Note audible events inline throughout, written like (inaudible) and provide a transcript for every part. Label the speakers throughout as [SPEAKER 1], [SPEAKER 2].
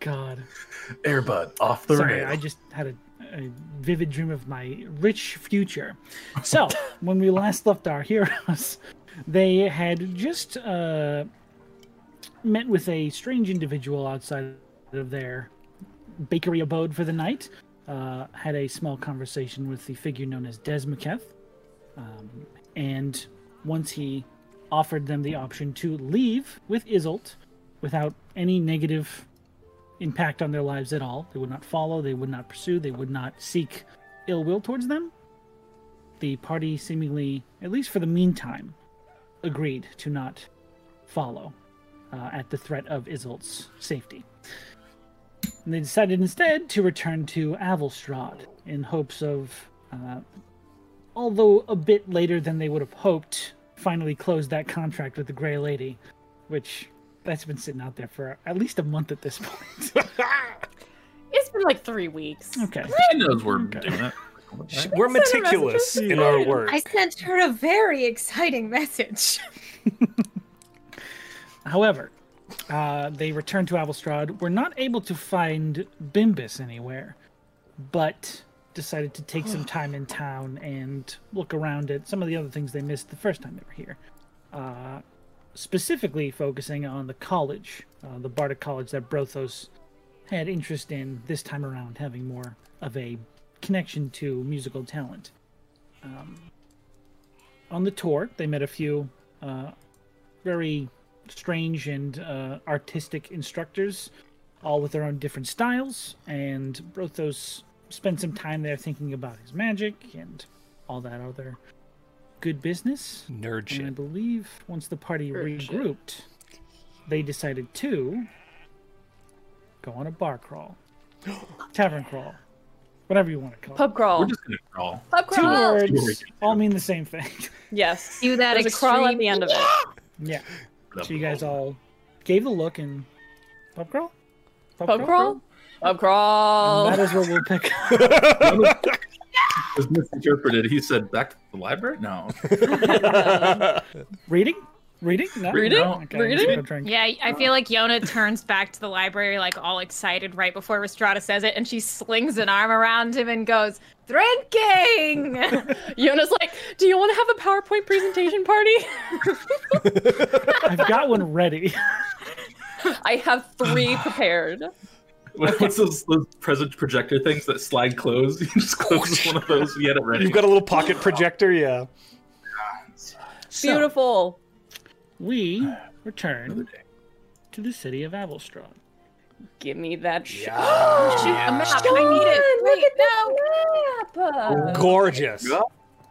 [SPEAKER 1] God.
[SPEAKER 2] Airbud off the
[SPEAKER 1] Sorry,
[SPEAKER 2] rail.
[SPEAKER 1] I just had a, a vivid dream of my rich future. So, when we last left our heroes, they had just uh, met with a strange individual outside of their bakery abode for the night. Uh, had a small conversation with the figure known as Desmaketh. Um, and once he offered them the option to leave with Isolt without any negative impact on their lives at all. They would not follow, they would not pursue, they would not seek ill will towards them. The party seemingly, at least for the meantime, agreed to not follow uh, at the threat of Isolt's safety. And they decided instead to return to Avelstrad in hopes of, uh, although a bit later than they would have hoped, finally close that contract with the Grey Lady, which that's been sitting out there for at least a month at this (laughs) point.
[SPEAKER 3] It's been like three weeks.
[SPEAKER 4] Mm.
[SPEAKER 1] Okay.
[SPEAKER 2] She knows we're doing it.
[SPEAKER 4] Sh- We're
[SPEAKER 3] Send her
[SPEAKER 4] meticulous
[SPEAKER 3] messages.
[SPEAKER 4] in our work.
[SPEAKER 5] I sent her a very exciting message.
[SPEAKER 1] However, uh, they returned to Avelstrad, were not able to find Bimbus anywhere, but decided to take some time in town and look around at some of the other things they missed the first time they were here. Uh, specifically focusing on the college, uh, the Bardic College that Brothos had interest in this time around, having more of a connection to musical talent. Um, on the tour, they met a few uh, very strange and uh, artistic instructors, all with their own different styles. And Brothos spent some time there thinking about his magic and all that other good business.
[SPEAKER 4] Nerd
[SPEAKER 1] And I
[SPEAKER 4] shit.
[SPEAKER 1] believe once the party
[SPEAKER 3] Nerd shit.
[SPEAKER 1] regrouped, they decided to go on a bar
[SPEAKER 3] (gasps)
[SPEAKER 1] crawl, tavern crawl, whatever you want to call
[SPEAKER 3] Pub crawl.
[SPEAKER 2] We're just gonna crawl.
[SPEAKER 3] Pub
[SPEAKER 1] it. Two
[SPEAKER 3] crawl.
[SPEAKER 1] words all mean the same thing. (laughs)
[SPEAKER 3] Yes.
[SPEAKER 5] Do that
[SPEAKER 3] There's a crawl at
[SPEAKER 5] extreme-
[SPEAKER 3] the end of it.
[SPEAKER 1] yeah. So you guys all gave a look and pub crawl.
[SPEAKER 3] Pub crawl. Pub crawl.
[SPEAKER 1] That is where we'll pick (laughs) up.
[SPEAKER 2] (laughs) was misinterpreted. He said back to the library.
[SPEAKER 1] (laughs)
[SPEAKER 2] No,
[SPEAKER 1] Reading? Reading? No?
[SPEAKER 3] Reading?
[SPEAKER 1] No? Okay, I'm just
[SPEAKER 3] Reading?
[SPEAKER 1] gonna drink.
[SPEAKER 5] Yeah, I- I feel like Yona turns back to the library, like all excited, right before Restrada says it, and she slings an arm around him and goes,
[SPEAKER 3] (laughs)
[SPEAKER 5] "Drinking!"
[SPEAKER 3] Yona's like, "Do you want to have a PowerPoint presentation party? (laughs)
[SPEAKER 1] I've got one ready. (laughs)
[SPEAKER 3] I have
[SPEAKER 4] (sighs)
[SPEAKER 3] three prepared."
[SPEAKER 2] What- what's those, those present projector things that slide (laughs) close? You just close one of those. You had it
[SPEAKER 4] (gasps)
[SPEAKER 2] ready.
[SPEAKER 4] You've got a little pocket projector, yeah.
[SPEAKER 1] So,
[SPEAKER 3] Beautiful.
[SPEAKER 1] we return to the city of Avelstrad.
[SPEAKER 3] Give me that. sh-
[SPEAKER 5] Shoot, a map.
[SPEAKER 3] Sean,
[SPEAKER 5] I need it.
[SPEAKER 3] look
[SPEAKER 5] Wait,
[SPEAKER 3] at that
[SPEAKER 4] (gasps)
[SPEAKER 3] map.
[SPEAKER 4] Gorgeous.
[SPEAKER 2] Yeah.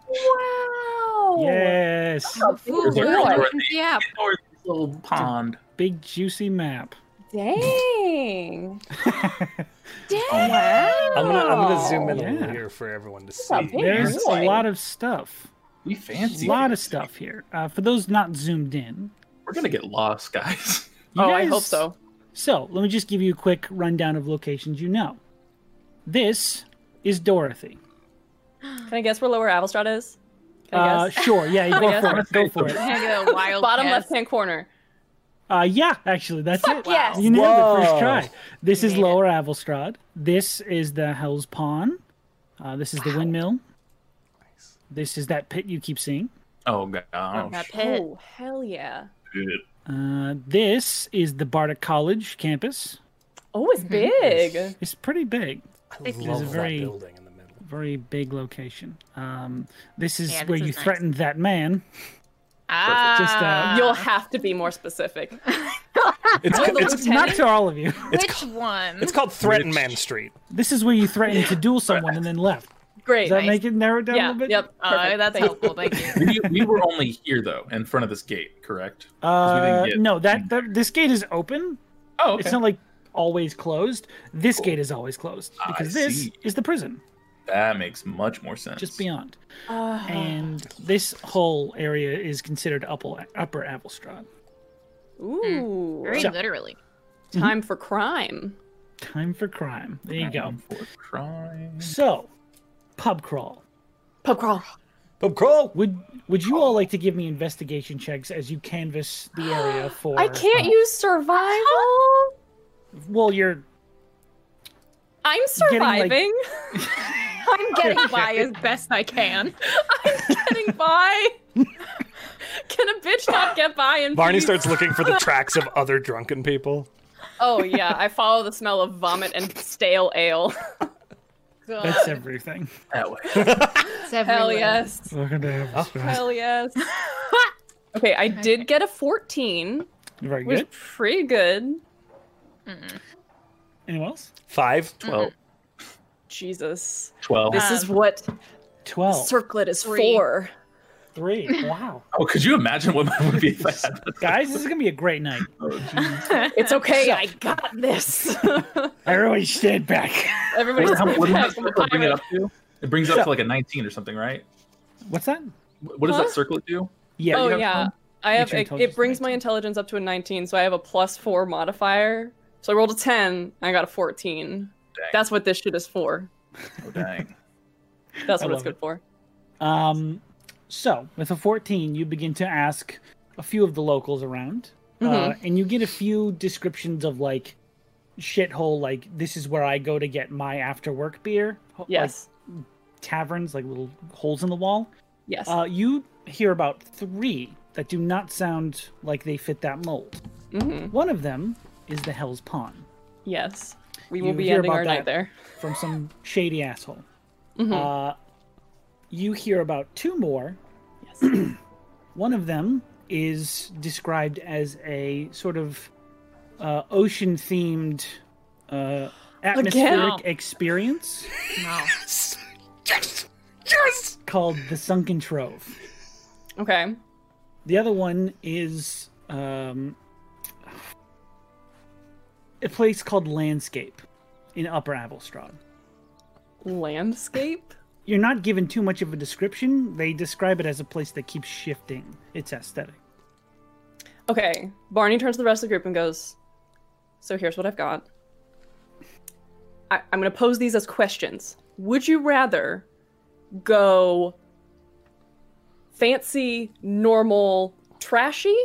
[SPEAKER 3] Wow.
[SPEAKER 1] Yes.
[SPEAKER 5] Ooh,
[SPEAKER 2] There's a
[SPEAKER 3] Really?
[SPEAKER 2] crawl
[SPEAKER 5] Yona,
[SPEAKER 2] at the
[SPEAKER 5] yeah,
[SPEAKER 2] north little pond.
[SPEAKER 1] Big juicy map.
[SPEAKER 4] (laughs)
[SPEAKER 3] Dang. Dang.
[SPEAKER 4] I'm gonna I'm gonna zoom in a
[SPEAKER 1] Yeah.
[SPEAKER 4] little here for everyone to
[SPEAKER 3] a
[SPEAKER 4] see.
[SPEAKER 3] big-
[SPEAKER 1] There's a
[SPEAKER 3] really?
[SPEAKER 1] lot of stuff.
[SPEAKER 2] We
[SPEAKER 1] A
[SPEAKER 2] fancy.
[SPEAKER 1] lot of stuff here. Uh, for those not zoomed in.
[SPEAKER 2] We're gonna get lost, guys. (laughs)
[SPEAKER 1] you
[SPEAKER 3] Oh, I
[SPEAKER 1] guys-
[SPEAKER 3] hope so.
[SPEAKER 1] So, let me just give you a quick rundown of locations you know. This is Dorothy.
[SPEAKER 3] Can I guess where Lower Avelstrad is? Can I
[SPEAKER 1] Uh,
[SPEAKER 3] guess?
[SPEAKER 1] sure, yeah, you go
[SPEAKER 3] guess.
[SPEAKER 1] for it. Go for it.
[SPEAKER 5] I'm gonna get a wild
[SPEAKER 3] Bottom
[SPEAKER 5] guess.
[SPEAKER 3] left hand corner.
[SPEAKER 1] Uh, yeah, actually, that's it.
[SPEAKER 3] yes.
[SPEAKER 1] You nailed it first
[SPEAKER 4] Whoa.
[SPEAKER 1] try. This is
[SPEAKER 5] Made it.
[SPEAKER 1] Lower Avelstrad. This is the Hell's Pawn. Uh, this is the windmill. This is that pit you keep seeing.
[SPEAKER 2] Oh gosh.
[SPEAKER 5] that pit.
[SPEAKER 3] Oh, hell yeah.
[SPEAKER 2] Shit.
[SPEAKER 1] Uh, this is the Bardic College campus.
[SPEAKER 3] Oh,
[SPEAKER 5] Hmm.
[SPEAKER 3] it's big.
[SPEAKER 1] It's pretty big,
[SPEAKER 4] I
[SPEAKER 5] It's
[SPEAKER 4] love
[SPEAKER 1] very-
[SPEAKER 4] that building in the middle.
[SPEAKER 1] very big location. Um, this is
[SPEAKER 5] Yeah,
[SPEAKER 1] where
[SPEAKER 5] this
[SPEAKER 1] you
[SPEAKER 5] is nice.
[SPEAKER 1] threatened that man. Just, uh,
[SPEAKER 5] Ah,
[SPEAKER 3] You'll have to be more
[SPEAKER 5] (laughs)
[SPEAKER 3] specific.
[SPEAKER 4] It's
[SPEAKER 5] Oh, the
[SPEAKER 4] it's,
[SPEAKER 5] lieutenant?
[SPEAKER 1] Not to all of you. (laughs)
[SPEAKER 5] which one?
[SPEAKER 4] it's called Threaten Man Street.
[SPEAKER 1] This is where you threatened to duel someone and then left.
[SPEAKER 3] Great.
[SPEAKER 1] Does that
[SPEAKER 5] Nice.
[SPEAKER 1] make it narrow down a
[SPEAKER 3] Yeah.
[SPEAKER 1] little bit?
[SPEAKER 3] Yep.
[SPEAKER 5] Oh,
[SPEAKER 3] perfect.
[SPEAKER 5] that's
[SPEAKER 3] Thank you.
[SPEAKER 5] helpful. Thank you.
[SPEAKER 2] we, we were only here though, in front of this gate, correct? 'Cause we
[SPEAKER 1] Uh,
[SPEAKER 2] didn't get-
[SPEAKER 1] no, that, that this gate is open.
[SPEAKER 2] Oh, okay.
[SPEAKER 1] It's not like always closed. This gate is always closed because this
[SPEAKER 2] see.
[SPEAKER 1] is the prison
[SPEAKER 2] that makes much more sense.
[SPEAKER 1] just beyond,
[SPEAKER 3] Ah.
[SPEAKER 1] and this whole area is considered upper Upper Avelstrad.
[SPEAKER 5] Hmm.
[SPEAKER 3] Ooh.
[SPEAKER 5] Very
[SPEAKER 1] So-
[SPEAKER 5] literally.
[SPEAKER 3] Time for crime.
[SPEAKER 1] Time for crime. There you go.
[SPEAKER 2] For crime.
[SPEAKER 1] So, pub crawl.
[SPEAKER 3] Pub crawl.
[SPEAKER 4] Up crawl.
[SPEAKER 1] Would Would you all like to give me investigation checks as you canvass the area for?
[SPEAKER 3] I can't use
[SPEAKER 5] (laughs)
[SPEAKER 3] survival.
[SPEAKER 1] Well, you're
[SPEAKER 5] I'm
[SPEAKER 1] Getting, like-
[SPEAKER 5] surviving. (laughs) I'm getting
[SPEAKER 1] (laughs)
[SPEAKER 5] by as best
[SPEAKER 3] (laughs)
[SPEAKER 5] I can. I'm getting by. Can a bitch not get by? And
[SPEAKER 4] Barney
[SPEAKER 5] peace?
[SPEAKER 4] starts looking for the tracks of other drunken people.
[SPEAKER 3] Oh yeah, I follow the smell of vomit (laughs) and stale ale.
[SPEAKER 5] God.
[SPEAKER 1] that's everything.
[SPEAKER 2] That way.
[SPEAKER 3] Hell yes.
[SPEAKER 1] We're gonna have
[SPEAKER 3] Hell yes. (laughs) okay, I did get a 14,
[SPEAKER 1] very
[SPEAKER 3] which is
[SPEAKER 1] good.
[SPEAKER 3] pretty good.
[SPEAKER 1] Anyone else?
[SPEAKER 4] Five.
[SPEAKER 2] 12.
[SPEAKER 3] Jesus.
[SPEAKER 1] Oh.
[SPEAKER 2] 12.
[SPEAKER 3] This is what
[SPEAKER 1] Twelve.
[SPEAKER 3] circlet is
[SPEAKER 5] Three.
[SPEAKER 3] for.
[SPEAKER 1] Three. Wow,
[SPEAKER 2] Oh, could you imagine what mine would be (laughs) if I had that?
[SPEAKER 1] guys, this is gonna be a great night.
[SPEAKER 3] (laughs) It's okay, I got (laughs) this.
[SPEAKER 1] Everybody stand back. (laughs)
[SPEAKER 3] Everybody's
[SPEAKER 2] How- what does
[SPEAKER 3] back
[SPEAKER 2] that
[SPEAKER 3] from the
[SPEAKER 2] circle bring it
[SPEAKER 3] pirate.
[SPEAKER 2] up to? It brings it up to like a 19 or something, right?
[SPEAKER 1] What's that?
[SPEAKER 2] What what does
[SPEAKER 3] Huh?
[SPEAKER 2] that circlet do?
[SPEAKER 1] Yeah.
[SPEAKER 3] Oh
[SPEAKER 2] have
[SPEAKER 3] yeah,
[SPEAKER 2] one?
[SPEAKER 3] I have.
[SPEAKER 1] your
[SPEAKER 3] It,
[SPEAKER 1] intelligence
[SPEAKER 3] it brings my
[SPEAKER 1] 19?
[SPEAKER 3] intelligence up to a 19, so I have a plus four modifier. So I rolled a 10, and I got a 14. That's what this shit is for.
[SPEAKER 2] Oh, dang.
[SPEAKER 3] That's
[SPEAKER 1] I
[SPEAKER 3] what it's
[SPEAKER 1] love
[SPEAKER 3] good for.
[SPEAKER 1] Um, so with a 14, you begin to ask a few of the locals around,
[SPEAKER 3] Mm-hmm.
[SPEAKER 1] uh, and you get a few descriptions of like shithole, like this is where I go to get my after work beer. ho-
[SPEAKER 3] Yes.
[SPEAKER 1] Like taverns, like little holes in the wall.
[SPEAKER 3] yes.
[SPEAKER 1] Uh, you hear about three that do not sound like they fit that mold.
[SPEAKER 3] hmm
[SPEAKER 1] One of them is the Hell's Pawn
[SPEAKER 3] Yes. We
[SPEAKER 1] you
[SPEAKER 3] will be
[SPEAKER 1] hear
[SPEAKER 3] ending
[SPEAKER 1] about
[SPEAKER 3] our
[SPEAKER 1] that.
[SPEAKER 3] night there.
[SPEAKER 1] from some shady asshole.
[SPEAKER 3] Mhm.
[SPEAKER 1] Uh, you hear about two more
[SPEAKER 3] Yes.
[SPEAKER 1] (clears throat) One of them is described as a sort of uh, ocean themed uh, atmospheric experience
[SPEAKER 5] No.
[SPEAKER 1] called the Sunken Trove.
[SPEAKER 3] Okay.
[SPEAKER 1] The other one is um, a place called Landscape in Upper Abelstrod.
[SPEAKER 3] Landscape.
[SPEAKER 1] You're not given too much of a description. They describe it as a place that keeps shifting its aesthetic.
[SPEAKER 3] Okay. Barney turns to the rest of the group and goes, So here's what I've got. I- I'm going to pose these as questions. Would you rather go fancy, normal, trashy,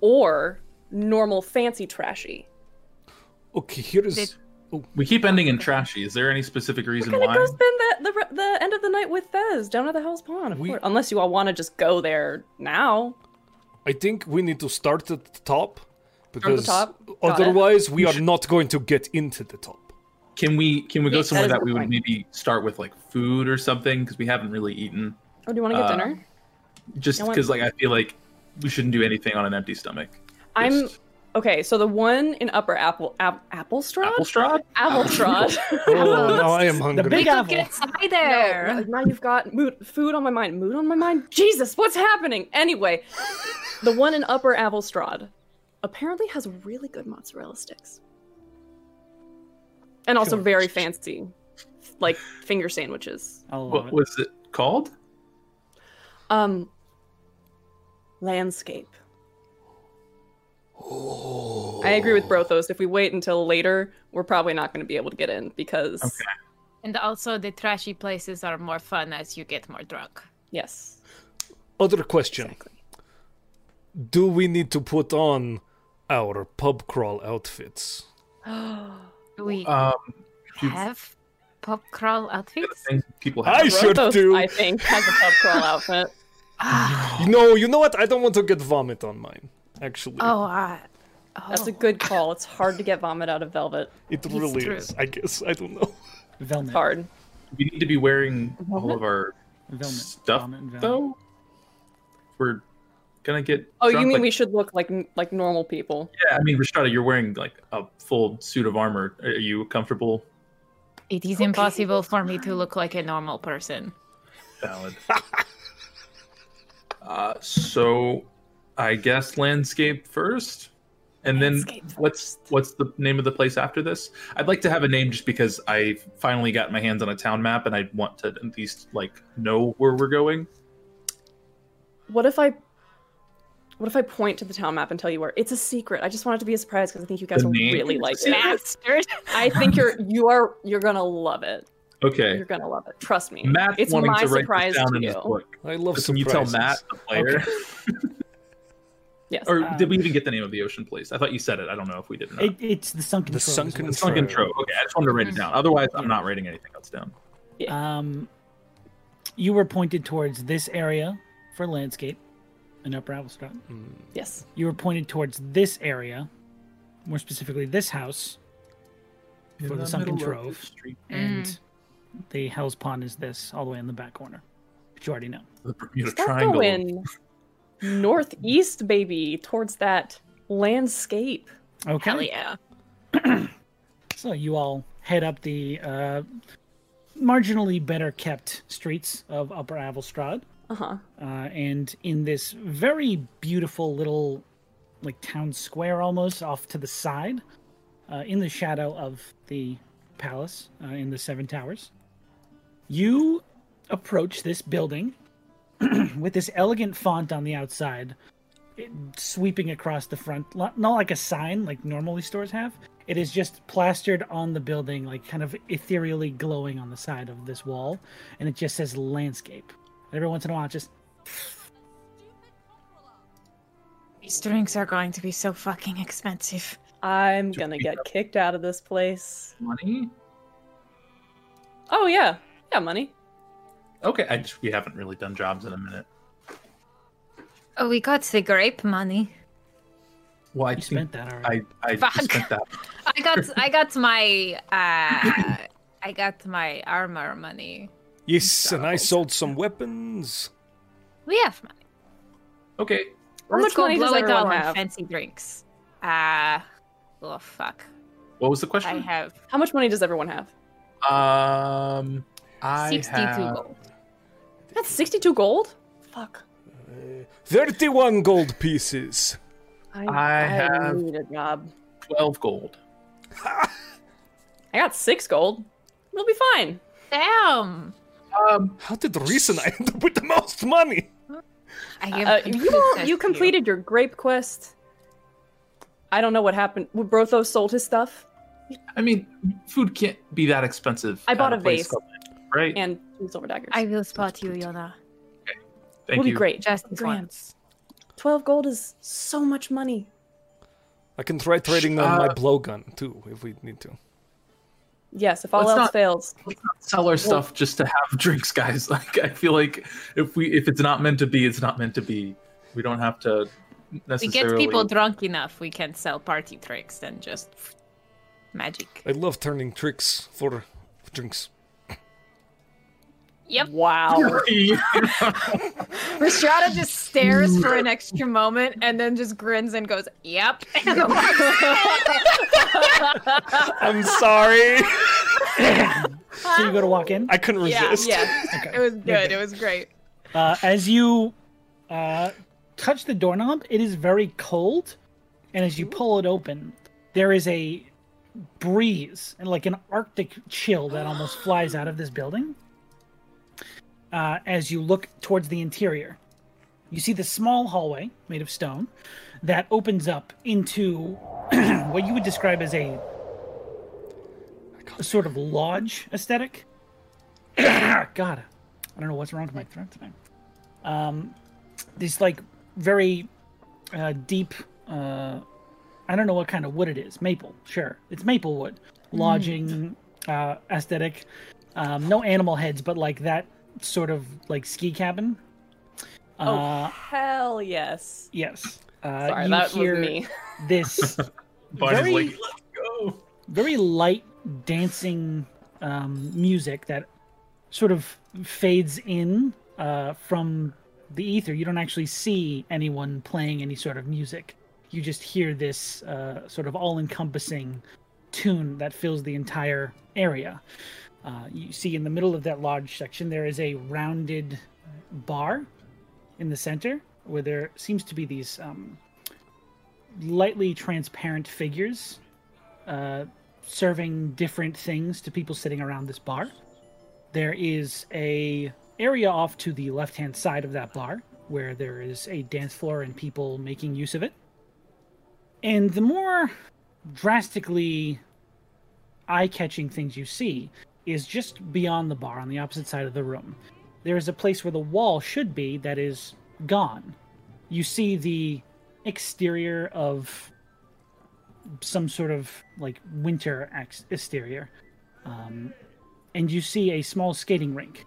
[SPEAKER 3] or normal, fancy, trashy?
[SPEAKER 4] Okay, here is.
[SPEAKER 2] We keep ending in trashy. Is there any specific reason
[SPEAKER 3] We're going to go
[SPEAKER 2] why?
[SPEAKER 3] spend the, the, re- the end of the night with Fez down at the Hell's Pond, of
[SPEAKER 4] We-
[SPEAKER 3] course. Unless you all want to just go there now.
[SPEAKER 4] I think we need to start at the top because
[SPEAKER 3] top? Got it.
[SPEAKER 4] otherwise we are not going to get into the top.
[SPEAKER 2] Can we can we go
[SPEAKER 5] Yes, that
[SPEAKER 2] somewhere
[SPEAKER 3] is
[SPEAKER 2] that,
[SPEAKER 3] a good
[SPEAKER 2] we would
[SPEAKER 3] point.
[SPEAKER 2] maybe start with like food or something because we haven't really eaten.
[SPEAKER 3] Oh, do you want to get
[SPEAKER 2] Uh,
[SPEAKER 3] dinner?
[SPEAKER 2] Just
[SPEAKER 3] I want-
[SPEAKER 2] because like I feel like we shouldn't do anything on an empty stomach.
[SPEAKER 3] I'm.
[SPEAKER 2] Just
[SPEAKER 3] Okay, so the one in Upper Apple. Ap- Applestrad?
[SPEAKER 2] Applestrad.
[SPEAKER 3] (laughs) Altrod.
[SPEAKER 4] Oh, now I am hungry.
[SPEAKER 1] big-
[SPEAKER 5] Wake up,
[SPEAKER 1] Gavel.
[SPEAKER 5] get inside there.
[SPEAKER 3] now you've got mood, food on my mind. Mood on my mind? Jesus, what's happening? Anyway, the one in Upper Avelstrad apparently has really good mozzarella sticks. And also
[SPEAKER 1] Sure.
[SPEAKER 3] very fancy, like finger sandwiches.
[SPEAKER 1] I'll love
[SPEAKER 2] What
[SPEAKER 1] it.
[SPEAKER 2] was it called?
[SPEAKER 3] Um, landscape.
[SPEAKER 2] Oh.
[SPEAKER 3] I agree with Brothos. If we wait until later, we're probably not going to be able to get in because,
[SPEAKER 2] Okay.
[SPEAKER 5] And also, the trashy places are more fun as you get more drunk.
[SPEAKER 3] yes,
[SPEAKER 4] Other question:
[SPEAKER 3] exactly.
[SPEAKER 4] Do we need to put on our pub crawl outfits?
[SPEAKER 5] Do we
[SPEAKER 2] Um,
[SPEAKER 5] have pop crawl outfits?
[SPEAKER 2] things people have.
[SPEAKER 4] I should
[SPEAKER 3] Brothos,
[SPEAKER 4] do.
[SPEAKER 3] I think, has a pub crawl outfit.
[SPEAKER 4] (gasps) No, you know what? I don't want to get vomit on mine. Actually,
[SPEAKER 5] Oh, uh, oh.
[SPEAKER 3] That's a good call. It's hard to get vomit out of velvet.
[SPEAKER 4] it really
[SPEAKER 5] true.
[SPEAKER 4] is. I guess I don't know.
[SPEAKER 1] Velmet.
[SPEAKER 3] Hard.
[SPEAKER 2] We need to be wearing all of our
[SPEAKER 1] Velmet.
[SPEAKER 2] stuff
[SPEAKER 1] Velmet, velmet.
[SPEAKER 2] though. We're gonna get.
[SPEAKER 3] Oh, you
[SPEAKER 2] drunk,
[SPEAKER 3] mean
[SPEAKER 2] like,
[SPEAKER 3] we should look like like normal people?
[SPEAKER 2] Yeah, I mean, Rashada, you're wearing like a full suit of armor. Are you comfortable?
[SPEAKER 5] It is impossible for me to look like a normal person.
[SPEAKER 3] (laughs)
[SPEAKER 2] Valid. uh, so, I guess landscape first, and
[SPEAKER 3] Landscape
[SPEAKER 2] then what's what's the name of the place after this? I'd like to have a name just because I finally got my hands on a town map, and I want to at least like know where we're going.
[SPEAKER 3] What if I? What if I point to the town map and tell you where? It's a secret. I just want it to be a surprise because I think you guys
[SPEAKER 2] The
[SPEAKER 3] will
[SPEAKER 2] name
[SPEAKER 3] really like it.
[SPEAKER 5] Bastard!
[SPEAKER 3] I think you're you are you're gonna love it.
[SPEAKER 2] Okay.
[SPEAKER 3] You're gonna love it. Trust me.
[SPEAKER 2] Matt
[SPEAKER 3] it's
[SPEAKER 2] wanting
[SPEAKER 3] my
[SPEAKER 2] to write
[SPEAKER 3] surprise
[SPEAKER 2] this down
[SPEAKER 3] to
[SPEAKER 2] in
[SPEAKER 3] you.
[SPEAKER 2] his book.
[SPEAKER 4] I
[SPEAKER 6] Oh,
[SPEAKER 4] love
[SPEAKER 2] Can you tell
[SPEAKER 4] surprises.
[SPEAKER 2] Matt, the player,
[SPEAKER 3] Yes. (laughs)
[SPEAKER 2] or did we even get the name of the ocean place? I thought you said it. I don't know if we did or not.
[SPEAKER 1] It, it's the sunken.
[SPEAKER 4] The
[SPEAKER 1] Troll is
[SPEAKER 4] Sunken
[SPEAKER 1] what it's
[SPEAKER 2] Sunken
[SPEAKER 4] Trove.
[SPEAKER 2] Trove. Okay, I just wanted to write it down. Otherwise, I'm not writing anything else down.
[SPEAKER 1] called. Um, you were pointed towards this area for landscape in Upper Applestrop.
[SPEAKER 3] yes.
[SPEAKER 1] You were pointed towards this area, more specifically this house, for the sunken trove,
[SPEAKER 5] Mm.
[SPEAKER 1] and the Hell's Pond is this all the way in the back corner, which you already know.
[SPEAKER 2] The Bermuda
[SPEAKER 3] Start
[SPEAKER 2] Triangle.
[SPEAKER 3] going northeast, baby, towards that landscape.
[SPEAKER 1] Okay.
[SPEAKER 5] Hell yeah.
[SPEAKER 1] So you all head up the uh, marginally better kept streets of Upper Avelstrad,
[SPEAKER 3] Uh huh.
[SPEAKER 1] uh, and in this very beautiful little, like town square almost off to the side, uh, in the shadow of the palace uh, in the Seven Towers, you approach this building (clears throat) with this elegant font on the outside, it- sweeping across the front. lo- Not like a sign like normally stores have. It is just plastered on the building, like kind of ethereally glowing on the side of this wall, and it just says landscape. And every once in a while, it just
[SPEAKER 5] These drinks are going to be so fucking expensive.
[SPEAKER 3] I'm gonna
[SPEAKER 2] we
[SPEAKER 3] get kicked out of this place.
[SPEAKER 2] Money?
[SPEAKER 3] Oh yeah, yeah, money.
[SPEAKER 2] Okay, I just, we haven't really done jobs in a minute.
[SPEAKER 5] Oh, we got the grape money.
[SPEAKER 2] Well, I
[SPEAKER 1] you spent that already.
[SPEAKER 2] I, I
[SPEAKER 5] Fuck.
[SPEAKER 2] spent that.
[SPEAKER 5] I got I got my
[SPEAKER 2] (coughs)
[SPEAKER 5] uh I got my armor money.
[SPEAKER 4] Yes, and I sold some weapons.
[SPEAKER 5] We have money.
[SPEAKER 2] Okay.
[SPEAKER 3] How much
[SPEAKER 5] Let's go
[SPEAKER 3] money does
[SPEAKER 5] blow it all
[SPEAKER 3] everyone
[SPEAKER 5] on
[SPEAKER 3] have?
[SPEAKER 5] fancy drinks. Uh oh fuck.
[SPEAKER 2] What was the (laughs)
[SPEAKER 5] I
[SPEAKER 2] question?
[SPEAKER 5] have
[SPEAKER 3] How much money does everyone have?
[SPEAKER 2] um, I
[SPEAKER 5] sixty two
[SPEAKER 2] have-
[SPEAKER 5] gold.
[SPEAKER 3] That's 62 gold. Fuck.
[SPEAKER 4] 31 gold pieces.
[SPEAKER 3] I,
[SPEAKER 2] I have-
[SPEAKER 3] need a job.
[SPEAKER 2] Twelve gold.
[SPEAKER 3] I got six gold. We'll be fine.
[SPEAKER 5] Damn.
[SPEAKER 2] Um,
[SPEAKER 4] How did reason I end up with the most money?
[SPEAKER 5] I
[SPEAKER 3] Uh,
[SPEAKER 5] have
[SPEAKER 3] you all- you completed your grape quest. I don't know what happened. Well, Brotho sold his stuff
[SPEAKER 2] I mean, food can't be that expensive.
[SPEAKER 3] I bought
[SPEAKER 2] at
[SPEAKER 3] a
[SPEAKER 2] place
[SPEAKER 3] vase.
[SPEAKER 2] called- Right.
[SPEAKER 3] and two silver daggers.
[SPEAKER 5] I will spot you, Yona.
[SPEAKER 2] Thank
[SPEAKER 3] we'll be
[SPEAKER 2] you.
[SPEAKER 3] great.
[SPEAKER 5] Just
[SPEAKER 3] It's fine.
[SPEAKER 5] grants.
[SPEAKER 3] 12 gold is so much money.
[SPEAKER 4] I can try trading on my blowgun too, if we need to.
[SPEAKER 3] Yes, if all
[SPEAKER 2] Let's
[SPEAKER 3] else
[SPEAKER 2] not-
[SPEAKER 3] fails.
[SPEAKER 2] Let's not sell our stuff just to have (laughs) drinks, guys. Like, I feel like if we if it's not meant to be, it's not meant to be. We don't have to
[SPEAKER 5] We get
[SPEAKER 2] necessarily.
[SPEAKER 5] people drunk enough, we can sell party tricks and just magic.
[SPEAKER 4] I love turning tricks for drinks.
[SPEAKER 5] Yep.
[SPEAKER 3] Wow.
[SPEAKER 2] (laughs)
[SPEAKER 5] Rashada just stares for (laughs) an extra moment and then just grins and goes, "Yep." (laughs)
[SPEAKER 4] I'm sorry.
[SPEAKER 1] So you go to walk in.
[SPEAKER 4] I couldn't
[SPEAKER 5] Yeah,
[SPEAKER 4] resist.
[SPEAKER 5] yeah. It was good. It was great.
[SPEAKER 1] Uh, as you uh, touch the doorknob, it is very cold, and as you pull it open, there is a breeze and like an arctic chill that almost flies out of this building. Uh, as you look towards the interior, you see the small hallway made of stone that opens up into (clears throat) what you would describe as a, a sort of lodge aesthetic. (clears throat) God, I don't know what's wrong with my throat tonight. Um, this like very uh, deep. Uh, I don't know what kind of wood it is. Maple, sure, it's maple wood.
[SPEAKER 3] Mm.
[SPEAKER 1] Lodging uh, aesthetic. Um, no animal heads, but like that sort of like ski cabin.
[SPEAKER 3] oh,
[SPEAKER 1] Uh,
[SPEAKER 3] hell yes.
[SPEAKER 1] Yes. Uh,
[SPEAKER 3] Sorry,
[SPEAKER 1] you
[SPEAKER 3] that
[SPEAKER 1] hear
[SPEAKER 3] was me.
[SPEAKER 1] this
[SPEAKER 2] Barney's
[SPEAKER 1] Very-
[SPEAKER 2] like, let's go.
[SPEAKER 1] very light dancing um, music that sort of fades in uh, from the ether. You don't actually see anyone playing any sort of music. You just hear this uh, sort of all-encompassing tune that fills the entire area. Uh, you see in the middle of that large section there is a rounded bar in the center where there seems to be these um, lightly transparent figures uh, serving different things to people sitting around this bar. There is a area off to the left-hand side of that bar where there is a dance floor and people making use of it. And the more drastically eye-catching things you see is just beyond the bar on the opposite side of the room. There is a place where the wall should be that is gone. You see the exterior of some sort of like winter ex- exterior. Um, and you see a small skating rink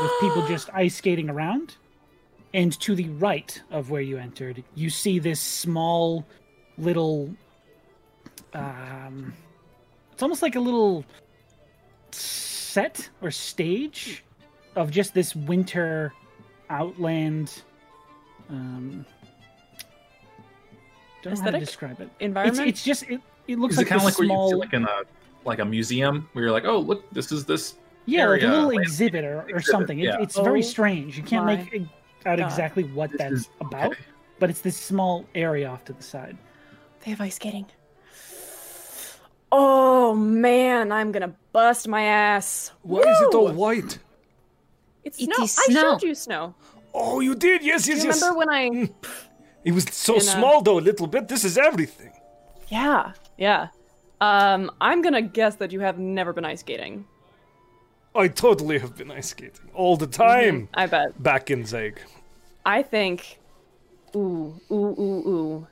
[SPEAKER 1] with people just ice skating around. And to the right of where you entered, you see this small little. Um, it's almost like a little set or stage of just this winter outland. Um, don't know how to
[SPEAKER 3] Aesthetic?
[SPEAKER 1] describe it. It's,
[SPEAKER 3] (laughs) Environment?
[SPEAKER 1] it's just it. It looks
[SPEAKER 2] Is
[SPEAKER 1] like
[SPEAKER 2] it kind of
[SPEAKER 1] this
[SPEAKER 2] like where
[SPEAKER 1] small,
[SPEAKER 2] you like in a like a museum where you're like, oh look, this is this.
[SPEAKER 1] yeah, like a
[SPEAKER 2] area,
[SPEAKER 1] little
[SPEAKER 2] landscape
[SPEAKER 1] exhibit or, or
[SPEAKER 2] exhibit,
[SPEAKER 1] something. It,
[SPEAKER 2] yeah.
[SPEAKER 1] It's very
[SPEAKER 3] Oh
[SPEAKER 1] strange. You can't
[SPEAKER 3] my
[SPEAKER 1] make e- out
[SPEAKER 3] God.
[SPEAKER 1] exactly what
[SPEAKER 2] This
[SPEAKER 1] that's
[SPEAKER 2] is-
[SPEAKER 1] about,
[SPEAKER 2] okay.
[SPEAKER 1] but it's this small area off to the side.
[SPEAKER 3] They have ice skating. Oh man, I'm gonna bust my ass.
[SPEAKER 4] Why is it all
[SPEAKER 3] Woo!
[SPEAKER 4] white?
[SPEAKER 3] It's
[SPEAKER 5] It
[SPEAKER 3] snow.
[SPEAKER 5] is
[SPEAKER 3] I
[SPEAKER 5] snow.
[SPEAKER 3] showed you snow.
[SPEAKER 4] Oh, you did. Yes,
[SPEAKER 3] Do
[SPEAKER 4] yes,
[SPEAKER 3] you
[SPEAKER 4] yes.
[SPEAKER 3] remember when I?
[SPEAKER 4] It was so
[SPEAKER 3] in, uh,
[SPEAKER 4] small though, a little bit. This is everything.
[SPEAKER 3] Yeah, yeah. Um, I'm gonna guess that you have never been ice skating.
[SPEAKER 4] I totally have been ice skating all the time
[SPEAKER 3] I bet.
[SPEAKER 4] back in Zeg.
[SPEAKER 3] I think. Ooh, ooh, ooh, ooh.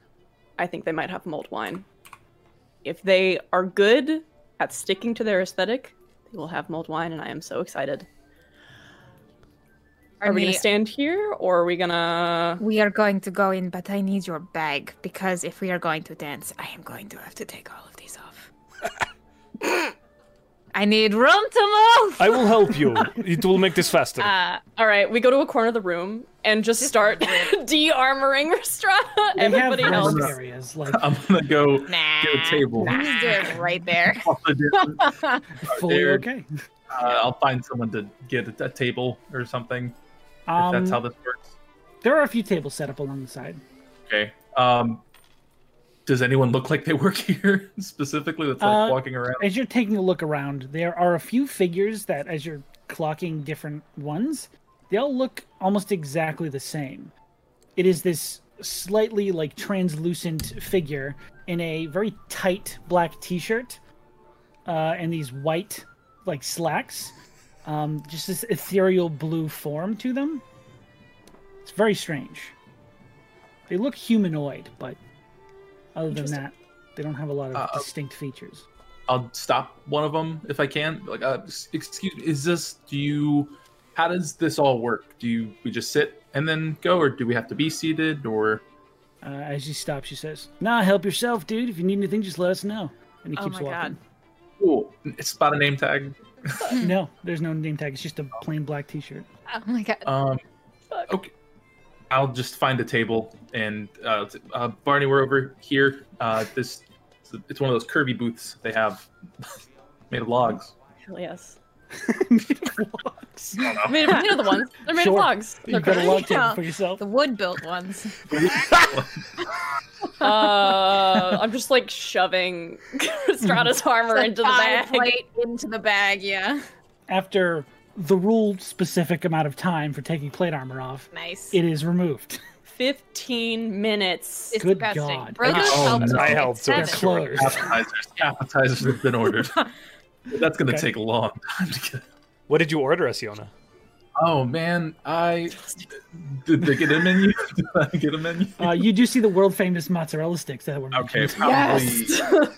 [SPEAKER 3] I think they might have mulled wine. If they are good at sticking to their aesthetic, they will have mulled wine, and I am so excited. Are we gonna stand here, or are we gonna?
[SPEAKER 5] We are going to go in, but I need your bag because if we are going to dance, I am going to have to take all of these off. (laughs) I need room to move.
[SPEAKER 4] I will help you. it will make this faster.
[SPEAKER 3] Uh, All right, we go to a corner of the room and just start (laughs) de-armoring Restrada.
[SPEAKER 1] They
[SPEAKER 3] Everybody
[SPEAKER 1] have
[SPEAKER 3] else.
[SPEAKER 1] rest
[SPEAKER 2] else.
[SPEAKER 1] areas like
[SPEAKER 2] (laughs) (laughs) I'm gonna go
[SPEAKER 5] Nah.
[SPEAKER 2] get a table.
[SPEAKER 5] Nah. Just do it right there.
[SPEAKER 2] (laughs) uh,
[SPEAKER 1] fully
[SPEAKER 2] they're-
[SPEAKER 1] okay.
[SPEAKER 2] I'll find someone to get a, a table or something. If
[SPEAKER 1] Um,
[SPEAKER 2] that's how this works.
[SPEAKER 1] there are a few tables set up along the side.
[SPEAKER 2] Okay. Um, does anyone look like they work (laughs) here specifically? That's like
[SPEAKER 1] Uh,
[SPEAKER 2] walking around.
[SPEAKER 1] As you're taking a look around, there are a few figures that, as you're clocking different ones, they all look almost exactly the same. It is this slightly like translucent figure in a very tight black t-shirt uh, and these white like slacks. Um, just this ethereal blue form to them. It's very strange. They look humanoid, but other than
[SPEAKER 3] Interesting.
[SPEAKER 1] that, they don't have a lot of
[SPEAKER 2] Uh, uh,
[SPEAKER 1] distinct features.
[SPEAKER 2] I'll stop one of them if I can. Like, uh, s- excuse, is this? Do you? How does this all work? Do you we just sit and then go, or do we have to be seated? Or
[SPEAKER 1] Uh, as she stops, she says, "Nah, help yourself, dude. If you need anything, just let us know." And he
[SPEAKER 3] Oh
[SPEAKER 1] keeps
[SPEAKER 3] my
[SPEAKER 1] walking.
[SPEAKER 2] oh, spot a name tag.
[SPEAKER 3] Hmm.
[SPEAKER 1] No, there's no name tag. It's just a plain black T-shirt. (laughs)
[SPEAKER 5] Oh my god.
[SPEAKER 2] Um,
[SPEAKER 3] Fuck.
[SPEAKER 2] okay. I'll just find a table and uh, t- uh, Barney, we're over here. Uh, this it's one of those curvy booths they have (laughs) made of logs.
[SPEAKER 3] Hell yes.
[SPEAKER 1] Logs. you
[SPEAKER 3] I mean, you know the ones. They're made
[SPEAKER 1] Sure.
[SPEAKER 3] of logs. They're
[SPEAKER 1] got a
[SPEAKER 3] great.
[SPEAKER 1] log table
[SPEAKER 5] Yeah.
[SPEAKER 1] for yourself.
[SPEAKER 5] The wood built ones.
[SPEAKER 3] Uh, I'm just like shoving (laughs) Strata's armor
[SPEAKER 5] The
[SPEAKER 3] into the
[SPEAKER 5] thigh
[SPEAKER 3] bag.
[SPEAKER 5] plate into the bag, yeah.
[SPEAKER 1] After the rule-specific amount of time for taking plate armor off,
[SPEAKER 5] Nice.
[SPEAKER 1] it is
[SPEAKER 3] (laughs)
[SPEAKER 1] removed.
[SPEAKER 3] 15 minutes.
[SPEAKER 5] it's
[SPEAKER 1] good
[SPEAKER 5] disgusting.
[SPEAKER 1] God.
[SPEAKER 5] Brothers
[SPEAKER 2] Oh,
[SPEAKER 5] helped
[SPEAKER 2] no.
[SPEAKER 5] us
[SPEAKER 4] I
[SPEAKER 5] get
[SPEAKER 4] helped
[SPEAKER 1] They're
[SPEAKER 4] her.
[SPEAKER 5] seven.
[SPEAKER 1] closed.
[SPEAKER 2] appetizers, appetizers have been ordered. That's gonna
[SPEAKER 1] Okay.
[SPEAKER 2] take a long time to get.
[SPEAKER 4] What did you order, Asiona?
[SPEAKER 2] Oh man, I did they get a menu? (laughs) Did I get a menu?
[SPEAKER 1] Uh, you do see the world-famous mozzarella sticks that were
[SPEAKER 2] Okay,
[SPEAKER 1] mentioned.
[SPEAKER 2] probably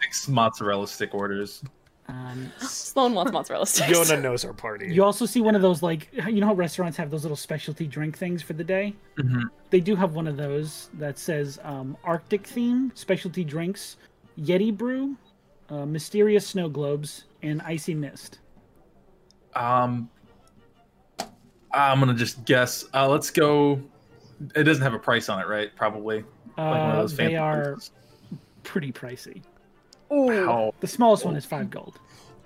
[SPEAKER 2] six mozzarella stick orders.
[SPEAKER 1] Um,
[SPEAKER 3] (laughs) Sloan wants mozzarella sticks.
[SPEAKER 4] Yona knows her party.
[SPEAKER 1] you also see one of those like you know how restaurants have those little specialty drink things for the day.
[SPEAKER 2] Mhm.
[SPEAKER 1] they do have one of those that says um, Arctic theme, specialty drinks, Yeti brew, uh, mysterious snow globes, and icy mist.
[SPEAKER 2] Um, I'm gonna just guess. Uh, let's go. It doesn't have a price on it, right? Probably. Like one of
[SPEAKER 1] Uh,
[SPEAKER 2] those fancy
[SPEAKER 1] they are
[SPEAKER 2] places.
[SPEAKER 1] pretty pricey.
[SPEAKER 3] (laughs) Ooh.
[SPEAKER 2] Oh,
[SPEAKER 1] The smallest one is five gold.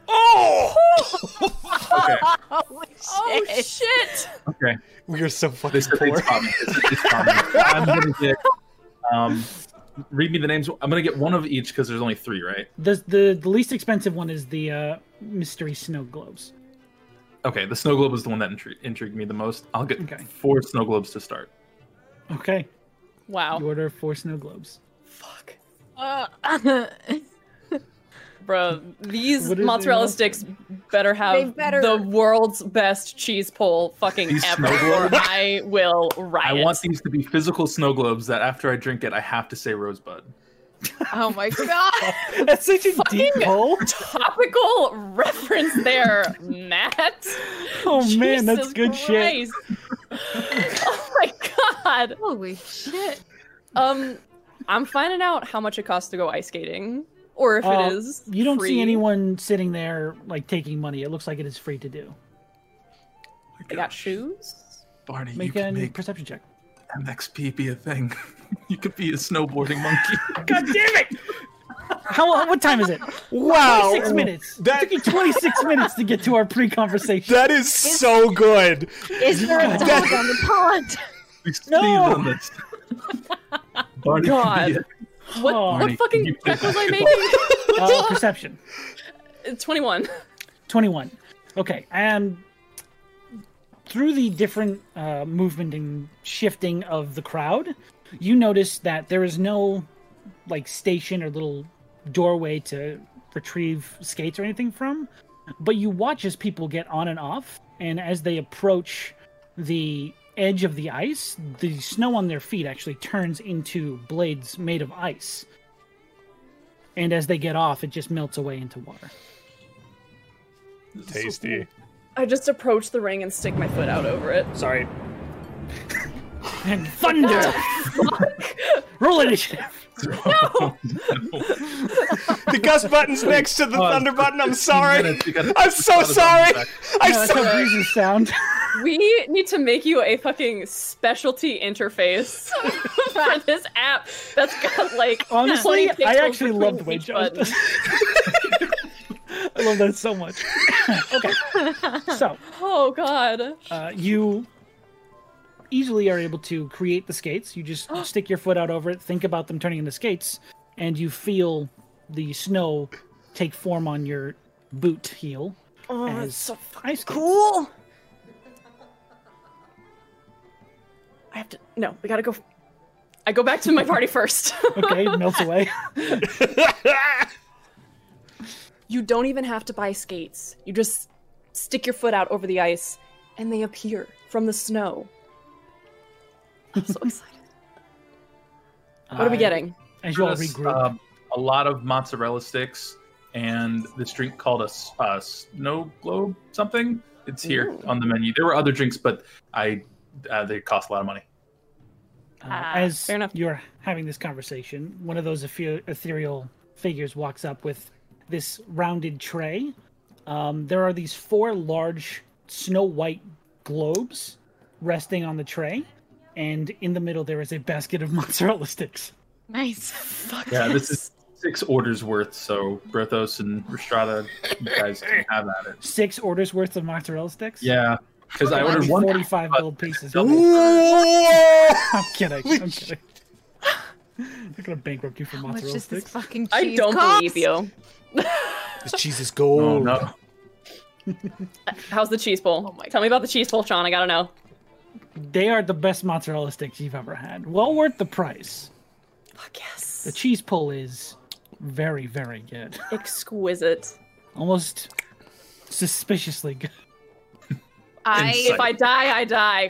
[SPEAKER 4] Oh! (laughs)
[SPEAKER 2] okay.
[SPEAKER 3] Oh, shit.
[SPEAKER 2] Okay.
[SPEAKER 4] We are so
[SPEAKER 2] They
[SPEAKER 4] fucking
[SPEAKER 2] said they
[SPEAKER 4] poor.
[SPEAKER 2] taught me. They said they taught me. I'm gonna get. Um, read me the names. I'm gonna get one of each because there's only three, right?
[SPEAKER 1] The, the the least expensive one is the uh, mystery snow globes.
[SPEAKER 2] Okay. The snow globe was the one that intri- intrigued me the most. I'll get
[SPEAKER 1] Okay.
[SPEAKER 2] four snow globes to start.
[SPEAKER 1] Okay, you
[SPEAKER 3] Wow.
[SPEAKER 1] order four snow globes.
[SPEAKER 3] Fuck.
[SPEAKER 5] Uh,
[SPEAKER 3] bro. These
[SPEAKER 1] What is it
[SPEAKER 3] mozzarella
[SPEAKER 1] now?
[SPEAKER 3] sticks better
[SPEAKER 7] They
[SPEAKER 3] have
[SPEAKER 7] better-
[SPEAKER 3] the world's best cheese pull fucking
[SPEAKER 2] These
[SPEAKER 3] ever.
[SPEAKER 2] snow globes?
[SPEAKER 3] (laughs) I will riot.
[SPEAKER 2] I want these to be physical snow globes that after I drink it, I have to say rosebud.
[SPEAKER 5] (laughs) Oh my
[SPEAKER 1] (laughs)
[SPEAKER 5] god.
[SPEAKER 1] That's such a deep hole.
[SPEAKER 3] topical reference there, Matt.
[SPEAKER 1] Oh man, that's
[SPEAKER 3] (laughs) Jesus
[SPEAKER 1] good shit.
[SPEAKER 3] Christ. (laughs) oh my god.
[SPEAKER 5] Holy shit.
[SPEAKER 3] Um, I'm finding out how much it costs to go ice skating, or if
[SPEAKER 1] Uh,
[SPEAKER 3] it is.
[SPEAKER 1] You don't see
[SPEAKER 3] free.
[SPEAKER 1] anyone sitting there like taking money. It looks like it is free to do.
[SPEAKER 3] I got shoes.
[SPEAKER 2] uh, Barney, you
[SPEAKER 1] Make a
[SPEAKER 2] can make
[SPEAKER 1] perception check.
[SPEAKER 2] MXP be a thing. (laughs) you could be a
[SPEAKER 1] (laughs)
[SPEAKER 2] snowboarding monkey.
[SPEAKER 1] God damn it! Oh, How? What time is it? Wow, six minutes.
[SPEAKER 4] That-
[SPEAKER 1] It took you 26 minutes to get to our (laughs) pre-conversation.
[SPEAKER 4] That is so good.
[SPEAKER 7] Is there a dog on the pond?
[SPEAKER 2] We
[SPEAKER 1] No!
[SPEAKER 2] sneeze
[SPEAKER 1] (laughs)
[SPEAKER 2] on this. Barney,
[SPEAKER 3] God.
[SPEAKER 2] you could be
[SPEAKER 3] What,
[SPEAKER 1] Oh.
[SPEAKER 3] what
[SPEAKER 2] Barney,
[SPEAKER 3] fucking
[SPEAKER 2] you
[SPEAKER 3] check was I
[SPEAKER 2] play
[SPEAKER 3] making? (laughs)
[SPEAKER 1] Uh, perception.
[SPEAKER 3] Uh, 21.
[SPEAKER 1] 21. Okay, and through the different uh, movement and shifting of the crowd, you notice that there is no like station or little doorway to retrieve skates or anything from, but you watch as people get on and off, and as they approach the edge of the ice, the snow on their feet actually turns into blades made of ice. And as they get off, it just melts away into water.
[SPEAKER 2] a-
[SPEAKER 4] Tasty.
[SPEAKER 3] I just approach the ring and stick my foot out over it.
[SPEAKER 1] Sorry. and thunder. Roll initiative.
[SPEAKER 4] The Gus button's next to the
[SPEAKER 2] Oh,
[SPEAKER 4] Thunder button. I'm
[SPEAKER 2] 15
[SPEAKER 4] sorry.
[SPEAKER 2] minutes, you got-
[SPEAKER 4] I'm so
[SPEAKER 2] the button
[SPEAKER 4] sorry.
[SPEAKER 2] back.
[SPEAKER 4] I'm
[SPEAKER 1] No, that's
[SPEAKER 4] so.
[SPEAKER 1] how breezes sound.
[SPEAKER 3] We need to make you a fucking specialty interface (laughs) for this app that's got like. 20
[SPEAKER 1] Honestly, I
[SPEAKER 3] pixels
[SPEAKER 1] actually
[SPEAKER 3] between
[SPEAKER 1] love the way
[SPEAKER 3] each
[SPEAKER 1] Josh
[SPEAKER 3] button.
[SPEAKER 1] does. I love that so much. okay. So,
[SPEAKER 3] Oh god.
[SPEAKER 1] uh, you easily are able to create the skates. You just stick your foot out over it, think about them turning into skates, and you feel the snow take form on your boot heel. Oh, that's so cool.
[SPEAKER 3] I have to. No, we gotta go. I go back to my party first. (laughs)
[SPEAKER 1] Okay, it melts away.
[SPEAKER 3] you don't even have to buy skates. You just stick your foot out over the ice, and they appear from the snow. I'm so excited. What are we
[SPEAKER 1] Uh,
[SPEAKER 3] getting?
[SPEAKER 1] As you all
[SPEAKER 2] Just,
[SPEAKER 1] regroup.
[SPEAKER 2] um, a lot of mozzarella sticks and this drink called a, s- a snow globe something. It's here
[SPEAKER 3] Ooh.
[SPEAKER 2] on the menu. There were other drinks, but I uh, they cost a lot of money.
[SPEAKER 1] Uh,
[SPEAKER 5] Ah,
[SPEAKER 1] as
[SPEAKER 3] fair enough.
[SPEAKER 1] you're having this conversation, one of those ethe- ethereal figures walks up with this rounded tray. Um, there are these four large snow white globes resting on the tray, and in the middle there is a basket of (laughs) mozzarella sticks.
[SPEAKER 5] (laughs) Nice.
[SPEAKER 2] Yeah, this is six orders worth. So Brothos and Restrada, you guys can have at it.
[SPEAKER 1] Six orders worth of mozzarella sticks.
[SPEAKER 2] Yeah, because I ordered
[SPEAKER 1] Like
[SPEAKER 2] one.
[SPEAKER 1] 45 gold
[SPEAKER 2] (laughs)
[SPEAKER 1] pieces. I'm
[SPEAKER 4] Whoa!
[SPEAKER 1] kidding. I'm kidding. (laughs) They're gonna bankrupt you for
[SPEAKER 5] How much
[SPEAKER 1] mozzarella
[SPEAKER 5] does this
[SPEAKER 1] sticks.
[SPEAKER 5] fucking cheese
[SPEAKER 3] I don't
[SPEAKER 5] cost?
[SPEAKER 3] believe you.
[SPEAKER 4] This cheese is
[SPEAKER 2] Oh
[SPEAKER 4] gold.
[SPEAKER 2] no!
[SPEAKER 3] How's the cheese bowl?
[SPEAKER 5] my
[SPEAKER 3] Tell me about the cheese bowl, Sean. I gotta know.
[SPEAKER 1] They are the best mozzarella sticks you've ever had. Well worth the price.
[SPEAKER 3] Fuck yes.
[SPEAKER 1] The cheese pull is very, very good. (laughs)
[SPEAKER 3] Exquisite.
[SPEAKER 1] Almost suspiciously good.
[SPEAKER 5] I
[SPEAKER 2] Insight.
[SPEAKER 3] If I die, I (laughs) die.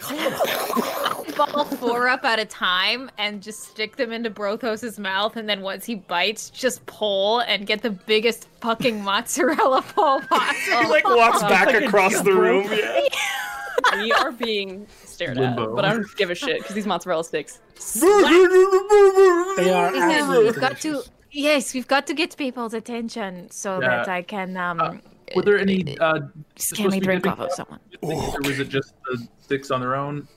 [SPEAKER 5] ball four up at a time and just stick them into Brothos's mouth, and then once he bites, just pull and get the biggest fucking mozzarella (laughs)
[SPEAKER 4] (laughs)
[SPEAKER 5] ball
[SPEAKER 4] He
[SPEAKER 5] possible.
[SPEAKER 4] like walks back
[SPEAKER 1] Like a
[SPEAKER 4] across the
[SPEAKER 1] jump
[SPEAKER 4] room.
[SPEAKER 1] rope.
[SPEAKER 4] Yeah.
[SPEAKER 3] we are being stared
[SPEAKER 2] Limbo.
[SPEAKER 3] at, but I don't give a shit because these mozzarella sticks.
[SPEAKER 1] They are
[SPEAKER 5] Exactly.
[SPEAKER 1] absolutely
[SPEAKER 5] We've got to.
[SPEAKER 1] delicious.
[SPEAKER 5] Yes, we've got to get people's attention so
[SPEAKER 2] Yeah.
[SPEAKER 5] that I can um,
[SPEAKER 2] Were there any uh,
[SPEAKER 5] skinny drink off of someone.
[SPEAKER 2] Or was it just the sticks on their own,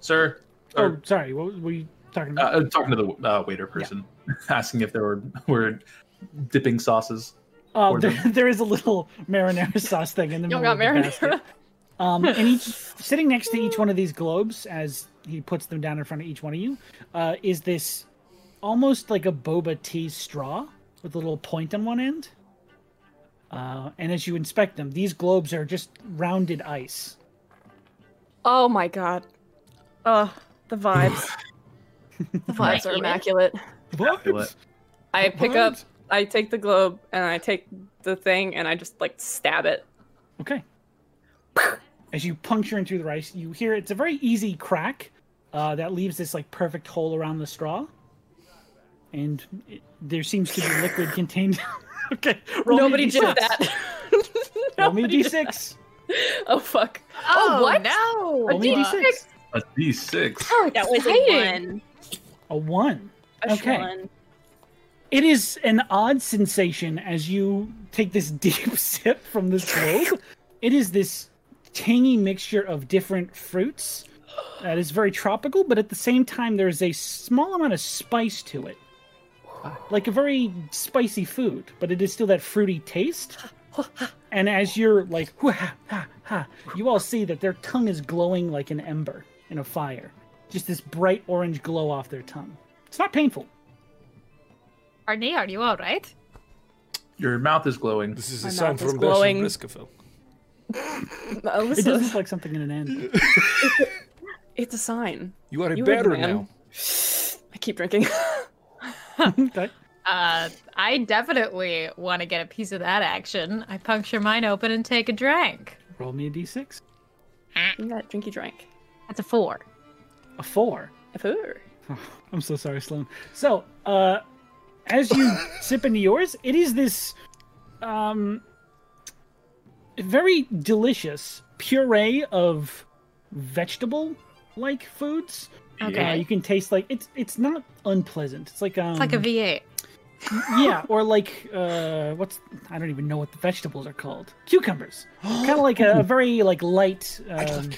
[SPEAKER 2] sir?
[SPEAKER 1] Oh,
[SPEAKER 2] Or
[SPEAKER 1] sorry. What were you talking
[SPEAKER 2] uh,
[SPEAKER 1] about?
[SPEAKER 2] I was talking to the uh, waiter person, (laughs) asking if there were were dipping sauces.
[SPEAKER 1] Uh,
[SPEAKER 2] or
[SPEAKER 1] there, (laughs)
[SPEAKER 2] the-
[SPEAKER 1] there is a little marinara (laughs) sauce thing in the
[SPEAKER 3] Y'all
[SPEAKER 1] middle.
[SPEAKER 3] got
[SPEAKER 1] of the
[SPEAKER 3] marinara.
[SPEAKER 1] basket. Um,
[SPEAKER 3] (laughs)
[SPEAKER 1] and each sitting next to each one of these globes, as he puts them down in front of each one of you, uh, is this almost like a boba tea straw with a little point on one end. Uh, and as you inspect them, these globes are just rounded ice.
[SPEAKER 3] Oh my god. Oh, the
[SPEAKER 5] (laughs)
[SPEAKER 3] vibes. the vibes are immaculate.
[SPEAKER 1] What?
[SPEAKER 2] Immaculate.
[SPEAKER 3] I pick up I take the globe and I take the thing and I just like stab it.
[SPEAKER 1] Okay. As you puncture into the rice, you hear it's a very easy crack uh, that leaves this like perfect hole around the straw, and it, there seems to be liquid contained. (laughs) okay, roll me a
[SPEAKER 3] Nobody did
[SPEAKER 1] D6.
[SPEAKER 3] that. (laughs)
[SPEAKER 1] Roll me a
[SPEAKER 3] Nobody did
[SPEAKER 1] d6.
[SPEAKER 3] that. Oh fuck.
[SPEAKER 5] Oh,
[SPEAKER 3] what?
[SPEAKER 5] No.
[SPEAKER 1] Roll me a d6.
[SPEAKER 2] A D6.
[SPEAKER 5] Oh,
[SPEAKER 7] That was a
[SPEAKER 5] exciting.
[SPEAKER 7] one.
[SPEAKER 1] A one.
[SPEAKER 3] A
[SPEAKER 1] Okay.
[SPEAKER 3] Shlun.
[SPEAKER 1] It is an odd sensation as you take this (laughs) deep sip from this globe. It is this tangy mixture of different fruits that is very tropical, but at the same time, there is a small amount of spice to it. Like a very spicy food, but it is still that fruity taste. And as you're like, (laughs) ha, ha, ha, you all see that their tongue is glowing like an ember in a fire. Just this bright orange glow off their tongue. It's not painful.
[SPEAKER 5] Arnie, are you all right?
[SPEAKER 2] Your mouth is glowing.
[SPEAKER 4] This is
[SPEAKER 3] My
[SPEAKER 4] a
[SPEAKER 3] mouth
[SPEAKER 4] sign
[SPEAKER 3] is
[SPEAKER 4] from
[SPEAKER 3] glowing.
[SPEAKER 4] Bashan Riskafel.
[SPEAKER 1] It does look
[SPEAKER 5] (laughs)
[SPEAKER 3] Alyssa,
[SPEAKER 1] like something in an end.
[SPEAKER 3] it's a sign.
[SPEAKER 4] You are a
[SPEAKER 3] You were the
[SPEAKER 4] better
[SPEAKER 3] man.
[SPEAKER 4] now.
[SPEAKER 3] I keep drinking. (laughs)
[SPEAKER 1] okay.
[SPEAKER 5] Uh, I definitely want to get a piece of that action. I puncture mine open and take a drink.
[SPEAKER 1] Roll me a d6.
[SPEAKER 3] Give me that drinky drink.
[SPEAKER 5] That's a four.
[SPEAKER 1] A four.
[SPEAKER 3] A four.
[SPEAKER 1] I'm so sorry, Sloan. So, uh, as
[SPEAKER 5] (laughs)
[SPEAKER 1] you sip into yours, it is this um, very delicious puree of vegetable-like foods. Uh,
[SPEAKER 5] Okay.
[SPEAKER 1] you can taste like it's it's not unpleasant. It's like um,
[SPEAKER 5] It's like a V8.
[SPEAKER 1] yeah, or like uh, what's I don't even know what the vegetables are called. Cucumbers. kind of like a, very like light, um,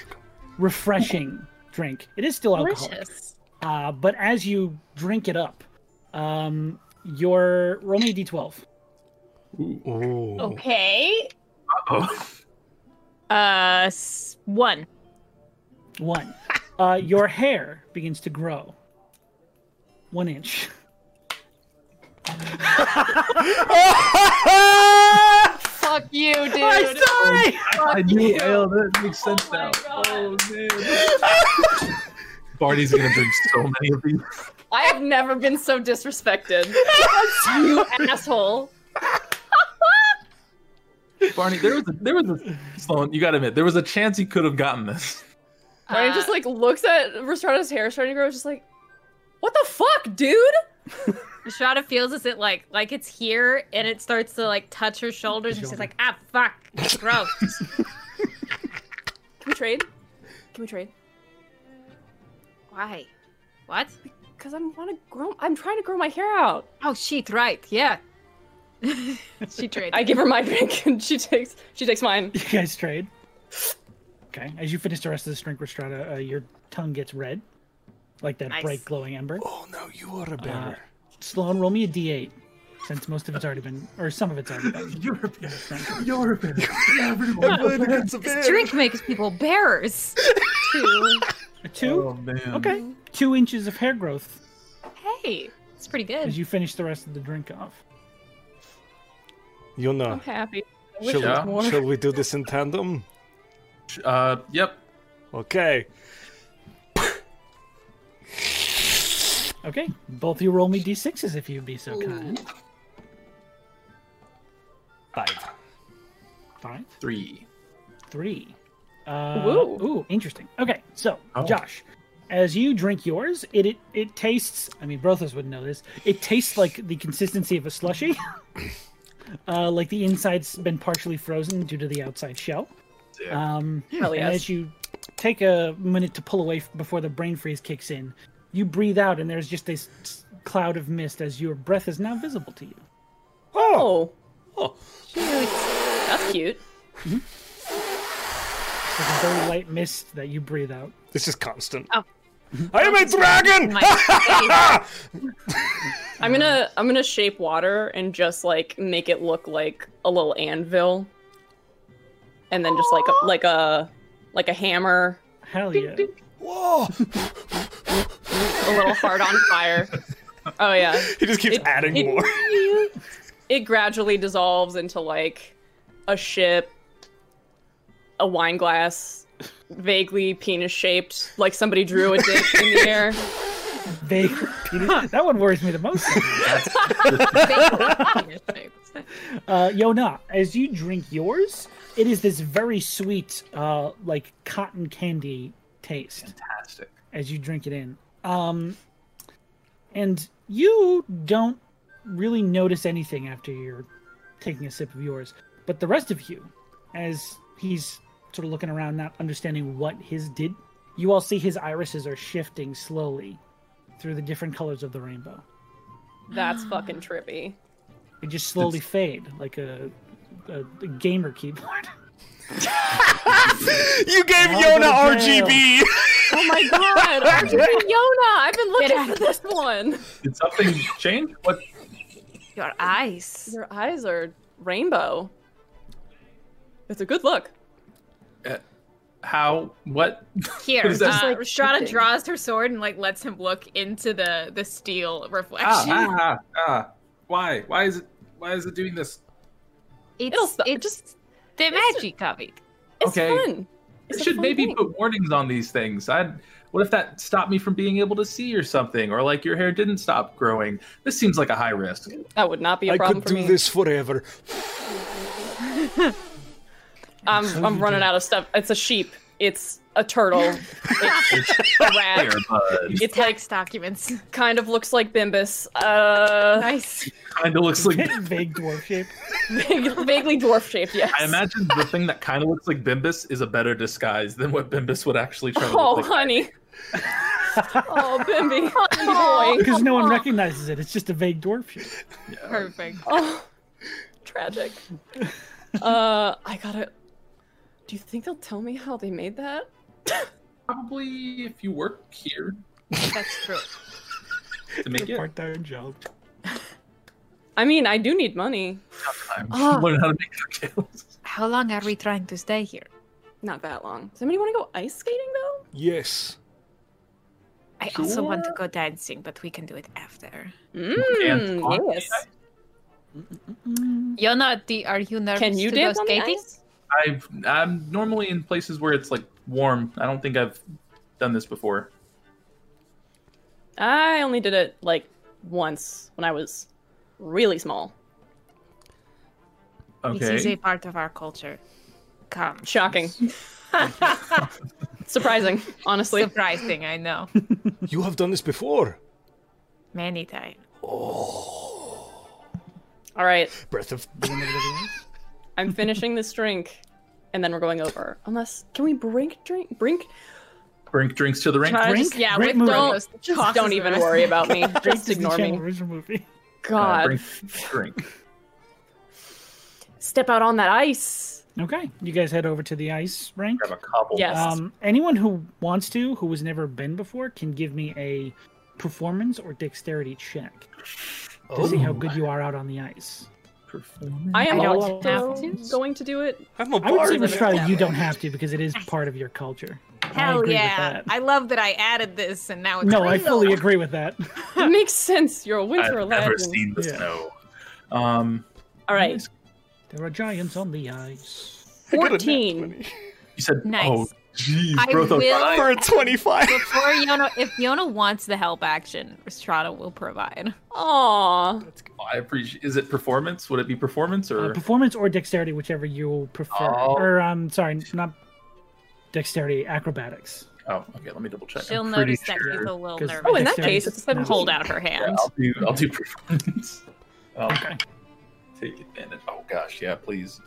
[SPEAKER 1] refreshing drink. It is still alcoholic.
[SPEAKER 5] Delicious.
[SPEAKER 1] Uh, but as you drink it up, um, your roll me a d12.
[SPEAKER 4] Oh.
[SPEAKER 5] Okay.
[SPEAKER 2] (laughs) Oh,
[SPEAKER 5] Uh, s- one.
[SPEAKER 1] One. Uh, your hair begins to grow. One inch.
[SPEAKER 5] Fuck (laughs) you, dude.
[SPEAKER 1] Sorry.
[SPEAKER 2] (laughs) I knew ale. That makes sense now. Oh man. (laughs) Barney's gonna drink so many of these.
[SPEAKER 3] I have never been so (laughs) disrespected. you
[SPEAKER 5] (laughs)
[SPEAKER 3] asshole.
[SPEAKER 2] Barney, there was a, there was a Sloan. You gotta admit, there was a chance he could have gotten this.
[SPEAKER 3] Barney
[SPEAKER 5] Uh,
[SPEAKER 3] just like looks at Rostrada's hair starting to grow. is Just like, what the fuck, dude?
[SPEAKER 5] Shada feels as it like like it's here and it starts to like touch her shoulders and she's
[SPEAKER 1] Shoulder.
[SPEAKER 5] like, ah, fuck, (laughs) gross.
[SPEAKER 3] Can we trade? Can we trade?
[SPEAKER 5] Why? What?
[SPEAKER 3] Cause I'm want to grow. I'm trying to grow my hair out.
[SPEAKER 5] Oh, shit, right? (laughs) Yeah. she traded.
[SPEAKER 3] I give her my (laughs) drink and she takes she takes
[SPEAKER 1] (laughs)
[SPEAKER 3] mine.
[SPEAKER 1] (laughs) You guys trade. Okay. As you finish the rest of this drink, Restrada, uh, your tongue gets red, like that
[SPEAKER 5] Nice.
[SPEAKER 1] bright glowing ember.
[SPEAKER 4] Oh, now you are a better.
[SPEAKER 1] Sloan, roll me a d8, since most of it's already been, or some of it's already been.
[SPEAKER 2] European, European,
[SPEAKER 6] (laughs)
[SPEAKER 2] everyone.
[SPEAKER 4] It's a
[SPEAKER 5] this drink makes people bearers.
[SPEAKER 3] Two.
[SPEAKER 1] A two?
[SPEAKER 2] Oh, man.
[SPEAKER 1] okay. Two inches of hair growth
[SPEAKER 5] Hey, it's pretty good.
[SPEAKER 1] as
[SPEAKER 5] (laughs)
[SPEAKER 1] you finish the rest of the drink off.
[SPEAKER 3] I'm
[SPEAKER 4] Yona,
[SPEAKER 3] happy. I wish
[SPEAKER 4] shall,
[SPEAKER 3] there was
[SPEAKER 2] Yeah.
[SPEAKER 3] more.
[SPEAKER 4] shall we do this in tandem?
[SPEAKER 2] Uh, yep.
[SPEAKER 4] Okay.
[SPEAKER 1] Okay. Both of you roll me d6s if you'd be so kind.
[SPEAKER 4] Five.
[SPEAKER 1] Five.
[SPEAKER 2] Three.
[SPEAKER 1] three. Uh,
[SPEAKER 3] Woo.
[SPEAKER 1] Ooh, interesting. Okay, so
[SPEAKER 2] Oh.
[SPEAKER 1] Josh, as you drink yours, it, it it tastes. I mean, Brothos wouldn't know this. It tastes like the consistency of a slushy, (coughs) uh, like the inside's been partially frozen due to the outside shell.
[SPEAKER 2] Yeah.
[SPEAKER 1] Um,
[SPEAKER 3] Hell
[SPEAKER 1] and as
[SPEAKER 3] yes.
[SPEAKER 1] you take a minute to pull away f- before the brain freeze kicks in, you breathe out, and there's just this s- cloud of mist as your breath is now visible to you.
[SPEAKER 3] Oh,
[SPEAKER 4] Oh,
[SPEAKER 3] that's cute.
[SPEAKER 1] It's like a very light mist that you breathe out.
[SPEAKER 4] this is constant.
[SPEAKER 5] Oh.
[SPEAKER 4] I am a dragon!
[SPEAKER 5] My
[SPEAKER 3] I'm gonna I'm gonna shape water and just like make it look like a little anvil, and then just like a, like a like a hammer,
[SPEAKER 1] Hell yeah!
[SPEAKER 4] Whoa!
[SPEAKER 3] a little heart on fire. Oh yeah,
[SPEAKER 4] (laughs) He just keeps
[SPEAKER 3] It-
[SPEAKER 4] adding
[SPEAKER 3] it-
[SPEAKER 4] more.
[SPEAKER 3] it gradually dissolves into like a ship, a wine glass, vaguely penis shaped, like somebody drew a dick in the air.
[SPEAKER 1] Vague penis. (laughs) That one worries me the most.
[SPEAKER 2] That's
[SPEAKER 1] Uh, Yona, as you drink yours, it is this very sweet, uh, like cotton candy taste
[SPEAKER 2] fantastic.
[SPEAKER 1] as you drink it in. Um, and you don't really notice anything after you're taking a sip of yours. But the rest of you, as he's sort of looking around, not understanding what his did, you all see his irises are shifting slowly through the different colors of the rainbow.
[SPEAKER 3] That's fucking trippy.
[SPEAKER 1] They just slowly fade like a, a, a gamer keyboard. (laughs)
[SPEAKER 3] (laughs)
[SPEAKER 6] You gave
[SPEAKER 1] I'll go to
[SPEAKER 6] Yona
[SPEAKER 1] jail.
[SPEAKER 6] RGB.
[SPEAKER 3] Oh my god, RGB Yona! I've been looking
[SPEAKER 5] out
[SPEAKER 3] for this one.
[SPEAKER 2] Did something change? What?
[SPEAKER 5] (laughs) Your eyes.
[SPEAKER 3] Your eyes are rainbow. It's a good look.
[SPEAKER 2] How? What?
[SPEAKER 5] Here,
[SPEAKER 2] What is that?
[SPEAKER 5] uh,
[SPEAKER 3] Just, like,
[SPEAKER 5] Strata
[SPEAKER 3] shifting.
[SPEAKER 5] draws her sword and like lets him look into the the steel
[SPEAKER 2] Ah,
[SPEAKER 5] reflection.
[SPEAKER 2] ah, ah, ah. Why? Why is it? Why is it doing this?
[SPEAKER 5] It's,
[SPEAKER 3] It'll stop.
[SPEAKER 5] it's
[SPEAKER 3] Just
[SPEAKER 5] the magic of it.
[SPEAKER 3] it's
[SPEAKER 2] Okay.
[SPEAKER 3] fun. It's
[SPEAKER 2] It
[SPEAKER 3] a
[SPEAKER 2] should
[SPEAKER 3] fun
[SPEAKER 2] maybe
[SPEAKER 3] thing.
[SPEAKER 2] put warnings on these things. I. What if that stopped me from being able to see or something, or like your hair didn't stop growing? This seems like a high risk.
[SPEAKER 3] that would not be a
[SPEAKER 4] I
[SPEAKER 3] problem
[SPEAKER 4] could
[SPEAKER 3] for
[SPEAKER 4] do
[SPEAKER 3] me.
[SPEAKER 4] this forever.
[SPEAKER 3] I'm I'm running out of stuff. It's a sheep. It's
[SPEAKER 4] (laughs)
[SPEAKER 3] a turtle. it's a
[SPEAKER 2] Here,
[SPEAKER 3] rat.
[SPEAKER 2] bud.
[SPEAKER 3] It's like
[SPEAKER 5] Tax documents. (laughs)
[SPEAKER 3] kind of looks like Bimbus. Uh,
[SPEAKER 5] Nice.
[SPEAKER 2] kind of looks like.
[SPEAKER 1] Vague dwarf shape.
[SPEAKER 3] vague- (laughs) vaguely dwarf shaped. Yes.
[SPEAKER 2] I imagine the thing that kind of looks like Bimbus is a better disguise than what Bimbus would actually try to
[SPEAKER 3] Oh,
[SPEAKER 2] look like.
[SPEAKER 3] honey. (laughs) oh, Bimby.
[SPEAKER 4] (laughs)
[SPEAKER 3] Boy.
[SPEAKER 1] Because no one recognizes it. It's just a vague dwarf shape.
[SPEAKER 5] (laughs) Perfect.
[SPEAKER 3] Oh, tragic. Uh, I gotta. Do you think they'll tell me how they made that?
[SPEAKER 2] Probably if you work here
[SPEAKER 5] That's true.
[SPEAKER 2] to make it.
[SPEAKER 1] Part-time job.
[SPEAKER 3] I mean, I do need money.
[SPEAKER 2] I'm
[SPEAKER 5] Ah.
[SPEAKER 2] learning um, how to make cocktails.
[SPEAKER 5] How long are we trying to stay here?
[SPEAKER 3] Not that long. Does anybody want to go ice skating though?
[SPEAKER 4] Yes.
[SPEAKER 5] I also want to go dancing, but we can do it after.
[SPEAKER 2] Dance on
[SPEAKER 3] Mm,
[SPEAKER 2] the
[SPEAKER 3] yes.
[SPEAKER 2] ice?
[SPEAKER 5] Yona, the, are you nervous
[SPEAKER 3] Can you
[SPEAKER 5] to
[SPEAKER 3] dance
[SPEAKER 5] go
[SPEAKER 3] on the
[SPEAKER 5] skating?
[SPEAKER 3] ice?
[SPEAKER 2] I've I'm normally in places where it's like warm. I don't think I've done this before.
[SPEAKER 3] I only did it like once when I was really small.
[SPEAKER 5] This is a
[SPEAKER 2] Okay.
[SPEAKER 5] part of our culture.
[SPEAKER 1] (laughs)
[SPEAKER 5] Come.
[SPEAKER 3] Shocking. Surprising, honestly.
[SPEAKER 5] Surprising, I
[SPEAKER 1] (laughs)
[SPEAKER 5] know.
[SPEAKER 4] You have done this before.
[SPEAKER 5] Many times.
[SPEAKER 3] All right,
[SPEAKER 4] Breath of.
[SPEAKER 3] I'm finishing this drink, and then we're going over. Unless, can we brink drink brink?
[SPEAKER 2] Brink drinks to the rink.
[SPEAKER 3] Try to
[SPEAKER 1] Brink?
[SPEAKER 3] just- yeah,
[SPEAKER 1] Brink
[SPEAKER 3] with
[SPEAKER 1] movie.
[SPEAKER 3] don't, just don't even worry about me. Just
[SPEAKER 1] Disney
[SPEAKER 3] ignore
[SPEAKER 1] Channel
[SPEAKER 3] me.
[SPEAKER 1] original movie.
[SPEAKER 2] Uh,
[SPEAKER 3] God,
[SPEAKER 2] brink drink.
[SPEAKER 3] step out on that ice.
[SPEAKER 1] Okay, you guys head over to the ice rink.
[SPEAKER 2] Grab a couple.
[SPEAKER 3] Yes.
[SPEAKER 1] Um, anyone who wants to, who has never been before, can give me a performance or dexterity check to see
[SPEAKER 2] Oh.
[SPEAKER 1] how good you are out on the ice.
[SPEAKER 2] Performance.
[SPEAKER 3] I am
[SPEAKER 5] I don't
[SPEAKER 3] also
[SPEAKER 5] have to.
[SPEAKER 3] going to do it.
[SPEAKER 4] (laughs) I'm a
[SPEAKER 1] I would
[SPEAKER 4] bard.
[SPEAKER 1] say, Strata,
[SPEAKER 5] that
[SPEAKER 1] you don't have to because it is part of your culture. I
[SPEAKER 5] Hell
[SPEAKER 1] agree
[SPEAKER 5] yeah.
[SPEAKER 1] With that.
[SPEAKER 5] I love that I added this and now it's
[SPEAKER 1] No, I
[SPEAKER 5] real.
[SPEAKER 1] fully agree with that.
[SPEAKER 3] It makes sense. You're a winter
[SPEAKER 2] I've never
[SPEAKER 3] legend.
[SPEAKER 2] seen the
[SPEAKER 1] Yeah.
[SPEAKER 2] snow. Um,
[SPEAKER 3] All right,
[SPEAKER 1] There are giants on the ice.
[SPEAKER 3] fourteen.
[SPEAKER 2] you said.
[SPEAKER 5] Nice.
[SPEAKER 2] Oh, jeez.
[SPEAKER 5] I
[SPEAKER 2] Growth of
[SPEAKER 5] will-
[SPEAKER 2] Fire.
[SPEAKER 6] For a (laughs) 25.
[SPEAKER 5] Before Yona, if Yona wants the help action, Strata
[SPEAKER 1] (laughs)
[SPEAKER 5] will provide.
[SPEAKER 3] Aw,
[SPEAKER 2] I appreciate. Is it performance? Would it be performance
[SPEAKER 1] Uh,
[SPEAKER 5] Um,
[SPEAKER 2] or?
[SPEAKER 1] performance or dexterity, whichever you prefer.
[SPEAKER 2] Oh.
[SPEAKER 1] Or, um, sorry, not dexterity, acrobatics.
[SPEAKER 2] oh, okay. Let me double check.
[SPEAKER 5] She'll
[SPEAKER 2] I'm pretty
[SPEAKER 5] notice that she's
[SPEAKER 2] sure-
[SPEAKER 5] a little
[SPEAKER 1] 'Cause
[SPEAKER 5] nervous.
[SPEAKER 3] Oh, in that
[SPEAKER 1] dexterity-
[SPEAKER 3] case, it's a
[SPEAKER 1] no.
[SPEAKER 5] Hold out her hand.
[SPEAKER 2] Yeah, I'll do. I'll do performance. (laughs) Um,
[SPEAKER 1] Okay.
[SPEAKER 2] Take advantage. Oh gosh, yeah, please.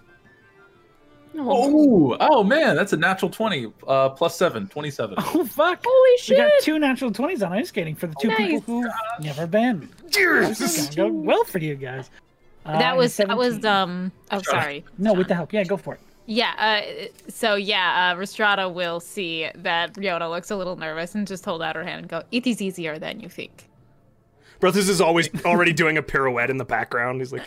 [SPEAKER 3] No.
[SPEAKER 2] Oh, oh man, that's a natural 20, uh, plus 7, (laughs) 27.
[SPEAKER 1] Oh fuck!
[SPEAKER 3] holy
[SPEAKER 1] We
[SPEAKER 3] shit!
[SPEAKER 1] got two natural twenties on ice skating for the two people
[SPEAKER 5] Nice.
[SPEAKER 1] who've never been. It's gonna go well for you guys. Uh,
[SPEAKER 5] That
[SPEAKER 1] and
[SPEAKER 5] was that was
[SPEAKER 1] 17.
[SPEAKER 5] um. Oh,
[SPEAKER 2] Strata.
[SPEAKER 5] sorry.
[SPEAKER 1] no with the help. Yeah, go for it.
[SPEAKER 5] Yeah. Uh, so yeah, uh, Restrada will see that Yona looks a little nervous and just hold out her hand and go, "It is easier than you think."
[SPEAKER 6] Brothers is always already doing a pirouette in the background. He's like,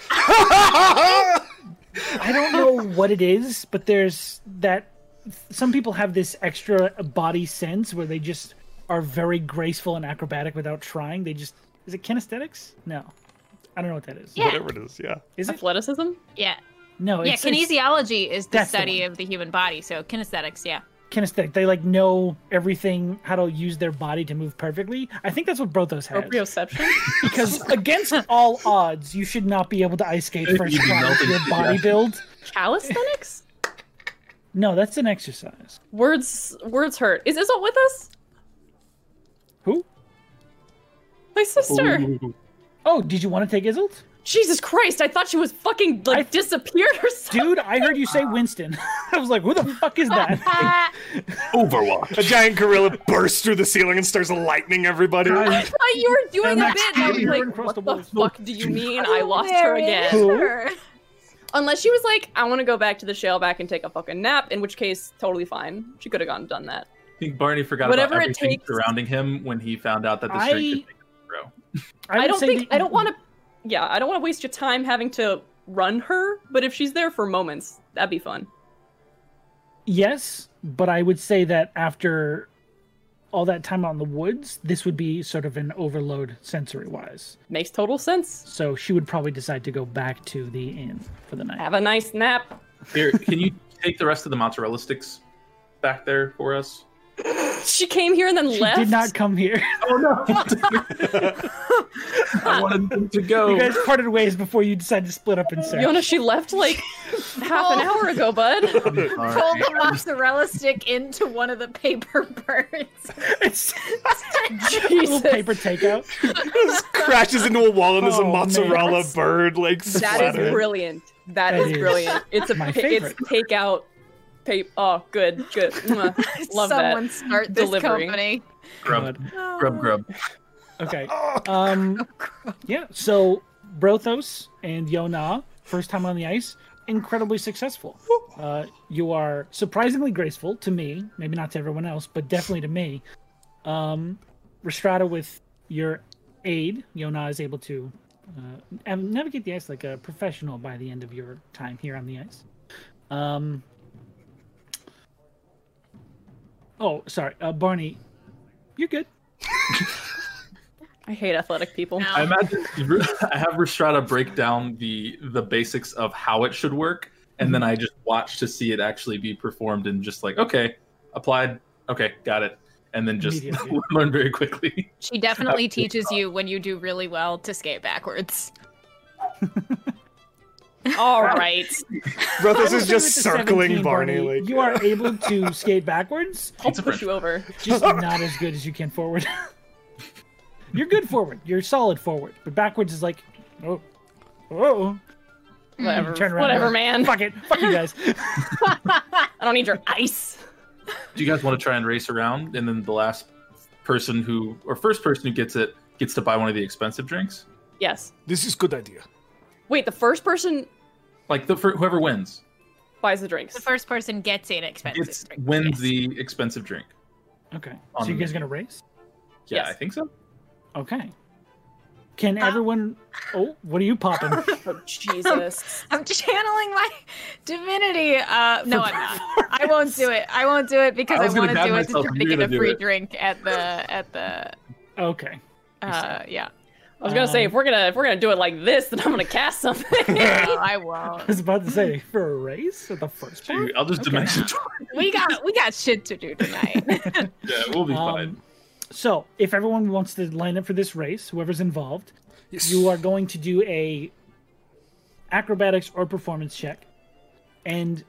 [SPEAKER 1] I don't know (laughs) what it is, but there's that. Some people have this extra body sense where they just are very graceful and acrobatic without trying. They just is it kinesthetics? No, I don't know what that is.
[SPEAKER 5] Yeah.
[SPEAKER 6] whatever it is, yeah.
[SPEAKER 1] Is it?
[SPEAKER 3] Athleticism.
[SPEAKER 5] Yeah.
[SPEAKER 1] No.
[SPEAKER 5] Yeah.
[SPEAKER 1] it's, it's
[SPEAKER 5] kinesiology is the
[SPEAKER 1] that's the
[SPEAKER 5] study
[SPEAKER 1] one.
[SPEAKER 5] of the human body, so kinesthetics. Yeah.
[SPEAKER 1] kinesthetic. They like know everything, how to use their body to move perfectly. I think that's what Brothos has.
[SPEAKER 2] (laughs)
[SPEAKER 3] Proprioception?
[SPEAKER 1] Because against all odds, you should not be able to ice skate first
[SPEAKER 2] You'd be
[SPEAKER 1] try with
[SPEAKER 2] melted
[SPEAKER 1] your
[SPEAKER 2] to
[SPEAKER 1] body
[SPEAKER 2] death.
[SPEAKER 1] build.
[SPEAKER 3] Calisthenics?
[SPEAKER 1] No, that's an exercise.
[SPEAKER 3] words words hurt. Is Izzle with us?
[SPEAKER 1] Who?
[SPEAKER 3] My sister.
[SPEAKER 2] Ooh.
[SPEAKER 1] Oh, did you want to take Izzult?
[SPEAKER 3] Jesus Christ, I thought she was fucking like
[SPEAKER 1] I-
[SPEAKER 3] disappeared or something.
[SPEAKER 1] Dude, I heard you say Winston. (laughs) I was like, who the fuck is
[SPEAKER 3] (laughs)
[SPEAKER 5] (laughs)
[SPEAKER 1] that?
[SPEAKER 6] A giant gorilla bursts through the ceiling and starts lightning everybody.
[SPEAKER 1] I-
[SPEAKER 3] I thought you were doing a
[SPEAKER 1] Max,
[SPEAKER 3] bit. And I was
[SPEAKER 1] you
[SPEAKER 3] like,
[SPEAKER 1] run across
[SPEAKER 3] what
[SPEAKER 1] the
[SPEAKER 3] the,
[SPEAKER 1] walls.
[SPEAKER 3] fuck do you mean?
[SPEAKER 5] (laughs)
[SPEAKER 3] I
[SPEAKER 5] Oh,
[SPEAKER 3] lost her again. Unless she was like, I want to go back to the shale back and take a fucking nap, in which case, totally fine. She could have gone and done that.
[SPEAKER 2] I think Barney forgot
[SPEAKER 3] Whatever it
[SPEAKER 2] about everything
[SPEAKER 3] takes.
[SPEAKER 2] surrounding him when he found out that the
[SPEAKER 1] I-
[SPEAKER 2] string could grow.
[SPEAKER 3] I,
[SPEAKER 1] would
[SPEAKER 3] don't
[SPEAKER 1] say
[SPEAKER 3] think
[SPEAKER 1] that-
[SPEAKER 3] I don't want to. Yeah, I don't want to waste your time having to run her. But if she's there for moments, that'd be fun.
[SPEAKER 1] Yes, but I would say that after all that time out in the woods, this would be sort of an overload sensory wise.
[SPEAKER 3] Makes total sense.
[SPEAKER 1] So she would probably decide to go back to the inn for the night.
[SPEAKER 3] Have a nice nap.
[SPEAKER 2] Here, can you take the rest of the mozzarella sticks back there for us?
[SPEAKER 3] She came here and then
[SPEAKER 1] She
[SPEAKER 3] left.
[SPEAKER 1] did not come here. (laughs)
[SPEAKER 2] Oh no! (laughs) I wanted them to go.
[SPEAKER 1] You guys parted ways before you decided to split up and search.
[SPEAKER 3] Yona, she left like half an hour ago, (laughs) bud.
[SPEAKER 2] I'm sorry.
[SPEAKER 5] Fold the mozzarella stick into one of the paper (laughs) birds.
[SPEAKER 1] (laughs) It's little
[SPEAKER 3] Jesus.
[SPEAKER 1] paper takeout.
[SPEAKER 6] (laughs) Just crashes into a wall and there's
[SPEAKER 1] Oh,
[SPEAKER 6] a
[SPEAKER 1] man.
[SPEAKER 6] mozzarella
[SPEAKER 1] That's-
[SPEAKER 6] bird like
[SPEAKER 3] That
[SPEAKER 6] splattered.
[SPEAKER 3] is brilliant.
[SPEAKER 1] That
[SPEAKER 3] that is,
[SPEAKER 1] is
[SPEAKER 3] brilliant. It's a
[SPEAKER 1] my
[SPEAKER 3] pa- it's
[SPEAKER 1] favorite.
[SPEAKER 3] takeout paper. Oh, good,
[SPEAKER 1] (laughs)
[SPEAKER 3] good. Mwah. Love
[SPEAKER 5] Someone
[SPEAKER 3] that.
[SPEAKER 5] start this
[SPEAKER 3] Delivery.
[SPEAKER 5] company.
[SPEAKER 2] Grub, grub, grub.
[SPEAKER 1] Okay. Um, yeah. So Brothos and Yona, first time on the ice, incredibly successful. Uh, you are surprisingly graceful to me, maybe not to everyone else, but definitely to me. Um, Restrada, with your aid, Yona is able to uh, nav- navigate the ice like a professional by the end of your time here on the ice. Um. Oh, sorry, uh, Barney. You're good.
[SPEAKER 3] I hate athletic
[SPEAKER 1] Oh
[SPEAKER 3] people.
[SPEAKER 5] No. (laughs)
[SPEAKER 2] I imagine I have Restrada break down the the basics of how it should work, and then I just watch to see it actually be performed, and just like, okay, applied, okay, got it, and then just
[SPEAKER 1] Immediately.
[SPEAKER 2] (laughs) learn very quickly.
[SPEAKER 5] She definitely
[SPEAKER 2] Absolutely
[SPEAKER 5] teaches you when you do really well to
[SPEAKER 2] (laughs)
[SPEAKER 5] skate backwards.
[SPEAKER 3] All right.
[SPEAKER 6] Brothos
[SPEAKER 1] I will
[SPEAKER 6] is
[SPEAKER 1] say
[SPEAKER 6] just
[SPEAKER 1] with the
[SPEAKER 6] circling
[SPEAKER 1] 17,
[SPEAKER 6] Barney. Like,
[SPEAKER 1] you are able
[SPEAKER 6] (laughs)
[SPEAKER 1] to skate backwards,
[SPEAKER 3] I'll
[SPEAKER 2] It's a
[SPEAKER 3] push you over.
[SPEAKER 1] just not as good as you can forward. (laughs) You're good forward. You're solid forward, but backwards is like, oh, oh,
[SPEAKER 3] Whatever.
[SPEAKER 1] turn around.
[SPEAKER 3] Whatever, man.
[SPEAKER 1] fuck it, fuck you guys.
[SPEAKER 3] I don't need your ice.
[SPEAKER 2] Do you guys want to try and race around, and then the last person who or first person who gets it gets to buy one of the expensive drinks?
[SPEAKER 3] Yes.
[SPEAKER 4] This is good idea.
[SPEAKER 3] Wait, the first person
[SPEAKER 2] Like the for whoever wins,
[SPEAKER 3] buys the drinks.
[SPEAKER 5] The first person gets an expensive.
[SPEAKER 2] it's
[SPEAKER 5] drink,
[SPEAKER 2] wins
[SPEAKER 5] yes.
[SPEAKER 2] the expensive drink.
[SPEAKER 1] Okay,
[SPEAKER 2] On
[SPEAKER 1] so you
[SPEAKER 2] the
[SPEAKER 1] guys
[SPEAKER 2] menu.
[SPEAKER 1] gonna race?
[SPEAKER 2] Yeah,
[SPEAKER 3] Yes.
[SPEAKER 2] I think so.
[SPEAKER 1] Okay. Can everyone? Oh, what are you popping?
[SPEAKER 3] Oh, Jesus.
[SPEAKER 5] I'm (laughs) channeling my divinity. Uh, no, I'm not.
[SPEAKER 2] (laughs)
[SPEAKER 5] I won't do it. I won't do it because
[SPEAKER 2] I
[SPEAKER 5] I,
[SPEAKER 2] was gonna
[SPEAKER 5] want to
[SPEAKER 2] ban
[SPEAKER 5] do it to
[SPEAKER 2] myself,
[SPEAKER 5] try
[SPEAKER 2] and
[SPEAKER 5] to
[SPEAKER 2] you're
[SPEAKER 5] get a
[SPEAKER 2] gonna do
[SPEAKER 5] free
[SPEAKER 2] it.
[SPEAKER 5] drink at the at the
[SPEAKER 1] Okay.
[SPEAKER 5] uh, yeah.
[SPEAKER 3] (laughs) I was gonna say if we're gonna if we're gonna do it like this, then I'm gonna cast something. (laughs)
[SPEAKER 2] (laughs)
[SPEAKER 5] No, I
[SPEAKER 1] I
[SPEAKER 5] won't.
[SPEAKER 1] was about to say for a race at the first part.
[SPEAKER 2] I'll just dimension. (laughs)
[SPEAKER 5] We got we got shit to do tonight.
[SPEAKER 2] Yeah, we'll be fine.
[SPEAKER 1] Um, so, if everyone wants to line up for this race, whoever's involved, you are going to do a acrobatics or performance check, and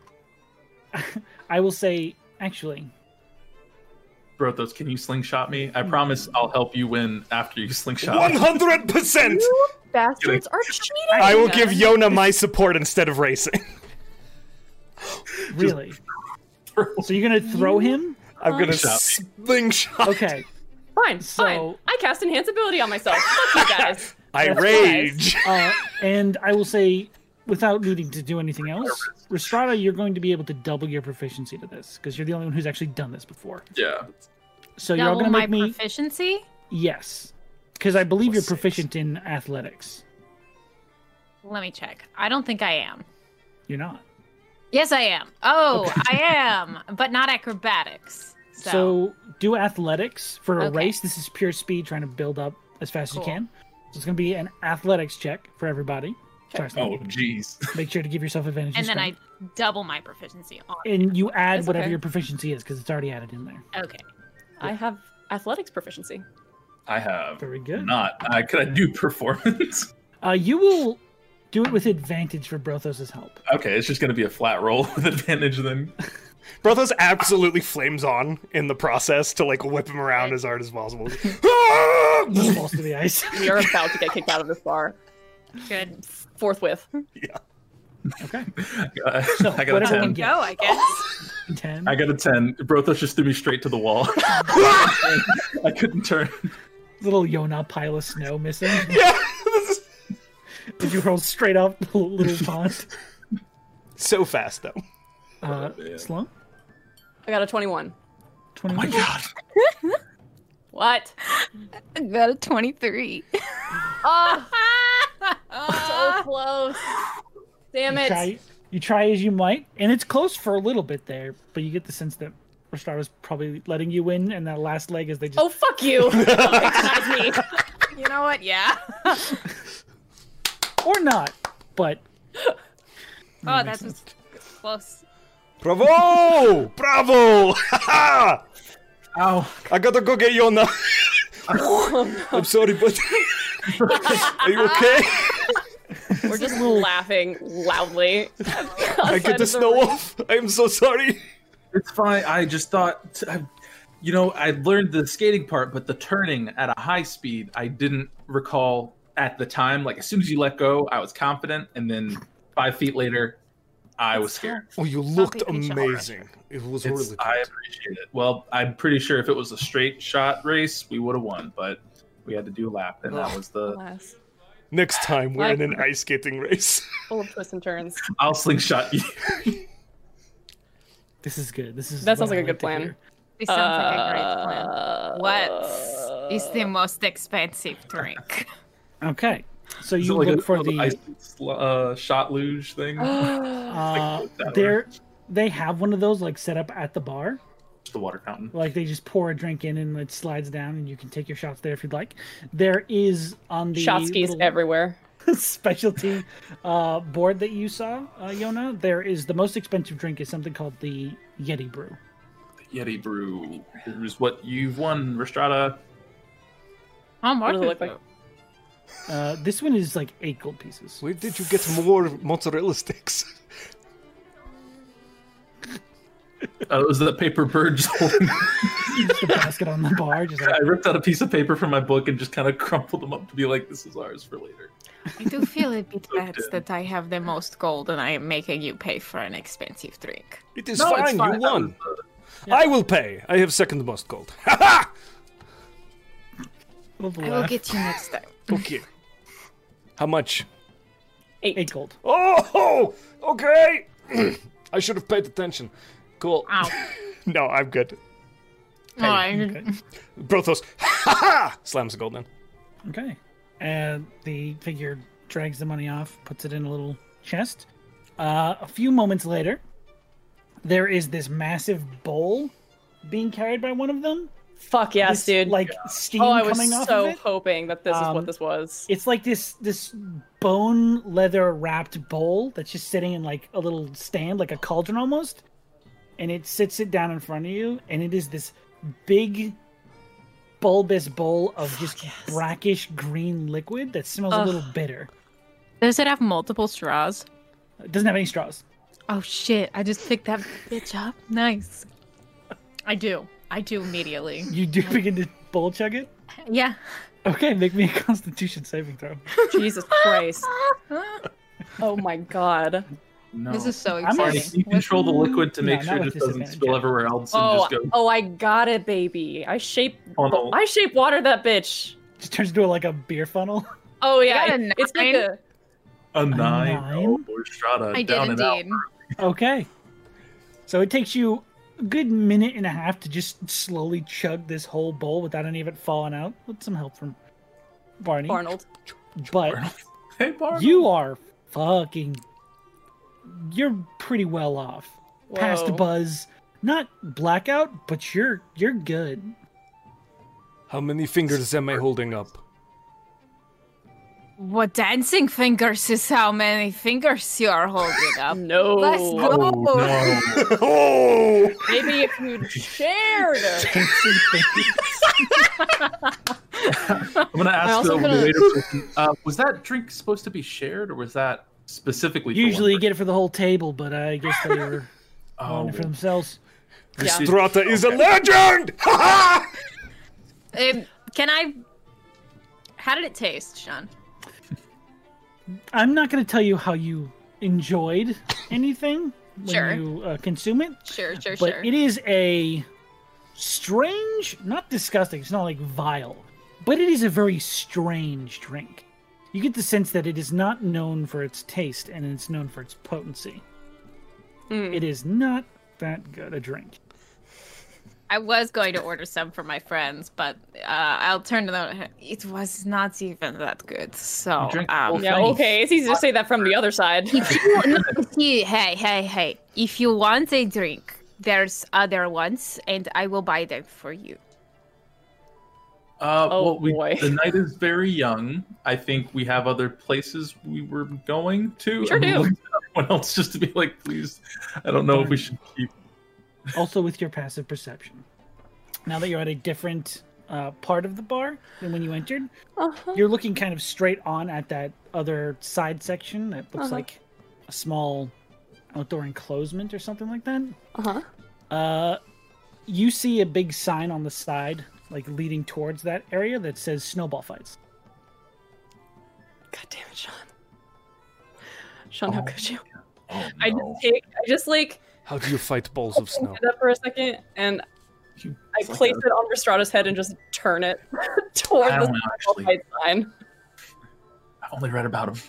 [SPEAKER 1] (laughs) I will say, actually,
[SPEAKER 2] Brothos, can you slingshot me? I promise I'll help you win after you (laughs)
[SPEAKER 6] (laughs)
[SPEAKER 2] slingshot.
[SPEAKER 6] One hundred percent.
[SPEAKER 3] Bastards are cheating.
[SPEAKER 6] I will give Yona my support instead of racing. (laughs)
[SPEAKER 1] really. So you're gonna throw him?
[SPEAKER 6] I'm gonna
[SPEAKER 2] Slingshot.
[SPEAKER 6] slingshot.
[SPEAKER 1] Okay.
[SPEAKER 3] Fine, fine.
[SPEAKER 1] So-
[SPEAKER 3] I cast enhance ability on myself. Fuck you guys.
[SPEAKER 6] I
[SPEAKER 1] That's
[SPEAKER 6] rage.
[SPEAKER 1] Uh, and I will say, without needing to do anything else, Restrada, you're going to be able to double your proficiency to this because you're the only one who's actually done this before.
[SPEAKER 2] Yeah.
[SPEAKER 1] So you're all
[SPEAKER 5] Double
[SPEAKER 1] gonna
[SPEAKER 5] my
[SPEAKER 1] make me
[SPEAKER 5] proficiency.
[SPEAKER 1] yes, because I believe you're proficient in athletics.
[SPEAKER 5] Let me check. I don't think I am.
[SPEAKER 1] You're not.
[SPEAKER 5] Yes, I am. Oh, I am, but not acrobatics. So,
[SPEAKER 1] So, do athletics for a
[SPEAKER 5] Okay.
[SPEAKER 1] race. This is pure speed, trying to build up as fast as
[SPEAKER 5] Cool.
[SPEAKER 1] you can. So it's going to be an athletics check for everybody. Sorry, sorry.
[SPEAKER 2] Oh, jeez. (laughs)
[SPEAKER 1] Make sure to give yourself advantage. in
[SPEAKER 5] and then I
[SPEAKER 1] strength.
[SPEAKER 5] double my proficiency on.
[SPEAKER 1] and you add
[SPEAKER 3] That's
[SPEAKER 1] whatever
[SPEAKER 3] okay.
[SPEAKER 1] your proficiency is because it's already added in there.
[SPEAKER 5] Okay.
[SPEAKER 3] I have athletics proficiency.
[SPEAKER 2] I have
[SPEAKER 1] Very good.
[SPEAKER 2] not. Uh, could I do performance? (laughs)
[SPEAKER 1] Uh, you will do it with advantage for Brothos's
[SPEAKER 2] (laughs)
[SPEAKER 1] help.
[SPEAKER 2] okay, it's just going to be a flat roll (laughs) with advantage then.
[SPEAKER 6] (laughs)
[SPEAKER 2] (laughs)
[SPEAKER 6] Brothos absolutely flames on in the process to like whip him around as hard as possible. (laughs)
[SPEAKER 1] Balls to the ice.
[SPEAKER 3] We are about to get kicked out of this bar.
[SPEAKER 5] Good.
[SPEAKER 3] Forthwith.
[SPEAKER 5] Oh,
[SPEAKER 1] Okay.
[SPEAKER 2] Uh,
[SPEAKER 1] So,
[SPEAKER 2] I got a
[SPEAKER 1] whatever one
[SPEAKER 2] 10.
[SPEAKER 1] gets-
[SPEAKER 5] Go, I
[SPEAKER 3] (laughs)
[SPEAKER 5] guess.
[SPEAKER 1] Ten.
[SPEAKER 2] I got a 10. Brothos just threw me straight to the wall. (laughs)
[SPEAKER 6] Ah!
[SPEAKER 2] I couldn't turn.
[SPEAKER 1] Little Yona pile of snow missing. (laughs)
[SPEAKER 6] (laughs) yeah. (laughs) this is
[SPEAKER 1] Did you roll straight up the little pond?
[SPEAKER 6] so fast though.
[SPEAKER 1] Uh,
[SPEAKER 2] man.
[SPEAKER 1] Sloan?
[SPEAKER 3] I got a 21.
[SPEAKER 1] 21.
[SPEAKER 2] God.
[SPEAKER 3] What?
[SPEAKER 7] I got a
[SPEAKER 5] (laughs)
[SPEAKER 7] 23.
[SPEAKER 3] Oh,
[SPEAKER 5] Ah. Oh,
[SPEAKER 3] so close. Damn
[SPEAKER 1] you,
[SPEAKER 3] it.
[SPEAKER 1] try, you try as you might, and it's close for a little bit there, but you get the sense that Rostar was probably letting you in, and that last leg is they just
[SPEAKER 3] Oh, fuck you. Recognize me.
[SPEAKER 5] you know what? Yeah.
[SPEAKER 3] Oh.
[SPEAKER 1] or not, but
[SPEAKER 5] Oh, that was close.
[SPEAKER 4] Bravo!
[SPEAKER 6] (laughs) Bravo!
[SPEAKER 2] Ow.
[SPEAKER 6] I gotta go get Yona. (laughs)
[SPEAKER 1] Oh,
[SPEAKER 4] I'm sorry,
[SPEAKER 1] (laughs)
[SPEAKER 4] but
[SPEAKER 6] Are you okay?
[SPEAKER 3] We're just laughing loudly.
[SPEAKER 6] I get the snow off. I'm so sorry.
[SPEAKER 2] It's fine. I just thought, I- you know, I learned the skating part, but the turning at a high speed, I didn't recall at the time. Like, as soon as you let go, I was confident. And then five feet later, I was scared.
[SPEAKER 4] oh, you
[SPEAKER 5] looked
[SPEAKER 4] looked
[SPEAKER 5] Something to
[SPEAKER 4] amazing. It was
[SPEAKER 2] It's,
[SPEAKER 4] really
[SPEAKER 2] I
[SPEAKER 4] good.
[SPEAKER 2] appreciate it. Well, I'm pretty sure if it was a straight shot race, we would have won, but we had to do a lap, and that was the.
[SPEAKER 3] Alas,
[SPEAKER 6] Next time we're in an
[SPEAKER 3] Like-
[SPEAKER 6] ice
[SPEAKER 4] (laughs)
[SPEAKER 6] skating race.
[SPEAKER 3] Full of twists and turns.
[SPEAKER 2] I'll slingshot you.
[SPEAKER 1] this is good. This is
[SPEAKER 3] That
[SPEAKER 1] what
[SPEAKER 3] sounds
[SPEAKER 1] I
[SPEAKER 3] like a good
[SPEAKER 1] to
[SPEAKER 3] plan.
[SPEAKER 1] hear.
[SPEAKER 5] This sounds like a great plan.
[SPEAKER 3] Uh,
[SPEAKER 5] What is the most expensive
[SPEAKER 3] (laughs)
[SPEAKER 5] drink?
[SPEAKER 1] Okay, so
[SPEAKER 2] Is (laughs)
[SPEAKER 1] you
[SPEAKER 2] it like
[SPEAKER 1] look
[SPEAKER 2] a-
[SPEAKER 1] for
[SPEAKER 2] little
[SPEAKER 1] the
[SPEAKER 2] ice sl- uh, shot
[SPEAKER 1] (gasps)
[SPEAKER 2] luge thing?
[SPEAKER 5] (sighs)
[SPEAKER 1] uh,
[SPEAKER 2] that one.
[SPEAKER 1] there. They have one of those like set up at the bar.
[SPEAKER 2] the water fountain.
[SPEAKER 1] Like they just pour a drink in and it slides down, and you can take your shots there if you'd like. There is on the
[SPEAKER 3] Shot skis
[SPEAKER 1] little-
[SPEAKER 3] everywhere.
[SPEAKER 1] (laughs) specialty uh, board that you saw, uh, Yona, there is the most expensive drink is something called the Yeti Brew.
[SPEAKER 2] Yeti brew is what you've won, Restrada.
[SPEAKER 5] I'm
[SPEAKER 3] What does it look like?
[SPEAKER 1] Uh, this one is like eight gold pieces.
[SPEAKER 4] Where did you
[SPEAKER 6] Get more mozzarella sticks.
[SPEAKER 2] Uh, it was the paper bird. (laughs) just holding-
[SPEAKER 1] Just a basket on the bar, just
[SPEAKER 2] (laughs) I
[SPEAKER 1] like,
[SPEAKER 2] ripped out a piece of paper from my book and just kind of crumpled them up to be like, "This is ours for later."
[SPEAKER 5] I do
[SPEAKER 3] (laughs)
[SPEAKER 5] feel a bit
[SPEAKER 2] Okay.
[SPEAKER 5] bad that I have the most gold and I am making you pay for an expensive drink.
[SPEAKER 4] (laughs) It is
[SPEAKER 2] No, it's
[SPEAKER 4] fine. You
[SPEAKER 2] Oh, fine. That
[SPEAKER 4] won.
[SPEAKER 2] was
[SPEAKER 4] I will pay. I have second most gold. (laughs)
[SPEAKER 1] little
[SPEAKER 5] I will
[SPEAKER 1] laugh.
[SPEAKER 5] get you next time.
[SPEAKER 4] okay. How much?
[SPEAKER 1] eight gold.
[SPEAKER 4] Oh, (laughs) okay. (clears throat) I should have paid attention. Cool.
[SPEAKER 5] Ow.
[SPEAKER 4] (laughs)
[SPEAKER 6] No, I'm good.
[SPEAKER 5] No, I'm-
[SPEAKER 4] Brothos (laughs) slams the gold down.
[SPEAKER 1] Okay. And the figure drags the money off, puts it in a little chest. Uh, a few moments later, there is this massive bowl being carried by one of them.
[SPEAKER 3] Fuck yes,
[SPEAKER 1] This,
[SPEAKER 3] dude.
[SPEAKER 1] Like steam
[SPEAKER 3] oh, I was
[SPEAKER 1] coming off
[SPEAKER 3] so
[SPEAKER 1] of it.
[SPEAKER 3] hoping that this is
[SPEAKER 1] Um,
[SPEAKER 3] what
[SPEAKER 1] (laughs)
[SPEAKER 3] this was.
[SPEAKER 1] it's like this this bone leather wrapped bowl that's just sitting in like a little stand like a cauldron almost and it sits it down in front of you and it is this big bulbous bowl of just brackish green liquid that smells a little bitter
[SPEAKER 5] Does it have multiple straws?
[SPEAKER 1] it doesn't have any straws
[SPEAKER 5] Oh shit, I just picked that bitch up. Nice. I do. I do immediately.
[SPEAKER 1] you do (laughs) begin to bowl chug it
[SPEAKER 5] (laughs) Yeah.
[SPEAKER 1] okay make me a (laughs) constitution saving throw
[SPEAKER 3] Jesus Christ. Oh my god.
[SPEAKER 2] No.
[SPEAKER 5] This is so
[SPEAKER 1] I'm
[SPEAKER 5] exciting.
[SPEAKER 1] already-
[SPEAKER 2] If you control the liquid to
[SPEAKER 1] No,
[SPEAKER 2] make
[SPEAKER 1] not
[SPEAKER 2] sure it
[SPEAKER 1] with
[SPEAKER 2] just doesn't
[SPEAKER 1] disadvantage,
[SPEAKER 2] spill
[SPEAKER 1] yeah.
[SPEAKER 2] everywhere else and
[SPEAKER 3] Oh,
[SPEAKER 2] just go. Oh.
[SPEAKER 3] oh, I got it, baby. I shape,
[SPEAKER 2] Funnel.
[SPEAKER 3] I shape water that bitch.
[SPEAKER 1] just turns into like a beer funnel
[SPEAKER 3] Oh yeah,
[SPEAKER 5] got a
[SPEAKER 3] it- it's like
[SPEAKER 5] nine.
[SPEAKER 3] a
[SPEAKER 2] A nine,
[SPEAKER 1] nine?
[SPEAKER 2] Oh, Restrada,
[SPEAKER 5] I did
[SPEAKER 2] down and out.
[SPEAKER 5] indeed.
[SPEAKER 1] Okay. So it takes you a good minute and a half to just slowly chug this whole bowl without any of it falling out, with some help from Barney.
[SPEAKER 3] Arnold.
[SPEAKER 1] But
[SPEAKER 2] Hey, Barb.
[SPEAKER 1] you are fucking. You're pretty well off. Past
[SPEAKER 3] Whoa.
[SPEAKER 1] buzz, not blackout, but you're you're good. (laughs)
[SPEAKER 4] (laughs) How many fingers am I holding up?
[SPEAKER 5] What dancing fingers is how many fingers you are holding up.
[SPEAKER 3] No.
[SPEAKER 7] Let's go.
[SPEAKER 2] Oh (laughs)
[SPEAKER 5] (laughs)
[SPEAKER 2] no!
[SPEAKER 6] oh,
[SPEAKER 3] Maybe if
[SPEAKER 2] (laughs)
[SPEAKER 3] you shared.
[SPEAKER 2] I'm gonna ask the
[SPEAKER 3] also gonna-
[SPEAKER 2] waiter. person, Uh, was that drink supposed to be shared, or was that specifically? for one
[SPEAKER 1] Usually you
[SPEAKER 2] person?
[SPEAKER 1] get it for the whole table, but I guess they were
[SPEAKER 2] Oh,
[SPEAKER 1] on it for themselves.
[SPEAKER 3] Yeah.
[SPEAKER 4] Strata is a legend! (laughs) Ha
[SPEAKER 5] Um, can I? How did it taste, Sean?
[SPEAKER 1] I'm not going to tell you how you enjoyed anything when
[SPEAKER 5] Sure.
[SPEAKER 1] you uh, consume it,
[SPEAKER 5] Sure, sure,
[SPEAKER 1] but
[SPEAKER 5] sure.
[SPEAKER 1] it is a strange, not disgusting. It's not like vile, but it is a very strange drink. You get the sense that it is not known for its taste and it's known for its potency. It is not that good a drink.
[SPEAKER 5] I was going to order some for my friends, but uh, I'll turn to them. It was not even that good. So,
[SPEAKER 2] drink
[SPEAKER 5] um,
[SPEAKER 3] Yeah, okay. It's easy to say that from the other side.
[SPEAKER 5] if you no, see, hey, hey, hey, if you want a drink, there's other ones, and I will buy them for you.
[SPEAKER 2] Uh,
[SPEAKER 3] Oh,
[SPEAKER 2] well, we,
[SPEAKER 3] boy.
[SPEAKER 2] the night is very young. I think we have other places we were going to.
[SPEAKER 3] Sure
[SPEAKER 2] I'm
[SPEAKER 3] do.
[SPEAKER 2] (laughs) looking at Everyone else just to be like, please. I don't know if we should keep.
[SPEAKER 1] Also, with your passive perception. Now that you're at a different uh, part of the bar than when you entered,
[SPEAKER 5] Uh-huh.
[SPEAKER 1] you're looking kind of straight on at that other side section that
[SPEAKER 5] Uh-huh.
[SPEAKER 1] looks
[SPEAKER 3] Uh-huh.
[SPEAKER 1] like a small outdoor enclosement or something like that.
[SPEAKER 3] Uh-huh.
[SPEAKER 1] Uh, you see a big sign on the side, like leading towards that area, that says "Snowball Fights."
[SPEAKER 3] God damn it, Sean. Sean, how could you?
[SPEAKER 2] Oh,
[SPEAKER 3] I just take, I just like
[SPEAKER 4] How do you fight balls of snow?
[SPEAKER 3] hold it up for a second and
[SPEAKER 2] You-
[SPEAKER 3] I
[SPEAKER 2] it's like
[SPEAKER 3] place
[SPEAKER 2] a-
[SPEAKER 3] it on Restrada's head and just turn it (laughs) toward
[SPEAKER 2] I
[SPEAKER 3] the
[SPEAKER 2] don't know,
[SPEAKER 3] circle
[SPEAKER 2] actually.
[SPEAKER 3] fight sign.
[SPEAKER 2] I've only read about him.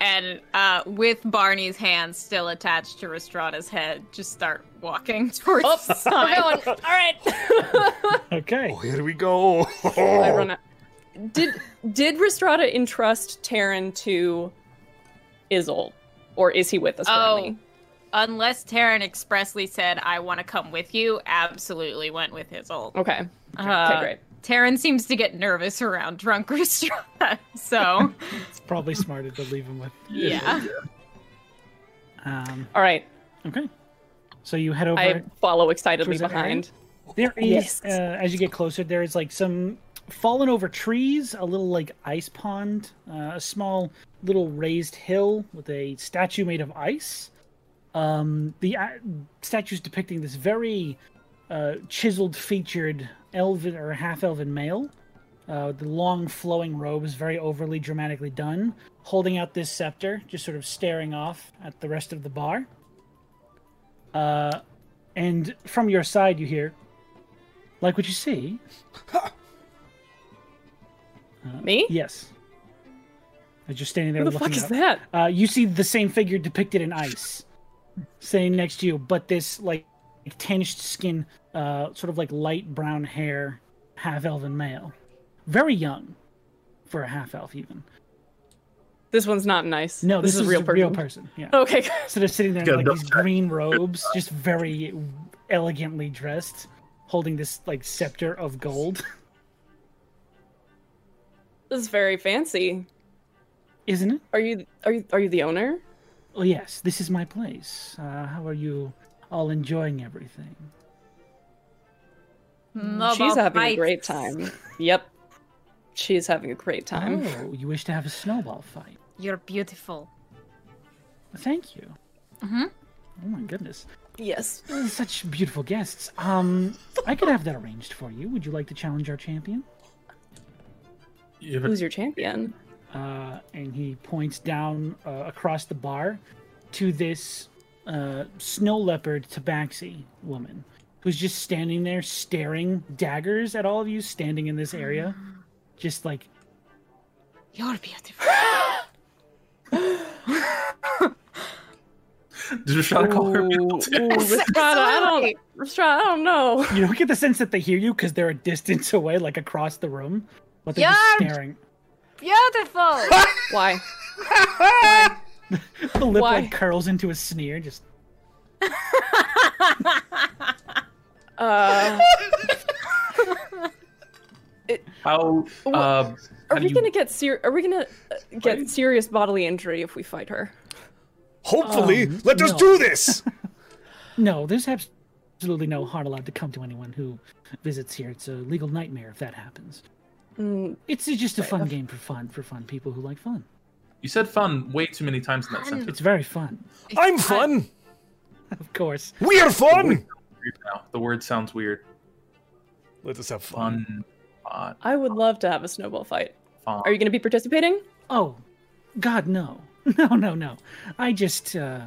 [SPEAKER 5] And uh, with Barney's hand still attached to Restrada's head, just start walking (laughs) towards
[SPEAKER 3] Oh,
[SPEAKER 5] the
[SPEAKER 3] we're
[SPEAKER 5] sign.
[SPEAKER 3] going. All right.
[SPEAKER 1] Okay.
[SPEAKER 6] oh, here we go.
[SPEAKER 2] oh.
[SPEAKER 6] (laughs)
[SPEAKER 3] I run out. Did did Restrada entrust Taryn to Izzle, or is he with us
[SPEAKER 5] Oh.
[SPEAKER 3] currently?
[SPEAKER 5] Unless Taryn expressly said, I want to come with you, absolutely went with his old.
[SPEAKER 3] Okay.
[SPEAKER 5] Uh,
[SPEAKER 3] great.
[SPEAKER 5] Taryn seems to get nervous around drunk (laughs) Restrada,
[SPEAKER 3] (laughs)
[SPEAKER 5] so
[SPEAKER 1] It's probably smarter to leave him with.
[SPEAKER 5] yeah.
[SPEAKER 1] Um,
[SPEAKER 3] All right.
[SPEAKER 1] okay. So you head over.
[SPEAKER 3] I follow excitedly
[SPEAKER 1] Towards that
[SPEAKER 3] behind.
[SPEAKER 1] There is,
[SPEAKER 3] Yes.
[SPEAKER 1] uh, as you get closer, there is like some fallen over trees, a little like ice pond, uh, a small little raised hill with a statue made of ice. Um, the uh, statue's depicting this very uh, chiseled featured elven or half elven male. Uh, the long flowing robe is very overly dramatically done, holding out this scepter, just sort of staring off at the rest of the bar. Uh, and from your side, you hear, like what you see?
[SPEAKER 3] Me?
[SPEAKER 1] Yes. As you're standing there
[SPEAKER 3] Who the
[SPEAKER 1] looking
[SPEAKER 3] fuck is
[SPEAKER 1] up,
[SPEAKER 3] that?
[SPEAKER 1] Uh, you see the same figure depicted in ice, standing next to you, but this like tanned skin, uh, sort of like light brown hair, half elven male, very young, for a half elf even.
[SPEAKER 3] This one's not nice.
[SPEAKER 1] No, this,
[SPEAKER 3] is a real person. Oh.
[SPEAKER 1] Real person. Yeah.
[SPEAKER 3] (laughs) Okay.
[SPEAKER 1] Instead of sitting there in
[SPEAKER 2] Gotta
[SPEAKER 1] like
[SPEAKER 2] double
[SPEAKER 1] these
[SPEAKER 2] check.
[SPEAKER 1] green robes, just very elegantly dressed, holding this like scepter of gold.
[SPEAKER 3] This is very fancy.
[SPEAKER 1] Isn't it?
[SPEAKER 3] Are you are you are you the owner?
[SPEAKER 1] Oh, yes, this is my place. Uh, how are you all enjoying everything?
[SPEAKER 3] She's
[SPEAKER 5] Mobile
[SPEAKER 3] having a
[SPEAKER 5] fights.
[SPEAKER 3] great time. Yep. She's having a great time.
[SPEAKER 1] Oh, you wish to have a snowball fight.
[SPEAKER 5] You're beautiful.
[SPEAKER 1] Thank you. Mm-hmm. Oh my goodness.
[SPEAKER 3] Yes.
[SPEAKER 1] Those are Such beautiful guests. Um, I could have that arranged for you. Would you like to challenge our champion?
[SPEAKER 2] You have a-
[SPEAKER 3] Who's your (laughs) champion?
[SPEAKER 1] Uh, and he points down uh, across the bar to this uh, snow leopard tabaxi woman who's just standing there staring daggers at all of you standing in this area. Just like
[SPEAKER 5] You're beautiful.
[SPEAKER 2] (laughs) Did Rashada call her beautiful too?
[SPEAKER 3] Restrada, I don't Restrada, I don't know.
[SPEAKER 1] You don't get the sense that they hear you because they're a distance (laughs) away, like across the room, but they're just
[SPEAKER 5] Yarg!
[SPEAKER 1] staring.
[SPEAKER 5] Beautiful.
[SPEAKER 3] Why?
[SPEAKER 1] The lip
[SPEAKER 3] Why?
[SPEAKER 1] like curls into a sneer. Just
[SPEAKER 3] Uh
[SPEAKER 2] How,
[SPEAKER 3] Wha-
[SPEAKER 2] uh, how
[SPEAKER 3] Are
[SPEAKER 2] do
[SPEAKER 3] we
[SPEAKER 2] you-
[SPEAKER 3] gonna get ser- Are we gonna uh, get
[SPEAKER 2] Right?
[SPEAKER 3] serious bodily injury if we fight her?
[SPEAKER 6] Hopefully,
[SPEAKER 1] Um,
[SPEAKER 6] let us
[SPEAKER 1] no.
[SPEAKER 6] do this.
[SPEAKER 1] No, there's abs- absolutely no harm allowed to come to anyone who visits here. It's a legal nightmare if that happens.
[SPEAKER 3] Mm,
[SPEAKER 1] It's just a fun game for fun for fun people who like fun.
[SPEAKER 2] you said fun way too many times in that sentence.
[SPEAKER 1] It's very fun, (laughs)
[SPEAKER 6] I'm fun.
[SPEAKER 1] of course.
[SPEAKER 6] We are fun.
[SPEAKER 2] Weird now. The word sounds weird.
[SPEAKER 6] Let us have fun.
[SPEAKER 2] Fun, fun,
[SPEAKER 3] I would love to have a snowball fight.
[SPEAKER 2] fun.
[SPEAKER 3] Are you gonna be participating?
[SPEAKER 1] Oh, God, no, (laughs) no, no, no. I just uh,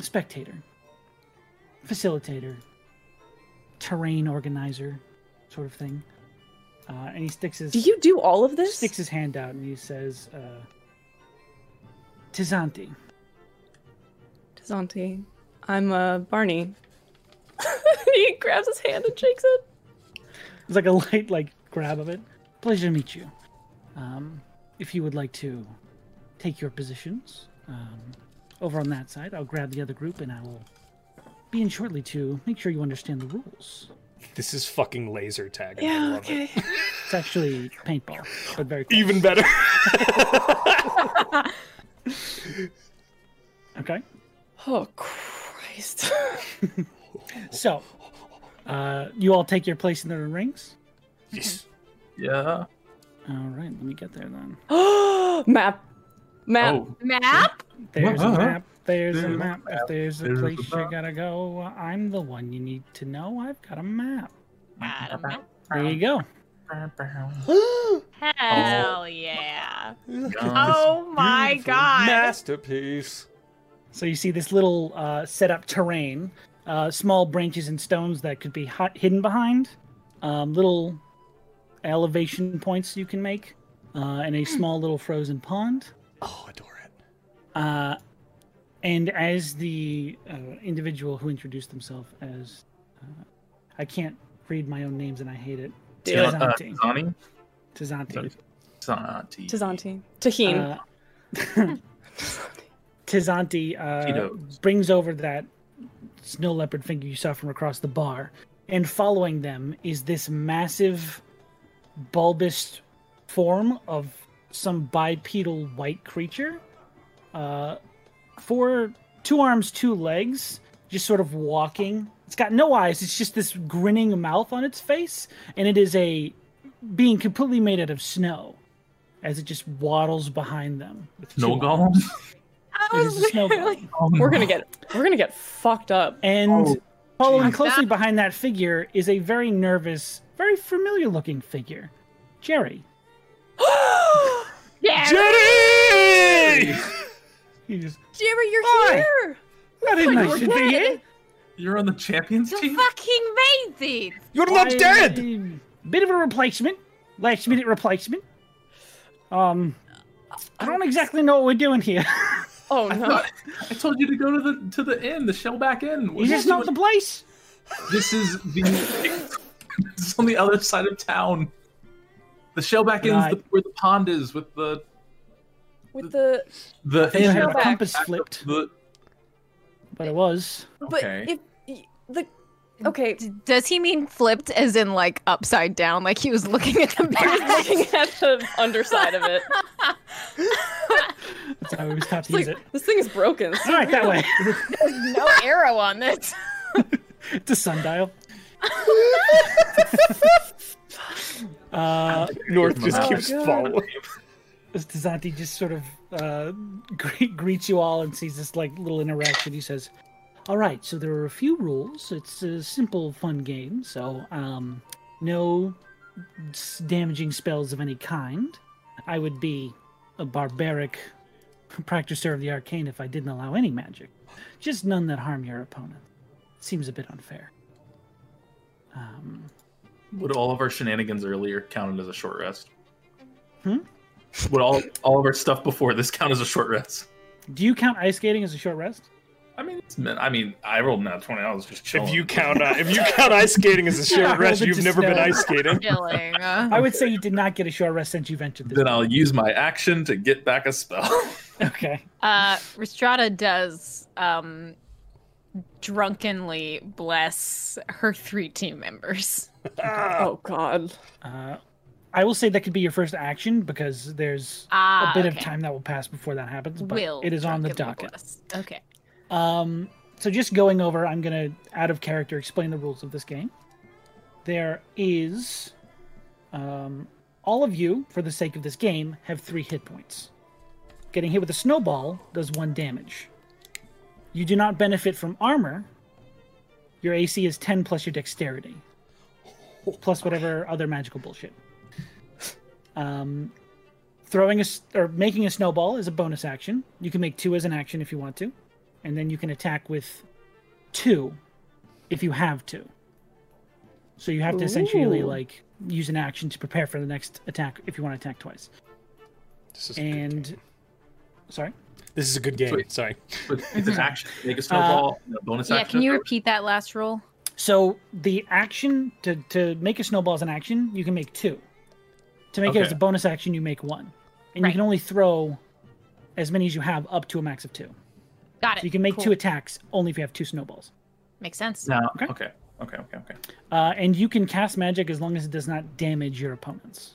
[SPEAKER 1] spectator, facilitator, terrain organizer, sort of thing. Uh, and he sticks his
[SPEAKER 3] Do you do all of this?
[SPEAKER 1] sticks his hand out and he says, uh, "Tizanti,
[SPEAKER 3] Tizanti, I'm uh, Barney. (laughs) he grabs his hand and shakes it.
[SPEAKER 1] It's like a (laughs) light, like grab of it. Pleasure to meet you. Um, if you would like to take your positions um, over on that side, I'll grab the other group and I will be in shortly to make sure you understand the rules.
[SPEAKER 6] This is fucking laser tag. I
[SPEAKER 3] Yeah,
[SPEAKER 6] love it.
[SPEAKER 3] okay.
[SPEAKER 1] It's actually paintball, but very close.
[SPEAKER 6] Even
[SPEAKER 5] (laughs)
[SPEAKER 6] better.
[SPEAKER 1] okay.
[SPEAKER 3] Oh Christ. (laughs)
[SPEAKER 1] So, uh, you all take your place in the rings.
[SPEAKER 6] yes.
[SPEAKER 2] Yeah.
[SPEAKER 1] All right, let me get there then.
[SPEAKER 3] (gasps) map. Map.
[SPEAKER 2] Oh,
[SPEAKER 5] Map?
[SPEAKER 1] There's a
[SPEAKER 2] Uh-huh.
[SPEAKER 1] map. There's a
[SPEAKER 2] There's a
[SPEAKER 1] map. If there's a
[SPEAKER 2] There's a
[SPEAKER 1] place you
[SPEAKER 2] map.
[SPEAKER 1] gotta go, I'm the one you need to know. I've got a map.
[SPEAKER 5] Got a map.
[SPEAKER 1] There you go.
[SPEAKER 5] Hell yeah.
[SPEAKER 2] God.
[SPEAKER 5] Oh my god.
[SPEAKER 4] Masterpiece.
[SPEAKER 1] So you see this little uh, set up terrain, uh, small branches and stones that could be hot, hidden behind, um, little elevation points you can make, uh, and a small little frozen pond.
[SPEAKER 6] Oh, adore it.
[SPEAKER 1] Uh, and as the uh, individual who introduced himself as, uh, I can't read my own names and I hate it.
[SPEAKER 3] Do
[SPEAKER 2] Yeah,
[SPEAKER 3] it.
[SPEAKER 2] uh,
[SPEAKER 1] Tizanti.
[SPEAKER 2] Zani?
[SPEAKER 1] Tizanti.
[SPEAKER 2] Zati.
[SPEAKER 3] Tizanti. Tahine.
[SPEAKER 1] Uh, Tizanti uh,
[SPEAKER 2] Tito's.
[SPEAKER 1] brings over that snow leopard figure you saw from across the bar, and following them is this massive, bulbous form of some bipedal white creature. Uh, four, two arms, two legs, just sort of walking. It's got no eyes. It's just this grinning mouth on its face, and it is a being completely made out of snow, as it just waddles behind them. with
[SPEAKER 2] Snow
[SPEAKER 1] two
[SPEAKER 2] golem?
[SPEAKER 5] I
[SPEAKER 1] it Uh,
[SPEAKER 5] was
[SPEAKER 1] is a snow
[SPEAKER 5] literally-
[SPEAKER 1] golem.
[SPEAKER 2] Oh, no.
[SPEAKER 3] (laughs) We're gonna get we're gonna get fucked up. (gasps)
[SPEAKER 1] And
[SPEAKER 6] Oh,
[SPEAKER 1] following
[SPEAKER 5] geez.
[SPEAKER 1] closely behind that figure is a very nervous, very familiar looking figure, Jerry.
[SPEAKER 5] Yeah,
[SPEAKER 6] Jenny!
[SPEAKER 1] He's
[SPEAKER 5] Jerry, you're
[SPEAKER 1] Hi.
[SPEAKER 5] here.
[SPEAKER 1] I didn't know
[SPEAKER 5] you
[SPEAKER 1] you should be here.
[SPEAKER 2] You're on the champions
[SPEAKER 5] You
[SPEAKER 2] team?
[SPEAKER 5] fucking made this.
[SPEAKER 6] You're not dead.
[SPEAKER 1] I- Bit of a replacement, last minute replacement. Um, I don't exactly know what we're doing here. (laughs)
[SPEAKER 3] Oh no.
[SPEAKER 2] I told you to go to the to the inn, the Shellback Inn. What
[SPEAKER 1] Is
[SPEAKER 2] are
[SPEAKER 1] this
[SPEAKER 2] you
[SPEAKER 1] not the
[SPEAKER 2] doing?
[SPEAKER 1] place?
[SPEAKER 2] (laughs) This is the. (laughs) this is on the other side of town. The Shellback Inn's
[SPEAKER 1] Right.
[SPEAKER 2] the, where the pond is with the
[SPEAKER 3] With the
[SPEAKER 2] the
[SPEAKER 1] I
[SPEAKER 2] inn.
[SPEAKER 1] had a
[SPEAKER 3] Shellback.
[SPEAKER 1] compass flipped,
[SPEAKER 2] The,
[SPEAKER 1] but it was.
[SPEAKER 7] But
[SPEAKER 2] Okay.
[SPEAKER 7] if
[SPEAKER 3] the Okay. (laughs)
[SPEAKER 7] D- Does he mean flipped as in like upside down, like he was looking at the
[SPEAKER 3] I
[SPEAKER 7] back?
[SPEAKER 3] was
[SPEAKER 5] (laughs)
[SPEAKER 3] looking at the underside
[SPEAKER 1] (laughs)
[SPEAKER 3] of it.
[SPEAKER 1] That's how we was taught to
[SPEAKER 3] It's
[SPEAKER 1] use
[SPEAKER 3] like,
[SPEAKER 1] it.
[SPEAKER 3] this thing
[SPEAKER 1] (laughs)
[SPEAKER 3] is broken.
[SPEAKER 1] All right, that way.
[SPEAKER 5] No arrow on this.
[SPEAKER 3] (laughs)
[SPEAKER 1] (laughs) it's a sundial. uh,
[SPEAKER 6] North just
[SPEAKER 2] Oh,
[SPEAKER 6] keeps
[SPEAKER 3] God.
[SPEAKER 6] following.
[SPEAKER 1] As Tizanti just sort of uh, (laughs) gre- greets you all and sees this like little interaction, he says, "All right, so there are a few rules. It's a simple, fun game. So, um, no s- damaging spells of any kind. I would be a barbaric (laughs) practicer of the arcane if I didn't allow any magic. Just none that harm your opponent. Seems a bit unfair. Um,
[SPEAKER 2] Would all of our shenanigans earlier counted as a short rest?
[SPEAKER 1] Hmm?
[SPEAKER 2] Would all all of our stuff before this count as a short rest?
[SPEAKER 1] do you count ice skating as a short rest?"
[SPEAKER 2] I mean, it's meant, I mean, I rolled now twenty. I was just chilling.
[SPEAKER 6] If you count uh, if you count ice skating as a short
[SPEAKER 1] Yeah,
[SPEAKER 6] rest,
[SPEAKER 1] well,
[SPEAKER 6] you've
[SPEAKER 1] just,
[SPEAKER 6] never been
[SPEAKER 1] uh,
[SPEAKER 6] ice
[SPEAKER 5] (laughs)
[SPEAKER 6] skating.
[SPEAKER 7] Chilling. uh,
[SPEAKER 1] I would say you did not get a short rest since you ventured this.
[SPEAKER 2] then I'll use my action to get back a spell. (laughs)
[SPEAKER 1] (laughs) Okay.
[SPEAKER 5] Uh, Restrada does um, drunkenly bless her three team members.
[SPEAKER 3] Oh god.
[SPEAKER 1] Uh, I will say that could be your first action because there's
[SPEAKER 5] Ah,
[SPEAKER 1] a bit of
[SPEAKER 5] okay.
[SPEAKER 1] time that will pass before that happens. But
[SPEAKER 5] Will
[SPEAKER 1] it is on the
[SPEAKER 5] Drunken
[SPEAKER 1] docket.
[SPEAKER 5] Loveless. Okay.
[SPEAKER 1] Um, so just going over, I'm gonna out of character explain the rules of this game. There is, um, all of you, for the sake of this game, have three hit points. Getting hit with a snowball does one damage. You do not benefit from armor. Your AC is 10 plus your dexterity, plus whatever other magical bullshit. Um, throwing a s- or making a snowball is a bonus action. You can make two as an action if you want to and then you can attack with two if you have to. So you have to essentially
[SPEAKER 3] Ooh.
[SPEAKER 1] like use an action to prepare for the next attack if you want to attack twice.
[SPEAKER 4] This is a good
[SPEAKER 1] And
[SPEAKER 4] game.
[SPEAKER 1] sorry.
[SPEAKER 4] this is a good game.
[SPEAKER 2] Sweet.
[SPEAKER 4] Sorry.
[SPEAKER 2] But it's
[SPEAKER 1] Hmm.
[SPEAKER 2] an action. Make a
[SPEAKER 1] Uh,
[SPEAKER 2] snowball. and a bonus
[SPEAKER 5] Yeah,
[SPEAKER 2] action.
[SPEAKER 5] can you repeat that last roll?
[SPEAKER 1] So the action to to make a snowball as an action, you can make two. To make it as
[SPEAKER 2] Okay.
[SPEAKER 1] a bonus action, you make one, and
[SPEAKER 5] Right.
[SPEAKER 1] you can only throw as many as you have up to a max of two.
[SPEAKER 5] Got it.
[SPEAKER 1] So you can make
[SPEAKER 5] Uh, Cool.
[SPEAKER 1] two attacks only if you have two snowballs.
[SPEAKER 5] Makes sense.
[SPEAKER 2] No.
[SPEAKER 1] Okay.
[SPEAKER 2] Okay. Okay. Okay. Okay.
[SPEAKER 1] Uh, and you can cast magic as long as it does not damage your opponents.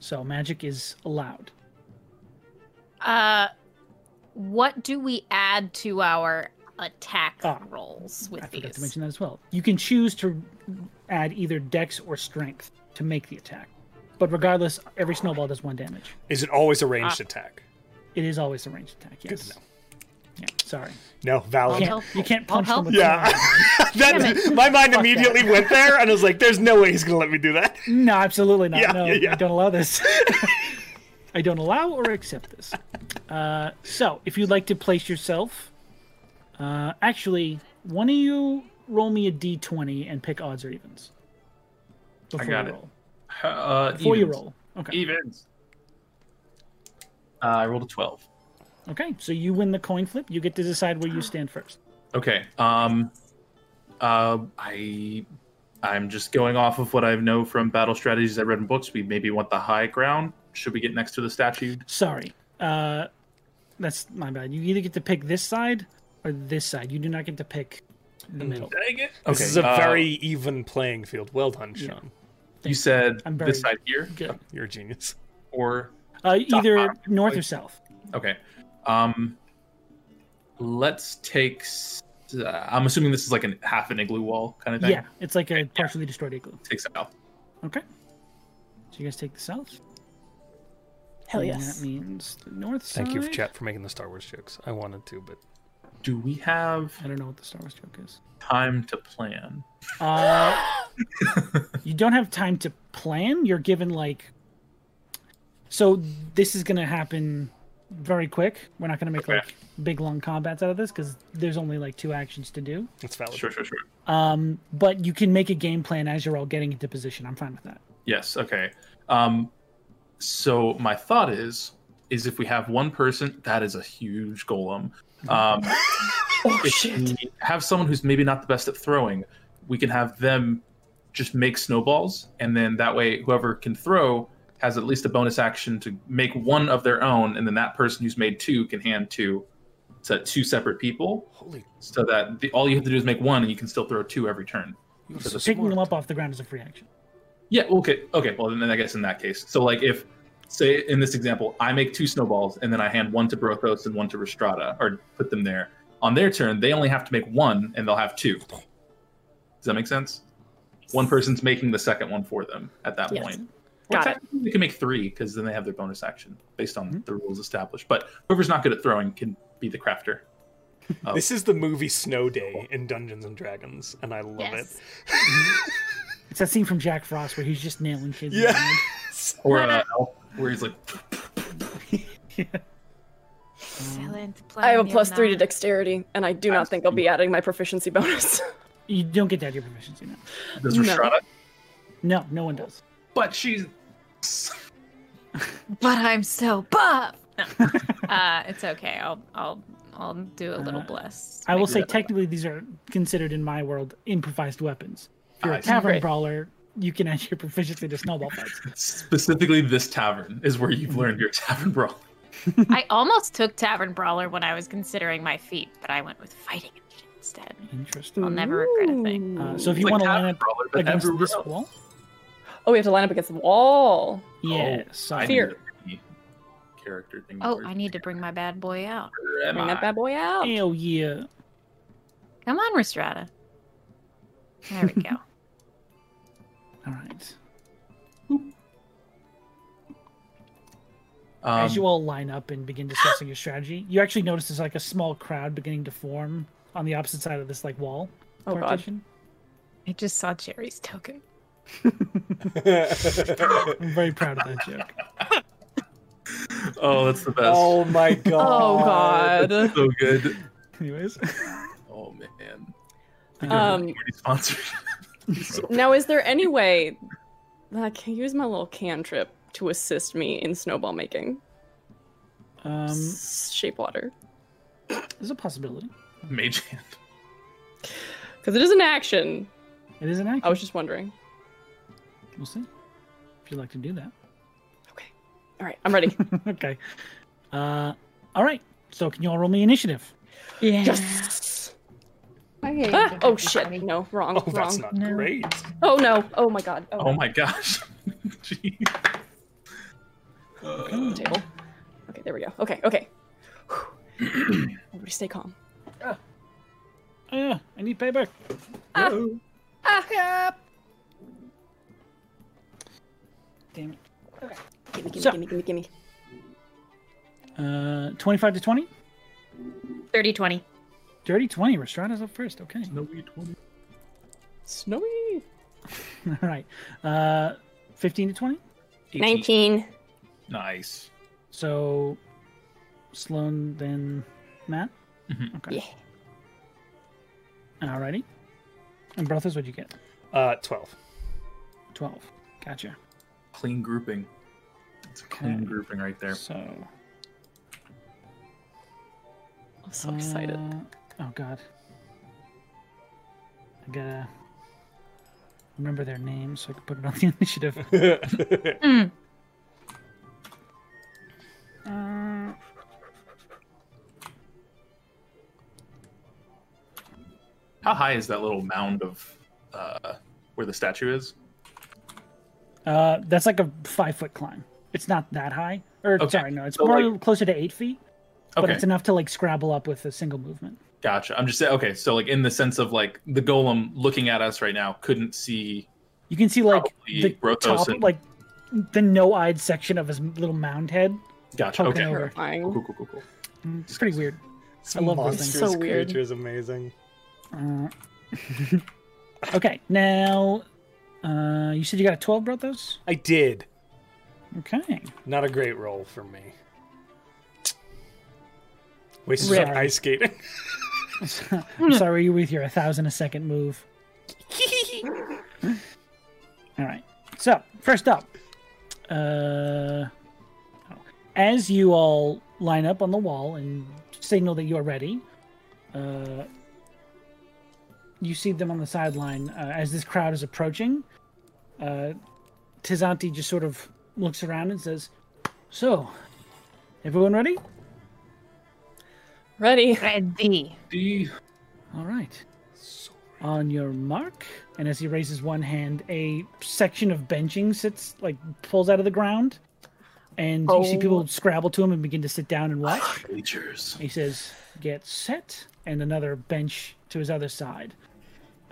[SPEAKER 1] So magic is allowed.
[SPEAKER 5] Uh, what do we add to our attack
[SPEAKER 1] Ah,
[SPEAKER 5] rolls
[SPEAKER 1] I
[SPEAKER 5] with
[SPEAKER 1] forgot to
[SPEAKER 5] these?
[SPEAKER 1] mention that as well. You can choose to add either dex or strength to make the attack. But regardless, every snowball does one damage.
[SPEAKER 6] Is it always a
[SPEAKER 4] Ah.
[SPEAKER 6] ranged attack?
[SPEAKER 1] It is always a ranged attack, yes.
[SPEAKER 6] to know.
[SPEAKER 1] Yeah, sorry.
[SPEAKER 6] No, valid.
[SPEAKER 1] Can't-
[SPEAKER 5] helpful.
[SPEAKER 1] you can't
[SPEAKER 5] I'll
[SPEAKER 1] punch them
[SPEAKER 5] help.
[SPEAKER 1] with
[SPEAKER 6] Yeah. (laughs) that, my mind
[SPEAKER 1] Fuck
[SPEAKER 6] immediately went there, and I was like, "There's no way he's gonna let me do that."
[SPEAKER 1] No, absolutely not.
[SPEAKER 6] Yeah,
[SPEAKER 1] no,
[SPEAKER 6] yeah, yeah.
[SPEAKER 1] I don't allow
[SPEAKER 6] (laughs)
[SPEAKER 1] this. I don't allow or accept this. Uh, so, if you'd like to place yourself, uh, actually, one of you roll me a d20 and pick odds or evens. Before
[SPEAKER 2] got
[SPEAKER 1] you
[SPEAKER 2] it.
[SPEAKER 1] roll.
[SPEAKER 2] okay. Uh,
[SPEAKER 1] Before you
[SPEAKER 2] evens. E-
[SPEAKER 1] roll. Okay.
[SPEAKER 2] Evens. Uh, I rolled a twelve.
[SPEAKER 1] Okay, so you win the coin flip. You get to decide where you stand first.
[SPEAKER 2] Okay. Um. Uh, I. I'm just going off of what I know from battle strategies I read in books. We maybe want the high ground. Should we get next to the statue?
[SPEAKER 1] Sorry. Uh, that's my bad. You either get to pick this side or this side. You do not get to pick the
[SPEAKER 2] Hmm.
[SPEAKER 1] middle.
[SPEAKER 2] Dang it! Okay.
[SPEAKER 4] This is a
[SPEAKER 2] uh,
[SPEAKER 4] very even playing field. Well done, Sean.
[SPEAKER 2] You said
[SPEAKER 1] I'm very
[SPEAKER 2] this side here,
[SPEAKER 1] good.
[SPEAKER 4] You're a genius.
[SPEAKER 2] or
[SPEAKER 1] Uh, either
[SPEAKER 2] bottom,
[SPEAKER 1] north or
[SPEAKER 2] please.
[SPEAKER 1] south.
[SPEAKER 2] Okay. Um let's take s- uh, I'm assuming this is like an half an igloo wall kind of thing.
[SPEAKER 1] Yeah, it's like a partially destroyed igloo.
[SPEAKER 2] Take south.
[SPEAKER 1] Okay. So you guys take the south.
[SPEAKER 3] Hell
[SPEAKER 1] and
[SPEAKER 3] yes.
[SPEAKER 1] That means the north side.
[SPEAKER 4] Thank you, for chat, for making the Star Wars jokes. I wanted to, but
[SPEAKER 2] Do we have
[SPEAKER 1] I don't know what the Star Wars joke is.
[SPEAKER 2] time to plan?
[SPEAKER 1] Uh, you don't have time to plan. You're given like. So this is gonna happen very quick. We're not gonna make
[SPEAKER 2] Okay.
[SPEAKER 1] like big long combats out of this because there's only like two actions to do.
[SPEAKER 6] That's valid.
[SPEAKER 2] Sure, sure, sure.
[SPEAKER 1] Um, but you can make a game plan as you're all getting into position. I'm fine with that.
[SPEAKER 2] Yes, okay. Um so my thought is is if we have one person, that is a huge golem. Um
[SPEAKER 3] Oh
[SPEAKER 2] if
[SPEAKER 3] shit.
[SPEAKER 2] we have someone who's maybe not the best at throwing, we can have them just make snowballs, and then that way, whoever can throw has at least a bonus action to make one of their own, and then that person who's made two can hand two to two separate people,
[SPEAKER 4] holy,
[SPEAKER 2] so that the, all you have to do is make one, and you can still throw two every turn.
[SPEAKER 4] you're
[SPEAKER 2] So
[SPEAKER 4] so
[SPEAKER 2] the
[SPEAKER 1] Picking
[SPEAKER 4] smart.
[SPEAKER 1] them up off the ground is a free action.
[SPEAKER 2] Yeah. Okay. Okay. Well, then I guess in that case, so like if say in this example, I make two snowballs and then I hand one to Brothos and one to Restrada, or put them there. On their turn, they only have to make one, and they'll have two. Does that make sense? One person's making the second one for them at that
[SPEAKER 3] Yes.
[SPEAKER 2] point.
[SPEAKER 3] Got it.
[SPEAKER 2] technically They can make three because then they have their bonus action based
[SPEAKER 1] Mm-hmm.
[SPEAKER 2] on the rules established. But whoever's not good at throwing can be the crafter.
[SPEAKER 4] Oh.
[SPEAKER 6] This is the movie Snow Day in Dungeons and Dragons, and I love
[SPEAKER 5] Yes.
[SPEAKER 1] It's that scene from Jack Frost where he's just nailing kids.
[SPEAKER 6] Yeah.
[SPEAKER 1] around.
[SPEAKER 2] Or uh, elf, where he's like,
[SPEAKER 5] Silent
[SPEAKER 3] I have a
[SPEAKER 5] plan,
[SPEAKER 3] plus three to
[SPEAKER 5] Yona.
[SPEAKER 3] dexterity, and I do not think I'll be adding my proficiency bonus.
[SPEAKER 1] You don't get that at your proficiency now.
[SPEAKER 2] "Does
[SPEAKER 3] No.
[SPEAKER 2] Restrada?"
[SPEAKER 1] No, no one does.
[SPEAKER 2] But she's
[SPEAKER 5] But I'm so buff. (laughs) No. uh, it's okay. I'll I'll I'll do a
[SPEAKER 1] Uh,
[SPEAKER 5] little bless.
[SPEAKER 1] I will say
[SPEAKER 2] Yeah.
[SPEAKER 1] technically these are considered in my world improvised weapons. If you're
[SPEAKER 2] I
[SPEAKER 1] a
[SPEAKER 2] see.
[SPEAKER 1] tavern
[SPEAKER 3] Right.
[SPEAKER 1] brawler, you can add your proficiency to snowball
[SPEAKER 3] (laughs)
[SPEAKER 1] fights.
[SPEAKER 2] specifically this tavern is where
[SPEAKER 1] Mm-hmm.
[SPEAKER 2] you've learned your tavern brawl.
[SPEAKER 5] I almost took Tavern Brawler when I was considering my feat, but I went with fighting and shit instead.
[SPEAKER 1] Interesting.
[SPEAKER 5] (laughs) I'll never regret a thing.
[SPEAKER 1] Uh, so if you
[SPEAKER 2] Like
[SPEAKER 1] want to line
[SPEAKER 2] tavern
[SPEAKER 1] up
[SPEAKER 2] brawler, Um, but
[SPEAKER 1] against
[SPEAKER 2] everywhere
[SPEAKER 1] this
[SPEAKER 2] else.
[SPEAKER 1] wall,
[SPEAKER 3] Oh, we have to line up against the wall.
[SPEAKER 1] Yes.
[SPEAKER 2] I
[SPEAKER 1] I-
[SPEAKER 3] Fear.
[SPEAKER 2] need a Character thing.
[SPEAKER 5] Oh, I need to bring my bad boy out.
[SPEAKER 2] Where am
[SPEAKER 3] Bring that
[SPEAKER 2] I?
[SPEAKER 3] bad boy out.
[SPEAKER 1] Hell yeah.
[SPEAKER 5] Come on, Restrada. There
[SPEAKER 1] (laughs)
[SPEAKER 5] we go.
[SPEAKER 1] All right.
[SPEAKER 2] Um,
[SPEAKER 1] As you all line up and begin discussing your strategy, you actually notice there's like a small crowd beginning to form on the opposite side of this like wall
[SPEAKER 3] Oh, God.
[SPEAKER 1] partition.
[SPEAKER 5] I just saw Jerry's token.
[SPEAKER 4] (laughs)
[SPEAKER 1] I'm very proud of that joke. (laughs)
[SPEAKER 2] (laughs) oh, that's the best.
[SPEAKER 8] Oh my god.
[SPEAKER 3] Oh God.
[SPEAKER 1] (laughs)
[SPEAKER 2] so good.
[SPEAKER 1] Anyways,
[SPEAKER 2] (laughs) Oh man.
[SPEAKER 3] Um,
[SPEAKER 2] Already sponsored. (laughs)
[SPEAKER 3] Now, is there any way that I can use my little cantrip to assist me in snowball making?
[SPEAKER 1] um,
[SPEAKER 3] S- shape water.
[SPEAKER 1] there's a possibility.
[SPEAKER 2] Mage hand.
[SPEAKER 3] Because it is an action.
[SPEAKER 1] It is an action.
[SPEAKER 3] I was just wondering.
[SPEAKER 1] We'll see if you'd like to do that. (laughs)
[SPEAKER 3] Okay. All right. I'm ready.
[SPEAKER 1] okay. Uh, all right. So can you all roll me initiative?
[SPEAKER 5] Yeah.
[SPEAKER 3] yes.
[SPEAKER 9] Okay.
[SPEAKER 5] (laughs)
[SPEAKER 3] Ah, oh, shit. No, wrong.
[SPEAKER 6] (laughs) Oh,
[SPEAKER 3] wrong.
[SPEAKER 6] that's not
[SPEAKER 5] No.
[SPEAKER 6] great.
[SPEAKER 3] Oh, no. Oh, my God. Oh,
[SPEAKER 2] Oh my gosh. (laughs) Jeez.
[SPEAKER 3] no. table. Okay, there we go. Okay, okay. Whew. Everybody stay calm.
[SPEAKER 1] Oh, yeah, I need payback. Damn it.
[SPEAKER 3] Gimme, gimme,
[SPEAKER 1] So-
[SPEAKER 3] gimme, gimme, gimme.
[SPEAKER 1] Uh, 25 to 20?
[SPEAKER 5] 30 20.
[SPEAKER 1] Dirty 20. Restrada's up first. Okay. (laughs)
[SPEAKER 3] Snowy.
[SPEAKER 1] All right. Uh, 15 to 20?
[SPEAKER 3] 19.
[SPEAKER 2] Nice.
[SPEAKER 1] So Sloan, then Matt?
[SPEAKER 2] Mhm.
[SPEAKER 1] Okay. Yeah. Alrighty. And Brothers, what'd you get?
[SPEAKER 6] Uh,
[SPEAKER 4] (laughs)
[SPEAKER 6] twelve.
[SPEAKER 1] 12. Gotcha.
[SPEAKER 2] Clean grouping. It's a clean
[SPEAKER 1] Okay.
[SPEAKER 2] grouping right there.
[SPEAKER 1] So.
[SPEAKER 3] I'm so excited.
[SPEAKER 1] Uh, oh god. I gotta remember their names so I can put it on the (laughs) initiative.
[SPEAKER 2] Mm.
[SPEAKER 1] Uh,
[SPEAKER 2] How high is that little mound of uh, where the statue is?
[SPEAKER 1] uh, that's like a five foot climb. It's not that high. Or
[SPEAKER 2] Okay.
[SPEAKER 1] sorry, no, it's
[SPEAKER 2] So,
[SPEAKER 1] probably
[SPEAKER 2] like-
[SPEAKER 1] closer to eight feet. But
[SPEAKER 2] Okay,
[SPEAKER 1] it's enough to like scrabble up with a single movement.
[SPEAKER 2] gotcha. I'm just saying. Okay, so like in the sense of like the golem looking at us right now couldn't see.
[SPEAKER 1] You can see like
[SPEAKER 2] Probably
[SPEAKER 1] the
[SPEAKER 2] Brothos
[SPEAKER 1] top,
[SPEAKER 2] and-
[SPEAKER 1] like the no-eyed section of his little mound head.
[SPEAKER 2] Gotcha.
[SPEAKER 1] Poking
[SPEAKER 2] Uh, Okay.
[SPEAKER 1] over.
[SPEAKER 2] Cool,
[SPEAKER 3] Terrifying.
[SPEAKER 2] cool, cool, cool, cool.
[SPEAKER 1] Mm, It's pretty
[SPEAKER 2] (laughs)
[SPEAKER 1] weird.
[SPEAKER 6] This
[SPEAKER 1] I love those things.
[SPEAKER 6] monstrous
[SPEAKER 3] So weird.
[SPEAKER 6] creature is amazing.
[SPEAKER 1] Uh, okay, now uh, you said you got a twelve, Brothos.
[SPEAKER 6] I did.
[SPEAKER 1] Okay.
[SPEAKER 6] Not a great roll for me. Wasted
[SPEAKER 1] Rip.
[SPEAKER 6] on ice
[SPEAKER 1] (laughs)
[SPEAKER 6] skating.
[SPEAKER 1] I'm sorry you're with your a thousand a second move. All right. So first up, uh, as you all line up on the wall and signal that you are ready, uh, you see them on the sideline uh, as this crowd is approaching. Uh, Tizanti just sort of looks around and says, "So, everyone ready?
[SPEAKER 3] Ready.
[SPEAKER 5] Ready.
[SPEAKER 2] D.
[SPEAKER 1] All right. On your mark, and as he raises one hand, a section of benching sits like pulls out of the ground, and you see people scrabble to him and begin to sit down and watch.
[SPEAKER 2] Bleachers.
[SPEAKER 1] he says, "Get set," and another bench to his other side.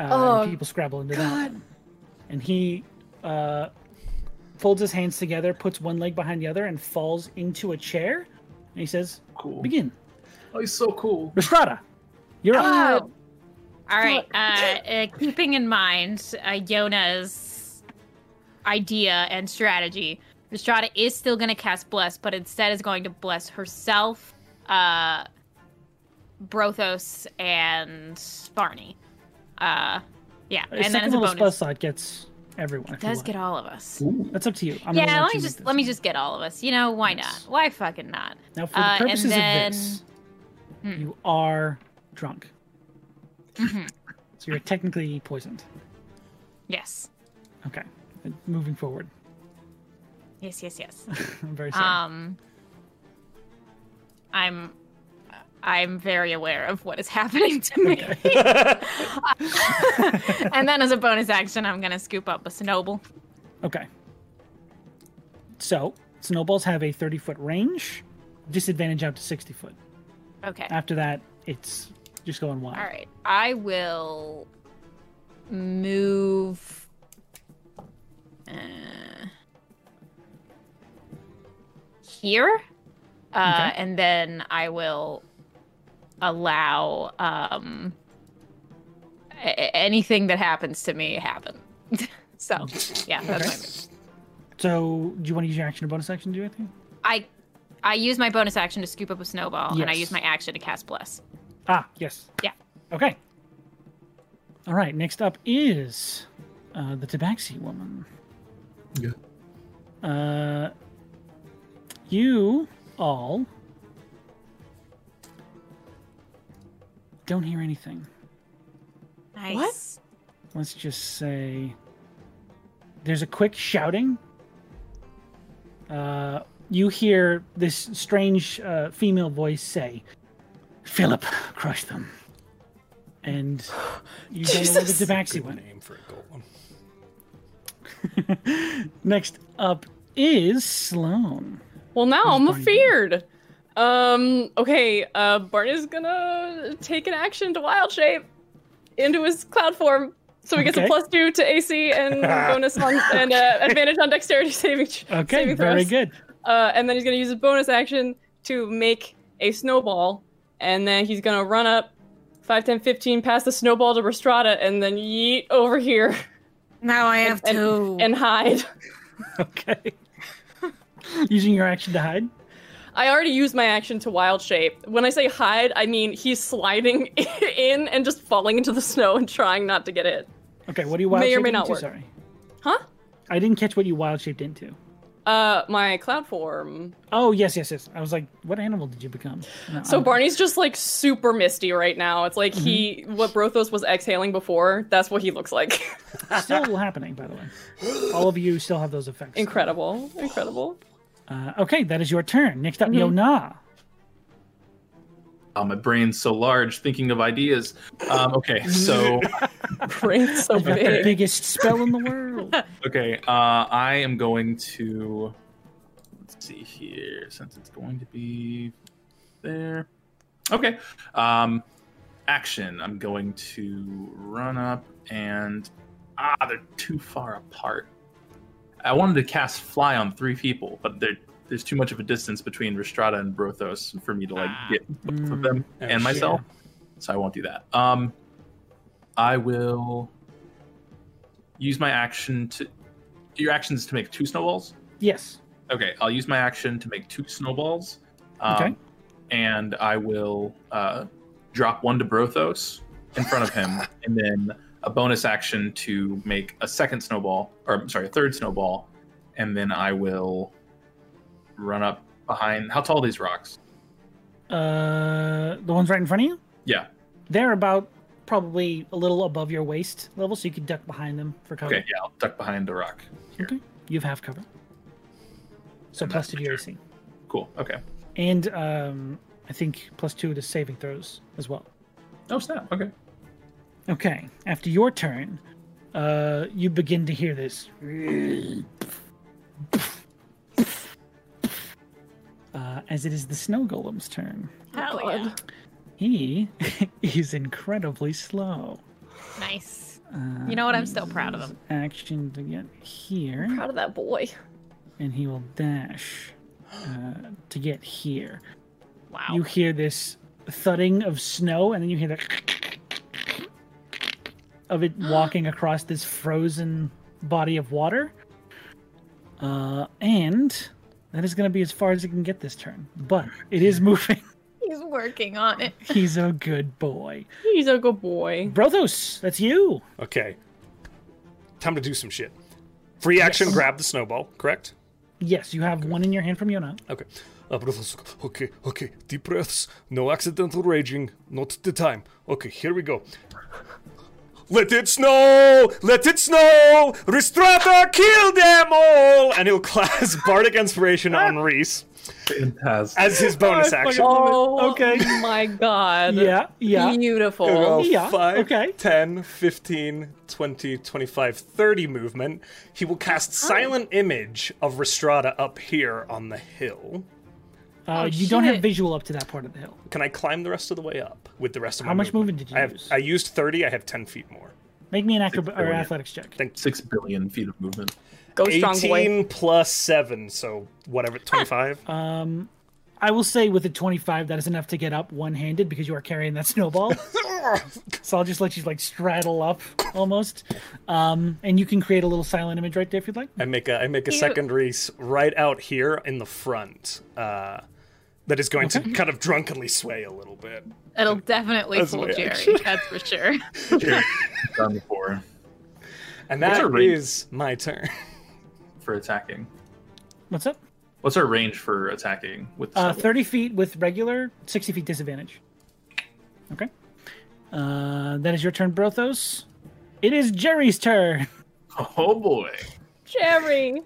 [SPEAKER 1] Uh, and people scrabble into that one. And he uh, folds his hands together, puts one leg behind the other, and falls into a chair. And he says,
[SPEAKER 2] Cool.
[SPEAKER 1] "Begin,
[SPEAKER 2] Oh, he's so cool.
[SPEAKER 1] Restrada. You're up."
[SPEAKER 5] Oh. All right. Uh, uh, keeping in mind uh, Yona's idea and strategy, Estrada is still going to cast Bless, but instead is going to bless herself, uh, Brothos, and Barney. Uh, yeah,
[SPEAKER 1] A
[SPEAKER 5] and then
[SPEAKER 1] second
[SPEAKER 5] as a
[SPEAKER 1] little
[SPEAKER 5] bonus,
[SPEAKER 1] spell slot gets everyone. if you
[SPEAKER 5] does
[SPEAKER 1] want.
[SPEAKER 5] get all of us.
[SPEAKER 1] That's up to you. I'm gonna
[SPEAKER 5] yeah, let
[SPEAKER 1] you make
[SPEAKER 5] me just
[SPEAKER 1] this.
[SPEAKER 5] let me just get all of us. You know why
[SPEAKER 1] Yes.
[SPEAKER 5] not? Why fucking not?
[SPEAKER 1] Now, for
[SPEAKER 5] uh,
[SPEAKER 1] the
[SPEAKER 5] and
[SPEAKER 1] purposes
[SPEAKER 5] then- Hmm.
[SPEAKER 1] of this, you are drunk,
[SPEAKER 5] Mhm.
[SPEAKER 1] so you're technically poisoned.
[SPEAKER 5] Yes,
[SPEAKER 1] Okay, And moving forward. (laughs)
[SPEAKER 5] yes, yes, yes.
[SPEAKER 1] I'm very sorry.
[SPEAKER 5] Um, I'm, I'm very aware of what is happening to me. and then, as a bonus action, I'm gonna scoop up a snowball
[SPEAKER 1] (laughs) Okay. So snowballs have a 30 foot range, disadvantage out to 60 foot.
[SPEAKER 5] Okay.
[SPEAKER 1] After that, it's just going wild.
[SPEAKER 5] All right. I will move. Uh, here. Uh, And then I will allow um, a- a- anything that happens to me happen. (laughs) so, yeah, that's my move.
[SPEAKER 1] So do you want to use your action or bonus action to do anything?
[SPEAKER 5] I, I use my bonus action to scoop up a snowball, and I
[SPEAKER 1] Yes.
[SPEAKER 5] use my action to cast Bless.
[SPEAKER 1] Ah, yes.
[SPEAKER 5] Yeah.
[SPEAKER 1] Okay. All right. Next up is uh, the Tabaxi woman.
[SPEAKER 2] Yeah.
[SPEAKER 1] Uh, you all don't hear anything.
[SPEAKER 5] Nice.
[SPEAKER 1] Let's just say there's a quick shouting. Uh, you hear this strange uh, female voice say, "Philip, crush them," and you don't know where the
[SPEAKER 3] Jesus.
[SPEAKER 1] Tabaxi
[SPEAKER 4] Good
[SPEAKER 1] went.
[SPEAKER 4] name for a golem.
[SPEAKER 1] (laughs) Next up is Sloane.
[SPEAKER 3] Well, now I'm
[SPEAKER 1] Barney doing?
[SPEAKER 3] afeared. Um, okay, uh, Barney's gonna take an action to wild shape into his cloud form. So he gets
[SPEAKER 1] Okay.
[SPEAKER 3] a plus two to
[SPEAKER 1] (laughs)
[SPEAKER 3] AC and bonus on and uh, advantage on dexterity saving.
[SPEAKER 1] Okay,
[SPEAKER 3] saving
[SPEAKER 1] very
[SPEAKER 3] throws.
[SPEAKER 1] good. (laughs)
[SPEAKER 3] Uh, and then he's gonna use his bonus action to make a snowball, and then he's gonna run up 5, 10, 15 past the snowball to Restrada, and then yeet over here (laughs)
[SPEAKER 5] Now I
[SPEAKER 3] have And-
[SPEAKER 5] two.
[SPEAKER 3] and hide.
[SPEAKER 1] Okay. Using your action to hide.
[SPEAKER 3] I already used my action to wild shape. When I say hide, I mean he's sliding (laughs) in and just falling into the snow and trying not to get hit.
[SPEAKER 1] Okay, what do you wild
[SPEAKER 3] May or
[SPEAKER 1] shape
[SPEAKER 3] may
[SPEAKER 1] into?
[SPEAKER 3] not work.
[SPEAKER 1] Sorry,
[SPEAKER 3] Huh?
[SPEAKER 1] I didn't catch what you wild shaped into.
[SPEAKER 3] Uh, my cloud form.
[SPEAKER 1] Oh yes, yes, yes. I was like, what animal did you become? No,
[SPEAKER 3] So
[SPEAKER 1] I'm-
[SPEAKER 3] Barney's just like super misty right now. It's like he, what Brothos was exhaling before, that's what he looks like. (laughs)
[SPEAKER 1] still (laughs) happening, by the way. All of you still have those effects.
[SPEAKER 3] incredible. Incredible.
[SPEAKER 1] Uh, okay, that is your turn. Next up, Yona.
[SPEAKER 2] Oh, my brain's so large, thinking of ideas. Um, (laughs) okay, so
[SPEAKER 3] Brain so
[SPEAKER 1] I've got the
[SPEAKER 3] big.
[SPEAKER 1] biggest spell in the world.
[SPEAKER 2] okay, uh, I am going to let's see here, since it's going to be there. Okay, um, action. I'm going to run up and ah, they're too far apart. I wanted to cast fly on three people, but there There's too much of a distance between Restrada and Brothos for me to like get both
[SPEAKER 1] Mm,
[SPEAKER 2] of them
[SPEAKER 4] Oh,
[SPEAKER 2] and myself, so I won't do that. Um, I will use my action to your action is to make two snowballs.
[SPEAKER 1] Yes.
[SPEAKER 2] Okay, I'll use my action to make two snowballs. Um,
[SPEAKER 1] Okay.
[SPEAKER 2] And I will uh, drop one to Brothos in front of him, and then a bonus action to make a second snowball, or I'm sorry, a third snowball, and then I will run up behind. How tall are these rocks?
[SPEAKER 1] Uh, the ones right in front of you?
[SPEAKER 2] Yeah.
[SPEAKER 1] They're about probably a little above your waist level, so you could duck behind them for cover.
[SPEAKER 2] Okay, yeah, I'll duck behind the rock.
[SPEAKER 1] Okay. You have half cover. So plus two to your AC.
[SPEAKER 2] Cool. Okay.
[SPEAKER 1] And um, I think plus two to saving throws as well.
[SPEAKER 2] Oh snap. Okay.
[SPEAKER 1] Okay, after your turn, uh, you begin to hear this. Uh, as it is the snow golem's turn.
[SPEAKER 5] Hell yeah.
[SPEAKER 1] He (laughs) is incredibly slow.
[SPEAKER 5] Nice. You know what? I'm still proud of
[SPEAKER 1] Um,
[SPEAKER 5] him.
[SPEAKER 1] Action to get here,
[SPEAKER 3] Proud of that boy.
[SPEAKER 1] and he will dash uh, to get here.
[SPEAKER 5] Wow.
[SPEAKER 1] You hear this thudding of snow, and then you hear the of it walking across this frozen body of water. Uh, and that is going to be as far as it can get this turn. But it is moving. (laughs)
[SPEAKER 7] He's working on it.
[SPEAKER 1] He's a good boy.
[SPEAKER 3] He's a good boy.
[SPEAKER 1] Brothos, that's you.
[SPEAKER 6] Okay. Time to do some shit. Free action, grab the snowball, correct?
[SPEAKER 1] Yes, you have one in your hand from Yona.
[SPEAKER 4] Okay. Uh, but also- okay, okay. Deep breaths. No accidental raging. Not the time. Okay, here we go.
[SPEAKER 6] Let it snow! Let it snow! Ristrata, kill them all! And he'll class (laughs) Bardic Inspiration on Reese
[SPEAKER 2] Fantastic.
[SPEAKER 6] as his bonus
[SPEAKER 1] I fucking
[SPEAKER 6] action.
[SPEAKER 1] love it.
[SPEAKER 3] Oh
[SPEAKER 1] Okay.
[SPEAKER 3] my god.
[SPEAKER 1] Yeah, yeah.
[SPEAKER 3] Beautiful.
[SPEAKER 6] He'll go
[SPEAKER 1] Oh, Yeah,
[SPEAKER 6] five,
[SPEAKER 1] okay.
[SPEAKER 6] 10, 15, 20, 25, 30 movement. He will cast Silent Image of Ristrata up here on the hill.
[SPEAKER 1] Uh,
[SPEAKER 5] Oh,
[SPEAKER 1] you don't have
[SPEAKER 5] shit.
[SPEAKER 1] visual up to that part of the hill.
[SPEAKER 6] Can I climb the rest of the way up with the rest of
[SPEAKER 1] How
[SPEAKER 6] my
[SPEAKER 1] much movement did you
[SPEAKER 6] I have,
[SPEAKER 1] use?
[SPEAKER 6] I used 30. I have 10 feet more.
[SPEAKER 1] Make me an acrob- or
[SPEAKER 2] billion.
[SPEAKER 1] athletics check.
[SPEAKER 2] Six billion feet of movement.
[SPEAKER 3] Go strong boy.
[SPEAKER 6] 18 plus 7, so whatever, 25.
[SPEAKER 1] uh, I will say with a 25, that is enough to get up one-handed because you are carrying that (laughs) snowball. so I'll just let you like straddle up almost, um, and you can create a little silent image right there if you'd like.
[SPEAKER 6] I make a I make a
[SPEAKER 5] Cute.
[SPEAKER 6] second Reese right out here in the front. Uh, that is going to kind of drunkenly sway a little bit.
[SPEAKER 5] It'll definitely
[SPEAKER 6] That's
[SPEAKER 5] fool
[SPEAKER 6] my
[SPEAKER 5] Jerry.
[SPEAKER 6] action.
[SPEAKER 5] That's
[SPEAKER 7] (laughs)
[SPEAKER 5] for sure.
[SPEAKER 2] Done for
[SPEAKER 6] And
[SPEAKER 2] What's
[SPEAKER 6] that
[SPEAKER 2] our range?
[SPEAKER 6] is my (laughs) turn.
[SPEAKER 2] for attacking.
[SPEAKER 1] What's up?
[SPEAKER 2] What's our range for attacking with the
[SPEAKER 1] Uh,
[SPEAKER 2] shovel?
[SPEAKER 1] 30 feet with regular, 60 feet disadvantage. Okay. Uh, that is your turn, Brothos. It is Jerry's turn.
[SPEAKER 2] (laughs)
[SPEAKER 1] (laughs)
[SPEAKER 2] Oh boy.
[SPEAKER 3] Jerry.